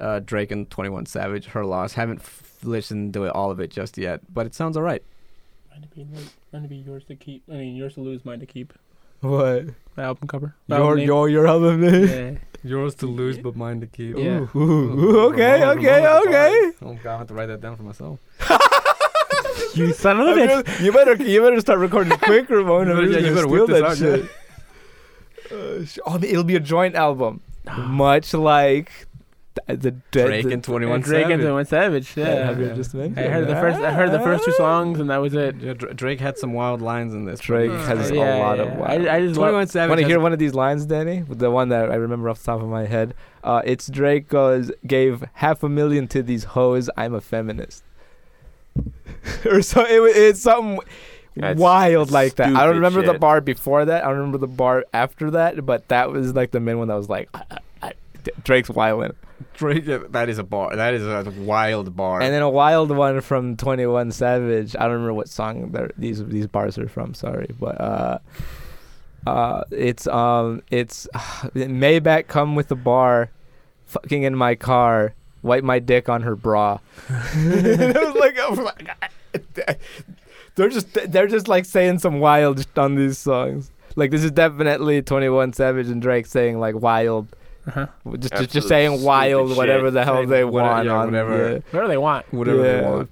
Speaker 3: uh, Drake and 21 Savage, Her Loss. Haven't f- listened to it, all of it just yet, but it sounds all right.
Speaker 2: Mine to be, mine to be yours to keep. I mean, yours to lose, mine to keep.
Speaker 4: What?
Speaker 2: The album cover. The
Speaker 4: Your
Speaker 2: album
Speaker 4: your your album
Speaker 2: name.
Speaker 4: name?
Speaker 2: Yeah.
Speaker 3: Yours to
Speaker 2: lose,
Speaker 3: but mine to keep.
Speaker 2: Yeah.
Speaker 4: Ooh, ooh, ooh, okay, okay, okay.
Speaker 3: Oh, God, I have to write that down for myself.
Speaker 4: You son of a bitch. You better you better start recording quick, Ramon.
Speaker 3: You better-
Speaker 4: or we're
Speaker 3: yeah, you
Speaker 4: gonna
Speaker 3: better whip
Speaker 4: steal
Speaker 3: this out,
Speaker 4: that shit. Uh, sh- oh, it'll be a joint album, much like th- the, the
Speaker 3: Drake
Speaker 4: the-
Speaker 3: and 21
Speaker 2: Drake
Speaker 3: Savage.
Speaker 2: and Twenty One Savage.
Speaker 4: that
Speaker 2: Yeah.
Speaker 4: Javier just mentioned.
Speaker 2: I heard the first. I heard the first two songs, and that was it.
Speaker 3: Yeah, Dra- Drake had some wild lines in this. but
Speaker 4: Drake
Speaker 3: it's
Speaker 4: has
Speaker 3: great.
Speaker 4: a lot of wild-
Speaker 2: I, I just love.
Speaker 3: 21 Savage.
Speaker 4: Want to
Speaker 3: has-
Speaker 4: hear one of these lines, Danny? The one that I remember off the top of my head. Uh, it's Drake goes, gave half a million to these hoes. I'm a feminist. or so it, wa- it's something
Speaker 1: That's
Speaker 4: wild like that. I don't
Speaker 1: stupid
Speaker 4: remember the
Speaker 1: shit.
Speaker 4: bar before that. I don't remember the bar after that. But that was like the main one that was like, I, I, I- D- Drake's wildin'.
Speaker 3: Drake, yeah, that is a bar. That is a wild bar.
Speaker 4: And then a wild one from 21 Savage. I don't remember what song they're- these these bars are from. Sorry, but uh, uh, it's um, it's Maybach come with the bar, fucking in my car, wipe my dick on her bra. it was like, oh my God. they're just they're just like saying some wild shit on these songs. Like this is definitely 21 Savage and Drake saying like wild.
Speaker 2: Uh-huh.
Speaker 4: Just, just,
Speaker 1: Absolute
Speaker 4: just saying
Speaker 1: stupid
Speaker 4: wild,
Speaker 1: shit.
Speaker 4: whatever the hell
Speaker 3: Saying
Speaker 4: they
Speaker 3: whatever-
Speaker 4: want
Speaker 3: yeah,
Speaker 4: on
Speaker 3: whatever.
Speaker 4: the-
Speaker 2: Whatever they want.
Speaker 3: whatever they
Speaker 4: Yeah.
Speaker 3: want.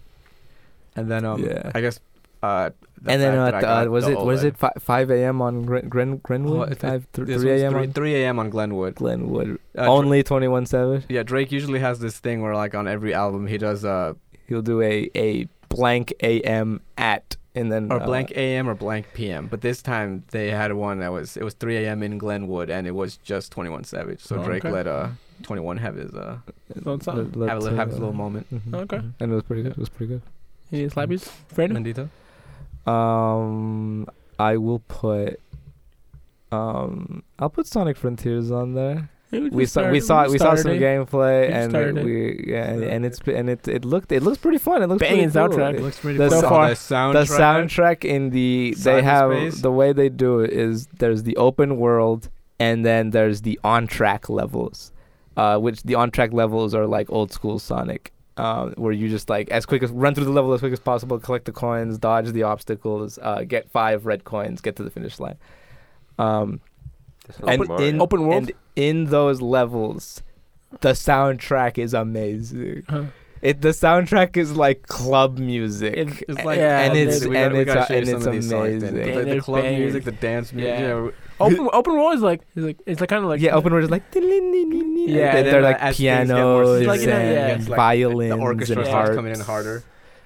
Speaker 3: And then um,
Speaker 4: Yeah.
Speaker 3: I guess Uh, the
Speaker 4: and then
Speaker 3: fact
Speaker 4: uh,
Speaker 3: that I
Speaker 4: th- uh,
Speaker 3: got
Speaker 4: was
Speaker 3: the E
Speaker 4: it was
Speaker 3: OLED.
Speaker 4: it fi- five a.m. on Gren- Gren-
Speaker 3: Oh,
Speaker 4: Grenwood?
Speaker 3: it-
Speaker 4: Five th-
Speaker 3: This
Speaker 4: three
Speaker 3: was
Speaker 4: a.m.
Speaker 3: three,
Speaker 4: on
Speaker 3: 3 a.m. on Glenwood.
Speaker 4: Glenwood.
Speaker 3: Uh, Dra-
Speaker 4: Only Twenty One Savage.
Speaker 3: yeah, Drake usually has this thing where like on every album he does uh
Speaker 4: He'll do a a blank a.m. at and then
Speaker 3: or
Speaker 4: uh,
Speaker 3: blank a.m. or blank p.m. But this time they had one that was it was 3 a.m. in Glenwood and it was just 21 Savage. So
Speaker 5: Oh,
Speaker 3: Drake
Speaker 5: okay.
Speaker 3: let uh 21 have his uh
Speaker 5: So it's not-
Speaker 4: let-
Speaker 3: have, a, li-
Speaker 4: let,
Speaker 3: have his
Speaker 4: uh,
Speaker 3: little moment.
Speaker 4: mhm,
Speaker 5: Okay.
Speaker 4: mhm. And it was pretty good. It was pretty good.
Speaker 2: Any slappies?
Speaker 5: Fredo?
Speaker 3: Mendito?
Speaker 4: Um, I will put. Um, I'll put Sonic Frontiers on there.
Speaker 2: Maybe
Speaker 4: We
Speaker 2: just
Speaker 4: saw we
Speaker 2: start-
Speaker 4: saw we saw some
Speaker 2: started it.
Speaker 4: gameplay
Speaker 2: We
Speaker 4: and
Speaker 2: started it.
Speaker 4: we yeah and, and it's and it it looked it looks pretty fun. It looks pretty
Speaker 2: Banging
Speaker 4: cool.
Speaker 2: soundtrack.
Speaker 4: It-
Speaker 3: looks pretty
Speaker 4: the
Speaker 3: cool.
Speaker 4: so
Speaker 2: far-
Speaker 3: the soundtrack.
Speaker 4: the soundtrack in the they have
Speaker 3: Cyberspace.
Speaker 4: the way they do it is there's the open world and then there's the on track levels uh, which the on track levels are like old school sonic um, where you just like as quick as run through the level as quick as possible collect the coins dodge the obstacles uh, get five red coins get to the finish line um, and
Speaker 1: Mario.
Speaker 4: in
Speaker 2: Open world?
Speaker 4: and in those levels the soundtrack is amazing
Speaker 2: Huh.
Speaker 4: it the soundtrack is like club music
Speaker 2: It-
Speaker 3: It's like
Speaker 2: Yeah,
Speaker 4: and
Speaker 2: they-
Speaker 4: it's
Speaker 2: we
Speaker 3: gotta-
Speaker 4: and it's
Speaker 3: gotta
Speaker 4: uh,
Speaker 3: show you
Speaker 4: and
Speaker 3: some
Speaker 4: it's
Speaker 3: of these songs then.
Speaker 4: amazing.
Speaker 2: Yeah,
Speaker 3: The, the
Speaker 2: they're
Speaker 3: club
Speaker 2: bangers.
Speaker 3: music, the dance music.
Speaker 2: Yeah.
Speaker 3: Yeah.
Speaker 2: Open open world is like it's like it's like kind of like
Speaker 4: yeah, open words like yeah,
Speaker 2: Yeah,
Speaker 4: they're,
Speaker 2: and
Speaker 3: then,
Speaker 4: like
Speaker 3: uh, as things get more
Speaker 4: pianos
Speaker 2: serious, Like, you know,
Speaker 4: and
Speaker 2: yeah.
Speaker 3: it's like
Speaker 4: violins
Speaker 3: The orchestra
Speaker 4: and
Speaker 3: starts
Speaker 4: harps.
Speaker 3: coming in harder.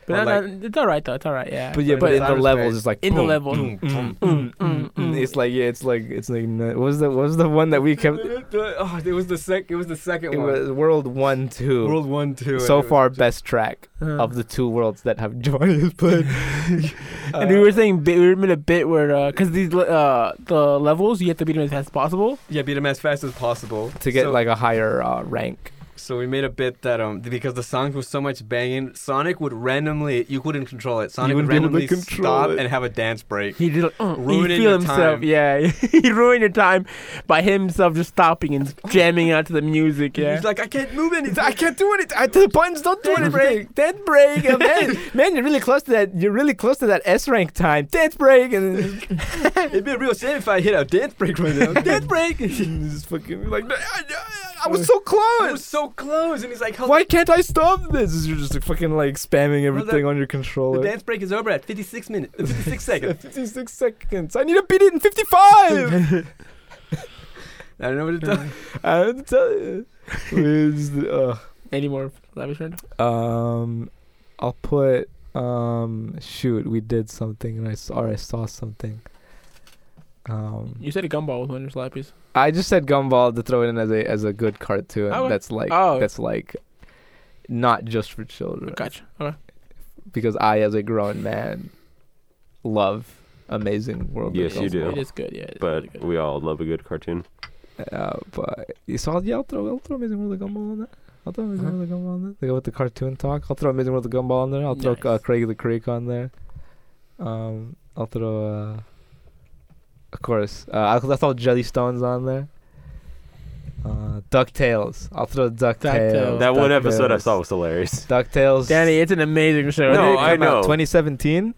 Speaker 2: But
Speaker 3: Or
Speaker 2: not, not- it's all right though. It's all right. Yeah.
Speaker 4: But yeah,
Speaker 3: But
Speaker 4: but
Speaker 3: in Mm-hmm.
Speaker 4: in
Speaker 3: cyberspace-
Speaker 4: the levels, it's like
Speaker 2: in the
Speaker 4: boom,
Speaker 2: level.
Speaker 4: boom, boom,
Speaker 2: Mm,
Speaker 4: boom,
Speaker 2: mm,
Speaker 4: boom.
Speaker 3: Mm-hmm.
Speaker 2: mm.
Speaker 4: It's like yeah, it's like it's like no- what was the what was the one that we kept? It
Speaker 3: oh, it was the sec. It was the second one.
Speaker 4: was World One Two.
Speaker 3: World One Two. and
Speaker 4: so
Speaker 3: it was
Speaker 4: far,
Speaker 3: just-
Speaker 4: best track
Speaker 2: Uh-huh.
Speaker 4: of the two worlds that have joined us. But
Speaker 2: and we were saying bit, we were in a bit where because these le- uh the levels you have to beat them as fast as possible.
Speaker 3: Yeah, beat him as fast as possible
Speaker 4: to get
Speaker 3: Uh, So-
Speaker 4: like a higher uh, rank.
Speaker 3: So we made a bit that um because the songs was so much banging, Sonic would randomly you couldn't control it. Sonic would
Speaker 4: wouldn't be able to
Speaker 3: randomly
Speaker 4: control
Speaker 3: stop
Speaker 4: it.
Speaker 3: and have a dance break.
Speaker 2: He did like, uh,
Speaker 3: Ruining
Speaker 2: he feel
Speaker 3: your
Speaker 2: himself.
Speaker 3: time.
Speaker 2: Yeah, he ruined your time by himself just stopping and jamming out to the music. Yeah.
Speaker 3: He's like, I can't move anything.
Speaker 4: I can't do it. I, the buttons don't do
Speaker 3: Dance
Speaker 4: it. Break. Dance break. And man, man, you're really close to that. You're really close to that S rank time. Dance break. And then
Speaker 3: It'd be a real shame if I hit a dance break right now. dance break.
Speaker 4: just fucking like, I, Uh, I was so
Speaker 3: I
Speaker 4: close.
Speaker 3: was so close, and he's like, "How-
Speaker 4: Why can't I stop this? You're just like fucking like spamming
Speaker 3: Well,
Speaker 4: everything
Speaker 3: that-
Speaker 4: on your
Speaker 3: The
Speaker 4: controller.
Speaker 3: dance break is over at 56 minutes, 56 seconds.
Speaker 4: 56 seconds. I need to beat it in 55.
Speaker 3: I don't know what to do.
Speaker 4: I have to tell you. It's, uh,
Speaker 2: Any more lavish friend?
Speaker 4: Um, I'll put. Um, shoot, we did something, and I saw, or I saw something. Um,
Speaker 2: You said a gumball was one of your slappies.
Speaker 4: I just said gumball to throw it in as a as a good cartoon.
Speaker 2: Okay.
Speaker 4: That's like
Speaker 2: Oh.
Speaker 4: that's like not just for children.
Speaker 2: Gotcha. Okay.
Speaker 4: Because I, as a grown man, love amazing world. of
Speaker 1: Yes, you
Speaker 4: Gumball.
Speaker 1: do.
Speaker 2: It is good. Yeah. It's really
Speaker 1: But
Speaker 2: good.
Speaker 1: we all love a good cartoon.
Speaker 4: Uh, but you saw, yeah, I'll throw, I'll throw Amazing World of Gumball on that. I'll throw Amazing
Speaker 2: Uh-huh.
Speaker 4: World of Gumball on that. They go with the cartoon talk. I'll throw Amazing World of Gumball on there. I'll throw uh,
Speaker 2: Nice.
Speaker 4: Craig the Creek on there. Um, I'll throw, uh, of course, uh, I'll, I'll throw Jellystones on there. Uh, Ducktales. I'll throw Ducktales.
Speaker 2: DuckTales.
Speaker 1: That one episode I
Speaker 4: DuckTales.
Speaker 1: saw was hilarious.
Speaker 4: Ducktales.
Speaker 2: Danny, it's an amazing show.
Speaker 4: When
Speaker 1: No,
Speaker 4: did it
Speaker 1: I
Speaker 4: come out?
Speaker 1: know.
Speaker 4: 2017.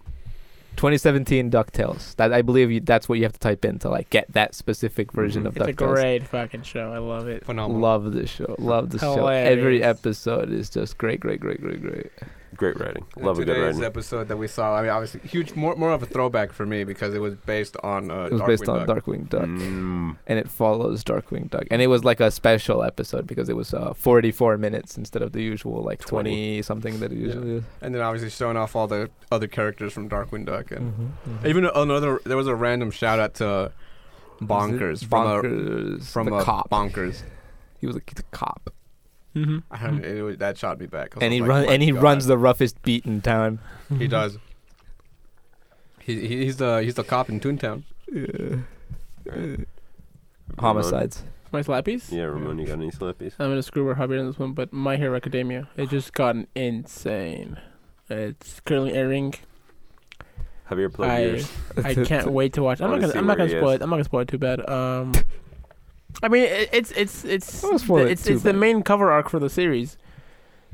Speaker 4: 2017 Ducktales. That I believe you, that's what you have to type in to like get that specific version
Speaker 1: Mhm.
Speaker 4: of
Speaker 2: Mm-hmm. it's a
Speaker 4: Ducktales
Speaker 2: great fucking show. I love it.
Speaker 3: Phenomenal.
Speaker 4: love the show. Love the show. Every
Speaker 2: Hilarious.
Speaker 4: episode is just great, great, great, great, great.
Speaker 1: Great writing.
Speaker 3: And
Speaker 1: Love a good
Speaker 3: today's
Speaker 1: writing.
Speaker 3: episode that we saw, I mean, obviously huge, more more of a throwback for me because it was based on. Uh,
Speaker 4: It was
Speaker 3: Darkwing
Speaker 4: based on
Speaker 3: Duck. Mm-hmm.
Speaker 4: Darkwing Duck,
Speaker 1: Mm.
Speaker 4: and it follows Darkwing Duck, and it was like a special episode because it was uh, 44 minutes instead of the usual like 20,
Speaker 1: 20.
Speaker 4: something that it
Speaker 3: Yeah.
Speaker 4: usually is.
Speaker 3: and then obviously showing off all the other characters from Darkwing Duck, and
Speaker 4: Mm-hmm.
Speaker 3: even another. There was a random shout out to Bonkers, from
Speaker 4: Bonkers,
Speaker 3: a from
Speaker 4: the
Speaker 3: a
Speaker 4: cop.
Speaker 3: Bonkers.
Speaker 4: He was like the cop,
Speaker 2: Mm-hmm.
Speaker 3: I don't- it was- that shot me back. I was
Speaker 4: and he
Speaker 3: like, "Oh
Speaker 4: run
Speaker 3: "My
Speaker 4: and he
Speaker 3: God."
Speaker 4: runs the roughest beat in town.
Speaker 3: He does. He, he- he's the he's the cop in Toontown.
Speaker 4: Homicides.
Speaker 2: My slappies.
Speaker 1: Yeah, Ramon, you got any slippies?
Speaker 2: I'm gonna screw with Javier on this one, but My Hero Academia. It just gotten insane. It's currently airing.
Speaker 1: Have you ever played
Speaker 2: I-
Speaker 1: yours?
Speaker 2: I can't wait to watch. I'm not
Speaker 1: Wanna
Speaker 2: gonna.
Speaker 1: see
Speaker 2: I'm not
Speaker 1: where
Speaker 2: gonna
Speaker 1: he
Speaker 2: spoil
Speaker 1: is.
Speaker 2: it. I'm not gonna spoil it too bad. Um, I mean, it, it's it's it's
Speaker 4: Don't spoil
Speaker 2: the-
Speaker 4: it
Speaker 2: it's
Speaker 4: too
Speaker 2: it's the
Speaker 4: bad.
Speaker 2: main cover arc for the series.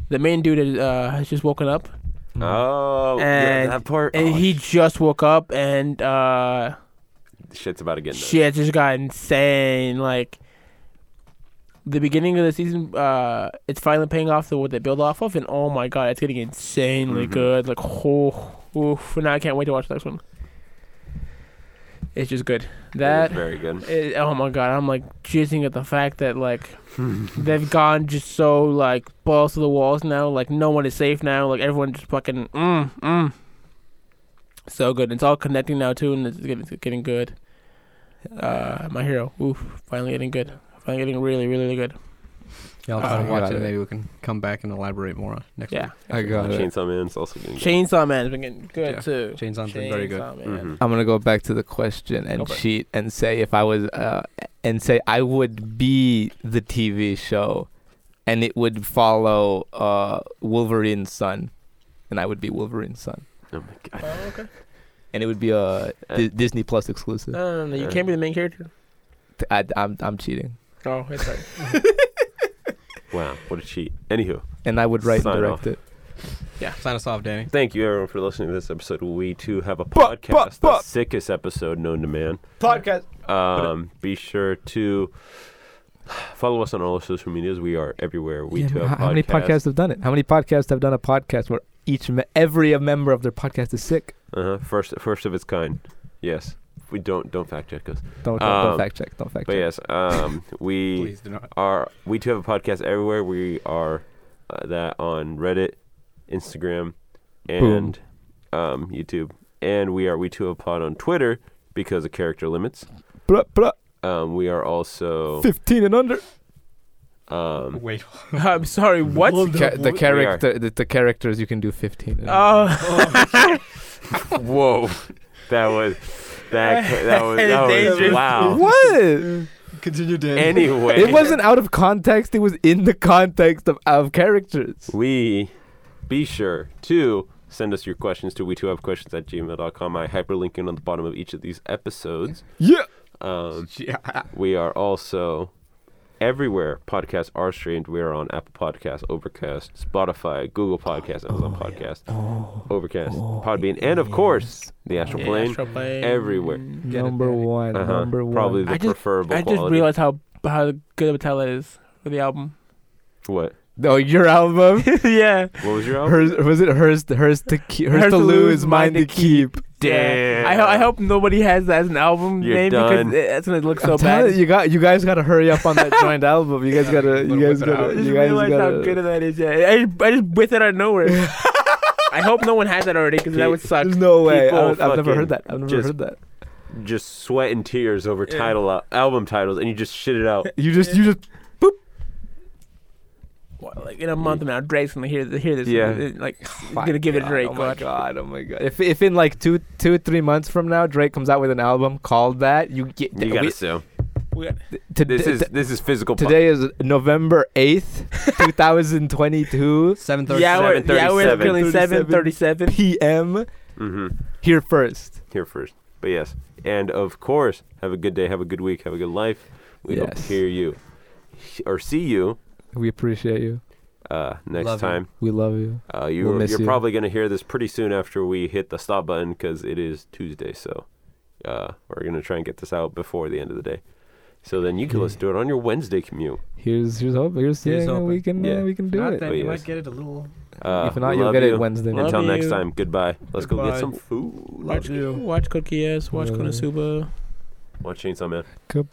Speaker 2: The main dude uh, has just woken up,
Speaker 4: Mm-hmm.
Speaker 3: Uh,
Speaker 1: Oh, yeah,
Speaker 2: And-
Speaker 1: that part.
Speaker 2: and
Speaker 1: oh,
Speaker 2: he just woke up, and uh,
Speaker 1: shit's about to get nuts.
Speaker 2: shit just got insane. Like the beginning of the season, uh, it's finally paying off the what they build off of, and oh my god, it's getting insanely
Speaker 1: Mhm.
Speaker 2: good. Like, oh, Oof, now I can't wait to watch the next one. It's just good. That
Speaker 1: very good.
Speaker 2: It, oh my god, I'm like jizzing at the fact that like
Speaker 1: Hmm.
Speaker 2: they've gone just so like balls to the walls now. Like no one is safe now. Like everyone just fucking mm mm. So good. It's all connecting now too, and it's getting, it's getting good. Uh, my hero. Oof, finally getting good. Finally getting really, really, really good.
Speaker 3: Yeah, I'll
Speaker 2: I
Speaker 3: try to watch
Speaker 4: got
Speaker 3: it.
Speaker 4: it.
Speaker 3: Maybe we can come back and elaborate more on next
Speaker 2: Yeah.
Speaker 4: I got it.
Speaker 1: Chainsaw Man's also getting good.
Speaker 2: Chainsaw Man's been getting good
Speaker 3: Yeah.
Speaker 2: too.
Speaker 3: week. Chains on very good.
Speaker 2: Chainsaw Man.
Speaker 1: Mhm.
Speaker 4: I'm gonna go back to the question and
Speaker 2: Okay.
Speaker 4: cheat and say if I was uh, and say I would be the TV show, and it would follow uh, Wolverine's son, and I would be Wolverine's son,
Speaker 1: Oh my god.
Speaker 2: Oh, okay.
Speaker 4: and it would be
Speaker 1: Uh,
Speaker 4: a Di- Disney Plus exclusive.
Speaker 2: No, no, no, You can't be the main character.
Speaker 4: I, I'm I'm cheating,
Speaker 2: Oh, it's right.
Speaker 1: Wow, what a cheat. Anywho,
Speaker 4: and I would write
Speaker 1: Sign
Speaker 4: and
Speaker 1: off.
Speaker 4: direct it.
Speaker 3: Sign us off, Danny.
Speaker 1: thank you everyone for listening to this episode. We too have a
Speaker 4: But-
Speaker 1: podcast,
Speaker 4: but-
Speaker 1: the
Speaker 4: but-
Speaker 1: sickest episode known to man.
Speaker 4: Podcast.
Speaker 1: Um, be sure to follow us on all our social medias. We are everywhere. We too
Speaker 4: how,
Speaker 1: have
Speaker 4: how many podcasts have done it? How many podcasts have done a podcast where each me- every member of their podcast is sick?
Speaker 1: Uh-huh. First, first of its kind. Yes. We don't don't fact check us.
Speaker 4: Don't, don't,
Speaker 1: Um,
Speaker 4: don't fact check. Don't fact
Speaker 1: But
Speaker 4: check.
Speaker 1: yes, um, we.
Speaker 3: Please do not.
Speaker 1: are we too have a podcast everywhere. We are uh, that on Reddit, Instagram, and um, YouTube, and we are we too have a pod on Twitter because of character limits.
Speaker 4: Blah, blah,
Speaker 1: Um, we are also
Speaker 4: Fifteen and under.
Speaker 1: um,
Speaker 3: Wait.
Speaker 2: I'm sorry. What?
Speaker 4: Ca-
Speaker 1: character-
Speaker 4: the character, the, characters you can do fifteen.
Speaker 2: Oh,
Speaker 1: whoa, that was that ca- that was that was
Speaker 2: Dangerous.
Speaker 1: wow.
Speaker 4: what?
Speaker 3: Continue, Danny.
Speaker 1: Anyway,
Speaker 4: It wasn't out of context. It was in the context of, of characters.
Speaker 1: we be sure to send us your questions to we too have questions at gmail.com. I hyperlink it on the bottom of each of these episodes.
Speaker 4: Yeah.
Speaker 1: Um,
Speaker 3: Yeah.
Speaker 1: We are also everywhere podcasts are streamed. We are on Apple Podcasts, Overcast, Spotify, Google Podcasts,
Speaker 2: Oh,
Speaker 1: Amazon Podcasts, Oh. Overcast, Podbean, and of course the Astral
Speaker 2: Yeah,
Speaker 1: Plane.
Speaker 2: Astral Plane.
Speaker 1: everywhere.
Speaker 3: Get it,
Speaker 4: number
Speaker 3: Danny.
Speaker 4: one.
Speaker 1: Uh-huh.
Speaker 4: Number one.
Speaker 1: Probably the
Speaker 2: I just-
Speaker 1: preferable
Speaker 2: I just
Speaker 1: quality.
Speaker 2: realized how how good of a talent is for the album.
Speaker 1: what?
Speaker 4: No, Oh, your album.
Speaker 2: yeah.
Speaker 1: What was your album?
Speaker 4: hers was it hers? Hers to keep. Hers, to lose. Mine to keep.
Speaker 1: Damn.
Speaker 2: I, ho- I hope nobody has that as an album
Speaker 1: You're
Speaker 2: name
Speaker 1: done.
Speaker 2: because it, that's gonna look so
Speaker 4: I'm
Speaker 2: bad.
Speaker 4: telling you, you got. You guys gotta hurry up on that joint album. You guys
Speaker 3: Yeah,
Speaker 4: gotta.
Speaker 3: we'll
Speaker 4: You guys
Speaker 3: whip it
Speaker 2: I
Speaker 3: out.
Speaker 4: gotta.
Speaker 2: just
Speaker 4: You guys
Speaker 2: realized how good
Speaker 4: gotta.
Speaker 2: that is. Yeah, I, I just whipped that out of nowhere. I hope no one has that already because that would suck.
Speaker 4: There's no way. I
Speaker 1: People
Speaker 4: don't- I've never
Speaker 1: fucking
Speaker 4: heard that. I've never
Speaker 1: just-
Speaker 4: heard that.
Speaker 1: Just sweat and tears over title uh, album titles, and you just shit it out.
Speaker 4: You just. You just.
Speaker 2: Well, like in a month from now, Drake's gonna hear hear this.
Speaker 1: Yeah.
Speaker 2: and, like
Speaker 4: My
Speaker 2: gonna give it a Drake,
Speaker 4: Oh my
Speaker 2: watch.
Speaker 4: god! Oh my god! If if in like two two three months from now Drake comes out with an album called that, you get
Speaker 1: You gotta
Speaker 4: we-
Speaker 1: sue.
Speaker 2: we got-
Speaker 4: to-
Speaker 1: This
Speaker 4: to-
Speaker 1: is this is physical. po-
Speaker 4: today is November eighth, two thousand twenty two
Speaker 3: Seven thirty.
Speaker 2: yeah, we're yeah we're
Speaker 1: 7:37.
Speaker 2: currently seven thirty seven.
Speaker 4: p.m.
Speaker 1: Mhm.
Speaker 4: Here first.
Speaker 1: Here first, but yes, and of course, have a good day, have a good week, have a good life. We hope to
Speaker 4: Yes.
Speaker 1: hear you or see you
Speaker 4: We appreciate you.
Speaker 1: uh, next
Speaker 3: Love you.
Speaker 1: time.
Speaker 4: We love you.
Speaker 1: Uh, you,
Speaker 4: We'll miss
Speaker 1: you're
Speaker 4: you.
Speaker 1: probably going to hear this pretty soon after we hit the stop button because it is Tuesday. So uh, we're going to try and get this out before the end of the day. So then you can
Speaker 4: Okay.
Speaker 1: listen to it on your Wednesday commute.
Speaker 4: Here's here's hope. Here's
Speaker 3: Here's
Speaker 4: seeing that we
Speaker 3: hoping.
Speaker 4: can
Speaker 1: Yeah.
Speaker 4: uh, we can do
Speaker 3: Not
Speaker 4: it.
Speaker 1: Oh,
Speaker 3: Danny. You
Speaker 1: yes.
Speaker 3: might get it a little.
Speaker 1: Uh,
Speaker 4: if not,
Speaker 1: we
Speaker 4: you'll
Speaker 1: love
Speaker 4: get
Speaker 1: you.
Speaker 4: it Wednesday.
Speaker 2: Love
Speaker 1: Until next
Speaker 2: you.
Speaker 1: time, goodbye. Let's go get
Speaker 3: Goodbye.
Speaker 1: some food.
Speaker 3: Love
Speaker 2: Watch,
Speaker 3: you.
Speaker 2: watch Cookie S. Watch
Speaker 4: Love you.
Speaker 2: Konosuba.
Speaker 1: Watch Chainsaw Man.
Speaker 4: Goodbye.